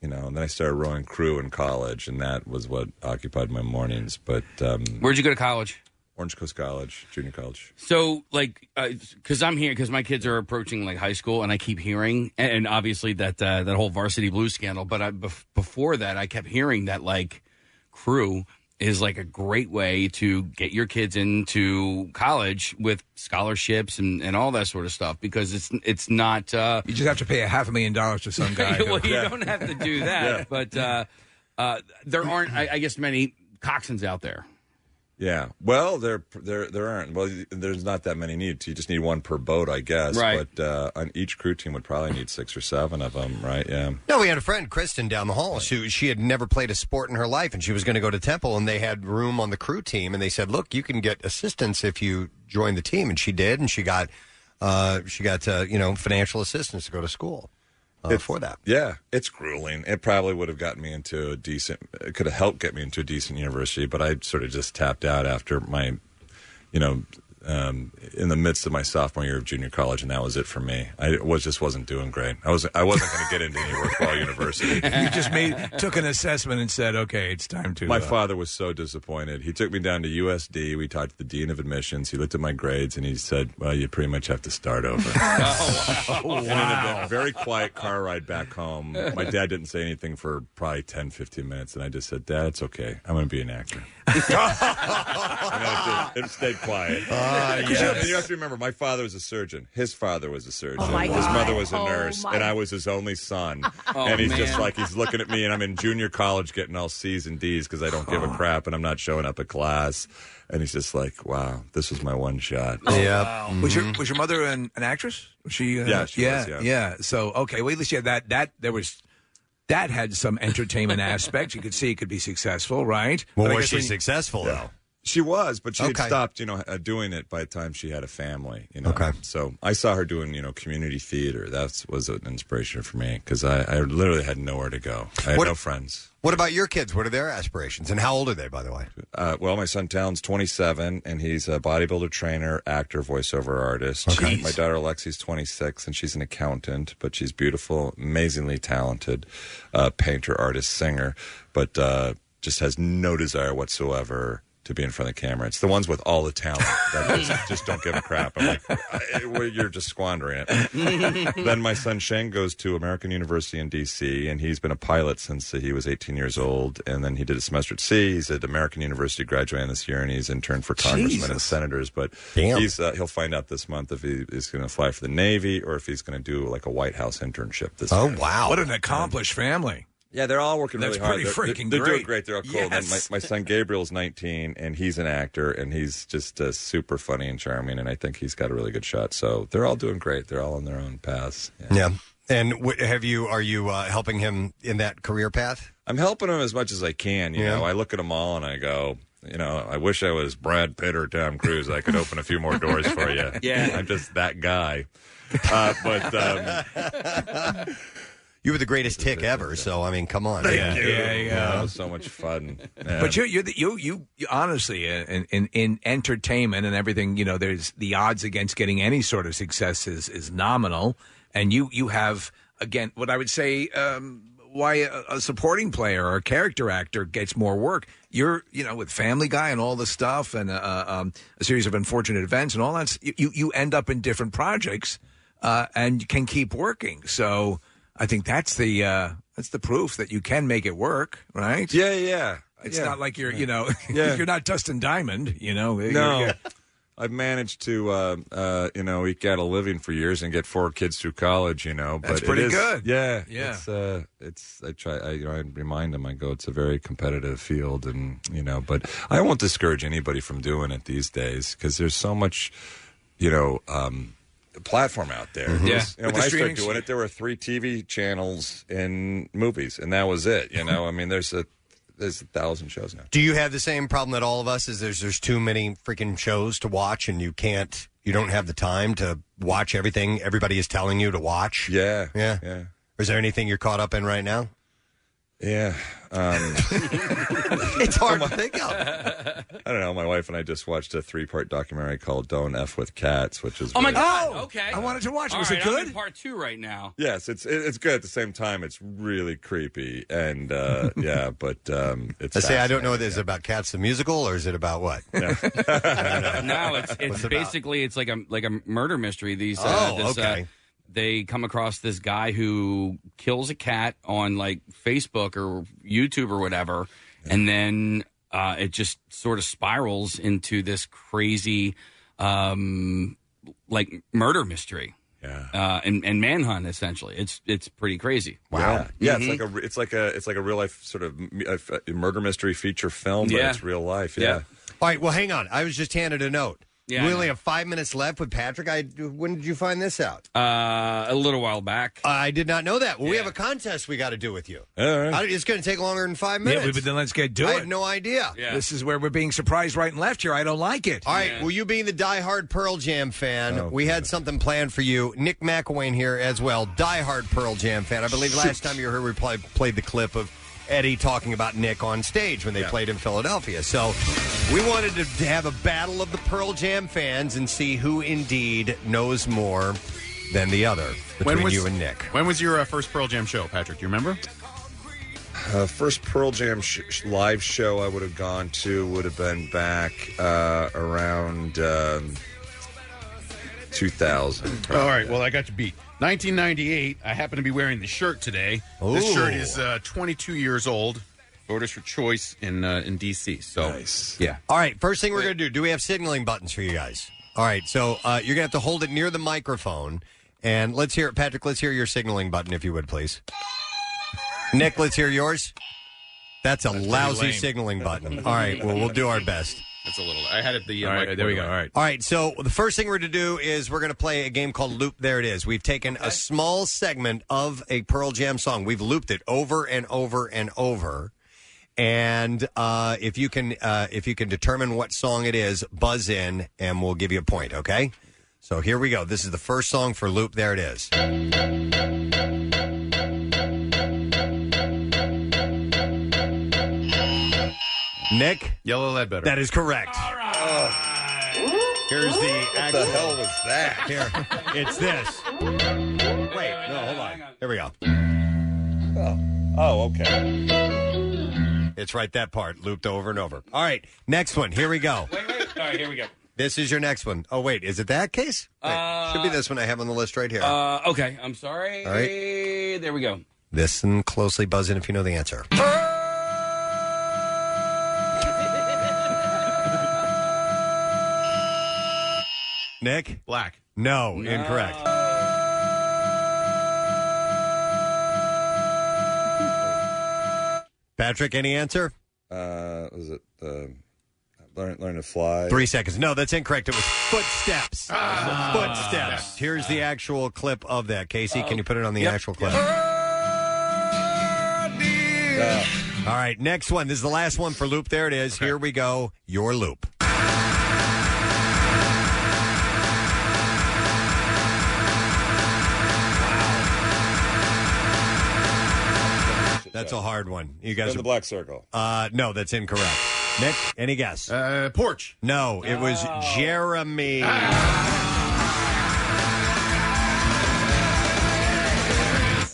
[SPEAKER 16] you know. And then I started rowing crew in college, and that was what occupied my mornings. But um,
[SPEAKER 7] where'd you go to college?
[SPEAKER 16] Orange Coast College, junior college.
[SPEAKER 7] So, like, because I'm here, because my kids are approaching like high school, and I keep hearing, and, and obviously that uh, that whole varsity blues scandal. But I, bef- before that, I kept hearing that like crew is like a great way to get your kids into college with scholarships and, and all that sort of stuff because it's it's not uh,
[SPEAKER 4] You just have to pay a half a million dollars to some guy.
[SPEAKER 7] well,
[SPEAKER 4] who-
[SPEAKER 7] you don't have to do that,
[SPEAKER 4] Yeah.
[SPEAKER 7] but uh, uh, there aren't, I, I guess, many coxswains out there.
[SPEAKER 16] Yeah. Well, there there there aren't. Well, there's not that many needs. You just need one per boat, I guess.
[SPEAKER 2] Right.
[SPEAKER 16] But uh, on each crew team would probably need six or seven of them, right? Yeah.
[SPEAKER 2] No, we had a friend, Kristen, down the hall. She she had never played a sport in her life, and she was going to go to Temple, and they had room on the crew team, and they said, "Look, you can get assistance if you join the team," and she did, and she got uh, she got uh, you know financial assistance to go to school uh,
[SPEAKER 16] It's-
[SPEAKER 2] for that.
[SPEAKER 16] Oh. Yeah, it's grueling. It probably would have gotten me into a decent. It could have helped get me into a decent university, but I sort of just tapped out after my, you know, um, in the midst of my sophomore year of junior college, and that was it for me. I was just wasn't doing great. I was I wasn't going to get into any worthwhile university.
[SPEAKER 4] you just made took an assessment and said, okay, it's time to.
[SPEAKER 16] My
[SPEAKER 4] uh,
[SPEAKER 16] father was so disappointed. He took me down to USD. We talked to the dean of admissions. He looked at my grades and he said, "Well, you pretty much have to start over." And then a ve- very quiet car ride back home. My dad didn't say anything for probably 10, 15 minutes, and I just said, "Dad, it's okay. I'm going to be an actor." and I did- it stayed quiet.
[SPEAKER 2] Ah,
[SPEAKER 16] 'Cause you-
[SPEAKER 2] yes.
[SPEAKER 16] You have to remember, my father was a surgeon. His father was a surgeon.
[SPEAKER 2] Oh, my
[SPEAKER 16] his
[SPEAKER 2] God.
[SPEAKER 16] mother was a
[SPEAKER 2] Oh,
[SPEAKER 16] nurse,
[SPEAKER 2] my-
[SPEAKER 16] and I was his only son.
[SPEAKER 2] Oh,
[SPEAKER 16] and he's just
[SPEAKER 2] man.
[SPEAKER 16] like he's looking at me, and I'm in junior college getting all C's and D's because I don't give a
[SPEAKER 2] Oh.
[SPEAKER 16] crap, and I'm not showing up at class. And he's just like, "Wow, this was my one shot."
[SPEAKER 2] Oh,
[SPEAKER 4] Oh,
[SPEAKER 2] Mm-hmm.
[SPEAKER 4] Was your was your mother an, an actress? Was she? Uh,
[SPEAKER 16] Yeah, she
[SPEAKER 4] yeah,
[SPEAKER 16] was, yeah.
[SPEAKER 4] yeah. So okay, well at least you had that. That there was. That had some entertainment aspect. You could see it could be successful, right?
[SPEAKER 2] Well,
[SPEAKER 4] But I
[SPEAKER 2] was
[SPEAKER 4] guess
[SPEAKER 2] she
[SPEAKER 4] when-
[SPEAKER 2] successful though?
[SPEAKER 16] She was, but she
[SPEAKER 2] Okay.
[SPEAKER 16] had stopped, you know, uh, doing it by the time she had a family. You know, okay. So I saw her doing, you know, community theater. That was an inspiration for me because I, I literally had nowhere to go. I had
[SPEAKER 2] What-
[SPEAKER 16] no friends.
[SPEAKER 2] What about your kids? What are their aspirations, and how old are they, by the way?
[SPEAKER 16] Uh, well, my son Talon's 27, and he's a bodybuilder, trainer, actor, voiceover artist.
[SPEAKER 2] Okay.
[SPEAKER 16] My daughter Alexi's 26, and she's an accountant, but she's beautiful, amazingly talented, uh, painter, artist, singer, but uh, just has no desire whatsoever to be in front of the camera. It's the ones with all the talent that just, just don't give a crap. I'm like, I, well, you're just squandering it. then my son Shane goes to American University in D.C. and he's been a pilot since he was 18 years old. And then he did a semester at sea. He's at American University graduating this year, and he's interned for congressmen and
[SPEAKER 2] Jesus.
[SPEAKER 16] senators. But
[SPEAKER 2] Damn.
[SPEAKER 16] he's uh, he'll find out this month if he is going to fly for the Navy or if he's going to do like a White House internship this.
[SPEAKER 2] Oh,
[SPEAKER 16] year.
[SPEAKER 2] wow.
[SPEAKER 4] What an accomplished family.
[SPEAKER 16] Yeah, they're all working
[SPEAKER 4] That's
[SPEAKER 16] really hard.
[SPEAKER 4] pretty
[SPEAKER 16] They're-
[SPEAKER 4] freaking
[SPEAKER 16] they're,
[SPEAKER 4] great.
[SPEAKER 16] doing great. They're all cool. And my,
[SPEAKER 4] Yes.
[SPEAKER 16] my son Gabriel's 19, and he's an actor, and he's just uh, super funny and charming, and I think he's got a really good shot. So they're all doing great. They're all on their own paths.
[SPEAKER 2] Yeah. And wh- have you? Are you uh, helping him in that career path?
[SPEAKER 16] I'm helping them as much as I can. You
[SPEAKER 2] Yeah.
[SPEAKER 16] know, I look at them all and I go, you know, I wish I was Brad Pitt or Tom Cruise. I could open a few more doors for you.
[SPEAKER 21] Yeah.
[SPEAKER 16] I'm just that guy. Uh, but um,
[SPEAKER 2] You were the greatest tick ever. So I mean, come on.
[SPEAKER 16] yeah, yeah,
[SPEAKER 2] You
[SPEAKER 16] That
[SPEAKER 2] know?
[SPEAKER 16] was so much fun. Yeah.
[SPEAKER 4] But you, you, you, you, you honestly, uh, in, in in entertainment and everything, you know, there's the odds against getting any sort of success is is nominal, and you you have again what I would say um, why a, a supporting player or a character actor gets more work. You're you know with Family Guy and all the stuff and uh, um, a series of unfortunate events and all that, s- you you- you end up in different projects uh, and you can keep working. So I think that's the uh, that's the proof that you can make it work, right?
[SPEAKER 16] Yeah, yeah.
[SPEAKER 4] It's
[SPEAKER 16] Yeah.
[SPEAKER 4] not like you're, you know,
[SPEAKER 16] Yeah.
[SPEAKER 4] you're not Dustin Diamond, you know. You're-
[SPEAKER 16] No.
[SPEAKER 4] you're-
[SPEAKER 16] I've managed to, uh, uh, you know, eke out a living for years and get four kids through college. You know, but
[SPEAKER 4] That's
[SPEAKER 16] it
[SPEAKER 4] pretty
[SPEAKER 16] is-
[SPEAKER 4] good.
[SPEAKER 16] Yeah,
[SPEAKER 4] Yeah.
[SPEAKER 16] It's, uh, it's I try. I, I remind them. I go. It's a very competitive field, and you know, but I won't discourage anybody from doing it these days because there's so much, you know, um, platform out there.
[SPEAKER 4] Mm-hmm.
[SPEAKER 11] Mhm.
[SPEAKER 16] There's-
[SPEAKER 11] Yeah.
[SPEAKER 16] you
[SPEAKER 11] With
[SPEAKER 16] know, when
[SPEAKER 11] the
[SPEAKER 16] I started
[SPEAKER 11] streaming-
[SPEAKER 16] doing it, there were three TV channels and movies, and that was it. You know, I mean, there's a there's a thousand shows now.
[SPEAKER 2] Do you have the same problem that all of us is? There's there's too many freaking shows to watch, and you can't. You don't have the time to watch everything everybody is telling you to watch.
[SPEAKER 16] Yeah,
[SPEAKER 2] yeah,
[SPEAKER 16] yeah.
[SPEAKER 2] Is there anything you're caught up in right now?
[SPEAKER 16] Yeah. Um,
[SPEAKER 2] it's hard to think of.
[SPEAKER 16] I don't know. My wife and I just watched a three-part documentary called "Don't F with Cats," which is
[SPEAKER 7] Oh my
[SPEAKER 16] really-
[SPEAKER 7] god! okay, I
[SPEAKER 4] wanted to watch it. Was it
[SPEAKER 7] I'm in
[SPEAKER 4] good?
[SPEAKER 7] part two right now.
[SPEAKER 16] Yes, it's it- it's good. At the same time, it's really creepy and uh, yeah, but um, it's.
[SPEAKER 2] I say I don't know. What is it about Cats the musical or is it about what?
[SPEAKER 7] no, Uh, it's it's
[SPEAKER 2] What's it about?
[SPEAKER 7] basically it's like a like a murder mystery. These uh,
[SPEAKER 2] Oh,
[SPEAKER 7] this, uh,
[SPEAKER 2] okay.
[SPEAKER 7] they come across this guy who kills a cat on like Facebook or YouTube or whatever, and then uh, it just sort of spirals into this crazy um, like murder mystery.
[SPEAKER 16] Yeah.
[SPEAKER 7] Uh, and and manhunt essentially. It's it's pretty crazy.
[SPEAKER 16] Yeah, yeah
[SPEAKER 2] Mm-hmm.
[SPEAKER 16] it's like a re- it's like a it's like a real life sort of m- a- a murder mystery feature film, but
[SPEAKER 7] Yeah.
[SPEAKER 16] it's real life. Yeah.
[SPEAKER 2] All right. Well, hang on. I was just handed a note.
[SPEAKER 7] Yeah, I
[SPEAKER 2] we
[SPEAKER 7] know.
[SPEAKER 2] only have five minutes left with Patrick. I when did you find this out?
[SPEAKER 7] Uh, a little while back.
[SPEAKER 2] I did not know that. Well, we have a contest we got to do with you. I- it's going to take longer than five
[SPEAKER 4] Yeah,
[SPEAKER 2] minutes.
[SPEAKER 4] but then let's get to
[SPEAKER 2] I
[SPEAKER 4] it.
[SPEAKER 2] have no idea.
[SPEAKER 4] This is where we're being surprised right and left here. I don't like it. Oh,
[SPEAKER 2] All right. Well, you being the diehard Pearl Jam fan, we had something planned for you. Nick McElwain here as well, diehard Pearl Jam fan. I believe last time you were here, we played, played the clip of Eddie talking about Nick on stage when they played in Philadelphia. So we wanted to to have a battle of the Pearl Jam fans and see who indeed knows more than the other between you and Nick.
[SPEAKER 8] When was your uh, first Pearl Jam show, Patrick? Do you remember?
[SPEAKER 16] Uh, first Pearl Jam sh- sh- live show I would have gone to would have been back uh, around um, 2000.
[SPEAKER 8] All right. Well, I got you beat. 1998. I happen to be wearing the shirt today. This
[SPEAKER 16] Ooh.
[SPEAKER 8] shirt is uh, 22 years old. Voters for choice in uh, in DC. So yeah.
[SPEAKER 2] All right, first thing we're going to do, do we have signaling buttons for you guys? All right, so uh, you're going to have to hold it near the microphone. And let's hear it, Patrick, let's hear your signaling button, if you would, please. Nick, let's hear yours. That's a lousy
[SPEAKER 8] lame.
[SPEAKER 2] signaling button. All right, well, we'll do our best.
[SPEAKER 8] That's a little. I had it. The uh,
[SPEAKER 2] All right,
[SPEAKER 8] mic-
[SPEAKER 2] there we go. All right, so the first thing we're to do is we're going to play a game called Loop. There it is. We've taken a small segment of a Pearl Jam song. We've looped it over and over and over. And uh, if you can, uh, if you can determine what song it is, buzz in, and we'll give you a point. Okay. So here we go. This is the first song for Loop. There it is. Nick,
[SPEAKER 8] Yellow lead better.
[SPEAKER 2] That is correct. Here's the actual.
[SPEAKER 16] What the hell was that?
[SPEAKER 2] Here, it's this. Wait, no, hold on. Here we go.
[SPEAKER 16] Oh, okay.
[SPEAKER 2] It's right that part, looped over and over. All right, next one. Here we go.
[SPEAKER 7] Wait, wait. Mm-hmm. All right, here we go.
[SPEAKER 2] This is your next one. Oh wait, is it that case? Wait, should be this one I have on the list right here.
[SPEAKER 7] Uh, okay, I'm sorry.
[SPEAKER 2] All right.
[SPEAKER 7] There we go.
[SPEAKER 2] Listen closely, buzz in if you know the answer. Nick?
[SPEAKER 8] Black.
[SPEAKER 2] No, incorrect. Patrick, any answer?
[SPEAKER 16] Uh, was it um learn learn to fly?
[SPEAKER 2] Three seconds. No, that's incorrect. It was footsteps. footsteps. Here's the actual clip of that. Casey, can you put it on the actual clip? All right, next one. This is the last one for loop. There it is. Here we go. Your loop. That's a hard one. You guys
[SPEAKER 16] In the
[SPEAKER 2] are-
[SPEAKER 16] black circle.
[SPEAKER 2] Uh, no, that's incorrect. Nick, any guess? Uh, porch. No, it was Jeremy.
[SPEAKER 4] Ah.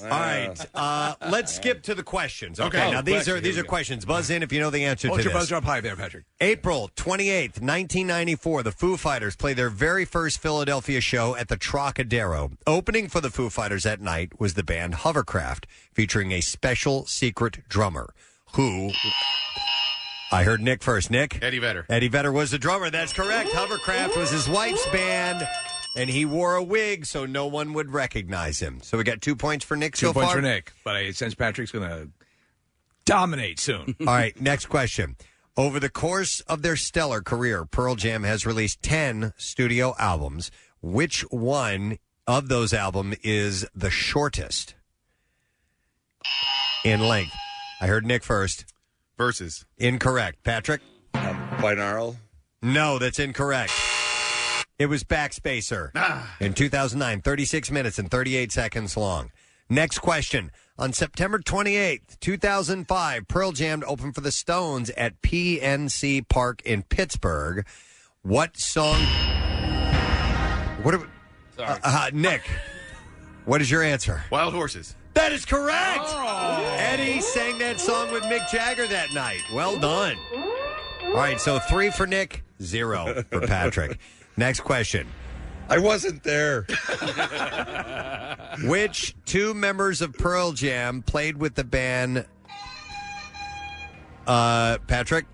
[SPEAKER 2] All right, uh, let's skip to the questions. Okay,
[SPEAKER 4] Okay.
[SPEAKER 2] now
[SPEAKER 4] Oh,
[SPEAKER 2] these
[SPEAKER 4] question.
[SPEAKER 2] are these are
[SPEAKER 4] Here we go.
[SPEAKER 2] questions. Buzz in if you know the answer
[SPEAKER 4] Hold
[SPEAKER 2] to
[SPEAKER 4] your
[SPEAKER 2] this.
[SPEAKER 4] buzzer up high there, Patrick.
[SPEAKER 2] April 28th, 1994, the Foo Fighters play their very first Philadelphia show at the Trocadero. Opening for the Foo Fighters that night was the band Hovercraft, featuring a special secret drummer who. I heard Nick first. Nick?
[SPEAKER 8] Eddie Vedder.
[SPEAKER 2] Eddie Vedder was the drummer. That's correct. Hovercraft was his wife's band, and he wore a wig so no one would recognize him. So we got two points for Nick
[SPEAKER 4] Two
[SPEAKER 2] so
[SPEAKER 4] points
[SPEAKER 2] far.
[SPEAKER 4] for Nick, but I sense Patrick's going to dominate soon.
[SPEAKER 2] All right, next question. Over the course of their stellar career, Pearl Jam has released 10 studio albums. Which one of those albums is the shortest in length? I heard Nick first.
[SPEAKER 8] Versus.
[SPEAKER 2] Incorrect. Patrick?
[SPEAKER 16] binaural?
[SPEAKER 2] No, that's incorrect. It was Backspacer.
[SPEAKER 8] Ah.
[SPEAKER 2] In 2009, 36 minutes and 38 seconds long. Next question. On September 28th, 2005, Pearl Jam opened for the Stones at PNC Park in Pittsburgh. What song? What? Are we... Sorry, uh, Nick. What is your answer?
[SPEAKER 8] Wild Horses.
[SPEAKER 2] That is correct. Eddie sang that song with Mick Jagger that night. Well done. All right, so three for Nick, zero for Patrick. Next question.
[SPEAKER 16] I wasn't there.
[SPEAKER 2] Which two members of Pearl Jam played with the band? Uh, Patrick.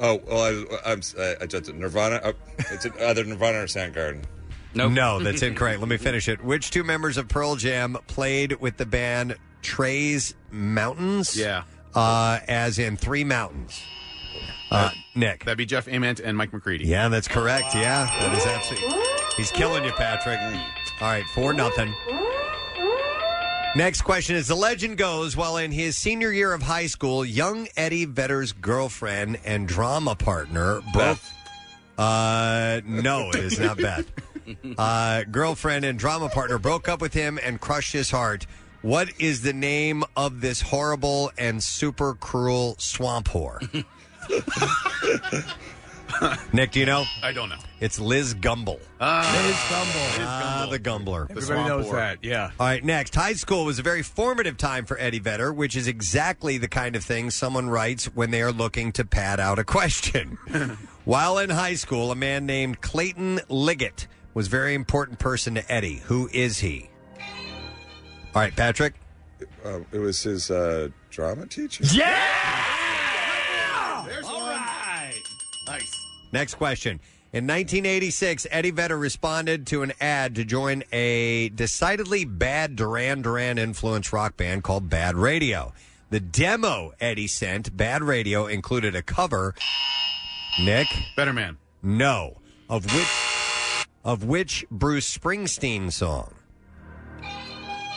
[SPEAKER 16] Oh well, I, I'm I, I just Nirvana. Uh, it's either Nirvana or Soundgarden.
[SPEAKER 2] No, that's incorrect. Let me finish it. Which two members of Pearl Jam played with the band Trey's Mountains?
[SPEAKER 8] Yeah.
[SPEAKER 2] Uh, as in Three Mountains. Uh, Nick.
[SPEAKER 8] That'd be Jeff Ament and Mike McCready.
[SPEAKER 2] Yeah, that's correct. Yeah, that is absolutely. He's killing you, Patrick. All right, four nothing. Next question is the legend goes while in his senior year of high school, young Eddie Vedder's girlfriend and drama partner broke. Uh, no, it is not Beth. Uh, girlfriend and drama partner broke up with him and crushed his heart. What is the name of this horrible and super cruel swamp whore? Nick, do you know?
[SPEAKER 8] I don't know. Uh,
[SPEAKER 2] It's Liz Gumble.
[SPEAKER 4] Ah,
[SPEAKER 8] Liz
[SPEAKER 2] Gumble. Ah, the Gumbler.
[SPEAKER 4] Everybody knows that, yeah.
[SPEAKER 2] All right, next. High school was a very formative time for Eddie Vedder, which is exactly the kind of thing someone writes when they are looking to pad out a question. While in high school, a man named Clayton Liggett was a very important person to Eddie. Who is he? All right, Patrick.
[SPEAKER 16] Uh, it was his uh, drama teacher.
[SPEAKER 8] There's one. Nice.
[SPEAKER 2] Next question. In 1986, Eddie Vedder responded to an ad to join a decidedly bad Duran Duran influenced rock band called Bad Radio. The demo Eddie sent, Bad Radio, included a cover. Nick?
[SPEAKER 8] Better Man.
[SPEAKER 2] No. Of which of which Bruce Springsteen song?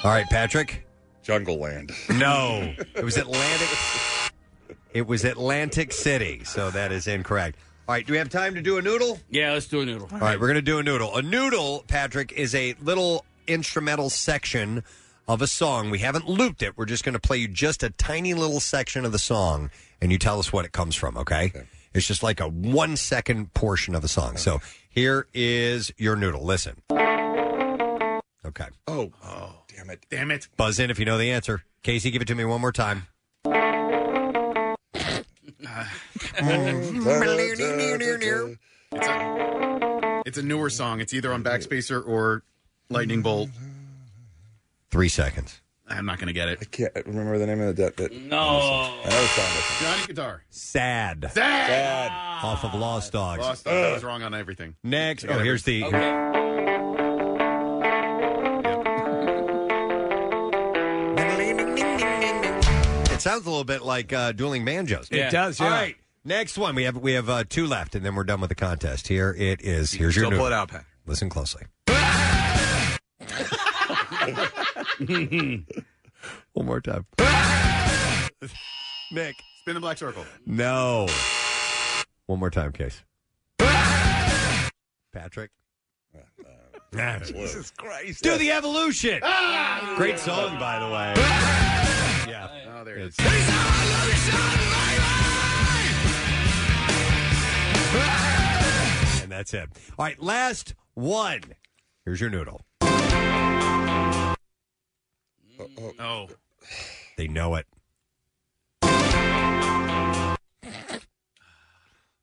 [SPEAKER 2] All right, Patrick.
[SPEAKER 16] Jungle Land.
[SPEAKER 2] No. It was Atlantic It was Atlantic City, so that is incorrect. All right, do we have time to do a noodle?
[SPEAKER 7] Yeah, let's do a noodle.
[SPEAKER 2] All right, we're going to do a noodle. A noodle, Patrick, is a little instrumental section of a song. We haven't looped it. We're just going to play you just a tiny little section of the song, and you tell us what it comes from, okay? It's just like a one second portion of a song. So here is your noodle. Listen. Okay.
[SPEAKER 16] Oh, oh, damn it,
[SPEAKER 8] damn it.
[SPEAKER 2] Buzz in if you know the answer. Casey, give it to me one more time.
[SPEAKER 8] It's a newer song. It's either on Backspacer or Lightning Bolt.
[SPEAKER 2] Three seconds.
[SPEAKER 8] I'm not going to get it. I
[SPEAKER 16] can't remember the name of the debt. That
[SPEAKER 8] No.
[SPEAKER 16] I know the song.
[SPEAKER 8] Johnny Guitar.
[SPEAKER 2] Sad.
[SPEAKER 8] Sad. Sad.
[SPEAKER 2] Off of Lost Dogs.
[SPEAKER 8] Lost. I was wrong on everything.
[SPEAKER 2] Next.
[SPEAKER 8] I got
[SPEAKER 2] Oh, here's the.
[SPEAKER 8] everything.
[SPEAKER 2] It sounds a little bit like uh, dueling banjos.
[SPEAKER 4] It Yeah. does, yeah.
[SPEAKER 2] All right. Next one. We have we have uh, two left, and then we're done with the contest. Here it is. Here's your.
[SPEAKER 4] Still
[SPEAKER 2] new
[SPEAKER 4] pull it
[SPEAKER 2] one.
[SPEAKER 4] out, Pat.
[SPEAKER 2] Listen closely. One more time. Nick.
[SPEAKER 8] Spin the black circle.
[SPEAKER 2] No. One more time, Case. Patrick. Ah,
[SPEAKER 4] Jesus Christ.
[SPEAKER 2] Do the evolution. Great song, by the way. yeah.
[SPEAKER 8] Oh, there
[SPEAKER 2] it is. And that's it. All right, last one. Here's your noodle. Oh.
[SPEAKER 8] No.
[SPEAKER 2] They know it.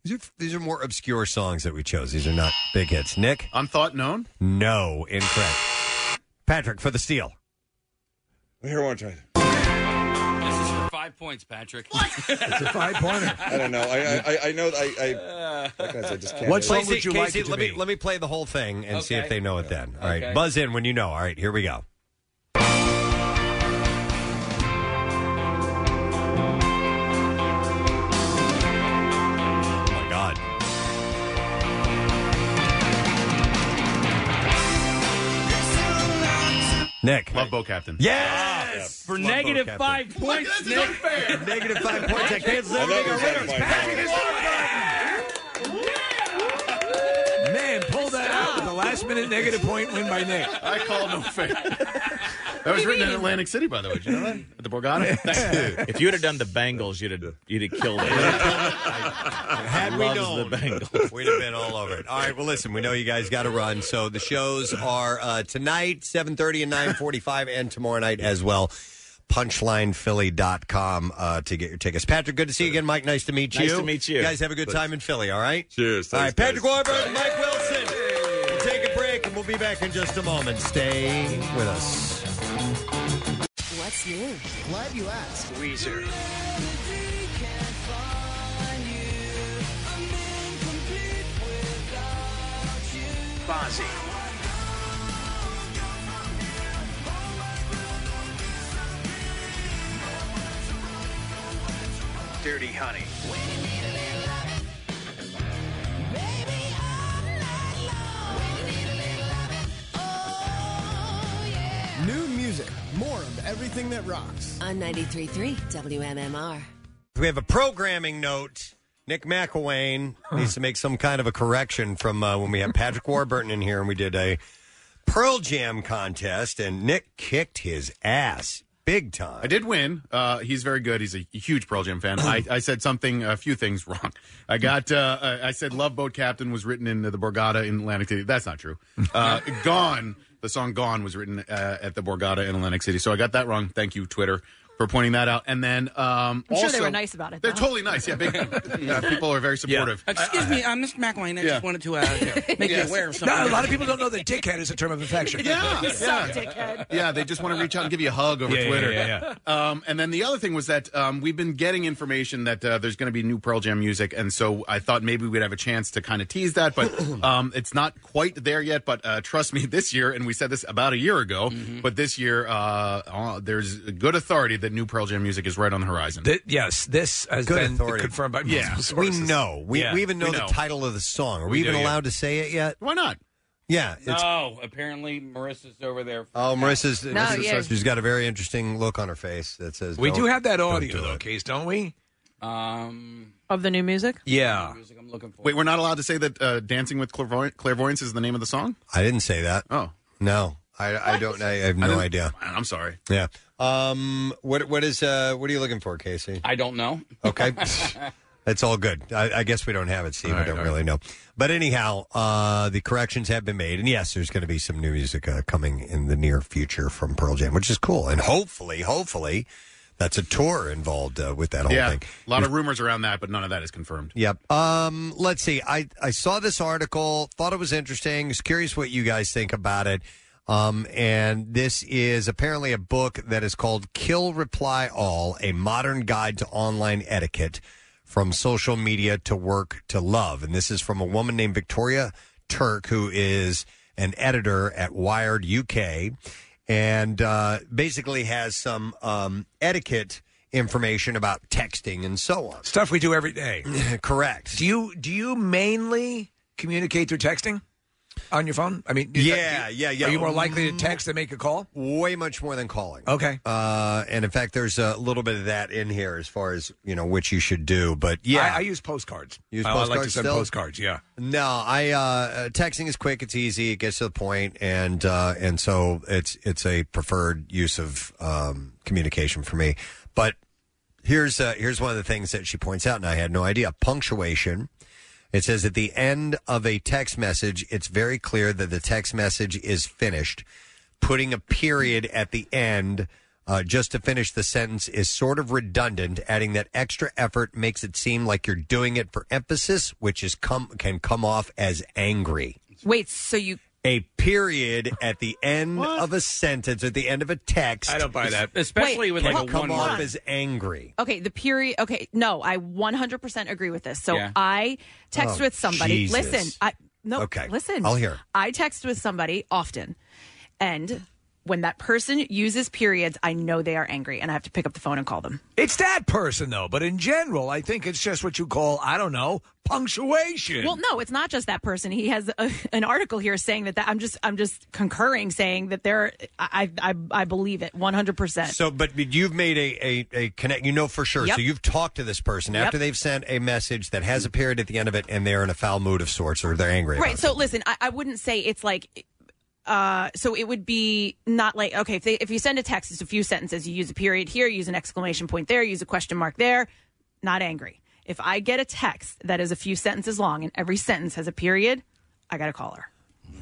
[SPEAKER 2] These are, these are more obscure songs that we chose. These are not big hits. Nick?
[SPEAKER 8] On Thought Known?
[SPEAKER 2] No, incorrect. Patrick, for the steal.
[SPEAKER 16] Here, one try.
[SPEAKER 7] This is for five points, Patrick.
[SPEAKER 16] It's a five pointer. I don't know. I I, I- I know. I I, like I, said, I just can't.
[SPEAKER 2] Play- Casey, let me, Let me play the whole thing and see
[SPEAKER 16] Okay.
[SPEAKER 2] if they know it then. All right,
[SPEAKER 16] Okay.
[SPEAKER 2] buzz in when you know. All right, here we go. Oh my God. Nick.
[SPEAKER 8] Love Boat Captain.
[SPEAKER 2] Yes!
[SPEAKER 7] For negative five points, Nick.
[SPEAKER 2] Negative five points. I can't
[SPEAKER 7] I
[SPEAKER 2] live
[SPEAKER 7] love
[SPEAKER 2] our
[SPEAKER 7] these
[SPEAKER 2] winners. Patrick is
[SPEAKER 4] Man, pull that out with a last minute negative point win by Nick.
[SPEAKER 8] I call no fair. That was written in Atlantic City, by the way. Did you know that? At the Borgata?
[SPEAKER 21] if you'd have done the Bengals, you'd have you'd have killed it.
[SPEAKER 2] Had
[SPEAKER 21] we
[SPEAKER 2] known,
[SPEAKER 21] the Bengals.
[SPEAKER 2] We'd have been all over it. All right. Well, listen. We know you guys got to run, so the shows are uh, tonight, seven thirty and nine forty-five, and tomorrow night as well. PunchlinePhilly.com uh, to get your tickets. Patrick, good to see you again. Mike, nice to meet you.
[SPEAKER 21] Nice to meet you.
[SPEAKER 2] guys have a good time in Philly. All right.
[SPEAKER 16] Cheers.
[SPEAKER 2] all right, Patrick
[SPEAKER 21] guys.
[SPEAKER 2] Warburton, Mike Wilson. We'll take a break and we'll be back in just a moment. Stay with us.
[SPEAKER 19] What's new? Glad you asked.
[SPEAKER 11] Weezer. Fozzy. Dirty Honey.
[SPEAKER 22] New music, more of everything that rocks.
[SPEAKER 19] On 93.3 WMMR.
[SPEAKER 2] We have a programming note. Nick McElwain needs to make some kind of a correction from uh, when we had Patrick Warburton in here and we did a Pearl Jam contest, and Nick kicked his ass big time.
[SPEAKER 8] I did win. Uh, he's very good. He's a huge Pearl Jam fan. I, I said something, a few things wrong. I got, uh, I I said Love Boat Captain was written in the Borgata in Atlantic City. That's not true. Uh, Gone, the song Gone was written uh, at the Borgata in Atlantic City. So I got that wrong. Thank you, Twitter, for pointing that out. And then um,
[SPEAKER 3] I'm
[SPEAKER 8] also,
[SPEAKER 3] sure they were nice about it.
[SPEAKER 8] They're
[SPEAKER 3] though.
[SPEAKER 8] totally nice. Yeah, big, uh, people are very supportive.
[SPEAKER 7] Excuse me, uh, Mr. McElwain. I
[SPEAKER 8] Yeah.
[SPEAKER 7] just wanted to uh, make you aware of something.
[SPEAKER 4] No, a lot of people don't know that dickhead is a term of affection.
[SPEAKER 8] Yeah, You suck, yeah. Yeah, they just want to reach out and give you a hug over
[SPEAKER 4] Yeah, yeah,
[SPEAKER 8] Twitter.
[SPEAKER 4] yeah,
[SPEAKER 8] Um, and then the other thing was that um, we've been getting information that uh, there's going to be new Pearl Jam music, and so I thought maybe we'd have a chance to kind of tease that, but um, it's not quite there yet. But uh, trust me, this year, and we said this about a year ago,
[SPEAKER 4] Mm-hmm.
[SPEAKER 8] but this year uh, uh, there's good authority that new Pearl Jam music is right on the horizon.
[SPEAKER 4] Th- yes, this has
[SPEAKER 8] Good
[SPEAKER 4] been
[SPEAKER 8] authority.
[SPEAKER 4] confirmed by multiple
[SPEAKER 8] Yeah.
[SPEAKER 2] We
[SPEAKER 4] sources.
[SPEAKER 2] know. We,
[SPEAKER 4] Yeah.
[SPEAKER 2] we even know,
[SPEAKER 4] We
[SPEAKER 2] the title of the song. Are we,
[SPEAKER 4] We
[SPEAKER 2] even
[SPEAKER 4] do, yeah.
[SPEAKER 2] allowed to say it yet?
[SPEAKER 8] Why not?
[SPEAKER 2] Yeah. It's,
[SPEAKER 7] No, apparently Marissa's over there.
[SPEAKER 2] Oh, Marissa's.
[SPEAKER 7] No,
[SPEAKER 2] Marissa
[SPEAKER 7] yeah.
[SPEAKER 2] says she's got a very interesting look on her face that says.
[SPEAKER 4] We
[SPEAKER 2] "Don't-
[SPEAKER 4] do have that
[SPEAKER 2] don't
[SPEAKER 4] audio,
[SPEAKER 2] do
[SPEAKER 4] though,
[SPEAKER 2] it."
[SPEAKER 4] Case, don't we?
[SPEAKER 7] Um,
[SPEAKER 3] Of the new music?
[SPEAKER 4] Yeah.
[SPEAKER 8] Wait, we're not allowed to say that uh, "Dancing with Clairvoy- Clairvoyance" is the name of the song.
[SPEAKER 2] I didn't say that.
[SPEAKER 8] Oh
[SPEAKER 2] no, I, I don't. I have
[SPEAKER 8] I
[SPEAKER 2] no
[SPEAKER 8] didn't-
[SPEAKER 2] idea.
[SPEAKER 8] I'm sorry.
[SPEAKER 2] Yeah. Um. What What is uh? What are you looking for, Casey?
[SPEAKER 7] I don't know.
[SPEAKER 2] Okay. That's all good. I, I guess we don't have it, Steve. I don't really know. But anyhow, uh, the corrections have been made. And yes, there's going to be some new music uh, coming in the near future from Pearl Jam, which is cool. And hopefully, hopefully, that's a tour involved uh, with that whole
[SPEAKER 8] yeah,
[SPEAKER 2] thing.
[SPEAKER 8] a lot of rumors around that, but none of that is confirmed.
[SPEAKER 2] Yep. Um, let's see. I, I saw this article, thought it was interesting. Was curious what you guys think about it. Um, and this is apparently a book that is called Kill Reply All A Modern Guide to Online Etiquette From Social Media to Work to Love. And this is from a woman named Victoria Turk, who is an editor at Wired UK and uh, basically has some um, etiquette information about texting and so on.
[SPEAKER 4] Stuff we do every day.
[SPEAKER 2] Correct.
[SPEAKER 4] Do you do you mainly communicate through texting on your phone? I mean, is that-
[SPEAKER 2] Yeah,
[SPEAKER 4] do you-
[SPEAKER 2] yeah, yeah.
[SPEAKER 4] Are you more likely to text than make a call?
[SPEAKER 2] Way much more than calling.
[SPEAKER 4] Okay.
[SPEAKER 2] Uh, and in fact, there's a little bit of that in here as far as you know which you should do. But yeah,
[SPEAKER 4] I, I use postcards.
[SPEAKER 2] Use
[SPEAKER 4] I- I like to
[SPEAKER 2] postcards
[SPEAKER 4] send
[SPEAKER 2] still?
[SPEAKER 4] postcards. Yeah.
[SPEAKER 2] no, I uh, uh, texting is quick, it's easy, it gets to the point, and uh, and so it's it's a preferred use of um, communication for me. But here's uh, here's one of the things that she points out, and I had no idea. Punctuation. It says at the end of a text message, it's very clear that the text message is finished. Putting a period at the end uh, just to finish the sentence is sort of redundant. Adding that extra effort makes it seem like you're doing it for emphasis, which is come can come off as angry.
[SPEAKER 3] Wait, so you
[SPEAKER 2] A period at the end of a sentence, at the end of a text.
[SPEAKER 4] I don't buy that.
[SPEAKER 3] Especially Wait, with, like,
[SPEAKER 2] can
[SPEAKER 3] a
[SPEAKER 2] come
[SPEAKER 3] one-word-
[SPEAKER 2] off as angry.
[SPEAKER 3] Okay, the period. Okay, no, I 100% agree with this. So
[SPEAKER 2] Yeah.
[SPEAKER 3] I text
[SPEAKER 2] Oh,
[SPEAKER 3] with somebody.
[SPEAKER 2] Jesus.
[SPEAKER 3] Listen, I no.
[SPEAKER 2] Okay,
[SPEAKER 3] listen.
[SPEAKER 2] I'll hear.
[SPEAKER 3] I text with somebody often, and when that person uses periods, I know they are angry, and I have to pick up the phone and call them.
[SPEAKER 4] It's that person though, but in general, I think it's just what you call I don't know punctuation.
[SPEAKER 3] Well, no, it's not just that person. He has a, an article here saying that, that I'm just I'm just concurring, saying that there. I I I believe it 100. percent
[SPEAKER 2] So, but you've made a, a, a connect. You know for sure.
[SPEAKER 3] Yep.
[SPEAKER 2] So you've talked to this person
[SPEAKER 3] Yep.
[SPEAKER 2] after they've sent a message that has a period at the end of it, and they're in a foul mood of sorts, or they're angry.
[SPEAKER 3] Right. So listen, I, I wouldn't say it's like. Uh, so it would be not like okay if they, if you send a text, it's a few sentences. You use a period here, use an exclamation point there, use a question mark there. Not angry. If I get a text that is a few sentences long and every sentence has a period, I got to call her.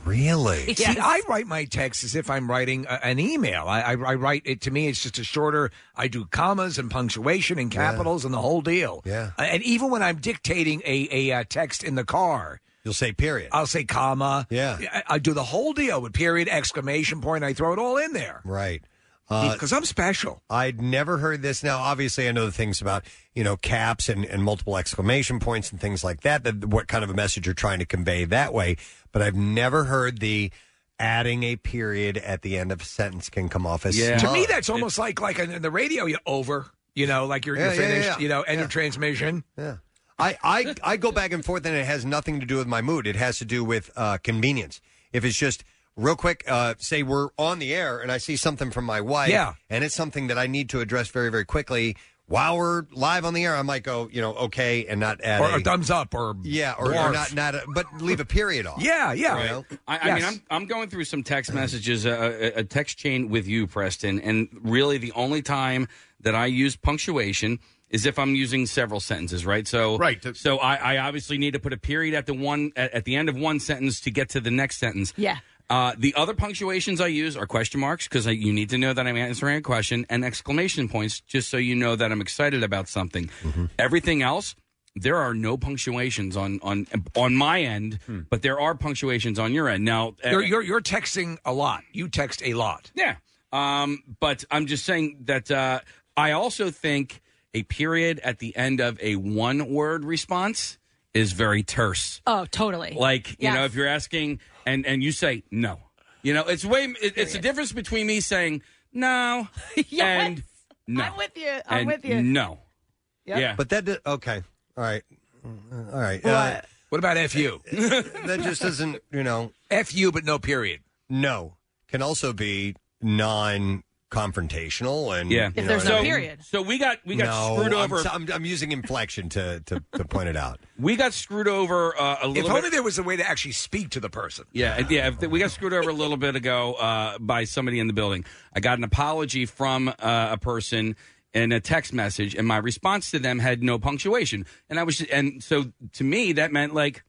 [SPEAKER 2] Really?
[SPEAKER 4] See, I write my text as if I'm writing a, an email. I, I, I write it to me. It's just a shorter. I do commas and punctuation and capitals and the whole deal.
[SPEAKER 2] Yeah.
[SPEAKER 4] Uh, And even when I'm dictating a a uh, text in the car,
[SPEAKER 2] you'll say period.
[SPEAKER 4] I'll say comma.
[SPEAKER 2] Yeah.
[SPEAKER 4] I, I do the whole deal with period, exclamation point. I throw it all in there.
[SPEAKER 2] Right. Uh,
[SPEAKER 4] Because I'm special.
[SPEAKER 2] I'd never heard this. Now, obviously, I know the things about you know caps and, and multiple exclamation points and things like that. That what kind of a message you're trying to convey that way. But I've never heard the adding a period at the end of a sentence can come off as
[SPEAKER 4] To me,
[SPEAKER 2] smug.
[SPEAKER 4] that's almost like like in in the radio. You're over. You know, like you're,
[SPEAKER 2] Yeah,
[SPEAKER 4] you're
[SPEAKER 2] yeah,
[SPEAKER 4] finished.
[SPEAKER 2] yeah.
[SPEAKER 4] You know, end of transmission.
[SPEAKER 2] Yeah. I, I, I go back and forth, and it has nothing to do with my mood. It has to do with uh, convenience. If it's just real quick, uh, say we're on the air, and I see something from my wife,
[SPEAKER 4] Yeah.
[SPEAKER 2] and it's something that I need to address very, very quickly while we're live on the air, I might go, you know, okay, and not add
[SPEAKER 4] Or
[SPEAKER 2] a,
[SPEAKER 4] a thumbs up or
[SPEAKER 2] yeah, or, or
[SPEAKER 4] barf.
[SPEAKER 2] not not, a, but leave a period off. You know?
[SPEAKER 7] I, I mean, I'm I'm going through some text messages, uh, a, a text chain with you, Preston, and really the only time that I use punctuation is if I'm using several sentences, right? So right. So I, I obviously need to put a period at the one at, at the end of one sentence to get to the next sentence.
[SPEAKER 3] Yeah.
[SPEAKER 7] Uh, the other punctuations I use are question marks because you need to know that I'm answering a question and exclamation points just so you know that I'm excited about something.
[SPEAKER 4] Mm-hmm.
[SPEAKER 7] Everything else, there are no punctuations on on on my end, but there are punctuations on your end. Now, uh,
[SPEAKER 4] Hmm. You're, you're you're texting a lot. You text a lot.
[SPEAKER 7] yeah. Um, but I'm just saying that uh, I also think a period at the end of a one word response is very terse.
[SPEAKER 3] Oh, totally.
[SPEAKER 7] Like you know,
[SPEAKER 3] Yes.
[SPEAKER 7] if you're asking and and you say no, you know, it's way it, it's the difference between me saying no and no.
[SPEAKER 3] I'm with you. I'm
[SPEAKER 7] and
[SPEAKER 3] with you.
[SPEAKER 7] No.
[SPEAKER 3] Yep.
[SPEAKER 7] Yeah.
[SPEAKER 2] But that di- okay. All right. All right. Uh,
[SPEAKER 4] What? What about fu?
[SPEAKER 2] that just doesn't, you know.
[SPEAKER 4] Fu, but no period.
[SPEAKER 2] No, can also be non-confrontational and
[SPEAKER 7] Yeah.
[SPEAKER 2] you know what I mean?
[SPEAKER 7] So we got we got
[SPEAKER 2] No,
[SPEAKER 7] screwed
[SPEAKER 2] I'm
[SPEAKER 7] over.
[SPEAKER 2] so- I'm, I'm using inflection to, to, to point it out.
[SPEAKER 7] we got screwed over uh, a
[SPEAKER 4] If
[SPEAKER 7] little.
[SPEAKER 4] only
[SPEAKER 7] bit.
[SPEAKER 4] there was a way to actually speak to the person.
[SPEAKER 7] Yeah, and- yeah. if th- We got screwed over a little bit ago uh, by somebody in the building. I got an apology from uh, a person in a text message, and my response to them had no punctuation. And I was, and so to me, that meant like,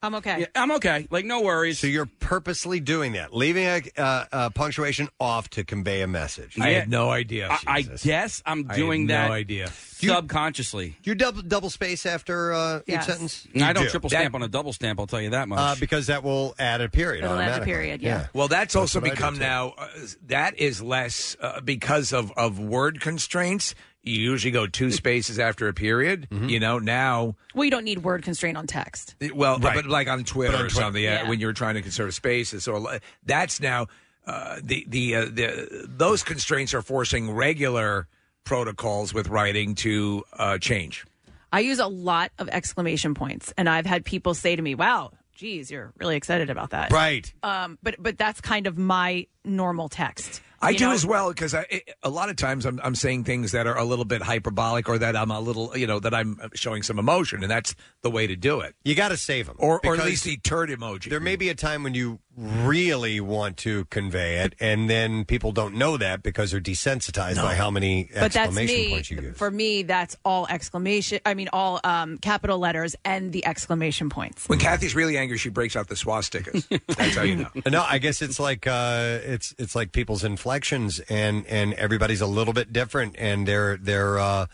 [SPEAKER 13] I'm okay.
[SPEAKER 7] Yeah, I'm okay. Like, no worries.
[SPEAKER 2] So you're purposely doing that, leaving a, uh, uh punctuation off to convey a message.
[SPEAKER 7] I had no
[SPEAKER 4] idea.
[SPEAKER 7] I, I guess I'm
[SPEAKER 2] I had
[SPEAKER 7] doing
[SPEAKER 2] no
[SPEAKER 7] that.
[SPEAKER 2] idea.
[SPEAKER 7] Subconsciously,
[SPEAKER 2] Do you double double space after uh, each sentence?
[SPEAKER 7] I
[SPEAKER 2] You
[SPEAKER 7] don't
[SPEAKER 2] do.
[SPEAKER 7] triple
[SPEAKER 2] That-
[SPEAKER 7] stamp on a double stamp. I'll tell you that much.
[SPEAKER 2] uh, because that will add a period.
[SPEAKER 7] It'll add a
[SPEAKER 2] automatically.
[SPEAKER 7] period, yeah.
[SPEAKER 4] Well, that's, also
[SPEAKER 2] what I do,
[SPEAKER 4] become
[SPEAKER 2] too.
[SPEAKER 4] now. Uh, that is less uh, because of of word constraints. You usually go two spaces after a period.
[SPEAKER 2] Mm-hmm.
[SPEAKER 4] You know now.
[SPEAKER 13] Well, you don't need word constraint on text.
[SPEAKER 4] Well, but like on Twitter
[SPEAKER 13] But on
[SPEAKER 4] or
[SPEAKER 13] Twi-
[SPEAKER 4] something, yeah.
[SPEAKER 13] yeah.
[SPEAKER 4] when you're trying to conserve spaces, or li- that's now uh, the the uh, the those constraints are forcing regular protocols with writing to uh, change.
[SPEAKER 13] I use a lot of exclamation points, and I've had people say to me, "Wow, geez, you're really excited about that."
[SPEAKER 4] Right.
[SPEAKER 13] Um, but but that's kind of my normal text.
[SPEAKER 4] I
[SPEAKER 13] you
[SPEAKER 4] do
[SPEAKER 13] know?
[SPEAKER 4] as well because I it- a lot of times I'm I'm saying things that are a little bit hyperbolic or that I'm a little you know that I'm showing some emotion and that's the way to do it.
[SPEAKER 2] You got to save them,
[SPEAKER 4] or or at
[SPEAKER 2] because
[SPEAKER 4] least the turd emoji.
[SPEAKER 2] There may be a time when you really want to convey it, and then people don't know that because they're desensitized by how many
[SPEAKER 13] But that's
[SPEAKER 2] exclamation
[SPEAKER 13] me.
[SPEAKER 2] points you give.
[SPEAKER 13] For me, that's all exclamation. I mean, all um, capital letters and the exclamation points.
[SPEAKER 4] When Kathy's really angry, she breaks out the swastikas. that's how you know.
[SPEAKER 2] no, I guess it's like uh, it's it's like people's inflections, and and everybody's a little bit different, and they're they're. Uh,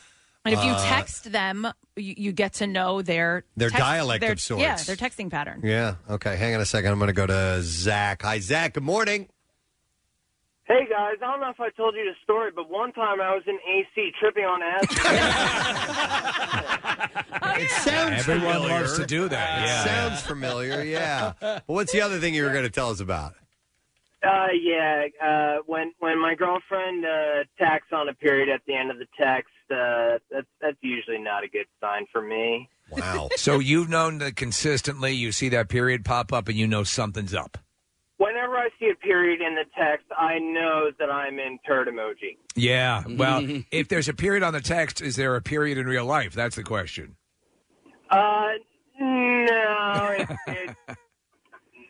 [SPEAKER 13] And if you
[SPEAKER 2] uh,
[SPEAKER 13] text them, you, you get to know their
[SPEAKER 2] Their
[SPEAKER 13] text-
[SPEAKER 2] dialect
[SPEAKER 13] their-
[SPEAKER 2] of sorts.
[SPEAKER 13] Yeah, their texting pattern.
[SPEAKER 2] Yeah. Okay. Hang on a second. I'm going to go to Zach. Hi, Zach. Good morning.
[SPEAKER 9] Hey guys, I don't know if I told you the story, but one time I was in AC tripping on acid.
[SPEAKER 2] It sounds
[SPEAKER 4] Everyone
[SPEAKER 2] familiar.
[SPEAKER 4] loves to do that.
[SPEAKER 2] It
[SPEAKER 4] Yeah,
[SPEAKER 2] sounds familiar. Yeah. Well, what's the other thing you were going to tell us about?
[SPEAKER 9] uh, yeah, uh, when when my girlfriend uh, tacks on a period at the end of the text, uh, that's that's usually not a good sign for me.
[SPEAKER 2] Wow.
[SPEAKER 4] so you've known that consistently you see that period pop up and you know something's up.
[SPEAKER 9] Whenever I see a period in the text, I know that I'm in turd emoji.
[SPEAKER 4] Yeah. Well, if there's a period on the text, is there a period in real life? That's the question.
[SPEAKER 9] Uh, no, it, it,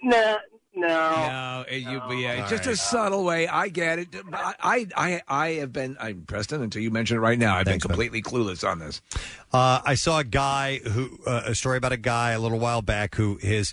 [SPEAKER 9] no, no.
[SPEAKER 4] No, it, you, yeah,
[SPEAKER 9] All
[SPEAKER 4] it's just
[SPEAKER 9] right.
[SPEAKER 4] a subtle way. I get it. I, I, I have been. I'm Preston until you mention it right now. I've been completely clueless on this.
[SPEAKER 2] Uh, I saw a guy who uh, a story about a guy a little while back who his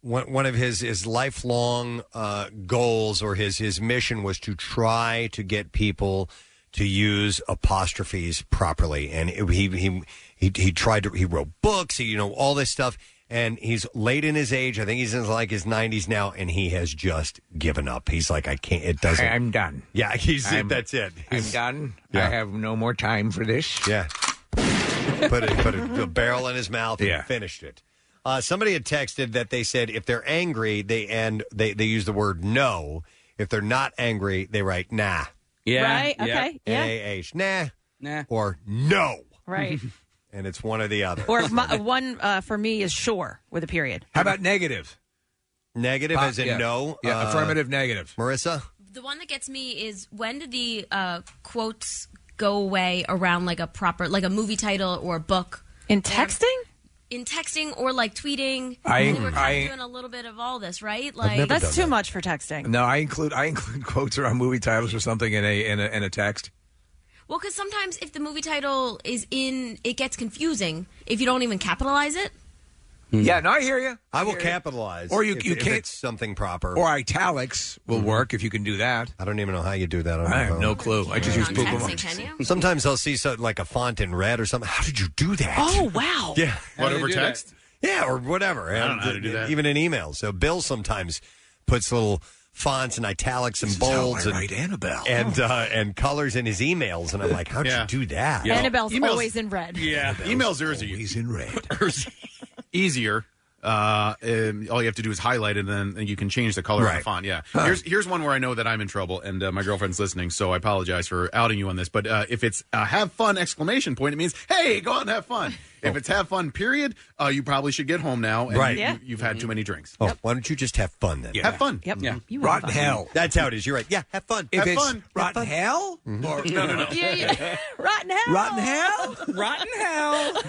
[SPEAKER 2] one, one of his his lifelong uh, goals or his his mission was to try to get people to use apostrophes properly, and it, he, he he he tried to he wrote books, he, you know, all this stuff. And he's late in his age. I think he's in like his 90s now, and he has just given up. He's like, I can't. It doesn't.
[SPEAKER 4] I'm done.
[SPEAKER 2] Yeah, he's
[SPEAKER 4] I'm-
[SPEAKER 2] that's it.
[SPEAKER 4] I'm done.
[SPEAKER 2] Yeah.
[SPEAKER 4] I have no more time for this.
[SPEAKER 2] Yeah. put it, put a, a barrel in his mouth
[SPEAKER 4] Yeah.
[SPEAKER 2] and finished it. Uh, somebody had texted that they said if they're angry, they end they they use the word no. If they're not angry, they write nah.
[SPEAKER 7] Yeah, Right, yeah. okay, yeah.
[SPEAKER 2] N A H nah.
[SPEAKER 7] Nah.
[SPEAKER 2] Or no.
[SPEAKER 13] Right.
[SPEAKER 2] And it's one or the other.
[SPEAKER 13] or if my, one uh, for me is sure with a period.
[SPEAKER 4] How about negative?
[SPEAKER 2] Negative as in
[SPEAKER 4] yeah.
[SPEAKER 2] no.
[SPEAKER 4] Yeah,
[SPEAKER 2] Uh,
[SPEAKER 4] affirmative, negative.
[SPEAKER 2] Marissa?
[SPEAKER 23] The one that gets me is when do the uh, quotes go away around like a proper, like a movie title or a book?
[SPEAKER 13] In texting?
[SPEAKER 23] in texting or like tweeting.
[SPEAKER 4] I-
[SPEAKER 23] And we're kind
[SPEAKER 4] I-
[SPEAKER 23] of doing a little bit of all this, right? Like
[SPEAKER 13] that's too much for texting.
[SPEAKER 4] No, I include I include quotes around movie titles or something in a in a, in a text.
[SPEAKER 23] Well, because sometimes if the movie title is in, it gets confusing if you don't even capitalize it.
[SPEAKER 4] Yeah, no, I hear you.
[SPEAKER 2] I will capitalize.
[SPEAKER 4] Or you
[SPEAKER 2] if-
[SPEAKER 4] you
[SPEAKER 2] if
[SPEAKER 4] can't
[SPEAKER 2] it's something proper.
[SPEAKER 4] or italics will work if you can do that.
[SPEAKER 2] I don't even know how you do that. On
[SPEAKER 4] I
[SPEAKER 2] my
[SPEAKER 4] have
[SPEAKER 2] phone.
[SPEAKER 4] no clue. I just use
[SPEAKER 23] Not
[SPEAKER 4] Google.
[SPEAKER 23] texting, can you?
[SPEAKER 2] Sometimes I'll see something like a font in red or something. How did you do that?
[SPEAKER 23] Oh, wow.
[SPEAKER 2] Yeah.
[SPEAKER 23] How do they Whatever do text?
[SPEAKER 2] Yeah, or whatever.
[SPEAKER 8] I don't know how to do that.
[SPEAKER 2] Even in email. So Bill sometimes puts little fonts and italics and
[SPEAKER 4] is how I
[SPEAKER 2] bolds and
[SPEAKER 4] write Annabelle.
[SPEAKER 2] and uh, and colors in his emails, and I'm like, how'd you do that?
[SPEAKER 13] Annabelle's
[SPEAKER 8] Emails-
[SPEAKER 13] always in red.
[SPEAKER 8] Yeah, emails are easy.
[SPEAKER 4] He's in red.
[SPEAKER 8] easier. Uh, um, all you have to do is highlight it, and then and you can change the color of
[SPEAKER 2] Right.
[SPEAKER 8] the font. Yeah. Here's here's one where I know that I'm in trouble, and uh, my girlfriend's listening, so I apologize for outing you on this. But uh, if it's uh, "have fun!" exclamation point, it means "Hey, go out and have fun." If it's "have fun," period, uh, you probably should get home now. And
[SPEAKER 2] Oh. Right.
[SPEAKER 8] You,
[SPEAKER 2] Yeah.
[SPEAKER 8] have had too many drinks.
[SPEAKER 2] Oh, why don't you just have fun then?
[SPEAKER 8] Yeah. Have fun.
[SPEAKER 13] Yep.
[SPEAKER 8] Yeah.
[SPEAKER 13] You
[SPEAKER 4] Rotten hell.
[SPEAKER 2] That's how it is. You're right. Yeah, have fun.
[SPEAKER 4] If
[SPEAKER 2] have
[SPEAKER 4] it's
[SPEAKER 2] fun. Mm-hmm.
[SPEAKER 4] rotten hell or no no no
[SPEAKER 13] Yeah, yeah. Rotten hell.
[SPEAKER 4] Rotten hell?
[SPEAKER 13] Rotten hell.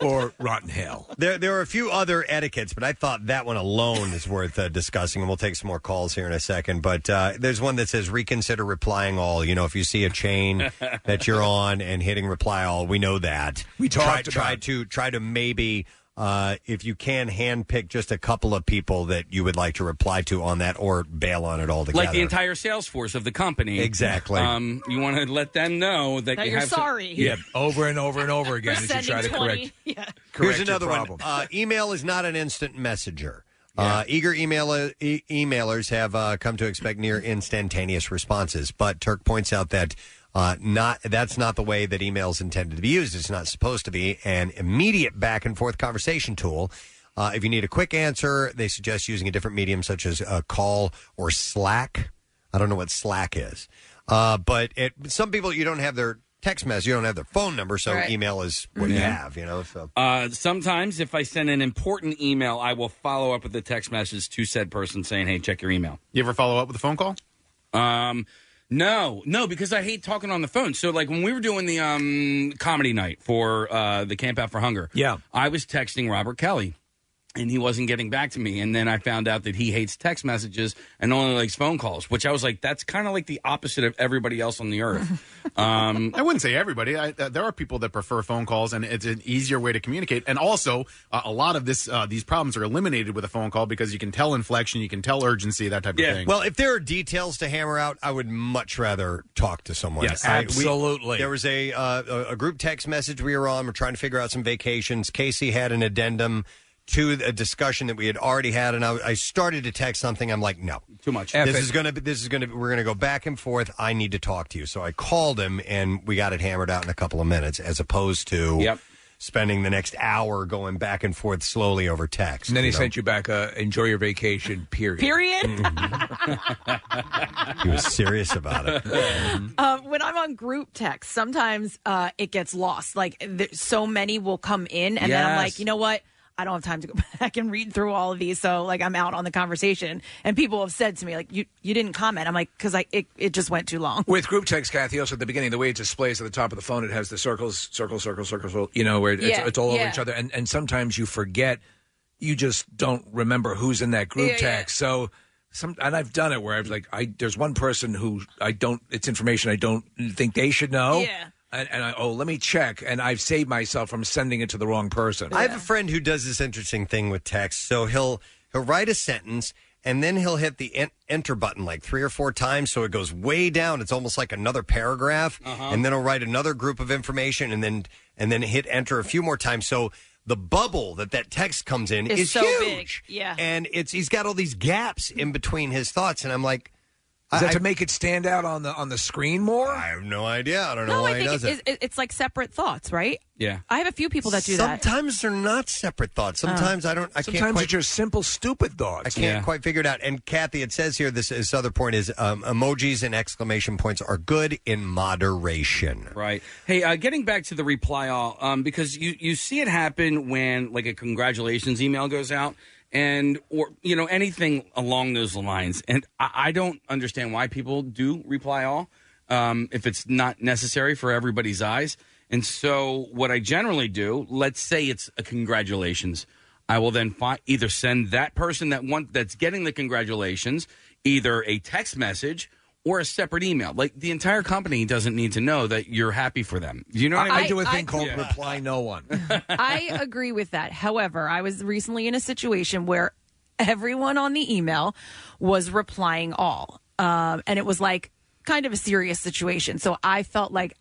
[SPEAKER 4] or rotten hell.
[SPEAKER 2] There, there are a few other etiquettes, but I thought that one alone is worth uh, discussing, and we'll take some more calls here in a second. But uh, there's one that says reconsider replying all. You know, if you see a chain that you're on and hitting reply all, we know that.
[SPEAKER 4] We
[SPEAKER 2] try,
[SPEAKER 4] talked
[SPEAKER 2] try
[SPEAKER 4] about-
[SPEAKER 2] to try to maybe Uh, if you can handpick just a couple of people that you would like to reply to on that or bail on it altogether.
[SPEAKER 7] Like the entire sales force of the company.
[SPEAKER 2] Exactly.
[SPEAKER 7] Um, you want to let them know that,
[SPEAKER 13] That
[SPEAKER 7] you
[SPEAKER 13] you're
[SPEAKER 7] have some-
[SPEAKER 13] sorry.
[SPEAKER 7] yeah,
[SPEAKER 4] over and over and over again
[SPEAKER 13] For sending 20. Yeah.
[SPEAKER 4] correct
[SPEAKER 2] Here's
[SPEAKER 4] your
[SPEAKER 2] another
[SPEAKER 4] problem.
[SPEAKER 2] one. Uh, email is not an instant messenger. Uh, eager email e- emailers have uh, come to expect near instantaneous responses, but Turk points out that uh, not that's not the way that email is intended to be used. It's not supposed to be an immediate back and forth conversation tool. Uh, if you need a quick answer, they suggest using a different medium such as a call or Slack. I don't know what Slack is, uh, but it, some people you don't have their text message, you don't have their phone number, so
[SPEAKER 7] Right.
[SPEAKER 2] email is what you
[SPEAKER 7] Yeah.
[SPEAKER 2] have. You know, so
[SPEAKER 7] Uh, sometimes, if I send an important email, I will follow up with a text message to said person saying, "Hey, check your email."
[SPEAKER 8] You ever follow up with a phone call?
[SPEAKER 7] Um, no, no, because I hate talking on the phone. So, like when we were doing the um comedy night for uh the Camp Out for Hunger, yeah, I was texting Robert Kelly, and he wasn't getting back to me. And then I found out that he hates text messages and only likes phone calls, which I was like, that's kind of like the opposite of everybody else on the earth. Um,
[SPEAKER 8] I wouldn't say everybody. I, uh, there are people that prefer phone calls, and it's an easier way to communicate. And also, uh, a lot of this uh, these problems are eliminated with a phone call because you can tell inflection, you can tell urgency, that type of thing.
[SPEAKER 2] Well, if there are details to hammer out, I would much rather talk to someone.
[SPEAKER 8] Yes,
[SPEAKER 2] I- we-
[SPEAKER 8] absolutely.
[SPEAKER 2] there was a, uh, a- a group text message we were on. We're trying to figure out some vacations. Casey had an addendum to a discussion that we had already had, and I, I started to text something. I'm like, no,
[SPEAKER 7] too much.
[SPEAKER 2] This
[SPEAKER 7] Epic.
[SPEAKER 2] is gonna be. This is gonna. Be, we're gonna go back and forth. I need to talk to you. So I called him, and we got it hammered out in a couple of minutes, as opposed to spending the next hour going back and forth slowly over text.
[SPEAKER 4] And then he
[SPEAKER 2] know?
[SPEAKER 4] sent you back uh, enjoy your vacation, period. Mm-hmm.
[SPEAKER 13] Period.
[SPEAKER 2] he was serious about it.
[SPEAKER 13] Uh, when I'm on group text, sometimes uh, it gets lost. Like th- so many will come in, and then I'm
[SPEAKER 3] Yes.
[SPEAKER 13] like, you know what? I don't have time to go back and read through all of these, so like I'm out on the conversation. And people have said to me, like, you you didn't comment. I'm like, because I it, it just went too long.
[SPEAKER 4] With group text, Kathy, also at the beginning, the way it displays at the top of the phone, it has the circles, circle, circle, circle, circle, you know, where it's,
[SPEAKER 13] Yeah,
[SPEAKER 4] it's all over
[SPEAKER 13] yeah.
[SPEAKER 4] each other. And, and sometimes you forget, you just don't remember who's in that group
[SPEAKER 13] Yeah, yeah.
[SPEAKER 4] text. So, some, and I've done it where I've like, I there's one person who I don't, it's information I don't think they should know.
[SPEAKER 13] Yeah.
[SPEAKER 4] And, and I, oh, let me check. And I've saved myself from sending it to the wrong person.
[SPEAKER 2] I have a friend who does this interesting thing with text. So he'll he'll write a sentence and then he'll hit the en- enter button like three or four times, so it goes way down. It's almost like another paragraph,
[SPEAKER 12] Uh-huh.
[SPEAKER 2] and then he'll write another group of information, and then and then hit enter a few more times. So the bubble that that text comes in
[SPEAKER 12] It's
[SPEAKER 2] is
[SPEAKER 12] so
[SPEAKER 2] huge,
[SPEAKER 12] big. Yeah.
[SPEAKER 2] and it's he's got all these gaps in between his thoughts, and I'm like.
[SPEAKER 4] Is that to make it stand out on the on the screen more? I
[SPEAKER 2] have no idea. I don't know
[SPEAKER 13] No,
[SPEAKER 2] why
[SPEAKER 13] I
[SPEAKER 2] he
[SPEAKER 13] think
[SPEAKER 2] does
[SPEAKER 13] it, it, it's like separate thoughts, right?
[SPEAKER 7] Yeah.
[SPEAKER 13] I have a few people that do that.
[SPEAKER 2] Sometimes they're not separate thoughts. Sometimes I don't. I
[SPEAKER 4] Uh-huh. Sometimes
[SPEAKER 2] can't quite,
[SPEAKER 4] it's just simple, stupid thoughts.
[SPEAKER 2] I can't quite figure it out. And Kathy, it says here this, this other point is um, emojis and exclamation points are good in moderation.
[SPEAKER 7] Right. Hey, uh, getting back to the reply all, um, because you, you see it happen when like a congratulations email goes out and or you know anything along those lines, and I, I don't understand why people do reply all um, if it's not necessary for everybody's eyes. And so, what I generally do, let's say it's a congratulations, I will then fi- either send that person that one that's getting the congratulations either a text message or a separate email. Like the entire company doesn't need to know that you're happy for them. You know what I,
[SPEAKER 13] I-
[SPEAKER 7] mean?
[SPEAKER 13] I do a thing I- called
[SPEAKER 4] reply
[SPEAKER 7] no one.
[SPEAKER 13] I agree with that. However, I was recently in a situation where everyone on the email was replying all. Um, and it was like kind of a serious situation. So I felt like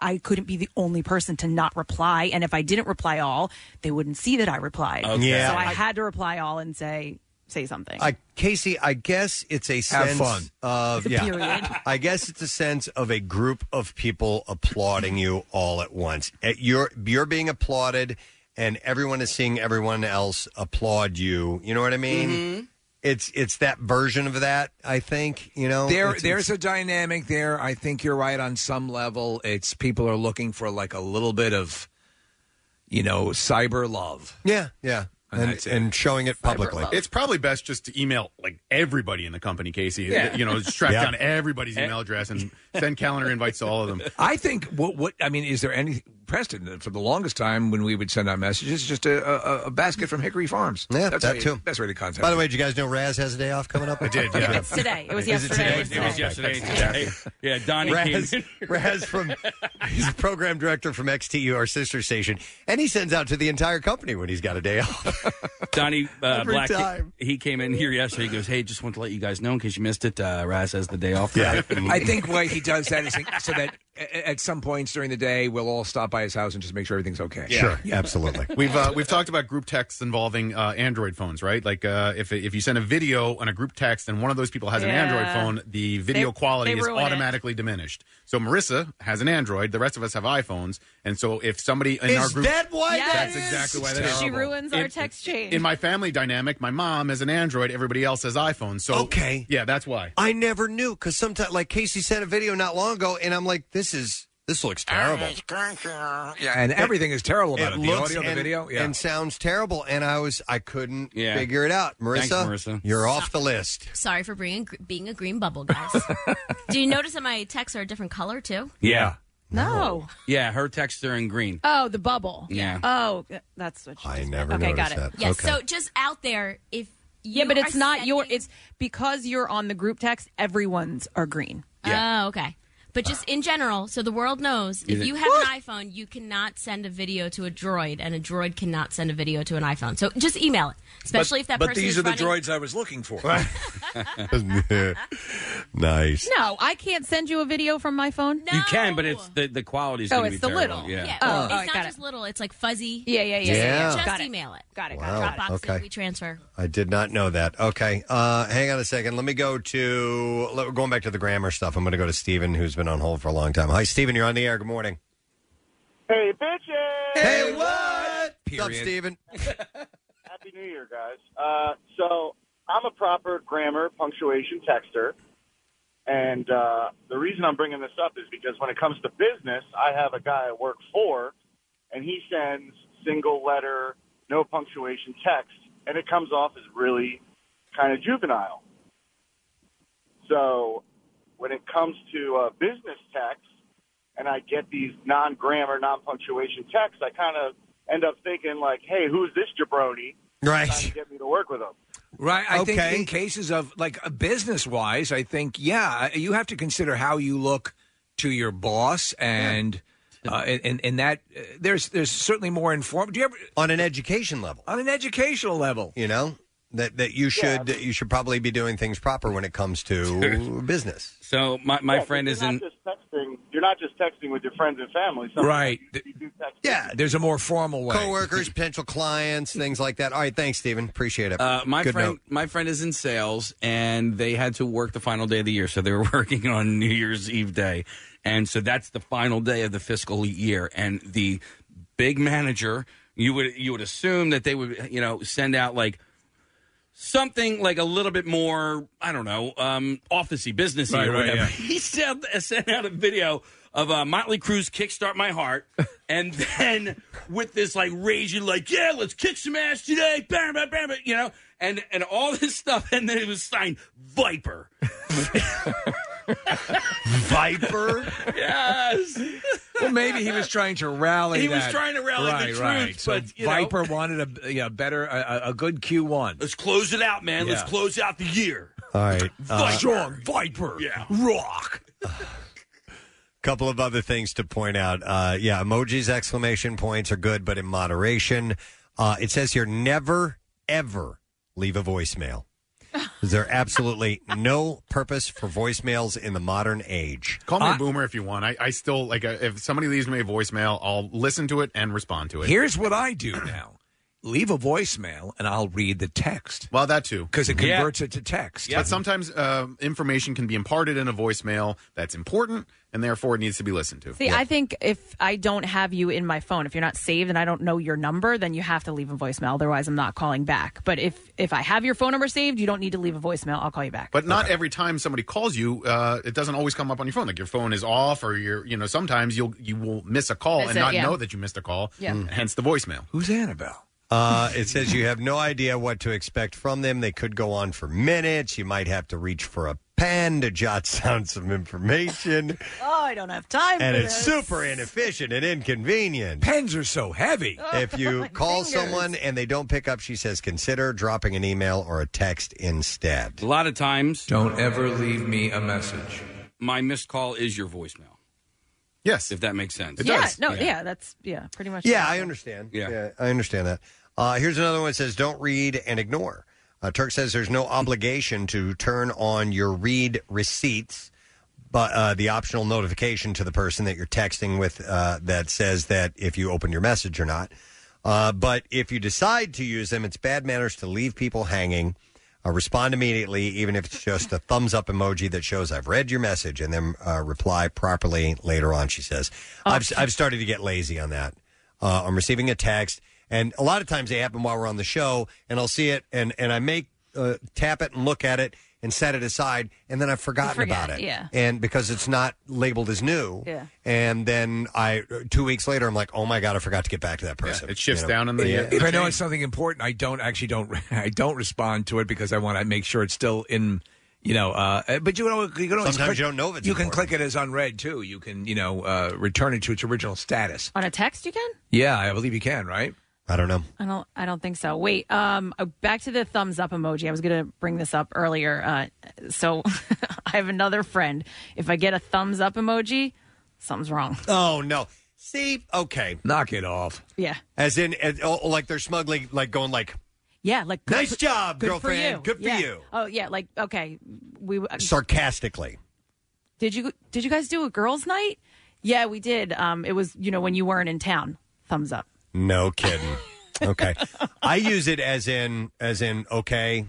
[SPEAKER 13] I couldn't be the only person to not reply. And if I didn't reply all, they wouldn't see that I replied.
[SPEAKER 2] Okay. Yeah.
[SPEAKER 13] So I
[SPEAKER 2] I-
[SPEAKER 13] had to reply all and say, say something.
[SPEAKER 2] I, Casey, I guess it's a
[SPEAKER 13] Have
[SPEAKER 2] sense
[SPEAKER 13] fun.
[SPEAKER 2] of yeah.
[SPEAKER 13] Period.
[SPEAKER 2] I guess it's a sense of a group of people applauding you all at once. At- You're you're being applauded, and everyone is seeing everyone else applaud you. You know what I mean?
[SPEAKER 4] Mm-hmm.
[SPEAKER 2] It's it's that version of that. I think you know.
[SPEAKER 4] There,
[SPEAKER 2] It's-
[SPEAKER 4] there's a dynamic there. I think you're right on some level. It's people are looking for like a little bit of, you know, cyber love.
[SPEAKER 2] Yeah, yeah,
[SPEAKER 4] And
[SPEAKER 2] and,
[SPEAKER 4] that's it.
[SPEAKER 2] and showing it publicly.
[SPEAKER 8] It's probably best just to email like everybody in the company, Casey.
[SPEAKER 4] Yeah.
[SPEAKER 8] You know, just track
[SPEAKER 4] Yeah.
[SPEAKER 8] down
[SPEAKER 2] Eh.
[SPEAKER 8] everybody's email address and send calendar invites to all of them.
[SPEAKER 4] I think what what I mean is there any Preston for the longest time when we would send out messages, just a, a, a basket from Hickory Farms.
[SPEAKER 2] Yeah,
[SPEAKER 4] that's
[SPEAKER 2] that
[SPEAKER 4] how you-
[SPEAKER 2] too.
[SPEAKER 4] Best way to contact.
[SPEAKER 2] By the way, did you guys know Raz has a day off coming up? I
[SPEAKER 4] did,
[SPEAKER 7] yeah.
[SPEAKER 4] It's today. It was
[SPEAKER 7] It was, it was yesterday. and today. Yeah, Donnie
[SPEAKER 2] Raz,
[SPEAKER 7] came in.
[SPEAKER 2] Raz from he's a program director from XTU, our sister station, and he sends out to the entire company when he's got a day off.
[SPEAKER 7] Donnie uh,
[SPEAKER 2] Every
[SPEAKER 7] Black,
[SPEAKER 2] time.
[SPEAKER 7] he came in here yesterday. He goes, "Hey, just want to let you guys know in case you missed it. Uh, Raz has the day off."
[SPEAKER 4] Yeah. I think why he does that is so that a- at some points during the day we'll all stop by his house and just make sure everything's okay.
[SPEAKER 2] absolutely.
[SPEAKER 8] We've uh, we've talked about group texts involving uh, Android phones, right? Like uh, if if you send a video on a group text and one of those people has an
[SPEAKER 12] Yeah.
[SPEAKER 8] Android phone, the video
[SPEAKER 12] They-
[SPEAKER 8] quality
[SPEAKER 12] they
[SPEAKER 8] is
[SPEAKER 12] ruin it.
[SPEAKER 8] automatically diminished. So Marissa has an Android, the rest of us have iPhones, and so if somebody in
[SPEAKER 2] Is
[SPEAKER 8] our group
[SPEAKER 2] that why
[SPEAKER 8] that's
[SPEAKER 2] that is?
[SPEAKER 8] exactly why that is.
[SPEAKER 13] She ruins our
[SPEAKER 8] In-
[SPEAKER 13] text chain.
[SPEAKER 8] In my family dynamic, my mom has an Android, everybody else has iPhone. So
[SPEAKER 2] Okay.
[SPEAKER 8] yeah, that's why.
[SPEAKER 2] I never knew because sometimes, like Casey sent a video not long ago, and I'm like, this is this looks terrible.
[SPEAKER 4] Yeah, and everything is terrible about it. The
[SPEAKER 2] looks
[SPEAKER 4] audio, the
[SPEAKER 2] and,
[SPEAKER 4] video, yeah.
[SPEAKER 2] and sounds terrible. And I was I couldn't
[SPEAKER 4] Yeah.
[SPEAKER 2] figure it out. Marissa,
[SPEAKER 4] Thanks, Marissa.
[SPEAKER 2] you're off the list.
[SPEAKER 23] Sorry for being being a green bubble, guys. Do you notice that my texts are a different color too?
[SPEAKER 7] Yeah,
[SPEAKER 13] No.
[SPEAKER 7] yeah. Her texts are in green.
[SPEAKER 13] Oh, the bubble.
[SPEAKER 7] Yeah.
[SPEAKER 13] Oh, that's what.
[SPEAKER 7] I never
[SPEAKER 13] Okay, got
[SPEAKER 7] noticed
[SPEAKER 13] it.
[SPEAKER 7] that.
[SPEAKER 23] Yes.
[SPEAKER 7] Okay.
[SPEAKER 23] So just out there, if you
[SPEAKER 13] yeah, but
[SPEAKER 23] are
[SPEAKER 13] it's not your. It's because you're on the group text. Everyone's are green.
[SPEAKER 23] Oh, okay. But just in general, so the world knows,
[SPEAKER 13] You
[SPEAKER 23] if
[SPEAKER 13] think-
[SPEAKER 23] you have an iPhone, you cannot send a video to a droid, and a droid cannot send a video to an iPhone. So just email it, especially
[SPEAKER 4] But-
[SPEAKER 23] if that
[SPEAKER 4] But
[SPEAKER 23] person
[SPEAKER 4] these
[SPEAKER 23] is
[SPEAKER 4] are the
[SPEAKER 23] running-
[SPEAKER 4] droids I was looking for.
[SPEAKER 2] nice.
[SPEAKER 13] No, I can't send you a video from my phone.
[SPEAKER 7] You can, but it's the the quality is
[SPEAKER 13] Oh,
[SPEAKER 7] going to be
[SPEAKER 13] it's the
[SPEAKER 7] terrible.
[SPEAKER 13] little.
[SPEAKER 7] Yeah.
[SPEAKER 23] Yeah,
[SPEAKER 13] Oh,
[SPEAKER 23] it's
[SPEAKER 13] all right,
[SPEAKER 23] not
[SPEAKER 13] got
[SPEAKER 23] just little; it's like fuzzy.
[SPEAKER 13] Yeah, yeah, yeah,
[SPEAKER 23] Just,
[SPEAKER 2] yeah, yeah.
[SPEAKER 23] just
[SPEAKER 2] Got it.
[SPEAKER 23] email it.
[SPEAKER 13] Got it.
[SPEAKER 2] Wow,
[SPEAKER 23] Dropbox,
[SPEAKER 2] okay.
[SPEAKER 23] we transfer.
[SPEAKER 2] I did not know that. Okay, uh, hang on a second. Let me go to let- we're going back to the grammar stuff. I'm going to go to Steven, who's been on hold for a long time. Hi, Steven. You're on the air. Good morning.
[SPEAKER 14] Hey, bitches!
[SPEAKER 2] Hey, what?
[SPEAKER 14] What's
[SPEAKER 2] Period. Steven?
[SPEAKER 14] Happy New Year, guys. Uh, so, I'm a proper grammar punctuation texter. And uh, the reason I'm bringing this up is because when it comes to business, I have a guy I work for, and he sends single letter, no punctuation text, and it comes off as really kind of juvenile. So, when it comes to uh, business text, and I get these non grammar, non punctuation texts, I kind of end up thinking like, "Hey, who's this jabroni?"
[SPEAKER 2] Right.
[SPEAKER 14] Trying to get me to work with him.
[SPEAKER 4] Right. I
[SPEAKER 14] Okay.
[SPEAKER 4] think in cases of like business wise, I think yeah, uh, you have to consider how you look to your boss and. Uh, and- and, and that uh, there's there's certainly more informed. Do you ever
[SPEAKER 2] on an education level?
[SPEAKER 4] On an educational level,
[SPEAKER 2] You know that that you should you should probably be doing things proper when it comes to business.
[SPEAKER 7] So my, my
[SPEAKER 14] Yeah,
[SPEAKER 7] friend
[SPEAKER 14] you're
[SPEAKER 7] is
[SPEAKER 14] not
[SPEAKER 7] in.
[SPEAKER 14] Just texting, you're not just texting with your friends and family, Sometimes
[SPEAKER 4] right?
[SPEAKER 14] You do text
[SPEAKER 2] Yeah,
[SPEAKER 4] there's a more formal way.
[SPEAKER 2] Coworkers, potential clients, things like that. All right, thanks, Steven. Appreciate it.
[SPEAKER 7] Uh, my
[SPEAKER 2] Good
[SPEAKER 7] friend,
[SPEAKER 2] note.
[SPEAKER 7] my friend is in sales, and they had to work the final day of the year, so they were working on New Year's Eve day, and so that's the final day of the fiscal year. And the big manager, you would you would assume that they would you know send out like something like a little bit more, I don't know, um, officey, businessy
[SPEAKER 12] Right,
[SPEAKER 7] or
[SPEAKER 12] right,
[SPEAKER 7] whatever.
[SPEAKER 12] yeah.
[SPEAKER 7] He sent, sent out a video of uh, Motley Crue's "Kickstart My Heart," and then with this like raging, like, "Yeah, let's kick some ass today!" Bam, bam, bam, bam, you know, and and all this stuff, and then it was signed Viper.
[SPEAKER 2] Viper.
[SPEAKER 7] yes.
[SPEAKER 4] Well, maybe he was trying to rally.
[SPEAKER 7] He was
[SPEAKER 4] that-
[SPEAKER 7] trying to rally the
[SPEAKER 4] right,
[SPEAKER 7] troops,
[SPEAKER 4] right. So
[SPEAKER 7] but, you know-
[SPEAKER 4] Viper wanted a yeah, better a, a- a good Q one.
[SPEAKER 7] Let's close it out, man. Let's
[SPEAKER 4] Yeah.
[SPEAKER 7] close out the year.
[SPEAKER 2] All right. uh,
[SPEAKER 4] Strong Viper.
[SPEAKER 7] Yeah.
[SPEAKER 4] Rock.
[SPEAKER 2] couple of other things to point out. Uh, yeah, emojis, exclamation points are good, but in moderation. Uh, it says here never, ever leave a voicemail. Is there absolutely no purpose for voicemails in the modern age?
[SPEAKER 8] Call me a boomer if you want. I, I still like uh, if somebody leaves me a voicemail, I'll listen to it and respond to it.
[SPEAKER 4] Here's what I do now. Leave a voicemail and I'll read the text.
[SPEAKER 8] Well, that too.
[SPEAKER 4] Because it converts it to text.
[SPEAKER 8] But sometimes uh, information can be imparted in a voicemail that's important and therefore needs to be listened to.
[SPEAKER 13] See, I think if I don't have you in my phone, if you're not saved and I don't know your number, then you have to leave a voicemail. Otherwise, I'm not calling back. But if if I have your phone number saved, you don't need to leave a voicemail. I'll call you back.
[SPEAKER 8] But not every time somebody calls you, uh, it doesn't always come up on your phone. Like your phone is off, or you're, you know, sometimes you'll you will miss a call
[SPEAKER 13] Miss
[SPEAKER 8] and
[SPEAKER 13] it,
[SPEAKER 8] not
[SPEAKER 13] yeah.
[SPEAKER 8] know that you missed a call.
[SPEAKER 13] Yeah.
[SPEAKER 4] Hmm.
[SPEAKER 13] Mm.
[SPEAKER 8] Hence the voicemail.
[SPEAKER 4] Who's Annabelle?
[SPEAKER 2] Uh, it says you have no idea what to expect from them. They could go on for minutes. You might have to reach for a pen to jot down some information.
[SPEAKER 3] Oh, I don't have time.
[SPEAKER 2] and
[SPEAKER 3] for
[SPEAKER 2] it's
[SPEAKER 3] this.
[SPEAKER 2] super inefficient and inconvenient. Pens are so heavy. If you
[SPEAKER 3] My
[SPEAKER 2] call
[SPEAKER 3] fingers.
[SPEAKER 2] someone and they don't pick up, she says, consider dropping an email or a text instead.
[SPEAKER 7] A lot of times.
[SPEAKER 24] Don't ever leave me a message.
[SPEAKER 7] My missed call is your voicemail.
[SPEAKER 8] Yes.
[SPEAKER 7] If that makes sense.
[SPEAKER 3] yeah, no, yeah. that's yeah, pretty much.
[SPEAKER 2] Yeah, I understand.
[SPEAKER 7] Yeah.
[SPEAKER 2] I understand that. Uh, here's another one that says, don't read and ignore. Uh, Turk says there's no obligation to turn on your read receipts, but uh, the optional notification to the person that you're texting with uh, that says that if you open your message or not. Uh, but if you decide to use them, it's bad manners to leave people hanging. Uh, respond immediately, even if it's just a thumbs up emoji that shows I've read your message, and then uh, reply properly later on. She says,
[SPEAKER 3] Oh,
[SPEAKER 2] "I've I've started to get lazy on that. Uh, I'm receiving a text, and a lot of times they happen while we're on the show, and I'll see it, and and I make uh, tap it and look at it and set it aside, and then I've forgotten
[SPEAKER 3] forget,
[SPEAKER 2] about it,
[SPEAKER 3] yeah.
[SPEAKER 2] and because it's not labeled as new,
[SPEAKER 3] Yeah.
[SPEAKER 2] and then I two weeks later I'm like, oh my god, I forgot to get back to that person. You know? Yeah.
[SPEAKER 4] If I know it's something important, I don't actually don't I don't respond to it because I want to make sure it's still in. You know, uh, but you know, you can always
[SPEAKER 2] Sometimes
[SPEAKER 4] click,
[SPEAKER 2] you don't know if it's
[SPEAKER 4] You can click it as unread too. You can, you know, uh, return it to its original status.
[SPEAKER 3] On a text, you can.
[SPEAKER 4] Yeah, I believe you can, right?
[SPEAKER 2] I don't know.
[SPEAKER 3] I don't. I don't think so. Wait. Um.
[SPEAKER 13] oh,
[SPEAKER 3] uh, Back to the thumbs up emoji. I was going to bring this up earlier. Uh. So, I have another friend. If I get a thumbs up emoji, something's wrong.
[SPEAKER 2] Oh no. See, okay,
[SPEAKER 4] knock it off.
[SPEAKER 3] Yeah.
[SPEAKER 2] As in, as, oh, like they're smuggling, like going like,
[SPEAKER 3] Yeah. Like. good
[SPEAKER 2] Nice
[SPEAKER 3] for-
[SPEAKER 2] job,
[SPEAKER 3] good
[SPEAKER 2] girlfriend.
[SPEAKER 3] For you.
[SPEAKER 2] Good for
[SPEAKER 3] Yeah.
[SPEAKER 2] you.
[SPEAKER 3] Oh yeah. Like okay. We uh,
[SPEAKER 2] sarcastically.
[SPEAKER 3] did you did you guys do a girls' night? Yeah, we did. Um. It was you know when you weren't in town. Thumbs up.
[SPEAKER 2] No kidding. okay, I use it as in as in okay,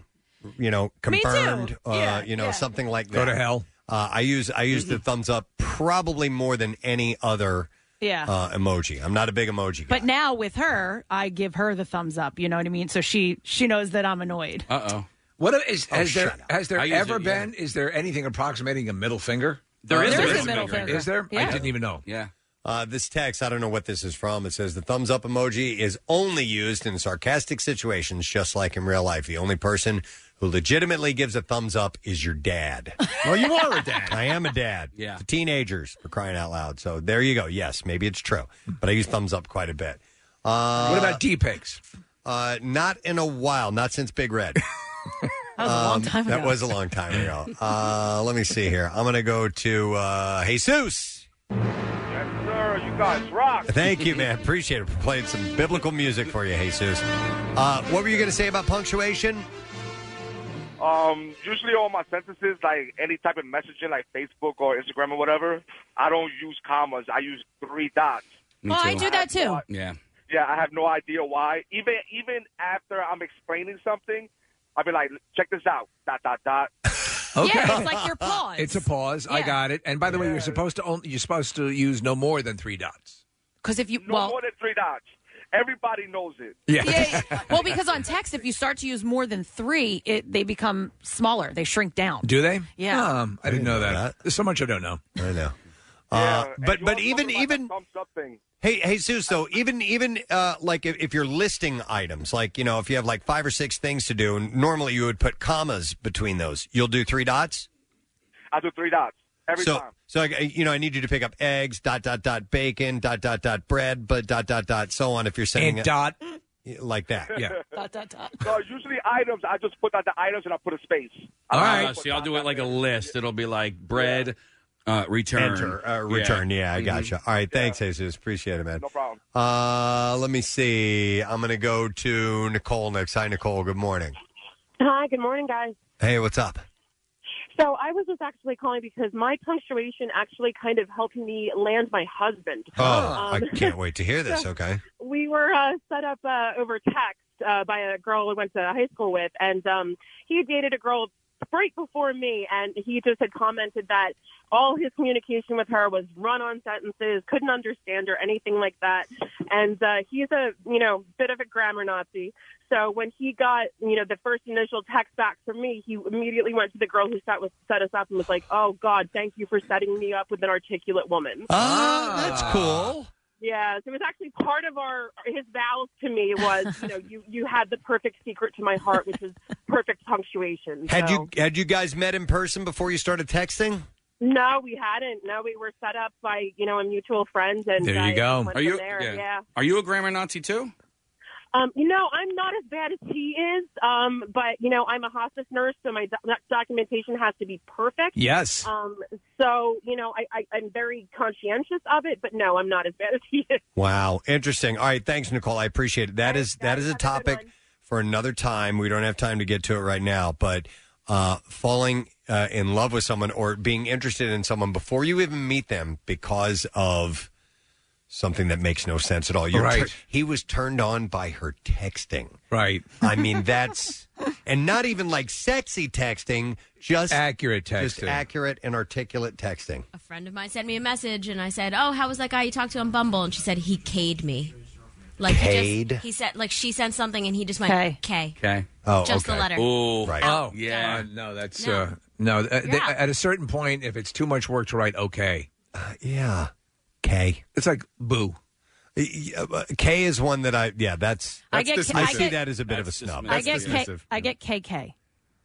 [SPEAKER 2] you know,
[SPEAKER 3] Me too.
[SPEAKER 2] confirmed. Uh, you know, something like that.
[SPEAKER 4] Go to hell.
[SPEAKER 2] Uh, I use I use the thumbs up probably more than any other
[SPEAKER 3] Yeah.
[SPEAKER 2] uh, emoji. I'm not a big emoji guy.
[SPEAKER 3] But now with her, I give her the thumbs up. You know what I mean? So she she knows that I'm annoyed.
[SPEAKER 7] Uh oh.
[SPEAKER 4] What is
[SPEAKER 3] Oh,
[SPEAKER 4] has there
[SPEAKER 3] shut up.
[SPEAKER 4] has there
[SPEAKER 3] I use
[SPEAKER 4] ever
[SPEAKER 3] it, yeah.
[SPEAKER 4] been? Is there anything approximating a middle finger?
[SPEAKER 2] There
[SPEAKER 4] Uh,
[SPEAKER 2] is a There is a middle middle finger. finger.
[SPEAKER 4] Is there? I
[SPEAKER 2] Yeah.
[SPEAKER 4] didn't even know.
[SPEAKER 7] Yeah.
[SPEAKER 2] Uh, this text, I don't know what this is from. It says the thumbs up emoji is only used in sarcastic situations, just like in real life. The only person who legitimately gives a thumbs up is your dad. Well, you are a dad. I am a dad.
[SPEAKER 7] Yeah.
[SPEAKER 2] The teenagers are crying out loud. So there you go. Yes, maybe it's true, but I use thumbs up quite a bit. Uh,
[SPEAKER 4] What about D pics?
[SPEAKER 2] Uh, not in a while. Not since Big Red.
[SPEAKER 3] That was a long
[SPEAKER 2] Um,
[SPEAKER 3] time
[SPEAKER 2] That
[SPEAKER 3] ago.
[SPEAKER 2] was a long time ago. Uh, let me see here. I'm going to go to uh, Jesus.
[SPEAKER 13] Sir, you guys rock.
[SPEAKER 2] Thank you, man. Appreciate it. for Playing some biblical music for you, Jesus. Uh, what were you going to say about punctuation?
[SPEAKER 13] Um, usually all my sentences, like any type of messaging, like Facebook or Instagram or whatever, I don't use commas. I use three dots.
[SPEAKER 25] Oh, I do that too.
[SPEAKER 7] Yeah.
[SPEAKER 13] Yeah, I have no idea why. Even even after I'm explaining something, I'll be like, check this out. Dot dot dot.
[SPEAKER 4] Okay.
[SPEAKER 3] like your pause.
[SPEAKER 4] It's a pause. I
[SPEAKER 13] Yeah.
[SPEAKER 4] got it. And by the way, you're supposed to only, you're supposed to use no more than three dots.
[SPEAKER 3] Because if you
[SPEAKER 13] no
[SPEAKER 3] well,
[SPEAKER 13] more than three dots. Everybody knows it.
[SPEAKER 4] Yeah.
[SPEAKER 3] well, because on text, if you start to use more than three, it they become smaller. They shrink down.
[SPEAKER 4] Do they?
[SPEAKER 3] Yeah.
[SPEAKER 4] Um, I didn't know that. There's so much I don't know.
[SPEAKER 2] I know. Uh, but but even even
[SPEAKER 13] something.
[SPEAKER 2] Hey, hey, Zeus, though, even even uh, like if, if you're listing items, like you know, if you have like five or six things to do, and normally you would put commas between those. You'll do three dots.
[SPEAKER 13] I do three dots every
[SPEAKER 2] so,
[SPEAKER 13] time.
[SPEAKER 2] so I, you know, I need you to pick up eggs, dot dot dot, bacon, dot dot dot, bread, but dot dot dot, so on. If you're sending
[SPEAKER 13] And
[SPEAKER 2] it-
[SPEAKER 13] dot.
[SPEAKER 2] like that,
[SPEAKER 3] dot dot dot.
[SPEAKER 13] So usually items, I just put out the items and I put a space.
[SPEAKER 7] All right. Uh, see, I'll do it like a list. It'll be like bread, uh, return,
[SPEAKER 2] Enter, uh, return. Yeah, I
[SPEAKER 7] Mhm.
[SPEAKER 2] gotcha. All right, thanks, Jesus. Appreciate it, man. No
[SPEAKER 13] problem.
[SPEAKER 2] Uh, let me see. I'm gonna go to Nicole next. Hi, Nicole. Good morning.
[SPEAKER 12] Hi, good morning, guys.
[SPEAKER 2] Hey, what's up?
[SPEAKER 12] So I was just actually calling because my punctuation actually kind of helped me land my husband.
[SPEAKER 2] Oh,
[SPEAKER 12] Um,
[SPEAKER 2] I can't wait to hear this.
[SPEAKER 12] so
[SPEAKER 2] Okay.
[SPEAKER 12] We were uh, set up uh, over text uh, by a girl we went to high school with, and um, he dated a girl right before me, and he just had commented that all his communication with her was run-on sentences, couldn't understand her, anything like that. And uh, he's a you know bit of a grammar Nazi. So when he got you know the first initial text back from me, he immediately went to the girl who set was set us up and was like, "Oh God, thank you for setting me up with an articulate woman."
[SPEAKER 2] Ah, that's cool.
[SPEAKER 12] Yes, it was actually part of our his vows to me was you know you you had the perfect secret to my heart, which was perfect punctuation.
[SPEAKER 2] Had
[SPEAKER 12] so-
[SPEAKER 2] you had you guys met in person before you started texting?
[SPEAKER 12] No, we hadn't. No, we were set up by you know a mutual friend, and
[SPEAKER 7] There
[SPEAKER 12] I
[SPEAKER 7] you go.
[SPEAKER 12] went
[SPEAKER 7] Are
[SPEAKER 12] from
[SPEAKER 7] you?
[SPEAKER 12] There,
[SPEAKER 7] yeah.
[SPEAKER 12] yeah.
[SPEAKER 7] Are you a grammar Nazi too?
[SPEAKER 12] Um, you know, I'm not as bad as he is, um, but you know, I'm a hospice nurse, so my doc- documentation has to be perfect.
[SPEAKER 7] Yes.
[SPEAKER 12] Um, so you know, I, I I'm very conscientious of it, but no, I'm not as bad as he is.
[SPEAKER 2] Wow, interesting. All right, thanks, Nicole. I appreciate it. That is that is a topic for another time. We don't have time to get to it right now, but uh, falling uh, in love with someone or being interested in someone before you even meet them because of something that makes no sense at all.
[SPEAKER 4] Right.
[SPEAKER 2] he was turned on by her texting.
[SPEAKER 4] Right.
[SPEAKER 2] I mean, that's and not even like sexy texting, just
[SPEAKER 4] Accurate
[SPEAKER 2] just
[SPEAKER 4] texting.
[SPEAKER 2] accurate and articulate texting.
[SPEAKER 23] A friend of mine sent me a message, and I said, "Oh, how was that guy you talked to on Bumble?" And she said, "He K'd me." Like he
[SPEAKER 2] K'd?
[SPEAKER 23] just he said like she sent something, and he just went
[SPEAKER 4] K.
[SPEAKER 23] K.
[SPEAKER 7] Okay.
[SPEAKER 4] Oh,
[SPEAKER 23] Just the okay. letter.
[SPEAKER 7] Oh,
[SPEAKER 4] right.
[SPEAKER 23] Out.
[SPEAKER 4] Oh,
[SPEAKER 23] Yeah.
[SPEAKER 4] Uh, no, that's
[SPEAKER 23] No.
[SPEAKER 4] uh, no. uh, they-
[SPEAKER 23] Yeah.
[SPEAKER 4] at a certain point, if it's too much work to write, okay.
[SPEAKER 2] yeah. K.
[SPEAKER 4] It's like boo.
[SPEAKER 2] uh, K is one that I yeah that's,
[SPEAKER 13] I get-
[SPEAKER 2] that's
[SPEAKER 13] I
[SPEAKER 2] see
[SPEAKER 13] get-
[SPEAKER 2] that as a bit of a snub.
[SPEAKER 13] I get K- I get KK.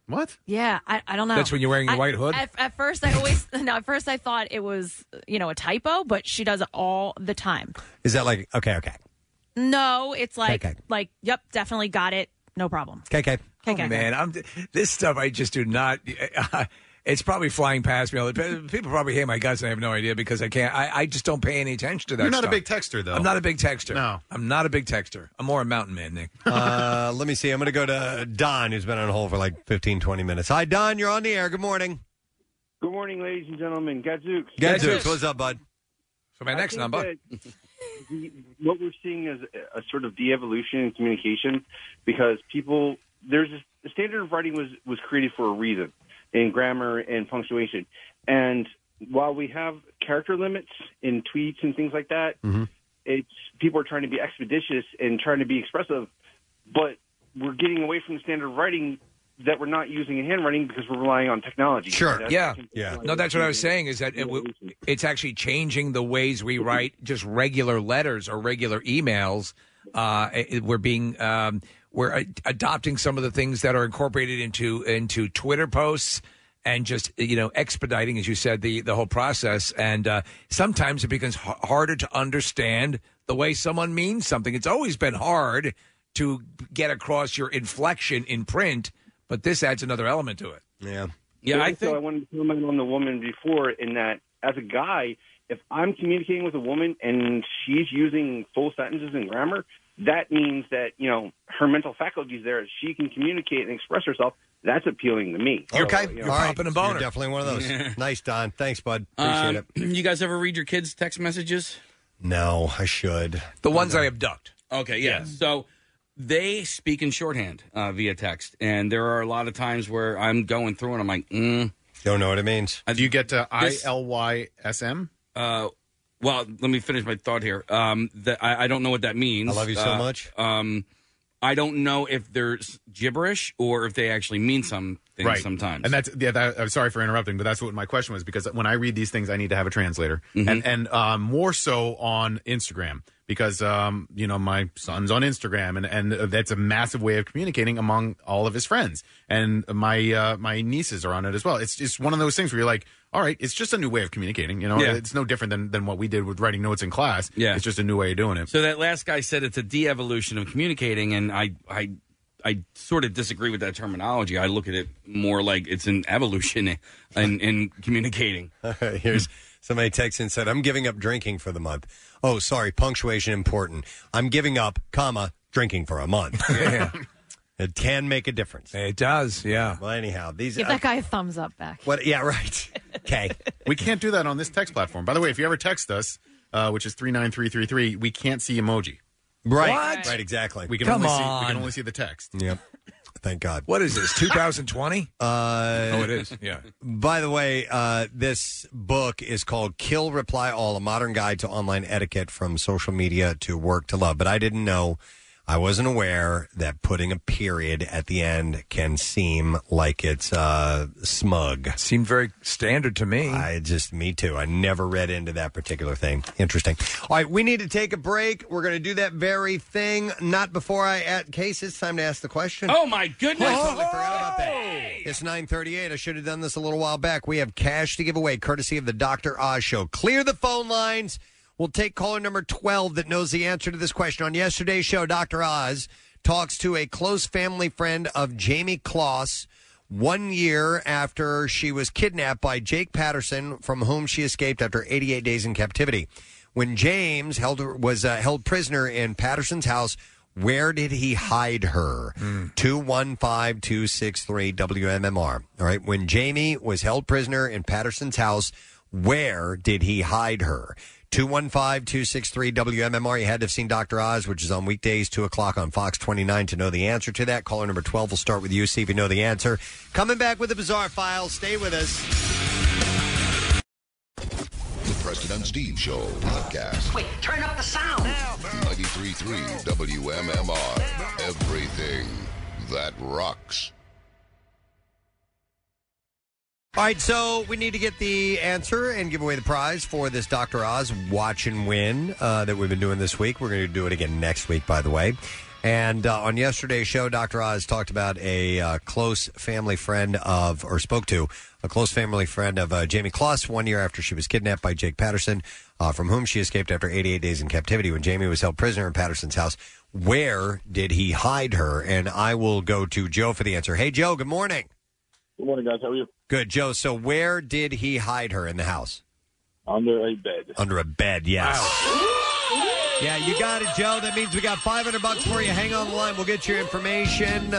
[SPEAKER 8] What?
[SPEAKER 13] Yeah, I, I don't know.
[SPEAKER 2] That's when you're wearing your
[SPEAKER 13] I-
[SPEAKER 2] white hood?
[SPEAKER 13] At, at first, I always no. At first, I thought it was you know a typo, but she does it all the time.
[SPEAKER 2] Is that like okay okay
[SPEAKER 13] No, it's like
[SPEAKER 4] KK.
[SPEAKER 13] like yep, definitely got it. No problem.
[SPEAKER 2] KK.
[SPEAKER 13] KK.
[SPEAKER 4] Oh, man, I'm this stuff. I just do not. it's probably flying past me. all the- People probably hate my guts, and I have no idea because I can't. I, I just don't pay any attention to that.
[SPEAKER 8] You're not a
[SPEAKER 4] stuff.
[SPEAKER 8] big texter, though.
[SPEAKER 4] I'm not a big texter. No, I'm not a big texter. I'm more a mountain man, Nick.
[SPEAKER 2] uh, let me see. I'm going to go to Don, who's been on hold for like 15, 20 minutes. Hi, Don. You're on the air. Good morning.
[SPEAKER 10] Good morning, ladies and gentlemen. Gadzooks.
[SPEAKER 2] Gadzooks, what's up, bud?
[SPEAKER 4] So my
[SPEAKER 10] I
[SPEAKER 4] next
[SPEAKER 10] think
[SPEAKER 4] number.
[SPEAKER 10] that the- what we're seeing is a sort of de-evolution in communication because people there's a, the standard of writing was was created for a reason in grammar and punctuation, and while we have character limits in tweets and things like that,
[SPEAKER 4] Mm-hmm.
[SPEAKER 10] it's people are trying to be expeditious and trying to be expressive, but we're getting away from the standard of writing that we're not using in handwriting because we're relying on technology. That's-
[SPEAKER 4] Yeah. Yeah. No, that's what I was saying is that it, w- it's actually changing the ways we write just regular letters or regular emails. Uh, it- it- we're being um, we're a- adopting some of the things that are incorporated into into Twitter posts and just you know expediting, as you said, the the whole process. And uh, sometimes it becomes h- harder to understand the way someone means something. It's always been hard to get across your inflection in print, but this adds another element to it.
[SPEAKER 2] Yeah.
[SPEAKER 10] So also, I wanted to comment on the woman before in that as a guy, if I'm communicating with a woman and she's using full sentences and grammar, that means that you know her mental faculties there. She can communicate and express herself. That's appealing to me.
[SPEAKER 2] okay.
[SPEAKER 10] So, you
[SPEAKER 2] All
[SPEAKER 10] know.
[SPEAKER 2] right. Oh, You're definitely one of those. nice, Don. Thanks, bud. Appreciate
[SPEAKER 7] Um,
[SPEAKER 2] it.
[SPEAKER 7] You guys ever read your kids' text messages?
[SPEAKER 2] No, I should.
[SPEAKER 4] The ones I abduct.
[SPEAKER 7] Okay, yeah. So they speak in shorthand uh, via text, and there are a lot of times where I'm going through and I'm like, mm.
[SPEAKER 2] don't know what it means.
[SPEAKER 7] Do you get to
[SPEAKER 8] I L Y S M.
[SPEAKER 7] Uh, well, let me finish my thought here. Um, that I, I don't know what that means.
[SPEAKER 2] I love you so
[SPEAKER 7] Uh,
[SPEAKER 2] much.
[SPEAKER 7] Um, I don't know if there's gibberish or if they actually mean something
[SPEAKER 8] Right.
[SPEAKER 7] sometimes.
[SPEAKER 8] And that's yeah. That, I'm sorry for interrupting, but that's what my question was because when I read these things, I need to have a translator,
[SPEAKER 7] Mhm.
[SPEAKER 8] and and um, more so on Instagram because um, you know my son's on Instagram, and and that's a massive way of communicating among all of his friends, and my uh, my nieces are on it as well. It's just one of those things where you're like. All right, it's just a new way of communicating. You know,
[SPEAKER 7] Yeah.
[SPEAKER 8] it's no different than, than what we did with writing notes in class.
[SPEAKER 7] Yeah.
[SPEAKER 8] it's just a new way of doing it.
[SPEAKER 7] So that last guy said it's a de-evolution of communicating, and I, I, I sort of disagree with that terminology. I look at it more like it's an evolution in, in communicating.
[SPEAKER 2] Here's somebody texted and said, I'm giving up drinking for the month. Oh, sorry, punctuation important. I'm giving up, comma, drinking for a month.
[SPEAKER 4] Yeah.
[SPEAKER 2] it can make a difference.
[SPEAKER 4] It does, yeah.
[SPEAKER 2] Well, anyhow, these.
[SPEAKER 4] uh,
[SPEAKER 13] Give that guy a thumbs up back.
[SPEAKER 2] What? Yeah, right. Okay.
[SPEAKER 8] we can't do that on this text platform. By the way, if you ever text us, uh, which is three nine three three three, we can't see emoji.
[SPEAKER 2] Right. What? Right, exactly.
[SPEAKER 8] We can
[SPEAKER 2] Come
[SPEAKER 8] only see we
[SPEAKER 2] on.
[SPEAKER 8] can only see the text.
[SPEAKER 2] Yep. Thank God.
[SPEAKER 4] What is this? 2020?
[SPEAKER 2] Uh, oh,
[SPEAKER 4] it is. Yeah.
[SPEAKER 2] By the way, uh, this book is called "Kill Reply All: A Modern Guide to Online Etiquette from Social Media to Work to Love." But I didn't know. I wasn't aware that putting a period at the end can seem like it's uh, smug.
[SPEAKER 4] Seemed very standard to me.
[SPEAKER 2] I just, me too. I never read into that particular thing. Interesting. All right, we need to take a break. We're going to do that very thing. Not before I at case. It's time to ask the question.
[SPEAKER 7] Oh my goodness!
[SPEAKER 2] I totally forgot about that. It's nine thirty-eight. I should have done this a little while back. We have cash to give away, courtesy of the Doctor Oz Show. Clear the phone lines. We'll take caller number twelve that knows the answer to this question. On yesterday's show, Doctor Oz talks to a close family friend of Jamie Kloss. One year after she was kidnapped by Jake Patterson, from whom she escaped after 88 days in captivity, when James held was uh, held prisoner in Patterson's house, where did he hide her? 215263 WMMR. All right. When Jamie was held prisoner in Patterson's house, where did he hide her? 215 263 WMMR. You had to have seen Dr. Oz, which is on weekdays, 2 o'clock on Fox 29 to know the answer to that. Caller number 12 will start with you, see if you know the answer. Coming back with the bizarre file. Stay with us.
[SPEAKER 1] The Preston and Steve Show podcast.
[SPEAKER 15] Wait, turn up the sound.
[SPEAKER 1] 93.3 WMMR. Everything that rocks.
[SPEAKER 2] All right, so we need to get the answer and give away the prize for this Dr. Oz watch and win uh, that we've been doing this week. We're going to do it again next week, by the way. And uh, on yesterday's show, Dr. Oz talked about a uh, close family friend of, or spoke to, a close family friend of uh, Jamie Kloss one year after she was kidnapped by Jake Patterson, uh, from whom she escaped after 88 days in captivity when Jamie was held prisoner in Patterson's house. Where did he hide her? And I will go to Joe for the answer. Hey, Joe, good morning.
[SPEAKER 17] Good morning, guys. How are you?
[SPEAKER 2] Good, Joe. So where did he hide her in the house?
[SPEAKER 17] Under a bed.
[SPEAKER 2] Under a bed, yes. Yeah, you got it, Joe. That means we got 500 bucks for you. Hang on the line. We'll get your information.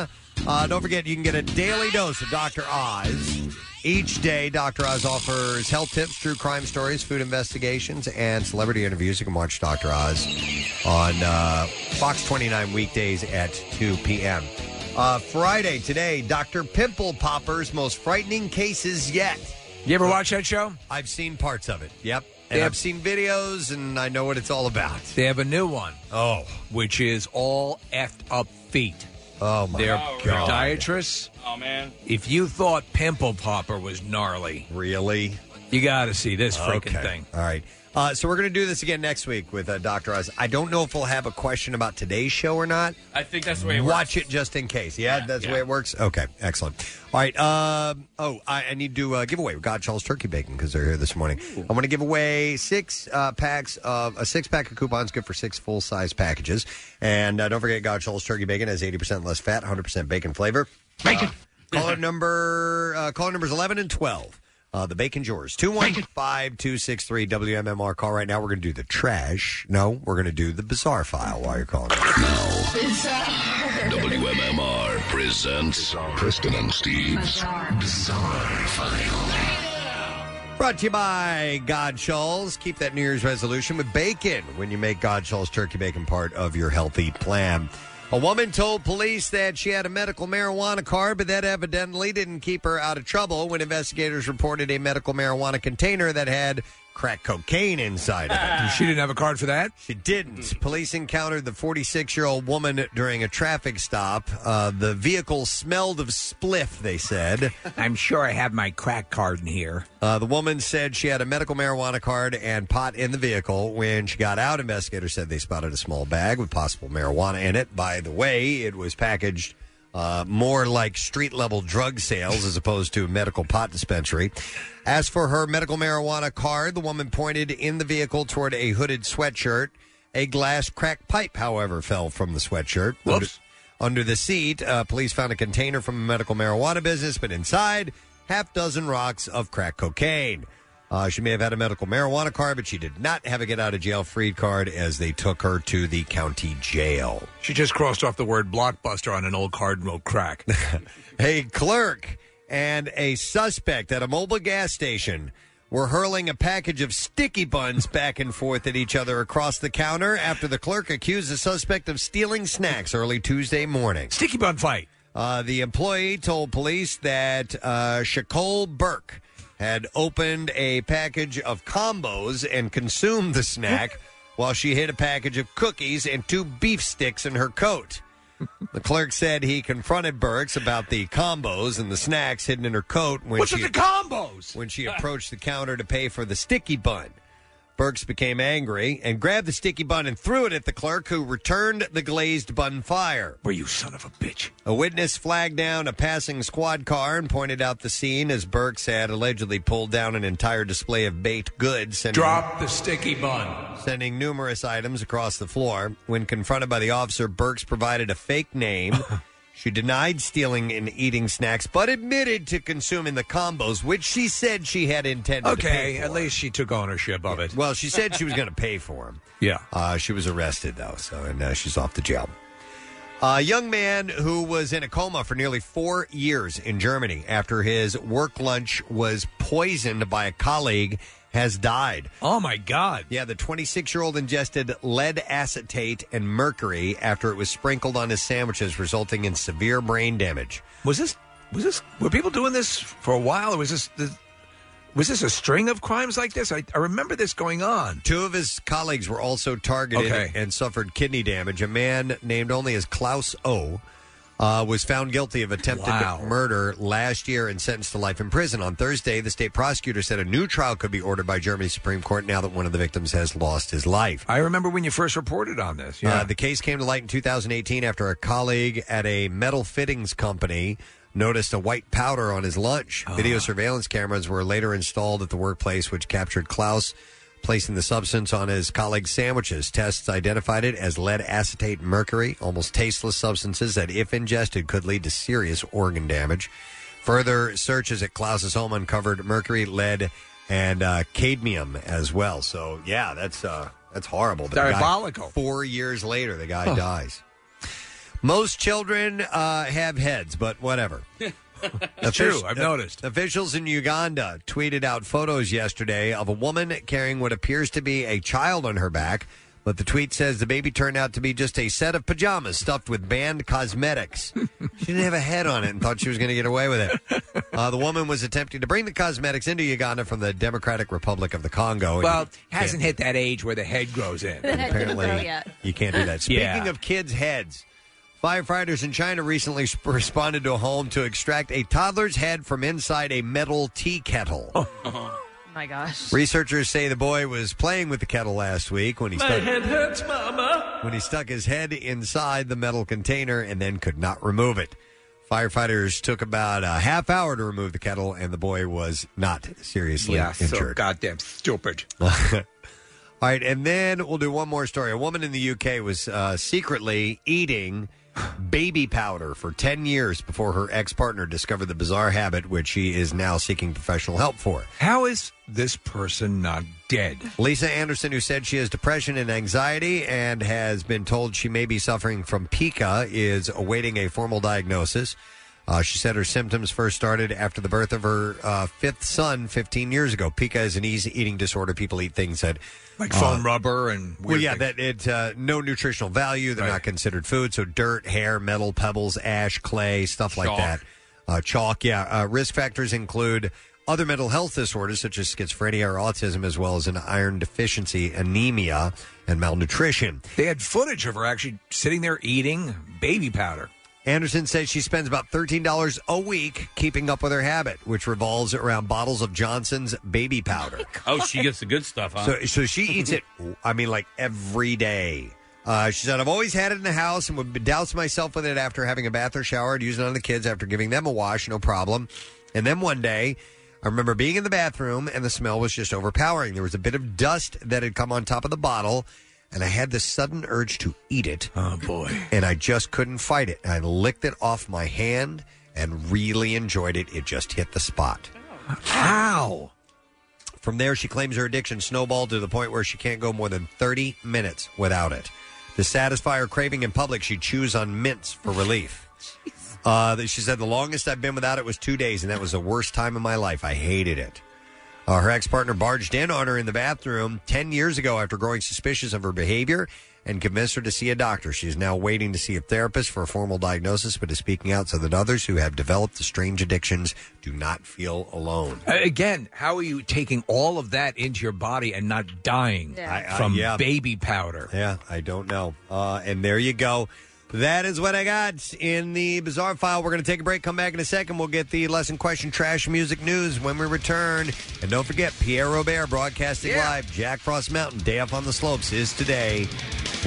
[SPEAKER 2] Uh, don't forget, you can get a daily dose of Dr. Oz. Each day, Dr. Oz offers health tips, true crime stories, food investigations, and celebrity interviews. You can watch Dr. Oz on uh, Fox 29 weekdays at 2 p.m. Uh, Friday, today, Dr. Pimple Popper's most frightening cases yet.
[SPEAKER 4] You ever watch that show?
[SPEAKER 2] I've seen parts of it. Yep. And
[SPEAKER 4] Yep.
[SPEAKER 2] I've seen videos and I know what it's all about.
[SPEAKER 4] They have a new one.
[SPEAKER 2] Oh.
[SPEAKER 4] Which is all effed up feet.
[SPEAKER 2] Oh,
[SPEAKER 7] my
[SPEAKER 4] Their
[SPEAKER 7] God.
[SPEAKER 4] podiatrist.
[SPEAKER 7] Oh man.
[SPEAKER 4] If you thought Pimple Popper was gnarly.
[SPEAKER 2] Really?
[SPEAKER 4] You got to see this freaking
[SPEAKER 2] Okay.
[SPEAKER 4] thing.
[SPEAKER 2] All right. Uh, so we're going to do this again next week with uh, Dr. Oz. I don't know if we'll have a question about today's show or not.
[SPEAKER 7] I think that's the way it
[SPEAKER 2] Watch it just in case. Yeah, that's the
[SPEAKER 7] yeah.
[SPEAKER 2] way it works. Okay, excellent. All right. Um, oh, I, I need to uh, give away God Charles Turkey Bacon because they're here this morning. I want to give away six uh, packs of a six pack of coupons, good for six full size packages. And uh, don't forget, God Charles Turkey Bacon has eighty percent less fat, hundred percent bacon flavor. Bacon. caller number uh, caller numbers eleven and twelve. Uh, the bacon jurors. 215263 WMMR. Call right now. We're going to do the trash. No, we're going to do the bizarre file while you're calling.
[SPEAKER 1] WMMR presents Preston and Steve's Bizarre File.
[SPEAKER 2] Brought to you by God Shawls. Keep that New Year's resolution with bacon when you make God Shawls turkey bacon part of your healthy plan. A woman told police that she had a medical marijuana card, but that evidently didn't keep her out of trouble when investigators reported a medical marijuana container that had crack cocaine inside of it.
[SPEAKER 4] She didn't have a card for that?
[SPEAKER 2] She didn't. Police encountered the 46 year old woman during a traffic stop. Uh, the vehicle smelled of spliff, they said.
[SPEAKER 4] I'm sure I have my crack card in here.
[SPEAKER 2] Uh, the woman said she had a medical marijuana card and pot in the vehicle. When she got out, investigators said they spotted a small bag with possible marijuana in it. By the way, it was packaged uh, more like street level drug sales as opposed to a medical pot dispensary. As for her medical marijuana card, the woman pointed in the vehicle toward a hooded sweatshirt. A glass crack pipe, however, fell from the sweatshirt. Whoops. Under the seat, uh, police found a container from a medical marijuana business, but inside, half dozen rocks of crack cocaine. Uh, she may have had a medical marijuana card, but she did not have a get out of jail free card as they took her to the county jail.
[SPEAKER 4] She just crossed off the word blockbuster on an old card and wrote crack.
[SPEAKER 2] a clerk and a suspect at a mobile gas station were hurling a package of sticky buns back and forth at each other across the counter after the clerk accused the suspect of stealing snacks early Tuesday morning.
[SPEAKER 4] Sticky bun fight.
[SPEAKER 2] Uh, the employee told police that uh, Shacole Burke had opened a package of combos and consumed the snack while she hid a package of cookies and two beef sticks in her coat. The clerk said he confronted Burks about the combos and the snacks hidden in her coat when
[SPEAKER 4] What's
[SPEAKER 2] she
[SPEAKER 4] with the combos?
[SPEAKER 2] when she approached the counter to pay for the sticky bun. Burks became angry and grabbed the sticky bun and threw it at the clerk, who returned the glazed bun fire.
[SPEAKER 4] Were you son of a bitch?
[SPEAKER 2] A witness flagged down a passing squad car and pointed out the scene as Burks had allegedly pulled down an entire display of baked goods. Sending
[SPEAKER 11] Drop the sticky bun.
[SPEAKER 2] sending numerous items across the floor. When confronted by the officer, Burks provided a fake name. she denied stealing and eating snacks, but admitted to consuming the combos, which she said she had intended to pay
[SPEAKER 4] Okay, at least she took ownership of it.
[SPEAKER 2] Well, she said she was going to pay for him.
[SPEAKER 4] Yeah.
[SPEAKER 2] Uh, she was arrested, though, so and uh, she's off to jail. A young man who was in a coma for nearly four years in Germany after his work lunch was poisoned by a colleague has died.
[SPEAKER 4] Oh, my God.
[SPEAKER 2] Yeah, the 26 year old ingested lead acetate and mercury after it was sprinkled on his sandwiches, resulting in severe brain damage.
[SPEAKER 4] Was this was this were people doing this for a while or was this the was this a string of crimes like this? I, I remember this going on.
[SPEAKER 2] Two of his colleagues were also targeted
[SPEAKER 4] Okay.
[SPEAKER 2] and suffered kidney damage. A man named only as Klaus O. Uh, was found guilty of attempted
[SPEAKER 4] Wow.
[SPEAKER 2] murder last year and sentenced to life in prison. On Thursday, the state prosecutor said a new trial could be ordered by Germany's Supreme Court now that one of the victims has lost his life.
[SPEAKER 4] I remember when you first reported on this. Yeah.
[SPEAKER 2] Uh, the case came to light in 2018 after a colleague at a metal fittings company noticed a white powder on his lunch.
[SPEAKER 4] Ah.
[SPEAKER 2] Video surveillance cameras were later installed at the workplace, which captured Klaus placing the substance on his colleague's sandwiches. Tests identified it as lead acetate mercury, almost tasteless substances that, if ingested, could lead to serious organ damage. Further searches at Klaus's home uncovered mercury, lead, and uh, cadmium as well. So, yeah, that's uh, that's horrible. The guy-
[SPEAKER 4] Diabolical.
[SPEAKER 2] Four years later, the guy dies. Most children uh, have heads, but whatever.
[SPEAKER 4] It's true. I've noticed.
[SPEAKER 2] Officials in Uganda tweeted out photos yesterday of a woman carrying what appears to be a child on her back, but the tweet says the baby turned out to be just a set of pajamas stuffed with banned cosmetics. she didn't have a head on it and thought she was going to get away with it. Uh, the woman was attempting to bring the cosmetics into Uganda from the Democratic Republic of the Congo.
[SPEAKER 4] Well, hasn't hit that age where the head grows in.
[SPEAKER 2] apparently you can't do that. Speaking
[SPEAKER 4] Yeah.
[SPEAKER 2] of kids' heads, firefighters in China recently sp- responded to a home to extract a toddler's head from inside a metal tea kettle.
[SPEAKER 4] Oh.
[SPEAKER 13] Oh My gosh.
[SPEAKER 2] Researchers say the boy was playing with the kettle last week when he stuck
[SPEAKER 11] hurts, Mama.
[SPEAKER 2] when he stuck his head inside the metal container and then could not remove it. Firefighters took about a half hour to remove the kettle, and the boy was not seriously
[SPEAKER 4] Yeah,
[SPEAKER 2] injured.
[SPEAKER 4] so goddamn stupid.
[SPEAKER 2] All right, and then we'll do one more story. A woman in the UK was uh, secretly eating baby powder for 10 years before her ex partner discovered the bizarre habit, which she is now seeking professional help for.
[SPEAKER 4] How is this person not dead?
[SPEAKER 2] Lisa Anderson, who said she has depression and anxiety and has been told she may be suffering from pica, is awaiting a formal diagnosis. Uh, she said her symptoms first started after the birth of her uh, fifth son 15 years ago. Pica is an easy eating disorder. People eat things that
[SPEAKER 4] Like
[SPEAKER 2] uh,
[SPEAKER 4] foam rubber and weird
[SPEAKER 2] well, yeah,
[SPEAKER 4] things.
[SPEAKER 2] that it uh, no nutritional value. They're not considered food. So dirt, hair, metal, pebbles, ash, clay, stuff like
[SPEAKER 4] Chalk.
[SPEAKER 2] that. Uh, chalk, yeah. Uh, risk factors include other mental health disorders such as schizophrenia or autism, as well as an iron deficiency, anemia, and malnutrition.
[SPEAKER 4] They had footage of her actually sitting there eating baby powder.
[SPEAKER 2] Anderson says she spends about $13 a week keeping up with her habit, which revolves around bottles of Johnson's baby powder.
[SPEAKER 7] Oh, she gets the good stuff, huh?
[SPEAKER 2] So, so she eats it. I mean, like every day. Uh, she said, "I've always had it in the house, and would douse myself with it after having a bath or shower. I'd use it on the kids after giving them a wash, no problem. And then one day, I remember being in the bathroom, and the smell was just overpowering. There was a bit of dust that had come on top of the bottle." And I had this sudden urge to eat it.
[SPEAKER 4] Oh, boy.
[SPEAKER 2] And I just couldn't fight it. And I licked it off my hand and really enjoyed it. It just hit the spot.
[SPEAKER 4] How?
[SPEAKER 2] From there, she claims her addiction snowballed to the point where she can't go more than 30 minutes without it. To satisfy her craving in public, she chews on mints for relief. Uh, she said, The longest I've been without it was two days, and that was the worst time of my life. I hated it. Uh, her ex partner barged in on her in the bathroom 10 years ago after growing suspicious of her behavior and convinced her to see a doctor. She is now waiting to see a therapist for a formal diagnosis, but is speaking out so that others who have developed the strange addictions do not feel alone.
[SPEAKER 4] Uh, Again, how are you taking all of that into your body and not dying
[SPEAKER 2] I- I-
[SPEAKER 4] from
[SPEAKER 2] yeah.
[SPEAKER 4] baby powder?
[SPEAKER 2] Yeah, I don't know. Uh, and there you go. That is what I got in the bizarre file. We're going to take a break, come back in a second. We'll get the lesson question trash music news when we return. And don't forget, Pierre Robert broadcasting live, Jack Frost Mountain, Day Up on the Slopes is today.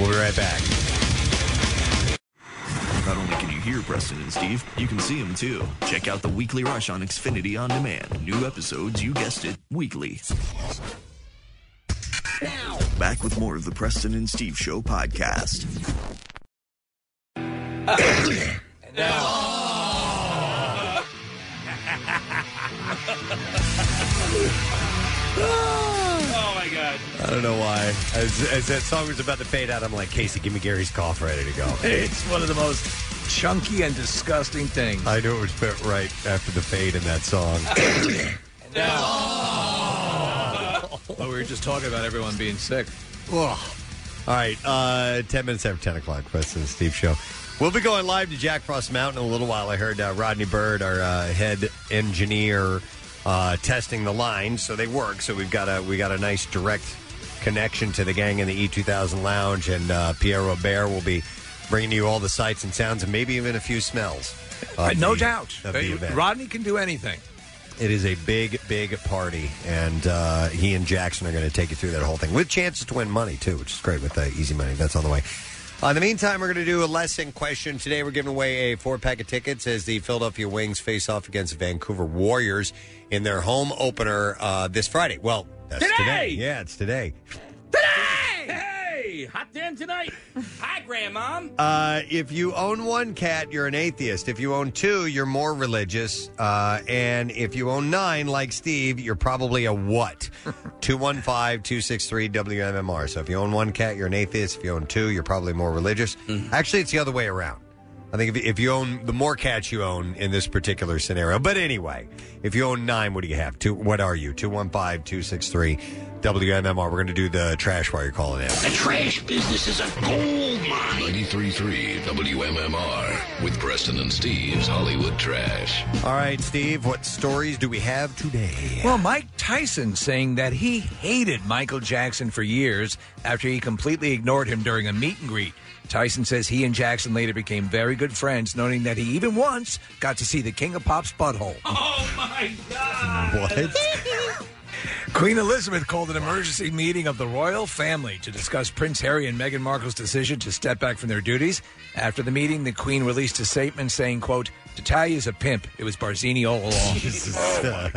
[SPEAKER 2] We'll be right back.
[SPEAKER 5] Not only can you hear Preston and Steve, you can see them too. Check out the Weekly Rush on Xfinity On Demand. New episodes, you guessed it, weekly. Back with more of the Preston and Steve Show podcast.
[SPEAKER 20] oh my god.
[SPEAKER 2] I don't know why. As, as that song was about to fade out, I'm like, Casey, give me Gary's cough ready to go.
[SPEAKER 4] It's one of the most chunky and disgusting things.
[SPEAKER 2] I knew it was fit right after the fade in that song.
[SPEAKER 4] Well, Oh, we were just talking about everyone being sick.
[SPEAKER 2] All right, uh, 10 minutes after 10 o'clock, Preston and Steve Show. We'll be going live to Jack Frost Mountain in a little while. I heard uh, Rodney Bird, our uh, head engineer, uh, testing the lines, so they work. So we've got a we got a nice direct connection to the gang in the E2000 Lounge, and uh, Pierre Robert will be bringing you all the sights and sounds, and maybe even a few smells. of
[SPEAKER 4] Uh, no
[SPEAKER 2] the-
[SPEAKER 4] doubt.
[SPEAKER 2] of the
[SPEAKER 4] Uh,
[SPEAKER 2] event.
[SPEAKER 4] Rodney can do anything.
[SPEAKER 2] It is a big, big party, and uh, he and Jackson are going to take you through that whole thing with chances to win money too, which is great with uh, easy money. That's on the way. Uh, in the meantime, we're going to do a lesson question today. We're giving away a four pack of tickets as the Philadelphia Wings face off against the Vancouver Warriors in their home opener uh, this Friday. Well, that's today. Yeah, it's today.
[SPEAKER 7] Hey, hot damn tonight. Hi, grandmom.
[SPEAKER 2] Uh, if you own one cat, you're an atheist. If you own two, you're more religious. Uh, and if you own nine, like Steve, you're probably a what? 215 263 WMMR. So if you own one cat, you're an atheist. If you own two, you're probably more religious. Actually, it's the other way around. I think if, if you own the more cats you own in this particular scenario. But anyway, if you own nine, what do you have? Two, what are you? 215 263 WMMR. We're going to do the trash while you're calling in.
[SPEAKER 1] The trash business is a gold mine. 93.3 WMMR with Preston and Steve's Hollywood Trash.
[SPEAKER 2] All right, Steve, what stories do we have today?
[SPEAKER 4] Well, Mike Tyson saying that he hated Michael Jackson for years after he completely ignored him during a meet and greet. Tyson says he and Jackson later became very good friends, noting that he even once got to see the King of Pop's butthole.
[SPEAKER 20] Oh my
[SPEAKER 4] What? Queen Elizabeth called an emergency meeting of the royal family to discuss Prince Harry and Meghan Markle's decision to step back from their duties. After the meeting, the Queen released a statement saying, quote, Natalia's a pimp. It was Barzini all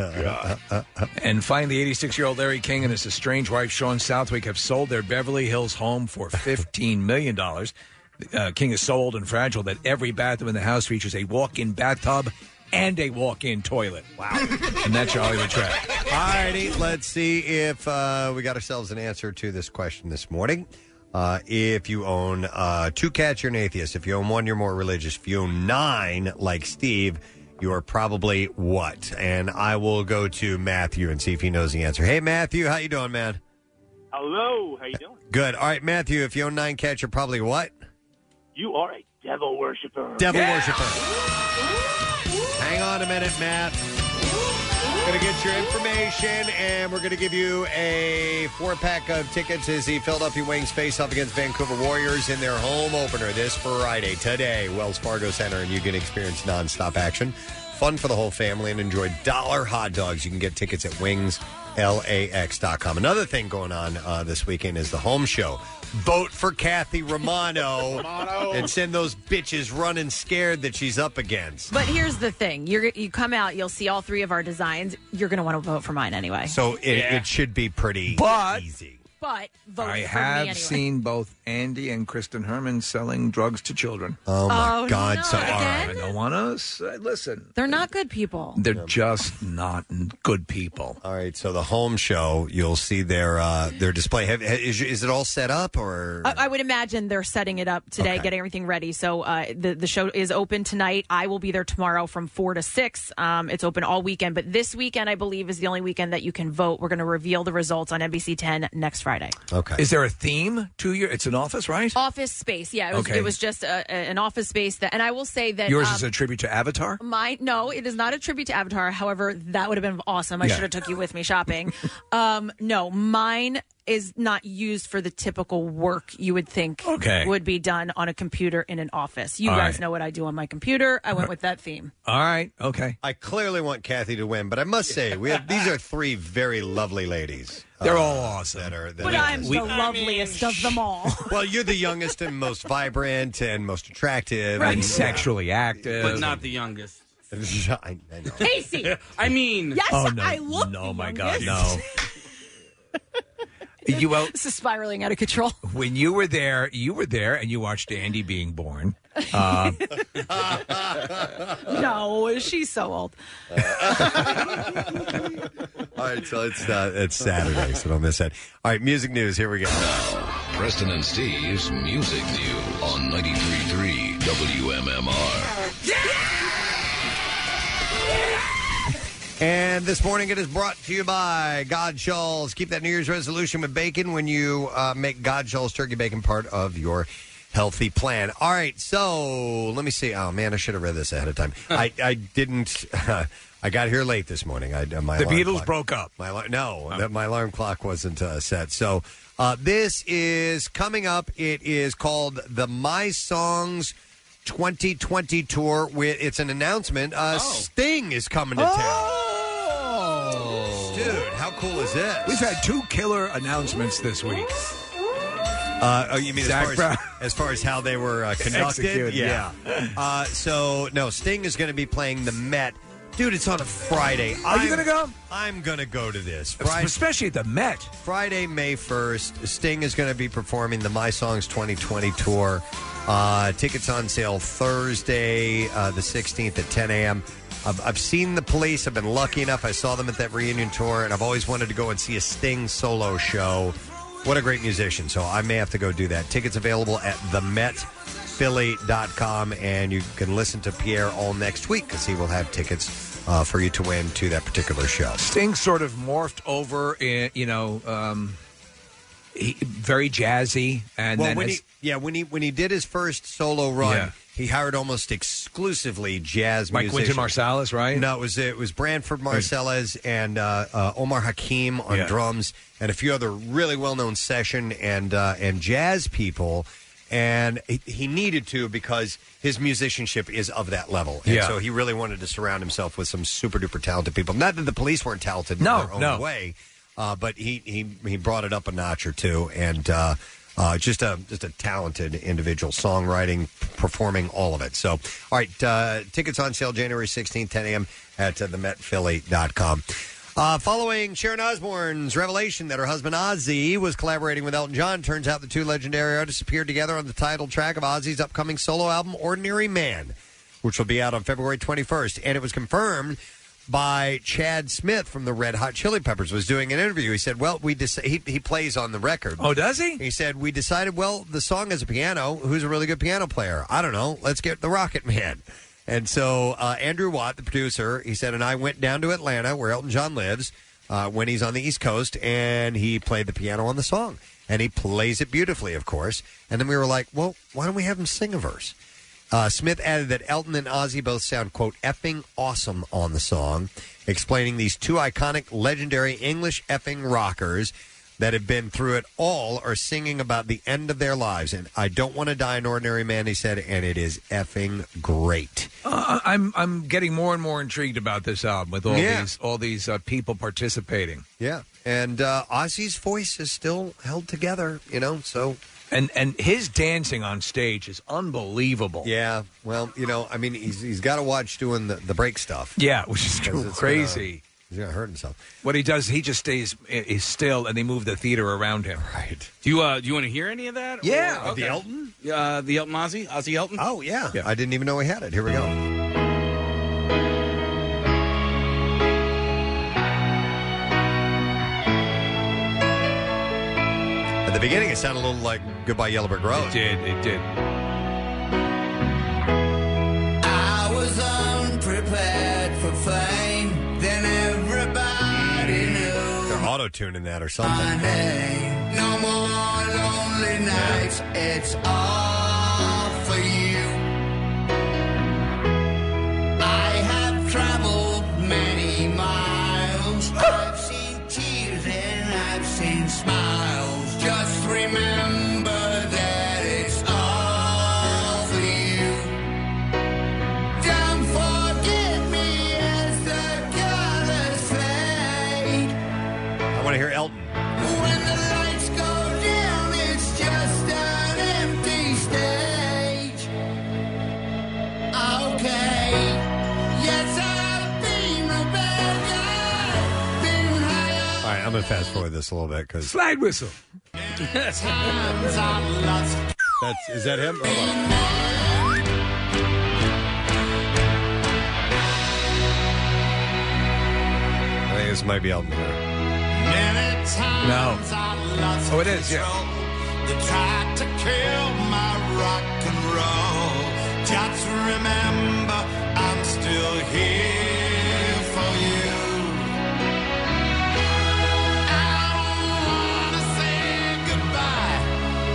[SPEAKER 4] along. Oh, and finally, 86-year-old Larry King and his estranged wife, Sean Southwick, have sold their Beverly Hills home for $15 million. Uh, King is so old and fragile that every bathroom in the house features a walk-in bathtub and a walk-in toilet. Wow. and that's your Hollywood track.
[SPEAKER 2] All righty, let's see if uh, we got ourselves an answer to this question this morning. Uh, if you own uh, two cats, you're an atheist. If you own one, you're more religious. If you own nine, like Steve, you are probably what? And I will go to Matthew and see if he knows the answer. Hey, Matthew, how you doing, man?
[SPEAKER 14] Hello, how you doing?
[SPEAKER 2] Good. All right, Matthew, if you own nine cats, you're probably what?
[SPEAKER 14] You are a devil worshiper.
[SPEAKER 2] Devil worshiper. Hang on a minute, Matt. Gonna get your information, and we're gonna give you a four-pack of tickets as the Philadelphia Wings face off against Vancouver Warriors in their home opener this Friday, today, Wells Fargo Center, and you can experience nonstop action, fun for the whole family, and enjoy dollar hot dogs. You can get tickets at wingslax.com. Another thing going on uh, this weekend is the home show. Vote for Kathy Romano, and send those bitches running scared that she's up against.
[SPEAKER 13] But here's the thing: you you come out, you'll see all three of our designs. You're going to want to vote for mine anyway.
[SPEAKER 2] So it, it should be pretty.
[SPEAKER 4] But
[SPEAKER 13] but voted
[SPEAKER 4] I
[SPEAKER 13] for
[SPEAKER 4] have
[SPEAKER 13] me anyway.
[SPEAKER 4] seen both Andy and Kristen Herman selling drugs to children.
[SPEAKER 2] Oh
[SPEAKER 13] my Oh, God, no, so-
[SPEAKER 4] I,
[SPEAKER 13] all right.
[SPEAKER 4] don't want to listen.
[SPEAKER 13] They're not good people.
[SPEAKER 4] They're just not good people.
[SPEAKER 2] All right, so the home show, you'll see their uh, their display. Have, is, is it all set up or?
[SPEAKER 4] Uh,
[SPEAKER 13] I, I would imagine they're setting it up today, getting everything ready. So uh, the the show is open tonight. I will be there tomorrow from four to six. Um, it's open all weekend, but this weekend I believe is the only weekend that you can vote. We're going to reveal the results on NBC Ten next Friday.
[SPEAKER 2] Okay.
[SPEAKER 4] Is there a theme to your? It's an office, right?
[SPEAKER 13] Office space, yeah. It was,
[SPEAKER 4] Okay.
[SPEAKER 13] it was just uh, a, a- an office space that, and I will say that
[SPEAKER 4] Yours
[SPEAKER 13] um,
[SPEAKER 4] is a tribute to Avatar.
[SPEAKER 13] My no, it is not a tribute to Avatar. However, that would have been awesome. I
[SPEAKER 4] Yeah.
[SPEAKER 13] should have took you with me shopping. um, no, mine is not used for the typical work you would think
[SPEAKER 4] Okay.
[SPEAKER 13] would be done on a computer in an office. You
[SPEAKER 2] All
[SPEAKER 13] guys
[SPEAKER 2] right.
[SPEAKER 13] know what I do on my computer. I went with that theme.
[SPEAKER 4] All right, okay.
[SPEAKER 2] I clearly want Kathy to win, but I must say we have these are three very lovely ladies. Uh,
[SPEAKER 4] They're all awesome.
[SPEAKER 2] That are, that
[SPEAKER 13] But
[SPEAKER 2] are-
[SPEAKER 13] I'm the loveliest of them all.
[SPEAKER 2] well, you're the youngest and most vibrant and most attractive
[SPEAKER 4] Right.
[SPEAKER 2] and
[SPEAKER 4] Sexually active,
[SPEAKER 7] but not the youngest.
[SPEAKER 2] I, I know.
[SPEAKER 13] Casey.
[SPEAKER 7] I mean,
[SPEAKER 13] Yes,
[SPEAKER 4] Oh, no. I
[SPEAKER 13] look.
[SPEAKER 4] No, my God, no. you well,
[SPEAKER 13] This is spiraling out of control.
[SPEAKER 4] when you were there, you were there, and you watched Andy being born. Uh,
[SPEAKER 13] no, she's so old.
[SPEAKER 2] All right, so it's uh, it's Saturday, so don't miss that. All right, music news. Here we go.
[SPEAKER 1] Preston and Steve's Music News on 93.3 WMMR.
[SPEAKER 2] And this morning it is brought to you by Godshalls. Keep that New Year's resolution with bacon when you uh, make Godshalls turkey bacon part of your healthy plan. All right, so let me see. Oh man, I should have read this ahead of time. I, I didn't. I got here late this morning. I, uh, my
[SPEAKER 4] the
[SPEAKER 2] alarm
[SPEAKER 4] Beatles
[SPEAKER 2] clock-
[SPEAKER 4] broke up. Oh.
[SPEAKER 2] My alar- no, that my alarm clock wasn't uh, set. So uh, this is coming up. It is called the My Songs 2020 tour. With it's an announcement.
[SPEAKER 4] Oh.
[SPEAKER 2] Uh, Sting is coming to town.
[SPEAKER 4] Oh.
[SPEAKER 2] Dude, how cool is this?
[SPEAKER 4] We've had two killer announcements this week.
[SPEAKER 2] Uh, oh, you mean as
[SPEAKER 4] Zach
[SPEAKER 2] far
[SPEAKER 4] Brown.
[SPEAKER 2] as, as far as how they were uh, conducted?
[SPEAKER 4] Executed,
[SPEAKER 2] yeah. Uh, so no, Sting is going to be playing the Met. Dude, it's on a Friday.
[SPEAKER 4] Are you gonna go?
[SPEAKER 2] I'm going to go to this.
[SPEAKER 4] Especially at the Met.
[SPEAKER 2] Friday, May 1st, Sting is going to be performing the My Songs 2020 tour. Uh, tickets on sale Thursday, uh, the 16th at 10 a.m. I've, I've seen the police. I've been lucky enough. I saw them at that reunion tour, and I've always wanted to go and see a Sting solo show. What a great musician. So I may have to go do that. Tickets available at the Met philly.com and you can listen to pierre all next week because he will have tickets uh, for you to win to that particular show
[SPEAKER 4] Sting sort of morphed over, in, you know, um, he, very jazzy, and
[SPEAKER 2] well,
[SPEAKER 4] then
[SPEAKER 2] when
[SPEAKER 4] as-
[SPEAKER 2] he, yeah, when he when he did his first solo run,
[SPEAKER 4] Yeah.
[SPEAKER 2] he hired almost exclusively jazz
[SPEAKER 4] Like Wynton
[SPEAKER 2] musicians.
[SPEAKER 4] Marsalis, right?
[SPEAKER 2] No, it was it was Branford Marsalis and uh, uh, Omar Hakim on
[SPEAKER 4] Yeah.
[SPEAKER 2] drums, and a few other really well known session and uh, and jazz people. And he, he needed to because his musicianship is of that level, and
[SPEAKER 4] Yeah.
[SPEAKER 2] so he really wanted to surround himself with some super duper talented people. Not that the police weren't talented in
[SPEAKER 4] No,
[SPEAKER 2] their own
[SPEAKER 4] no.
[SPEAKER 2] way, uh, but he, he he brought it up a notch or two, and uh, uh, just a just a talented individual, songwriting, performing, all of it. So, all right, uh, tickets on sale January 16th, 10 a.m. at uh, themetphilly.com. Uh, following Sharon Osbourne's revelation that her husband Ozzy was collaborating with Elton John, turns out the two legendary artists appeared together on the title track of Ozzy's upcoming solo album, Ordinary Man which will be out on February 21st. And it was confirmed by Chad Smith from the Red Hot Chili Peppers was doing an interview. He said, "Well, we dec- he, he plays on the record."
[SPEAKER 4] Oh, does he?
[SPEAKER 2] He said, "We decided, well, the song is a piano. Who's a really good piano player? I don't know. Let's get the Rocket Man." And so uh, Andrew Watt, the producer, he said, and I went down to Atlanta where Elton John lives uh, when he's on the East Coast, and he played the piano on the song, and he plays it beautifully, of course. And then we were like, well, why don't we have him sing a verse? Uh, Smith added that Elton and Ozzy both sound, quote, effing awesome on the song, explaining these two iconic, legendary English effing rockers that have been through it all are singing about the end of their lives. And I don't want to die an ordinary man, he said, and it is effing great.
[SPEAKER 4] Uh, I'm I'm getting more and more intrigued about this album with all
[SPEAKER 2] Yeah.
[SPEAKER 4] these all these uh, people participating.
[SPEAKER 2] Yeah. And uh, Ozzy's voice is still held together, you know, so.
[SPEAKER 4] And and his dancing on stage is unbelievable.
[SPEAKER 2] Yeah. Well, you know, I mean, he's, he's got to watch doing the, the break stuff.
[SPEAKER 4] Yeah, which is
[SPEAKER 2] 'Cause it's
[SPEAKER 4] crazy.
[SPEAKER 2] gonna- He's gonna hurt himself.
[SPEAKER 4] What he does, he just stays eh, is still, and they move the theater around him. Right.
[SPEAKER 7] Do you uh, do you want to hear any of that?
[SPEAKER 4] Yeah.
[SPEAKER 7] Or-
[SPEAKER 4] Of the
[SPEAKER 7] okay.
[SPEAKER 4] Elton?
[SPEAKER 7] Uh, the Elton Ozzy, Ozzy Elton.
[SPEAKER 2] Oh yeah. I didn't even know he had it. Here we go. At the beginning, it sounded a little like "Goodbye Yellow Brick Road." It
[SPEAKER 4] did. It did.
[SPEAKER 6] I was unprepared for fame. Then everybody knew
[SPEAKER 2] They're auto tuning that or something.
[SPEAKER 6] no more lonely nights. It's all for you. I have traveled many miles. I've seen tears and I've seen smiles. Just remember that it's all for you. Don't forget me as the colors fade.
[SPEAKER 2] I want to hear Elton.
[SPEAKER 6] When the lights go down, it's just an empty stage. Okay. Yes, I've been a bad guy. Been high
[SPEAKER 2] All right, I'm gonna fast forward this a little bit because
[SPEAKER 4] slide whistle.
[SPEAKER 6] times I've lost.
[SPEAKER 2] That's is that him? Hold on. I think this might be Elton.
[SPEAKER 6] Many times
[SPEAKER 2] No.
[SPEAKER 6] I lost
[SPEAKER 2] Oh, it is, yeah.
[SPEAKER 6] control. They tried to kill my rock and roll. Just remember, I'm still here for you. I don't wanna say goodbye.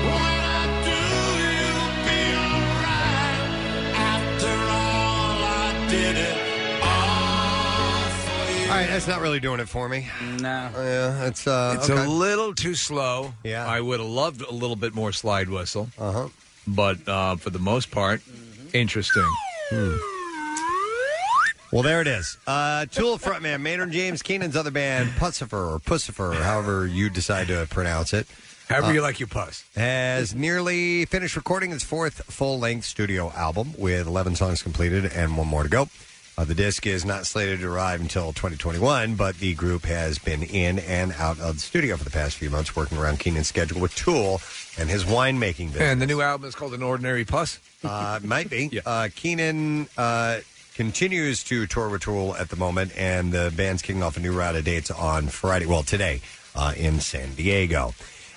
[SPEAKER 6] When I do, you'll be alright. After all, I did it all for you.
[SPEAKER 2] All right, that's not really doing it for me.
[SPEAKER 7] No.
[SPEAKER 2] Yeah, it's uh,
[SPEAKER 4] It's
[SPEAKER 2] okay.
[SPEAKER 4] a little too slow. Yeah. I would have loved a little bit more slide whistle. Uh-huh. But uh, for the most part,
[SPEAKER 7] Mm-hmm.
[SPEAKER 4] interesting. Hmm.
[SPEAKER 2] Well, there it is. Uh, Tool frontman Maynard James Keenan's other band, Pussifer or Pussifer, or however you decide to pronounce it.
[SPEAKER 4] However
[SPEAKER 2] Uh,
[SPEAKER 4] you like your puss.
[SPEAKER 2] has nearly finished recording its fourth full length studio album with 11 songs completed and one more to go. Uh, the disc is not slated to arrive until 2021, but the group has been in and out of the studio for the past few months, working around Keenan's schedule with Tool and his winemaking business.
[SPEAKER 4] And the new album is called An Ordinary Puss.
[SPEAKER 2] Uh, it might be. Uh, Keenan uh, continues to tour with Tool at the moment, and the band's kicking off a new round of dates on Friday. Well, today uh, in San Diego.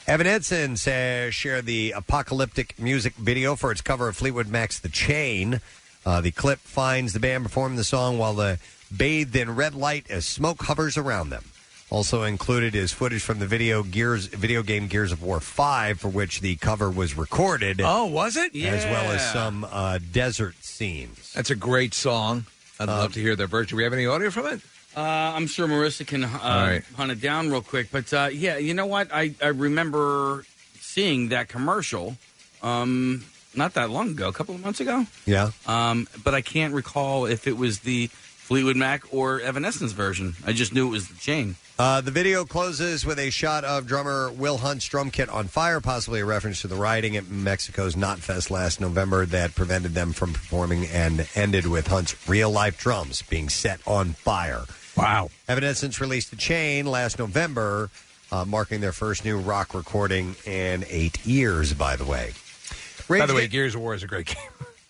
[SPEAKER 2] Evan Edson sa shared the apocalyptic music video for its cover of Fleetwood Mac's "The Chain." Uh, the clip finds the band performing the song while the bathed in red light as smoke hovers around them. Also included is footage from the video Gears video game Gears of War 5 for which the cover was recorded.
[SPEAKER 4] Oh, was it?
[SPEAKER 2] As well as
[SPEAKER 4] Yeah.
[SPEAKER 2] some uh, desert scenes.
[SPEAKER 4] That's a great song. I'd love to hear their version. Do we have any audio from it?
[SPEAKER 7] Uh, I'm sure Marissa can uh,
[SPEAKER 4] right.
[SPEAKER 7] hunt it down real quick. But uh, yeah, you know what? I, I remember seeing that commercial um, not that long ago, a couple of months ago.
[SPEAKER 2] Yeah.
[SPEAKER 7] Um, but I can't recall if it was the Fleetwood Mac or Evanescence version. I just knew it was the chain.
[SPEAKER 2] Uh, the video closes with a shot of drummer Will Hunt's drum kit on fire, possibly a reference to the rioting at Mexico's Knot Fest last November that prevented them from performing and ended with Hunt's real life drums being set on fire.
[SPEAKER 4] Wow.
[SPEAKER 2] Evanescence released The Chain last November, uh, marking their first new rock recording in eight years, by the way.
[SPEAKER 4] By the way, Gears of War is a great game.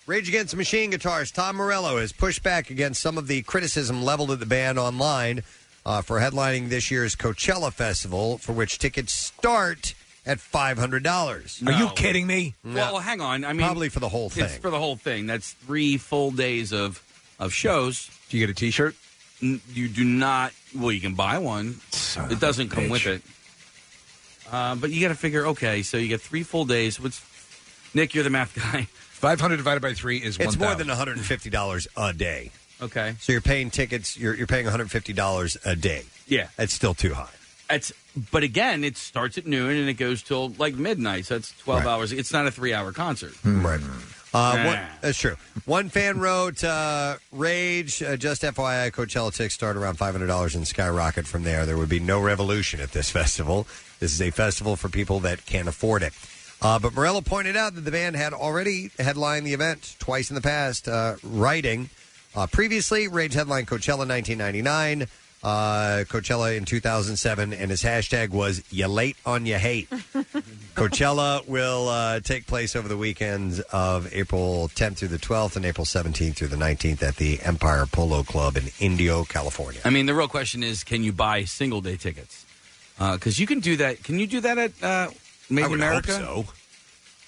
[SPEAKER 2] Rage Against the Machine guitarist Tom Morello has pushed back against some of the criticism leveled at the band online uh, for headlining this year's Coachella Festival, for which tickets start at five hundred dollars.
[SPEAKER 7] Are you No.
[SPEAKER 4] kidding me?
[SPEAKER 7] Well, hang on. I mean,
[SPEAKER 2] probably for the whole thing.
[SPEAKER 7] It's for the whole thing. That's three full days of of shows.
[SPEAKER 4] Do you get a T-shirt?
[SPEAKER 7] you do not. Well, you can buy one. it doesn't come with it. Uh, but you got to figure. Okay, so you get three full days. What's Nick? You're the math guy.
[SPEAKER 4] Five hundred divided by three is
[SPEAKER 2] It's more than one hundred and fifty dollars a day.
[SPEAKER 7] Okay.
[SPEAKER 2] So you're paying tickets. You're you're paying one hundred fifty dollars a day.
[SPEAKER 7] Yeah.
[SPEAKER 2] That's still too high.
[SPEAKER 7] It's but again, it starts at noon and it goes till like midnight. So that's twelve hours. It's not a three hour concert.
[SPEAKER 2] Right. Uh,
[SPEAKER 7] Nah.
[SPEAKER 2] what, that's true. One fan wrote, uh, "Rage." Uh, just FYI, Coachella tickets start around five hundred dollars and skyrocket from there. There would be no revolution at this festival. This is a festival for people that can afford it. Uh, but Morello pointed out that the band had already headlined the event twice in the past, uh, writing. Uh, previously, Rage headlined Coachella 1999, uh, Coachella in 2007, and his hashtag was "You late on your hate." Coachella will uh, take place over the weekends of April 10th through the 12th and April 17th through the 19th at the Empire Polo Club in Indio, California.
[SPEAKER 7] I mean, the real question is, can you buy single day tickets? Because you can do that. Can you do that at uh, Made
[SPEAKER 2] I
[SPEAKER 7] in
[SPEAKER 2] would
[SPEAKER 7] America?
[SPEAKER 2] hope so.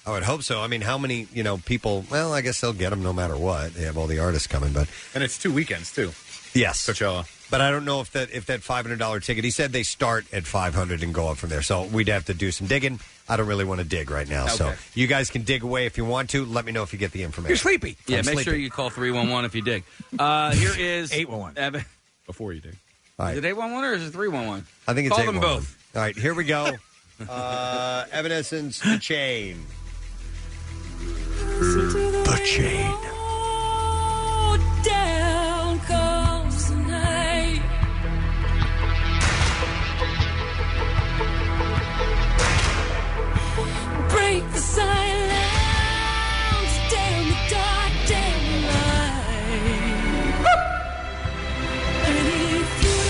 [SPEAKER 2] I would hope so. I mean, how many you know people? Well, I guess they'll get them no matter what. They have all the artists coming, but
[SPEAKER 8] And it's two weekends too.
[SPEAKER 2] Yes,
[SPEAKER 8] Coachella.
[SPEAKER 2] But I don't know if that if that five hundred dollar ticket. He said they start at five hundred and go up from there. So we'd have to do some digging. I don't really want to dig right now. So
[SPEAKER 7] Okay.
[SPEAKER 2] you guys can dig away if you want to. Let me know if you get the information.
[SPEAKER 7] Yeah,
[SPEAKER 2] I'm
[SPEAKER 7] make sure
[SPEAKER 2] sleepy.
[SPEAKER 7] you call 311 if you dig. Uh, here is
[SPEAKER 4] 811.
[SPEAKER 7] Evan. Before you dig.
[SPEAKER 2] All
[SPEAKER 7] Is it 811 or is it 311?
[SPEAKER 2] I think it's
[SPEAKER 7] Call them
[SPEAKER 2] 811.
[SPEAKER 7] both.
[SPEAKER 2] All right, here we go. uh, Evanescence, the chain.
[SPEAKER 6] The chain. Down comes the night. Break the silence. Damn the dark, damn the light. And if you don't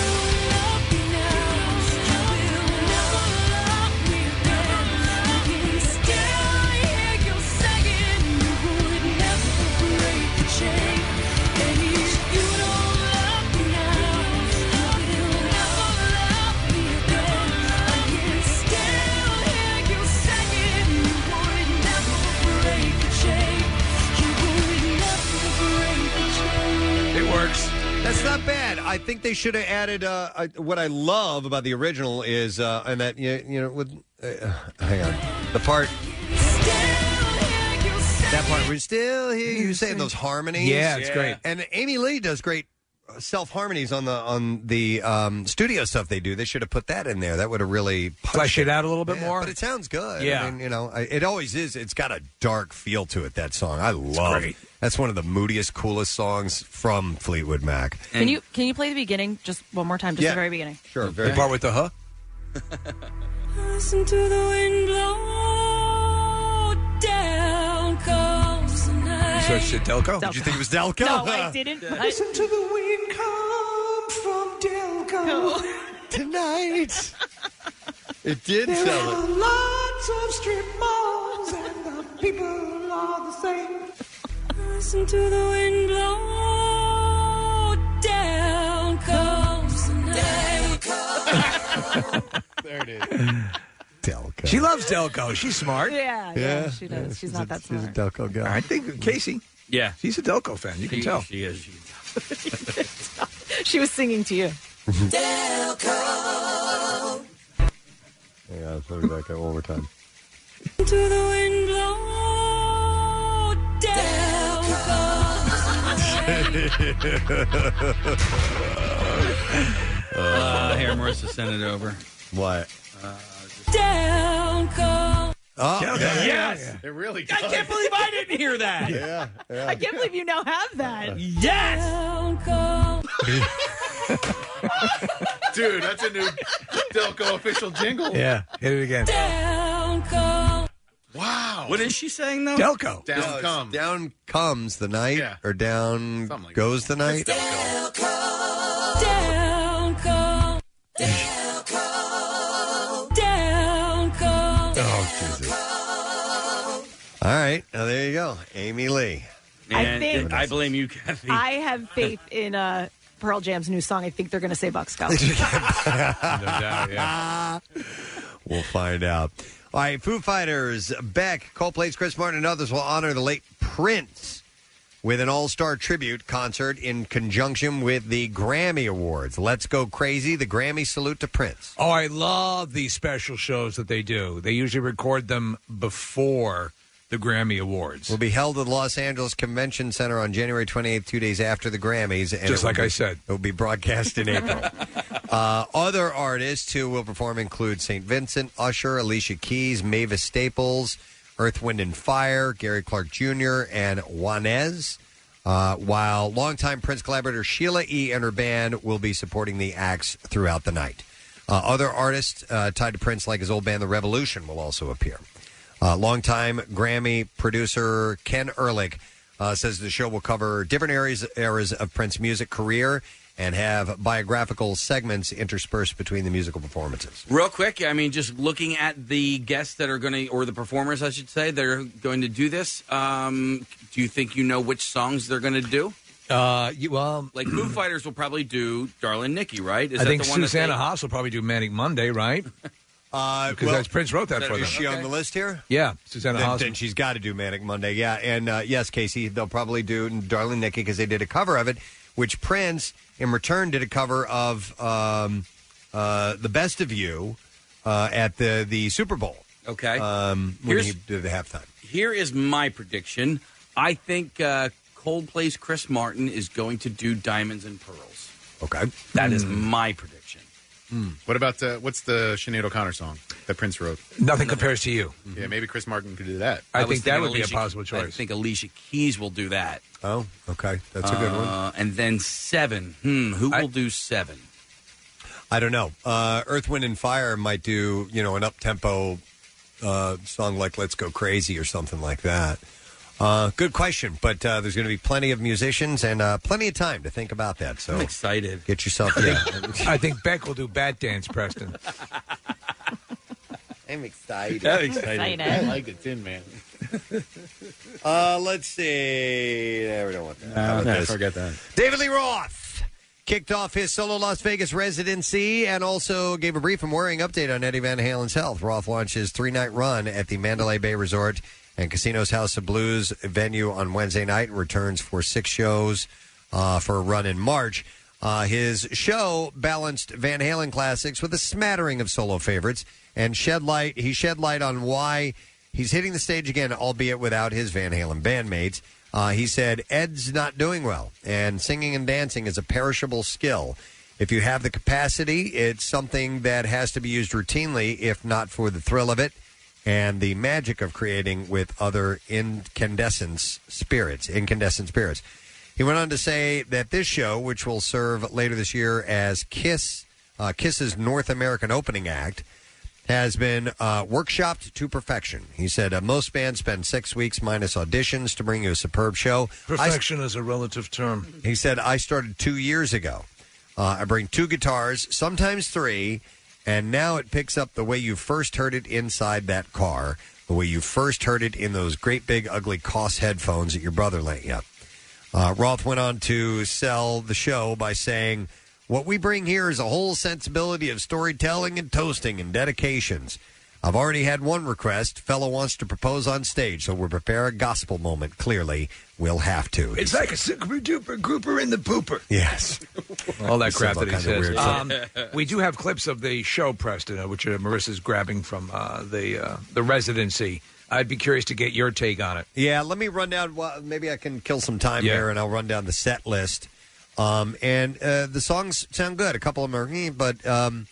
[SPEAKER 6] love me now, you will never love me again. I can still hear you saying you would never break the chain. And if you don't love me now, you will never love me again. I can still hear you saying you would never break the chain. You would never break the chain.
[SPEAKER 4] It works.
[SPEAKER 2] That's not bad. I think they should have added. Uh, I, what I love about the original is, uh, and that you, you know, with uh, hang on, the part. That part we still hear you saying those harmonies.
[SPEAKER 4] Yeah, it's Yeah. great.
[SPEAKER 2] And Amy Lee does great self harmonies on the on the um, studio stuff they do. They should have put that in there. That would have really punched
[SPEAKER 4] Flesh it out a little bit
[SPEAKER 2] Yeah,
[SPEAKER 4] more.
[SPEAKER 2] But it sounds good.
[SPEAKER 4] Yeah.
[SPEAKER 2] I mean, you know, I, it always is. It's got a dark feel to it. That song, I love.
[SPEAKER 4] great.
[SPEAKER 2] That's one of the moodiest, coolest songs from Fleetwood Mac.
[SPEAKER 13] Can you can you play the beginning just one more time, just
[SPEAKER 2] Yeah.
[SPEAKER 13] the very beginning?
[SPEAKER 2] Sure.
[SPEAKER 4] The part with the huh?
[SPEAKER 6] Listen to the wind blow. Down comes the night.
[SPEAKER 4] So it's Delco. Did you
[SPEAKER 2] think it was Delco?
[SPEAKER 6] No, I didn't. Listen to the wind come from Delco tonight.
[SPEAKER 2] It did
[SPEAKER 6] there
[SPEAKER 2] sell it.
[SPEAKER 6] are lots of strip malls and the people are the same. Listen to the wind blow. Down comes the night.
[SPEAKER 4] There it is. Delco. She loves Delco. She's smart.
[SPEAKER 13] Yeah, yeah, Yeah. she does. She's not that
[SPEAKER 4] she's
[SPEAKER 13] smart.
[SPEAKER 2] a Delco girl.
[SPEAKER 4] I think Casey.
[SPEAKER 7] Yeah,
[SPEAKER 4] she's a Delco fan. You can
[SPEAKER 7] She-
[SPEAKER 4] tell.
[SPEAKER 7] She is.
[SPEAKER 13] She was singing to you.
[SPEAKER 2] Hang on, let me back that one more time.
[SPEAKER 6] To the wind blow. Down comes the night.
[SPEAKER 7] Uh, here, Marissa sent it over. Uh,
[SPEAKER 2] What?
[SPEAKER 6] Down comes.
[SPEAKER 2] Oh,
[SPEAKER 7] yeah, yes.
[SPEAKER 8] It really
[SPEAKER 7] I can't believe I didn't hear that.
[SPEAKER 2] Yeah.
[SPEAKER 13] I can't believe you now have that.
[SPEAKER 7] Yes.
[SPEAKER 6] Down comes.
[SPEAKER 8] Dude, that's a new Delco official jingle.
[SPEAKER 4] Yeah, hit it again.
[SPEAKER 6] Down comes.
[SPEAKER 8] Wow.
[SPEAKER 7] What is she saying though?
[SPEAKER 4] Delco.
[SPEAKER 8] Down
[SPEAKER 2] No, it's
[SPEAKER 8] comes.
[SPEAKER 2] Down comes the night, or down
[SPEAKER 8] Something like
[SPEAKER 2] goes the night.
[SPEAKER 6] Down comes. Down comes.
[SPEAKER 2] Oh, Jesus. All right, now there you go, Amy Lee.
[SPEAKER 13] I think-
[SPEAKER 7] I blame you, Kathy.
[SPEAKER 13] I have faith in uh, Pearl Jam's new song. I think they're going to say Buck Scott.
[SPEAKER 2] We'll find out. All right, Foo Fighters, Beck, Coldplay's Chris Martin, and others will honor the late Prince with an all-star tribute concert in conjunction with the Grammy Awards. Let's go crazy! The Grammy salute to Prince.
[SPEAKER 4] Oh, I love these special shows that they do. They usually record them before the Grammy Awards.
[SPEAKER 2] Will be held at the Los Angeles Convention Center on January 28th, two days after the Grammys. And
[SPEAKER 4] Just
[SPEAKER 2] it will
[SPEAKER 4] like I
[SPEAKER 2] be-
[SPEAKER 4] said.
[SPEAKER 2] it will be broadcast in April. Uh, other artists who will perform include St. Vincent, Usher, Alicia Keys, Mavis Staples, Earth, Wind, and Fire, Gary Clark Jr., and Juanes. Uh, while longtime Prince collaborator Sheila E. and her band will be supporting the acts throughout the night. Uh, other artists uh, tied to Prince, like his old band The Revolution, will also appear. Uh, longtime Grammy producer Ken Ehrlich uh, says the show will cover different areas eras of Prince's music career and have biographical segments interspersed between the musical performances.
[SPEAKER 7] Real quick, I mean, just looking at the guests that are going to, or the performers, I should say, that are going to do this. Um, do you think you know which songs they're going to do?
[SPEAKER 4] Uh, you, well,
[SPEAKER 7] Like Foo Fighters will probably do "Darling Nikki," right?
[SPEAKER 4] I think Susanna
[SPEAKER 7] that
[SPEAKER 4] Haas will probably do Manic Monday, right?
[SPEAKER 2] Uh,
[SPEAKER 4] Because
[SPEAKER 2] well-
[SPEAKER 4] that's Prince wrote that for them.
[SPEAKER 2] Is she on the list here?
[SPEAKER 4] Yeah, Susanna
[SPEAKER 2] then,
[SPEAKER 4] Haas.
[SPEAKER 2] then she's got to do Manic Monday. Yeah, and uh, yes, Casey, they'll probably do Darling Nikki because they did a cover of it, which Prince in return did a cover of um, uh, the Best of You uh, at the the Super Bowl.
[SPEAKER 7] they- okay.
[SPEAKER 4] uh,
[SPEAKER 2] Um, when
[SPEAKER 7] Here's-
[SPEAKER 2] he did the halftime.
[SPEAKER 7] Here is my prediction. I think uh, Coldplay's Chris Martin is going to do "Diamonds and Pearls." Hmm.
[SPEAKER 2] Okay,
[SPEAKER 7] that is my prediction.
[SPEAKER 8] What about uh, what's the Sinead O'Connor song that Prince wrote?
[SPEAKER 4] Nothing compares to you.
[SPEAKER 8] Yeah, maybe Chris Martin could do that.
[SPEAKER 4] I, think that would be
[SPEAKER 7] Alicia-
[SPEAKER 4] a possible
[SPEAKER 7] I
[SPEAKER 4] choice.
[SPEAKER 7] think Alicia Keys will do that.
[SPEAKER 2] Oh, okay, that's a good one.
[SPEAKER 7] Uh, and then seven. Hmm, who will do seven?
[SPEAKER 2] I don't know. Uh, Earth, Wind, and Fire might do you know an up tempo uh, song like "Let's Go Crazy" or something like that. Uh, good question, but uh, there's going to be plenty of musicians and uh, plenty of time to think about that. So
[SPEAKER 4] I'm
[SPEAKER 7] excited.
[SPEAKER 2] Oh. Get yourself. Yeah.
[SPEAKER 4] I think Beck will do Bat Dance, Preston.
[SPEAKER 2] I'm excited.
[SPEAKER 4] I'm excited. I like
[SPEAKER 2] the Tin Man. uh, let's see. There we don't want that. How about this?
[SPEAKER 8] that.
[SPEAKER 2] David Lee Roth kicked off his solo Las Vegas residency and also gave a brief and worrying update on Eddie Van Halen's health. Roth launched his three night run at the Mandalay Bay Resort and Casino's House of Blues venue on Wednesday night and returns for six shows uh, for a run in March. Uh, his show balanced Van Halen classics with a smattering of solo favorites and shed light. He shed light on why He's hitting the stage again, albeit without his Van Halen bandmates. Uh, he said, Ed's not doing well, and singing and dancing is a perishable skill. If you have the capacity, it's something that has to be used routinely, if not for the thrill of it and the magic of creating with other incandescent spirits. Incandescent spirits. He went on to say that this show, which will serve later this year as Kiss, uh, Kiss's North American opening act, has been uh, workshopped to perfection. He said, uh, Most bands spend six weeks minus auditions to bring you a superb show. I,
[SPEAKER 4] Perfection is a relative term.
[SPEAKER 2] he said, I started two years ago. Uh, I bring two guitars, sometimes three, and now it picks up the way you first heard it inside that car, the way you first heard it in those great big ugly cost headphones that your brother lent you. Uh, Roth went on to sell the show by saying, What we bring here is a whole sensibility of storytelling and toasting and dedications. I've already had one request. Fellow wants to propose on stage, so we'll prepare a gospel moment. Clearly, we'll have to.
[SPEAKER 4] It's like a super duper grouper in the pooper.
[SPEAKER 2] Yes.
[SPEAKER 4] All that
[SPEAKER 2] He
[SPEAKER 4] crap
[SPEAKER 2] says all
[SPEAKER 4] that he
[SPEAKER 2] kinds of
[SPEAKER 4] says.
[SPEAKER 2] weird
[SPEAKER 4] um,
[SPEAKER 2] stuff.
[SPEAKER 4] we do have clips of the show, Preston, uh, which uh, Marissa's grabbing from uh, the uh, the residency. I'd be curious to get your take on it.
[SPEAKER 2] Yeah, let me run down. Well, maybe I can kill some time
[SPEAKER 4] Yeah.
[SPEAKER 2] here, and I'll run down the set list. Um, and uh, the songs sound good. A couple of them are, eh, but um,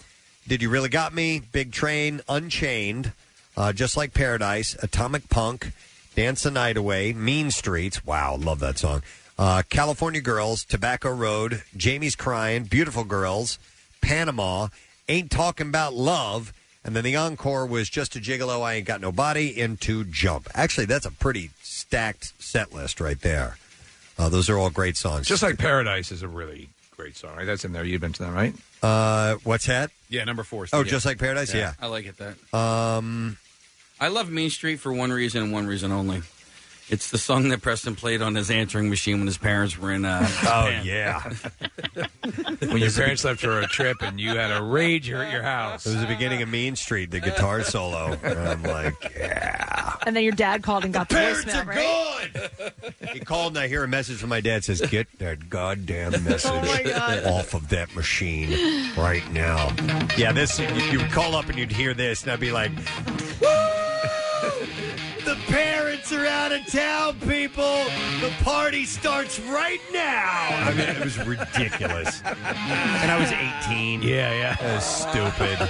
[SPEAKER 2] "Did You Really Got Me," "Big Train," "Unchained," uh, "Just Like Paradise," "Atomic Punk," "Dance the Night Away," "Mean Streets." Wow, love that song. Uh, "California Girls," "Tobacco Road," "Jamie's Crying," "Beautiful Girls," "Panama," "Ain't Talking About Love." And then the encore was just a gigolo, I ain't got nobody, into jump. Actually, that's a pretty stacked set list right there. Uh, those are all great songs.
[SPEAKER 4] Just like Paradise is a really great song. Right? That's in there. You've been to that, right?
[SPEAKER 2] uh, what's that?
[SPEAKER 8] Yeah, number four.
[SPEAKER 2] Oh, just like Paradise. Yeah.
[SPEAKER 7] I like it that.
[SPEAKER 2] Um,
[SPEAKER 7] I love Mean Street for one reason and one reason only. It's the song that Preston played on his answering machine when his parents were in. Uh,
[SPEAKER 4] Oh,
[SPEAKER 7] Japan.
[SPEAKER 2] yeah.
[SPEAKER 4] When your parents left for a trip and you had a rage here at your house.
[SPEAKER 2] It was the beginning of Mean Street, the guitar solo. And I'm like,
[SPEAKER 13] And then your dad called and got the, voicemail, right?
[SPEAKER 2] he called and I hear a message from my dad says, "Get that goddamn message
[SPEAKER 13] Oh, my God.
[SPEAKER 2] off of that machine right now." Yeah, this you, you would call up and you'd hear this, and I'd be like, "Oh, The parents are out of town, people. The party starts right now. I mean, it was ridiculous. And I was 18.
[SPEAKER 4] Yeah, yeah.
[SPEAKER 2] That was stupid.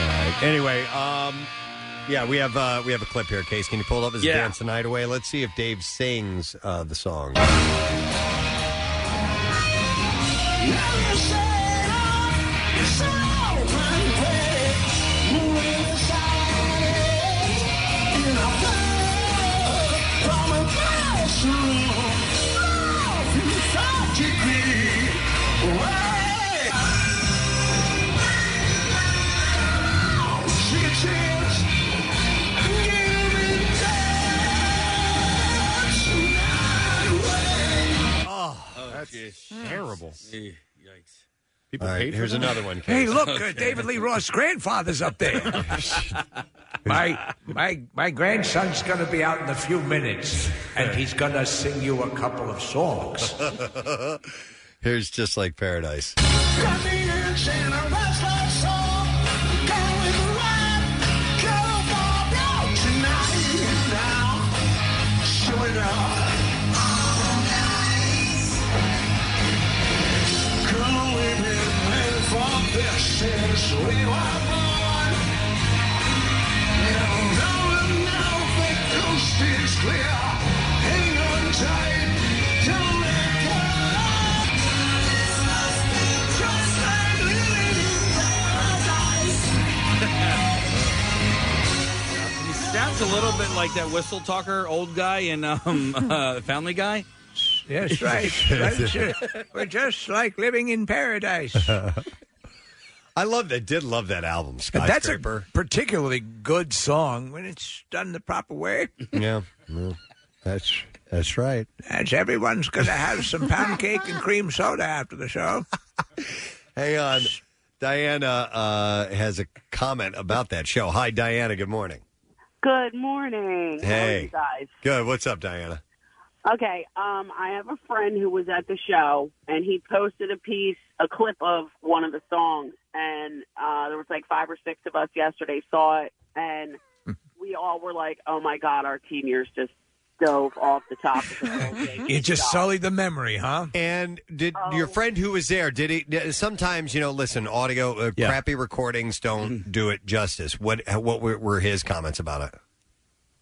[SPEAKER 2] All right. Anyway, um, yeah, we have uh, we have a clip here. Case, can you pull it up as
[SPEAKER 6] Yeah.
[SPEAKER 2] "Dance the Night Away"? Let's see if Dave sings uh, the song.
[SPEAKER 6] From a thousand, thousand, Oh,
[SPEAKER 7] Eh, Yikes.
[SPEAKER 2] People All right,
[SPEAKER 7] paid for
[SPEAKER 2] here's
[SPEAKER 7] that?
[SPEAKER 2] another one.
[SPEAKER 4] Hey,
[SPEAKER 2] Kate.
[SPEAKER 4] look, uh, David Lee Roth's grandfather's up there. my my my grandson's gonna be out in a few minutes, and he's gonna sing you a couple of songs.
[SPEAKER 2] Here's just like paradise.
[SPEAKER 7] He sounds a little bit like that whistle talker old guy in um, uh, Family Guy.
[SPEAKER 4] Yes, right. Right, sure. We're just like living in paradise.
[SPEAKER 2] I love that. Did love that album,
[SPEAKER 4] That's a
[SPEAKER 2] Skyscraper.
[SPEAKER 4] particularly good song when it's done the proper way.
[SPEAKER 2] yeah, no, that's that's right.
[SPEAKER 4] That's everyone's going to have some pound cake and cream soda after the show.
[SPEAKER 2] Hang on, Diana uh, has a comment about that show. Hi, Diana. Good morning.
[SPEAKER 15] Good morning. How are
[SPEAKER 2] Hey.
[SPEAKER 15] you guys.
[SPEAKER 2] Good. What's up, Diana?
[SPEAKER 15] Okay, um, I have a friend who was at the show, and he posted a piece, a clip of one of the songs, and uh, there was like five or six of us yesterday saw it, and
[SPEAKER 2] Hmm.
[SPEAKER 15] we all were like, "Oh my god, our teen years just dove off the top." Of the whole thing."
[SPEAKER 4] It just sullied the memory, huh?
[SPEAKER 2] And did
[SPEAKER 15] Oh.
[SPEAKER 2] your friend who was there? Did he? did- Sometimes you know, listen, audio uh, crappy recordings don't do it justice. What what were, were his comments about it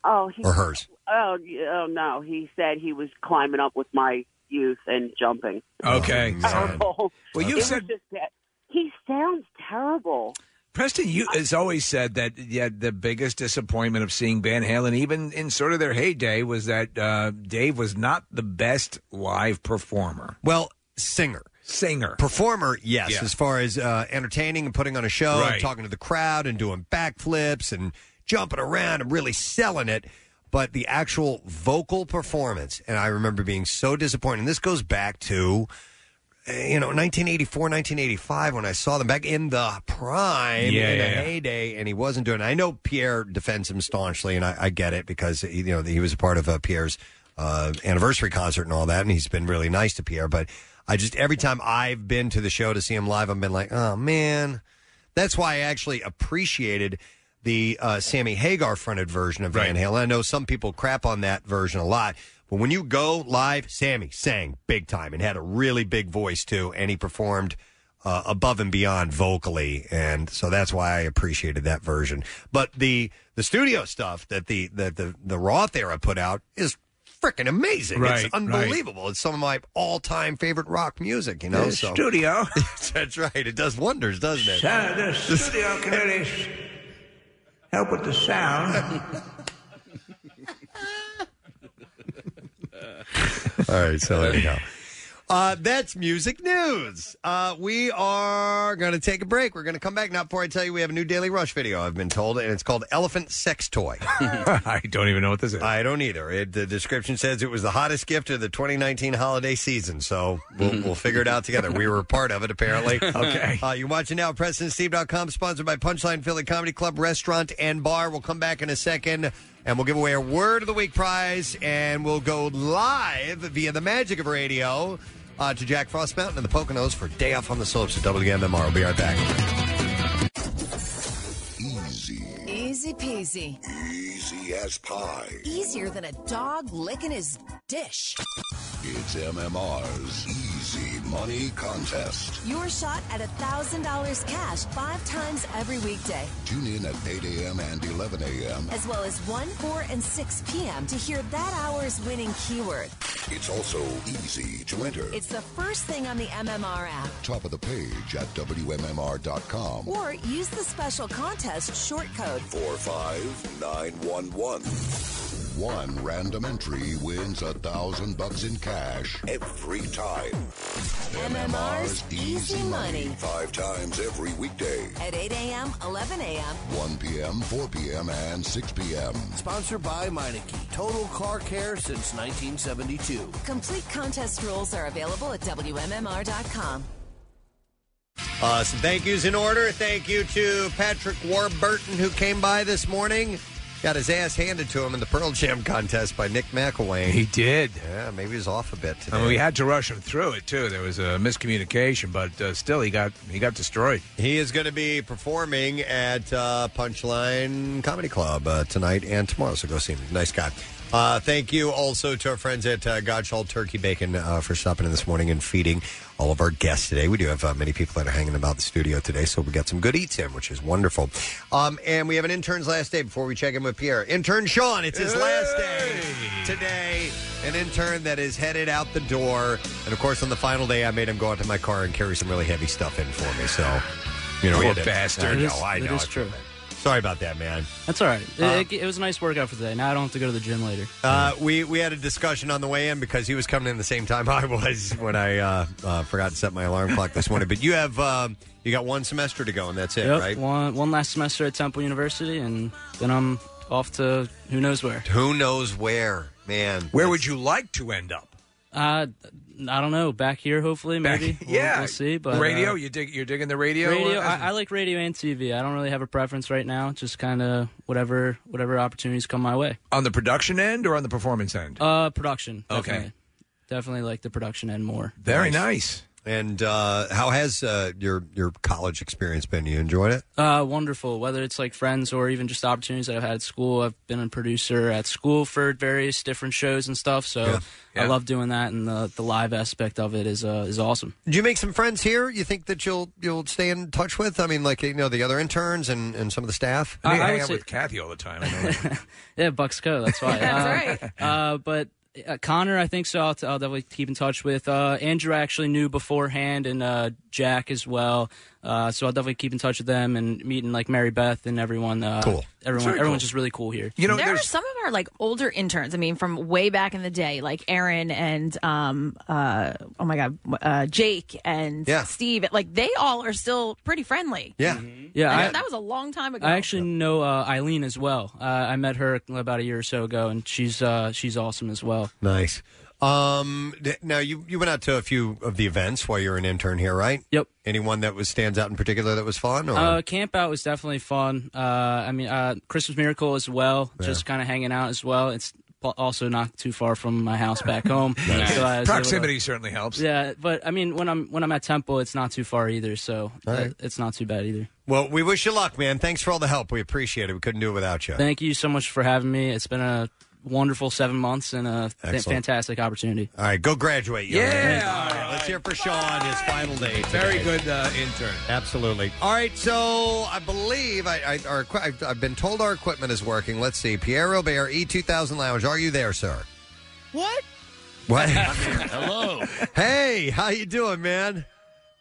[SPEAKER 15] Oh, he,
[SPEAKER 2] or hers?
[SPEAKER 15] oh, y- oh no, he said he was climbing up with my youth and jumping.
[SPEAKER 2] Oh,
[SPEAKER 4] Okay.
[SPEAKER 15] Terrible.
[SPEAKER 4] Well, you
[SPEAKER 15] It was
[SPEAKER 4] said-
[SPEAKER 15] just that- he sounds terrible.
[SPEAKER 4] Preston, you has always said that yeah, the biggest disappointment of seeing Van Halen, even in sort of their heyday, was that uh, Dave was not the best live performer.
[SPEAKER 2] Well, singer.
[SPEAKER 4] Singer.
[SPEAKER 2] Performer, yes,
[SPEAKER 4] Yeah.
[SPEAKER 2] as far as uh, entertaining and putting on a show
[SPEAKER 4] Right.
[SPEAKER 2] and talking to the crowd and doing backflips and jumping around and really selling it. But the actual vocal performance, and I remember being so disappointed. And this goes back to, uh, you know, 1984, 1985, when I saw them back in the prime,
[SPEAKER 4] Yeah,
[SPEAKER 2] in the
[SPEAKER 4] yeah, yeah.
[SPEAKER 2] heyday, and he wasn't doing it. I know Pierre defends him staunchly, and I, I get it because, he- you know, he was a part of uh, Pierre's uh, anniversary concert and all that, and he's been really nice to Pierre. But I just, every time I've been to the show to see him live, I've been like, oh, man. That's why I actually appreciated the uh, Sammy Hagar fronted version of Van Halen. I know some people crap on that version a lot, but when you go live, Sammy sang big time and had a really big voice too, and he performed uh, above and beyond vocally, and so that's why I appreciated that version. But the the studio stuff that the that the the Roth era put out is freaking amazing.
[SPEAKER 4] Right, right.
[SPEAKER 2] it's unbelievable. It's some of my all time favorite rock music. You know,
[SPEAKER 4] The
[SPEAKER 2] so.
[SPEAKER 4] studio.
[SPEAKER 2] that's right. It does wonders, doesn't it?
[SPEAKER 4] So the studio can really s- help with the sound.
[SPEAKER 2] All right, so there we go. Uh, that's music news. Uh, we are going to take a break. We're going to come back. Not before I tell you, we have a new Daily Rush video, I've been told, and it's called Elephant Sex Toy.
[SPEAKER 4] I don't even know what this is.
[SPEAKER 2] I don't either. It, the description says it was the hottest gift of the 2019 holiday season, so we'll, we'll figure it out together. We were a part of it, apparently.
[SPEAKER 4] Okay.
[SPEAKER 2] Uh, you're watching now, PrestonSteve.com, sponsored by Punchline Philly Comedy Club, Restaurant, and Bar. We'll come back in a second, and we'll give away a Word of the Week prize, and we'll go live via the magic of radio uh, to Jack Frost Mountain and the Poconos for Day Off on the Slopes at WMMR. We'll be right back.
[SPEAKER 19] Easy peasy.
[SPEAKER 1] Easy as pie.
[SPEAKER 19] Easier than a dog licking his dish.
[SPEAKER 1] It's MMR's Easy Money Contest.
[SPEAKER 19] Your shot at $1,000 cash five times every weekday,
[SPEAKER 1] Tune in at 8 a.m. and 11 a.m.
[SPEAKER 19] as well as 1, 4, and 6 p.m. to hear that hour's winning keyword.
[SPEAKER 1] It's also easy to enter.
[SPEAKER 19] It's the first thing on the MMR app.
[SPEAKER 1] Top of the page at WMMR.com.
[SPEAKER 19] Or use the special contest short code.
[SPEAKER 1] 45911. One random entry wins a thousand bucks in cash every time. MMR's Easy Money. Five times every weekday.
[SPEAKER 19] At 8 a.m., 11 a.m.,
[SPEAKER 1] 1 p.m., 4 p.m., and 6 p.m.
[SPEAKER 16] Sponsored by Meineke. Total car care since 1972.
[SPEAKER 19] complete contest rules are available at WMMR.com.
[SPEAKER 2] Uh, some thank yous in order. Thank you to Patrick Warburton, who came by this morning. Got his ass handed to him in the Pearl Jam contest by Nick McElwain. He
[SPEAKER 4] did.
[SPEAKER 2] Yeah, maybe he was off a bit today.
[SPEAKER 4] I mean, we had to rush him through it too. There was a miscommunication, but uh, still, he got he got destroyed.
[SPEAKER 2] He is going to be performing at uh, Punchline Comedy Club uh, tonight and tomorrow, so go see him. Nice guy. Uh, thank you also to our friends at uh, Godshall Turkey Bacon uh, for stopping in this morning and feeding all of our guests today. We do have uh, many people that are hanging about the studio today, so we got some good eats in, which is wonderful. Um, and we have an intern's last day before we check in with Pierre. Intern Sean, it's his last day today. An intern that is headed out the door. And of course, on the final day, I made him go out to my car and carry some really heavy stuff in for me. So, you know, we
[SPEAKER 4] Poor
[SPEAKER 2] had to-
[SPEAKER 4] bastard.
[SPEAKER 2] I
[SPEAKER 4] That
[SPEAKER 2] know,
[SPEAKER 4] is-
[SPEAKER 2] I
[SPEAKER 4] that
[SPEAKER 2] know.
[SPEAKER 4] is true.
[SPEAKER 2] Sorry about that, man.
[SPEAKER 21] That's all right. It-
[SPEAKER 2] Uh,
[SPEAKER 21] it, it was a nice workout for today. Now I don't have to go to the gym later.
[SPEAKER 2] Uh, we we had a discussion on the way in because he was coming in the same time I was when I uh, uh, forgot to set my alarm clock this morning. But you have um, you got one semester to go and that's it,
[SPEAKER 21] Yep,
[SPEAKER 2] right?
[SPEAKER 21] One one last semester at Temple University, and then I'm off to who knows where.
[SPEAKER 2] Who knows where, man?
[SPEAKER 21] Where
[SPEAKER 4] would you like to end up?
[SPEAKER 21] Uh, I don't know. Back here, hopefully, maybe. We'll-
[SPEAKER 4] yeah,
[SPEAKER 21] we'll, see. But
[SPEAKER 4] radio,
[SPEAKER 21] uh,
[SPEAKER 4] you dig, you're digging the radio.
[SPEAKER 21] radio.
[SPEAKER 4] Uh,
[SPEAKER 21] I, I like radio and TV. I don't really have a preference right now. Just kind of whatever whatever opportunities come my way.
[SPEAKER 4] on the production end or on the performance end?
[SPEAKER 21] Uh, production.
[SPEAKER 4] Okay.
[SPEAKER 21] definitely. definitely like the production end more.
[SPEAKER 2] And uh, how has uh, your your college experience been? You enjoyed it?
[SPEAKER 21] Uh, wonderful. Whether it's like friends or even just opportunities that I've had at school, I've been a producer at school for various different shows and stuff. So I
[SPEAKER 2] Yeah.
[SPEAKER 21] love doing that, and the the live aspect of it is uh, is awesome.
[SPEAKER 2] Did you make some friends here? You think that you'll you'll stay in touch with? I mean, like you know the other interns and, and some of the staff.
[SPEAKER 21] I- I would say-
[SPEAKER 4] Kathy all the time.
[SPEAKER 21] Yeah, Bucks Co. That's why. that's uh, right. Uh, but uh, Connor, I think so. I'll, t- I'll definitely keep in touch with uh, Andrew. I actually knew beforehand, and uh, Jack as well. Uh, so I'll definitely keep in touch with them and meeting like Mary Beth and everyone. Uh, cool.
[SPEAKER 16] Very
[SPEAKER 21] Everyone.
[SPEAKER 16] cool.
[SPEAKER 21] Everyone's just really cool here.
[SPEAKER 13] there are some of our like older interns. I mean, from way back in the day, like Aaron and um, uh, oh my god, uh, Jake and
[SPEAKER 21] Yeah.
[SPEAKER 13] Steve. Like they all are still pretty friendly.
[SPEAKER 2] Yeah.
[SPEAKER 21] Yeah.
[SPEAKER 13] Mm-hmm. I know
[SPEAKER 21] I-
[SPEAKER 13] that was a long time ago.
[SPEAKER 21] I actually know uh, Eileen as well. Uh, I met her about a year or so ago, and she's uh, she's awesome as well.
[SPEAKER 2] Nice. Um, d- now you you went out to a few of the events while you were an intern here, right?
[SPEAKER 21] Yep.
[SPEAKER 2] Anyone that was stands out in particular that was fun? Or
[SPEAKER 21] Uh, camp out was definitely fun. Uh, I mean, uh, Christmas Miracle as well. Just kind of hanging out as well. It's po- also not too far from my house back home. So uh, I was able to-
[SPEAKER 4] Proximity certainly helps.
[SPEAKER 21] Yeah, but I mean, when I'm when I'm at Temple, it's not too far either. So
[SPEAKER 2] All right.
[SPEAKER 21] uh, it's not too bad either.
[SPEAKER 2] well, we wish you luck, man. Thanks for all the help. We appreciate it. We couldn't do it without you.
[SPEAKER 21] Thank you so much for having me. It's been a wonderful seven months and a fa-
[SPEAKER 2] Excellent.
[SPEAKER 21] fantastic opportunity.
[SPEAKER 2] all right, go graduate. young man.
[SPEAKER 21] Yeah.
[SPEAKER 2] All right, let's hear for Sean his final day. Today.
[SPEAKER 4] Very good uh, intern.
[SPEAKER 2] Absolutely. All right, so I believe I, I our, equi- I've, I've been told our equipment is working. Let's see. Pierre Robert, E2000 Lounge. Are you there, sir?
[SPEAKER 26] What?
[SPEAKER 2] What?
[SPEAKER 26] Hello.
[SPEAKER 2] hey, how you doing, man?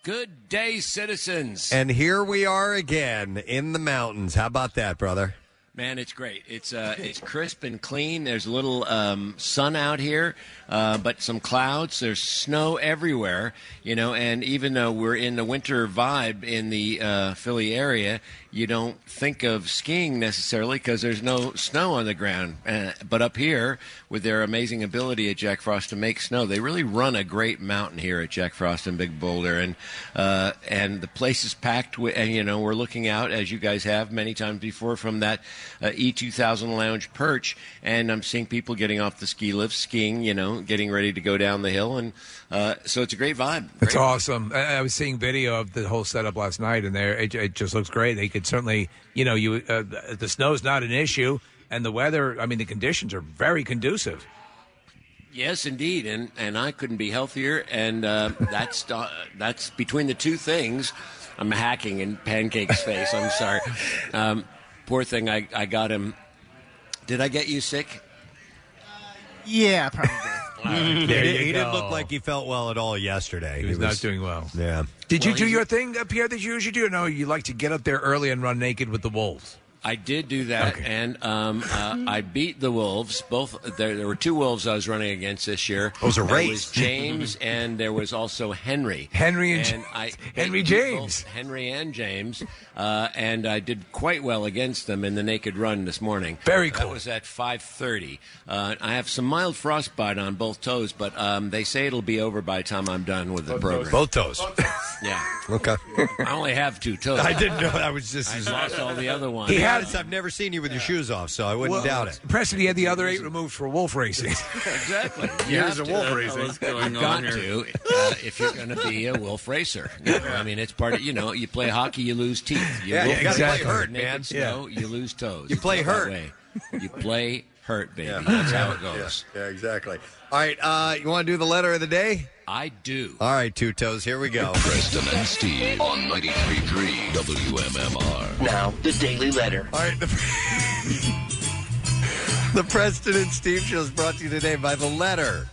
[SPEAKER 26] Good day, citizens.
[SPEAKER 2] And here we are again in the mountains. How about that, brother?
[SPEAKER 26] Man, it's great. It's uh, it's crisp and clean. There's a little um, sun out here, uh, but some clouds. There's snow everywhere, you know. And even though we're in the winter vibe in the uh, Philly area, you don't think of skiing necessarily because there's no snow on the ground. Uh, but up here, with their amazing ability at Jack Frost to make snow, they really run a great mountain here at Jack Frost and Big Boulder, and uh, and the place is packed. With, and you know, we're looking out as you guys have many times before from that uh, E2000 lounge perch, and I'm seeing people getting off the ski lifts, skiing, you know, getting ready to go down the hill, and uh, so it's a great vibe.
[SPEAKER 4] It's
[SPEAKER 26] Great-
[SPEAKER 4] awesome. I, I was seeing video of the whole setup last night, and there it, it just looks great. They could certainly, you know, you uh, the- the snow's not an issue, and the weather. I mean, the conditions are very conducive.
[SPEAKER 26] Yes, indeed, and and I couldn't be healthier. And uh, that's uh, that's between the two things. I'm hacking in Pancake's face. I'm sorry. Um, poor thing. I I got him. Did I get you sick?
[SPEAKER 21] Yeah, probably.
[SPEAKER 2] he
[SPEAKER 26] There
[SPEAKER 2] didn't-
[SPEAKER 26] you
[SPEAKER 2] he didn't
[SPEAKER 26] go.
[SPEAKER 2] look like he felt well at all yesterday. He
[SPEAKER 4] Oh. was not doing well.
[SPEAKER 2] Yeah.
[SPEAKER 4] Did you do your thing, uh, Pierre? That you usually do? Or no, you like to get up there early and run naked with the wolves.
[SPEAKER 26] I did do that, and um, uh, I beat the wolves. Both there, there were two wolves I was running against this year.
[SPEAKER 4] Those are
[SPEAKER 26] There
[SPEAKER 4] race.
[SPEAKER 26] was James, and there was also Henry.
[SPEAKER 4] Henry and James.
[SPEAKER 26] I
[SPEAKER 4] Henry
[SPEAKER 26] beat both
[SPEAKER 4] James.
[SPEAKER 26] Henry and James, uh, and I did quite well against them in the naked run this morning.
[SPEAKER 4] Very
[SPEAKER 26] That was at five thirty. Uh, I have some mild frostbite on both toes, but um, they say it'll be over by the time I'm done with the program.
[SPEAKER 2] Both toes.
[SPEAKER 26] Yeah.
[SPEAKER 2] Okay.
[SPEAKER 26] I only have two toes.
[SPEAKER 2] I didn't know. I was just.
[SPEAKER 26] I lost all the other ones.
[SPEAKER 2] He had. I've never seen you with your shoes off, so I wouldn't
[SPEAKER 4] Well,
[SPEAKER 2] doubt it.
[SPEAKER 4] Preston, he had the other eight removed for wolf racing.
[SPEAKER 26] exactly.
[SPEAKER 4] You
[SPEAKER 26] Years
[SPEAKER 4] have
[SPEAKER 26] of
[SPEAKER 4] to.
[SPEAKER 26] wolf
[SPEAKER 4] That's
[SPEAKER 26] racing.
[SPEAKER 4] what's going
[SPEAKER 26] You've got
[SPEAKER 4] on here.
[SPEAKER 26] to uh, if you're going to be a wolf racer. No, I mean, it's part of you know. You play hockey, you lose teeth. You
[SPEAKER 2] Yeah,
[SPEAKER 26] wolf
[SPEAKER 2] you gotta play
[SPEAKER 26] race,
[SPEAKER 2] hurt,
[SPEAKER 26] naked
[SPEAKER 2] man.
[SPEAKER 26] Snow, You lose toes.
[SPEAKER 2] You
[SPEAKER 26] It's
[SPEAKER 2] play
[SPEAKER 26] all that
[SPEAKER 2] hurt.
[SPEAKER 26] way. You play hurt, baby. That's how it goes.
[SPEAKER 2] Yeah, exactly. All right, uh, you want to do the letter of the day?
[SPEAKER 26] I do.
[SPEAKER 2] All right, two toes. Here we go.
[SPEAKER 1] Preston and Steve on 93.3 WMMR.
[SPEAKER 2] Now,
[SPEAKER 1] the Daily Letter.
[SPEAKER 2] All right, the, the Preston and Steve show is brought to you today by the letter.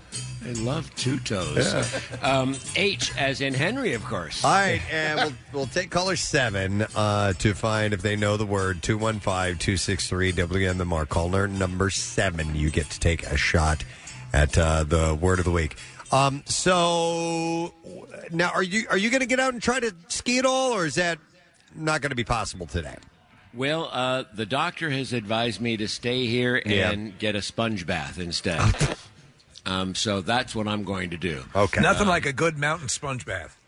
[SPEAKER 26] I love two toes. Um, H as in Henry, of course.
[SPEAKER 2] All right, and we'll, we'll take caller seven uh, to find if they know the word 215 263 WM the mark. Caller number seven, you get to take a shot at uh, the word of the week. Um, so now, are you are you going to get out and try to ski at all, or is that not going to be possible today?
[SPEAKER 26] Well, uh, the doctor has advised me to stay here
[SPEAKER 2] Yeah.
[SPEAKER 26] and get a sponge bath instead. um, so that's what I'm going to do.
[SPEAKER 2] Okay.
[SPEAKER 26] Nothing
[SPEAKER 4] Nothing like a good mountain sponge bath.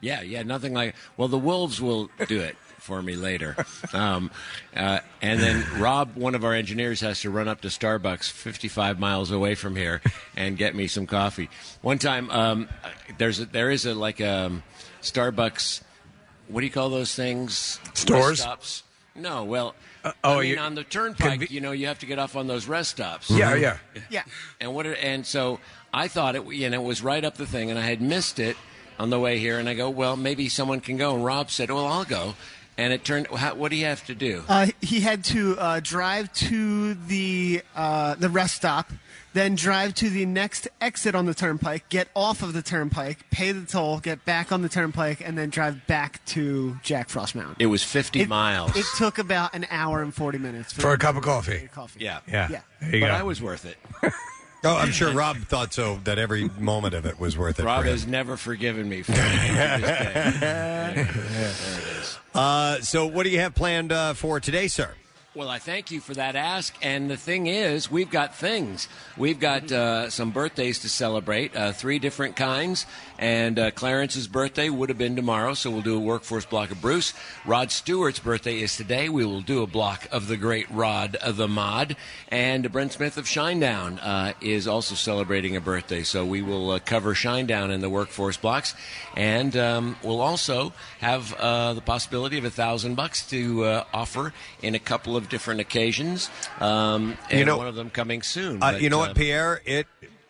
[SPEAKER 26] Yeah, yeah, nothing like. Well, the wolves will do it for me later, um, uh, and then Rob, one of our engineers, has to run up to Starbucks, fifty-five miles away from here, and get me some coffee. One time, um, there's a, there is a like a Starbucks. What do you call those things?
[SPEAKER 4] Stores?
[SPEAKER 26] Rest stops. No, well,
[SPEAKER 4] oh,
[SPEAKER 26] I mean,
[SPEAKER 4] you-
[SPEAKER 26] on the turnpike, you know, you have to get off on those rest stops.
[SPEAKER 4] Yeah, yeah.
[SPEAKER 26] Yeah. And what? And so I thought it, and it was right up the thing, and I had missed it on the way here, and I go, well, maybe someone can go, and Rob said, well, I'll go, and it turned. How, what do you have to do?
[SPEAKER 3] Uh, he had to uh, drive to the uh, the rest stop, then drive to the next exit on the turnpike, get off of the turnpike, pay the toll, get back on the turnpike, and then drive back to Jack Frost Mountain.
[SPEAKER 26] It was fifty miles.
[SPEAKER 3] It took about an hour and forty minutes
[SPEAKER 26] For a cup of coffee.
[SPEAKER 3] for coffee.
[SPEAKER 26] yeah,
[SPEAKER 3] Yeah. Yeah.
[SPEAKER 26] But
[SPEAKER 2] There you go.
[SPEAKER 26] I was worth it.
[SPEAKER 2] Oh, I'm sure Rob thought so that every moment of it was worth it. for
[SPEAKER 26] Rob
[SPEAKER 2] him.
[SPEAKER 26] has never forgiven me for it. to this day. There it is.
[SPEAKER 2] Uh, so, what do you have planned uh, for today, sir?
[SPEAKER 26] Well, I thank you for that ask. And the thing is, we've got things. We've got uh, some birthdays to celebrate, uh, three different kinds. And uh, Clarence's birthday would have been tomorrow, so we'll do a workforce block of Bruce. Rod Stewart's birthday is today. We will do a block of the great Rod of the Mod. And Brent Smith of Shinedown uh, is also celebrating a birthday, so we will uh, cover Shinedown in the workforce blocks. And um, we'll also have uh, the possibility of a thousand bucks to uh, offer in a couple of different occasions. Um, and
[SPEAKER 2] You know-
[SPEAKER 26] one of them coming soon.
[SPEAKER 2] Uh,
[SPEAKER 26] But,
[SPEAKER 2] you know
[SPEAKER 26] uh,
[SPEAKER 2] what, Pierre? It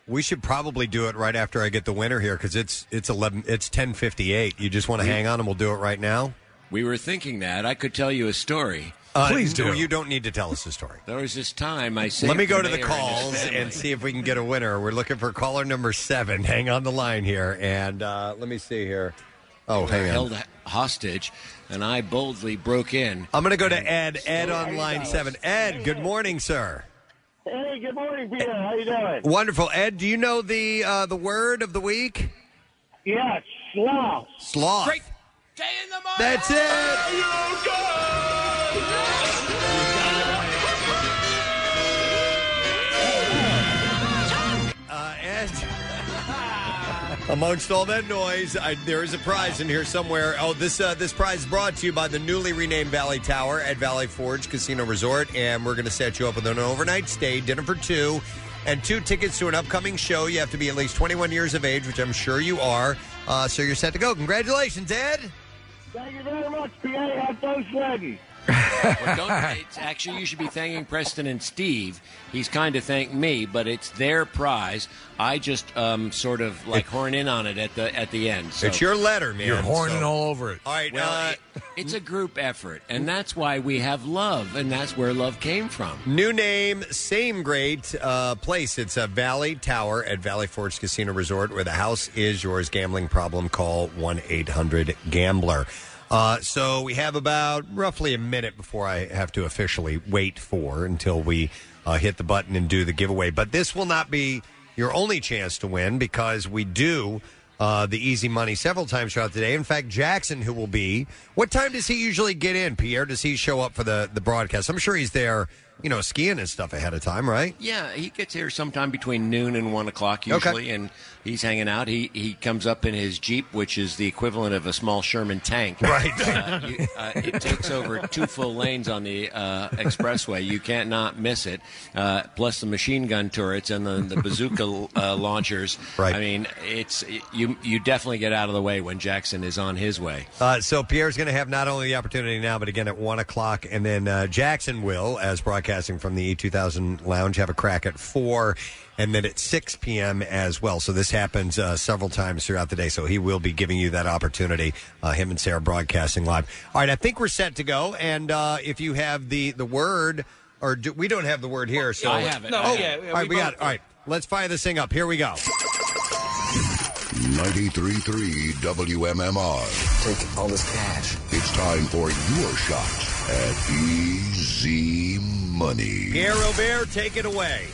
[SPEAKER 2] we should probably do it right after I get the winner here because it's it's eleven it's ten fifty eight. You just want to
[SPEAKER 26] We-
[SPEAKER 2] hang on and we'll do it right now.
[SPEAKER 26] We were thinking that. I could tell you a story.
[SPEAKER 2] Uh, no, You don't need to tell us the story.
[SPEAKER 26] There was this time I saved
[SPEAKER 2] Let me go
[SPEAKER 26] the
[SPEAKER 2] to the
[SPEAKER 26] mayor and his
[SPEAKER 2] calls
[SPEAKER 26] family.
[SPEAKER 2] and see if we can get a winner. We're looking for caller number seven. Hang on the line here, and uh, let me see here. Oh, hang on.
[SPEAKER 26] held hostage, and I boldly broke in.
[SPEAKER 2] I'm going to go to Ed. Ed on line seven. Ed, good morning, sir.
[SPEAKER 9] Hey, good morning, Peter. How you doing?
[SPEAKER 2] Wonderful, Ed. Do you know the uh, the word of the week?
[SPEAKER 9] Yeah, sloth.
[SPEAKER 2] Sloth.
[SPEAKER 9] Great
[SPEAKER 26] day in the morning.
[SPEAKER 2] That's it. Uh, Ed. Amongst all that noise, I, there is a prize in here somewhere. Oh, this uh, this prize is brought to you by the newly renamed Valley Tower at Valley Forge Casino Resort, and we're going to set you up with an overnight stay, dinner for two, and two tickets to an upcoming show. You have to be at least 21 years of age, which I'm sure you are. Uh, so you're set to go. Congratulations, Ed.
[SPEAKER 9] Thank you very much, PA. Have fun sledding.
[SPEAKER 26] Well, don't, it's, actually, you should be thanking Preston and Steve. He's kind of thanked me, but it's their prize. I just um, sort of like horn in on it at the at the end. So.
[SPEAKER 2] it's your letter, man.
[SPEAKER 26] You're horning
[SPEAKER 2] all over it. All right.
[SPEAKER 26] Well,
[SPEAKER 2] uh,
[SPEAKER 26] it- it's a group effort, and that's why we have love, and that's where love came from.
[SPEAKER 2] New name, same great uh, place. It's a Valley Tower at Valley Forge Casino Resort, where the house is yours. Gambling problem? Call one eight hundred Gambler. Uh, so we have about roughly a minute before I have to officially wait for until we uh, hit the button and do the giveaway. But this will not be your only chance to win because we do uh, the easy money several times throughout the day. In fact, Jackson, who will be, what time does he usually get in? Pierre, does he show up for the the broadcast? I'm sure he's there, you know, skiing and stuff ahead of time, right?
[SPEAKER 26] Yeah, he gets here sometime between noon and one o'clock usually, and he's hanging out. He he comes up in his jeep, which is the equivalent of a small Sherman tank. Right. Uh, you, uh, it takes over two full lanes on the uh, expressway. You can't not miss it. Uh, plus the machine gun turrets and the, the bazooka uh, launchers. Right. I mean, it's you you definitely get out of the way when Jackson is on his way.
[SPEAKER 2] Uh, so Pierre's going to have not only the opportunity now, but again at one o'clock, and then uh, Jackson will, as broadcasting from the E2000 Lounge, have a crack at four, and then at six p.m. as well. So this happens uh, several times throughout the day. So he will be giving you that opportunity. Uh, him and Sarah broadcasting live. All right, I think we're set to go. And uh, if you have the the word, or do, we don't have the word here, so
[SPEAKER 6] I have it. No,
[SPEAKER 2] oh,
[SPEAKER 6] yeah,
[SPEAKER 2] all right,
[SPEAKER 6] we
[SPEAKER 2] we got.
[SPEAKER 6] both-
[SPEAKER 2] it. All right, let's fire this thing up. Here we go.
[SPEAKER 1] 93.3 WMMR. Take all this cash. It's time for your shot at easy money.
[SPEAKER 2] Pierre Robert, take it away.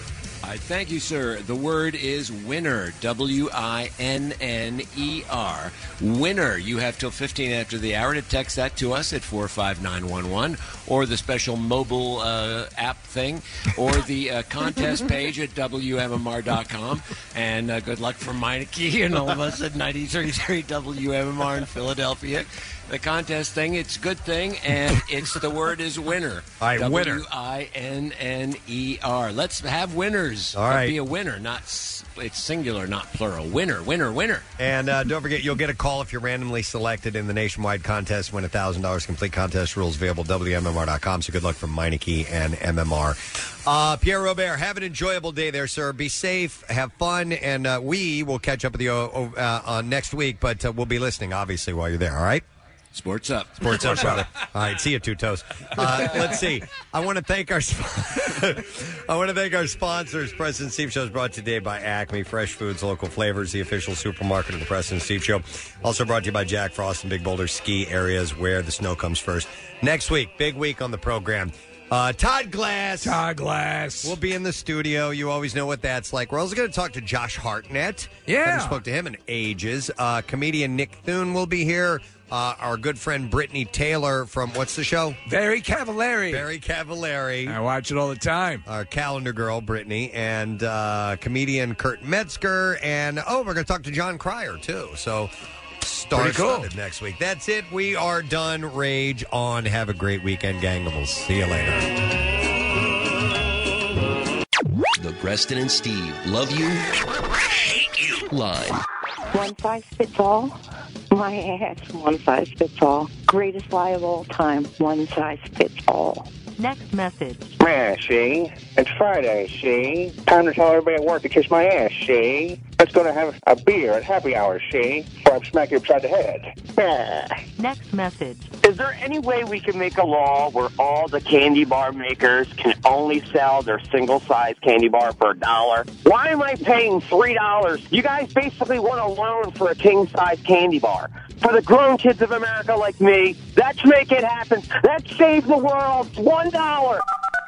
[SPEAKER 26] I thank you, sir. The word is winner. W I N N E R. Winner. You have till 15 after the hour to text that to us at 45911 or the special mobile uh, app thing or the uh, contest page at WMMR.com. And uh, good luck for Meineke and all of us at 933 WMMR in Philadelphia. The contest thing, it's a good thing, and it's the word is winner.
[SPEAKER 2] All right, winner.
[SPEAKER 26] W I E N N E R. Let's have winners.
[SPEAKER 2] All right.
[SPEAKER 26] Be a winner, not s- it's singular, not plural. Winner, winner, winner.
[SPEAKER 2] And uh, don't forget, you'll get a call if you're randomly selected in the nationwide contest. Win $1,000. Complete contest rules available WMMR.com. So good luck from Meineke and MMR. Uh, Pierre Robert, have an enjoyable day there, sir. Be safe, have fun, and uh, we will catch up with you uh, uh, uh, next week, but uh, we'll be listening, obviously, while you're there, all right?
[SPEAKER 26] Sports up.
[SPEAKER 2] Sports up, brother. All right, see you, two toes. Uh, let's see. I want to thank our sp- I want to thank our sponsors. President Steve Show is brought to you today by Acme Fresh Foods, local flavors, the official supermarket of the President Steve Show. Also brought to you by Jack Frost and Big Boulder ski areas where the snow comes first. Next week, big week on the program. Uh, Todd Glass. Todd Glass. We'll be in the studio. You always know what that's like. We're also going to talk to Josh Hartnett.
[SPEAKER 4] Yeah.
[SPEAKER 2] Haven't spoke to him in ages. Uh, comedian Nick Thune will be here. Uh, our good friend Brittany Taylor from what's the show?
[SPEAKER 4] Very Cavallari.
[SPEAKER 2] Very Cavallari.
[SPEAKER 4] I watch it all the time.
[SPEAKER 2] Our calendar girl Brittany and uh, comedian Kurt Metzger, and oh, we're going to talk to John Cryer too. So star
[SPEAKER 4] Pretty cool.
[SPEAKER 2] studded next week. That's it. We are done. Rage on. Have a great weekend, gang. and We'll see you later.
[SPEAKER 12] The Preston and Steve love you, hate you line.
[SPEAKER 22] One size fits all. My ass. One size fits all. Greatest lie of all time. One size fits all.
[SPEAKER 12] Next message.
[SPEAKER 9] Yeah, she. It's Friday, she. Time to tell everybody at work to kiss my ass, she. Let's go to have a beer at happy hour, she. Before I smack you upside the head. Yeah.
[SPEAKER 12] Next message.
[SPEAKER 9] Is there any way we can make a law where all the candy bar makers can only sell their single size candy bar for a dollar? Why am I paying three dollars? You guys basically want a loan for a king size candy bar. For the grown kids of America like me, let's make it happen. Let's save the world. One dollar.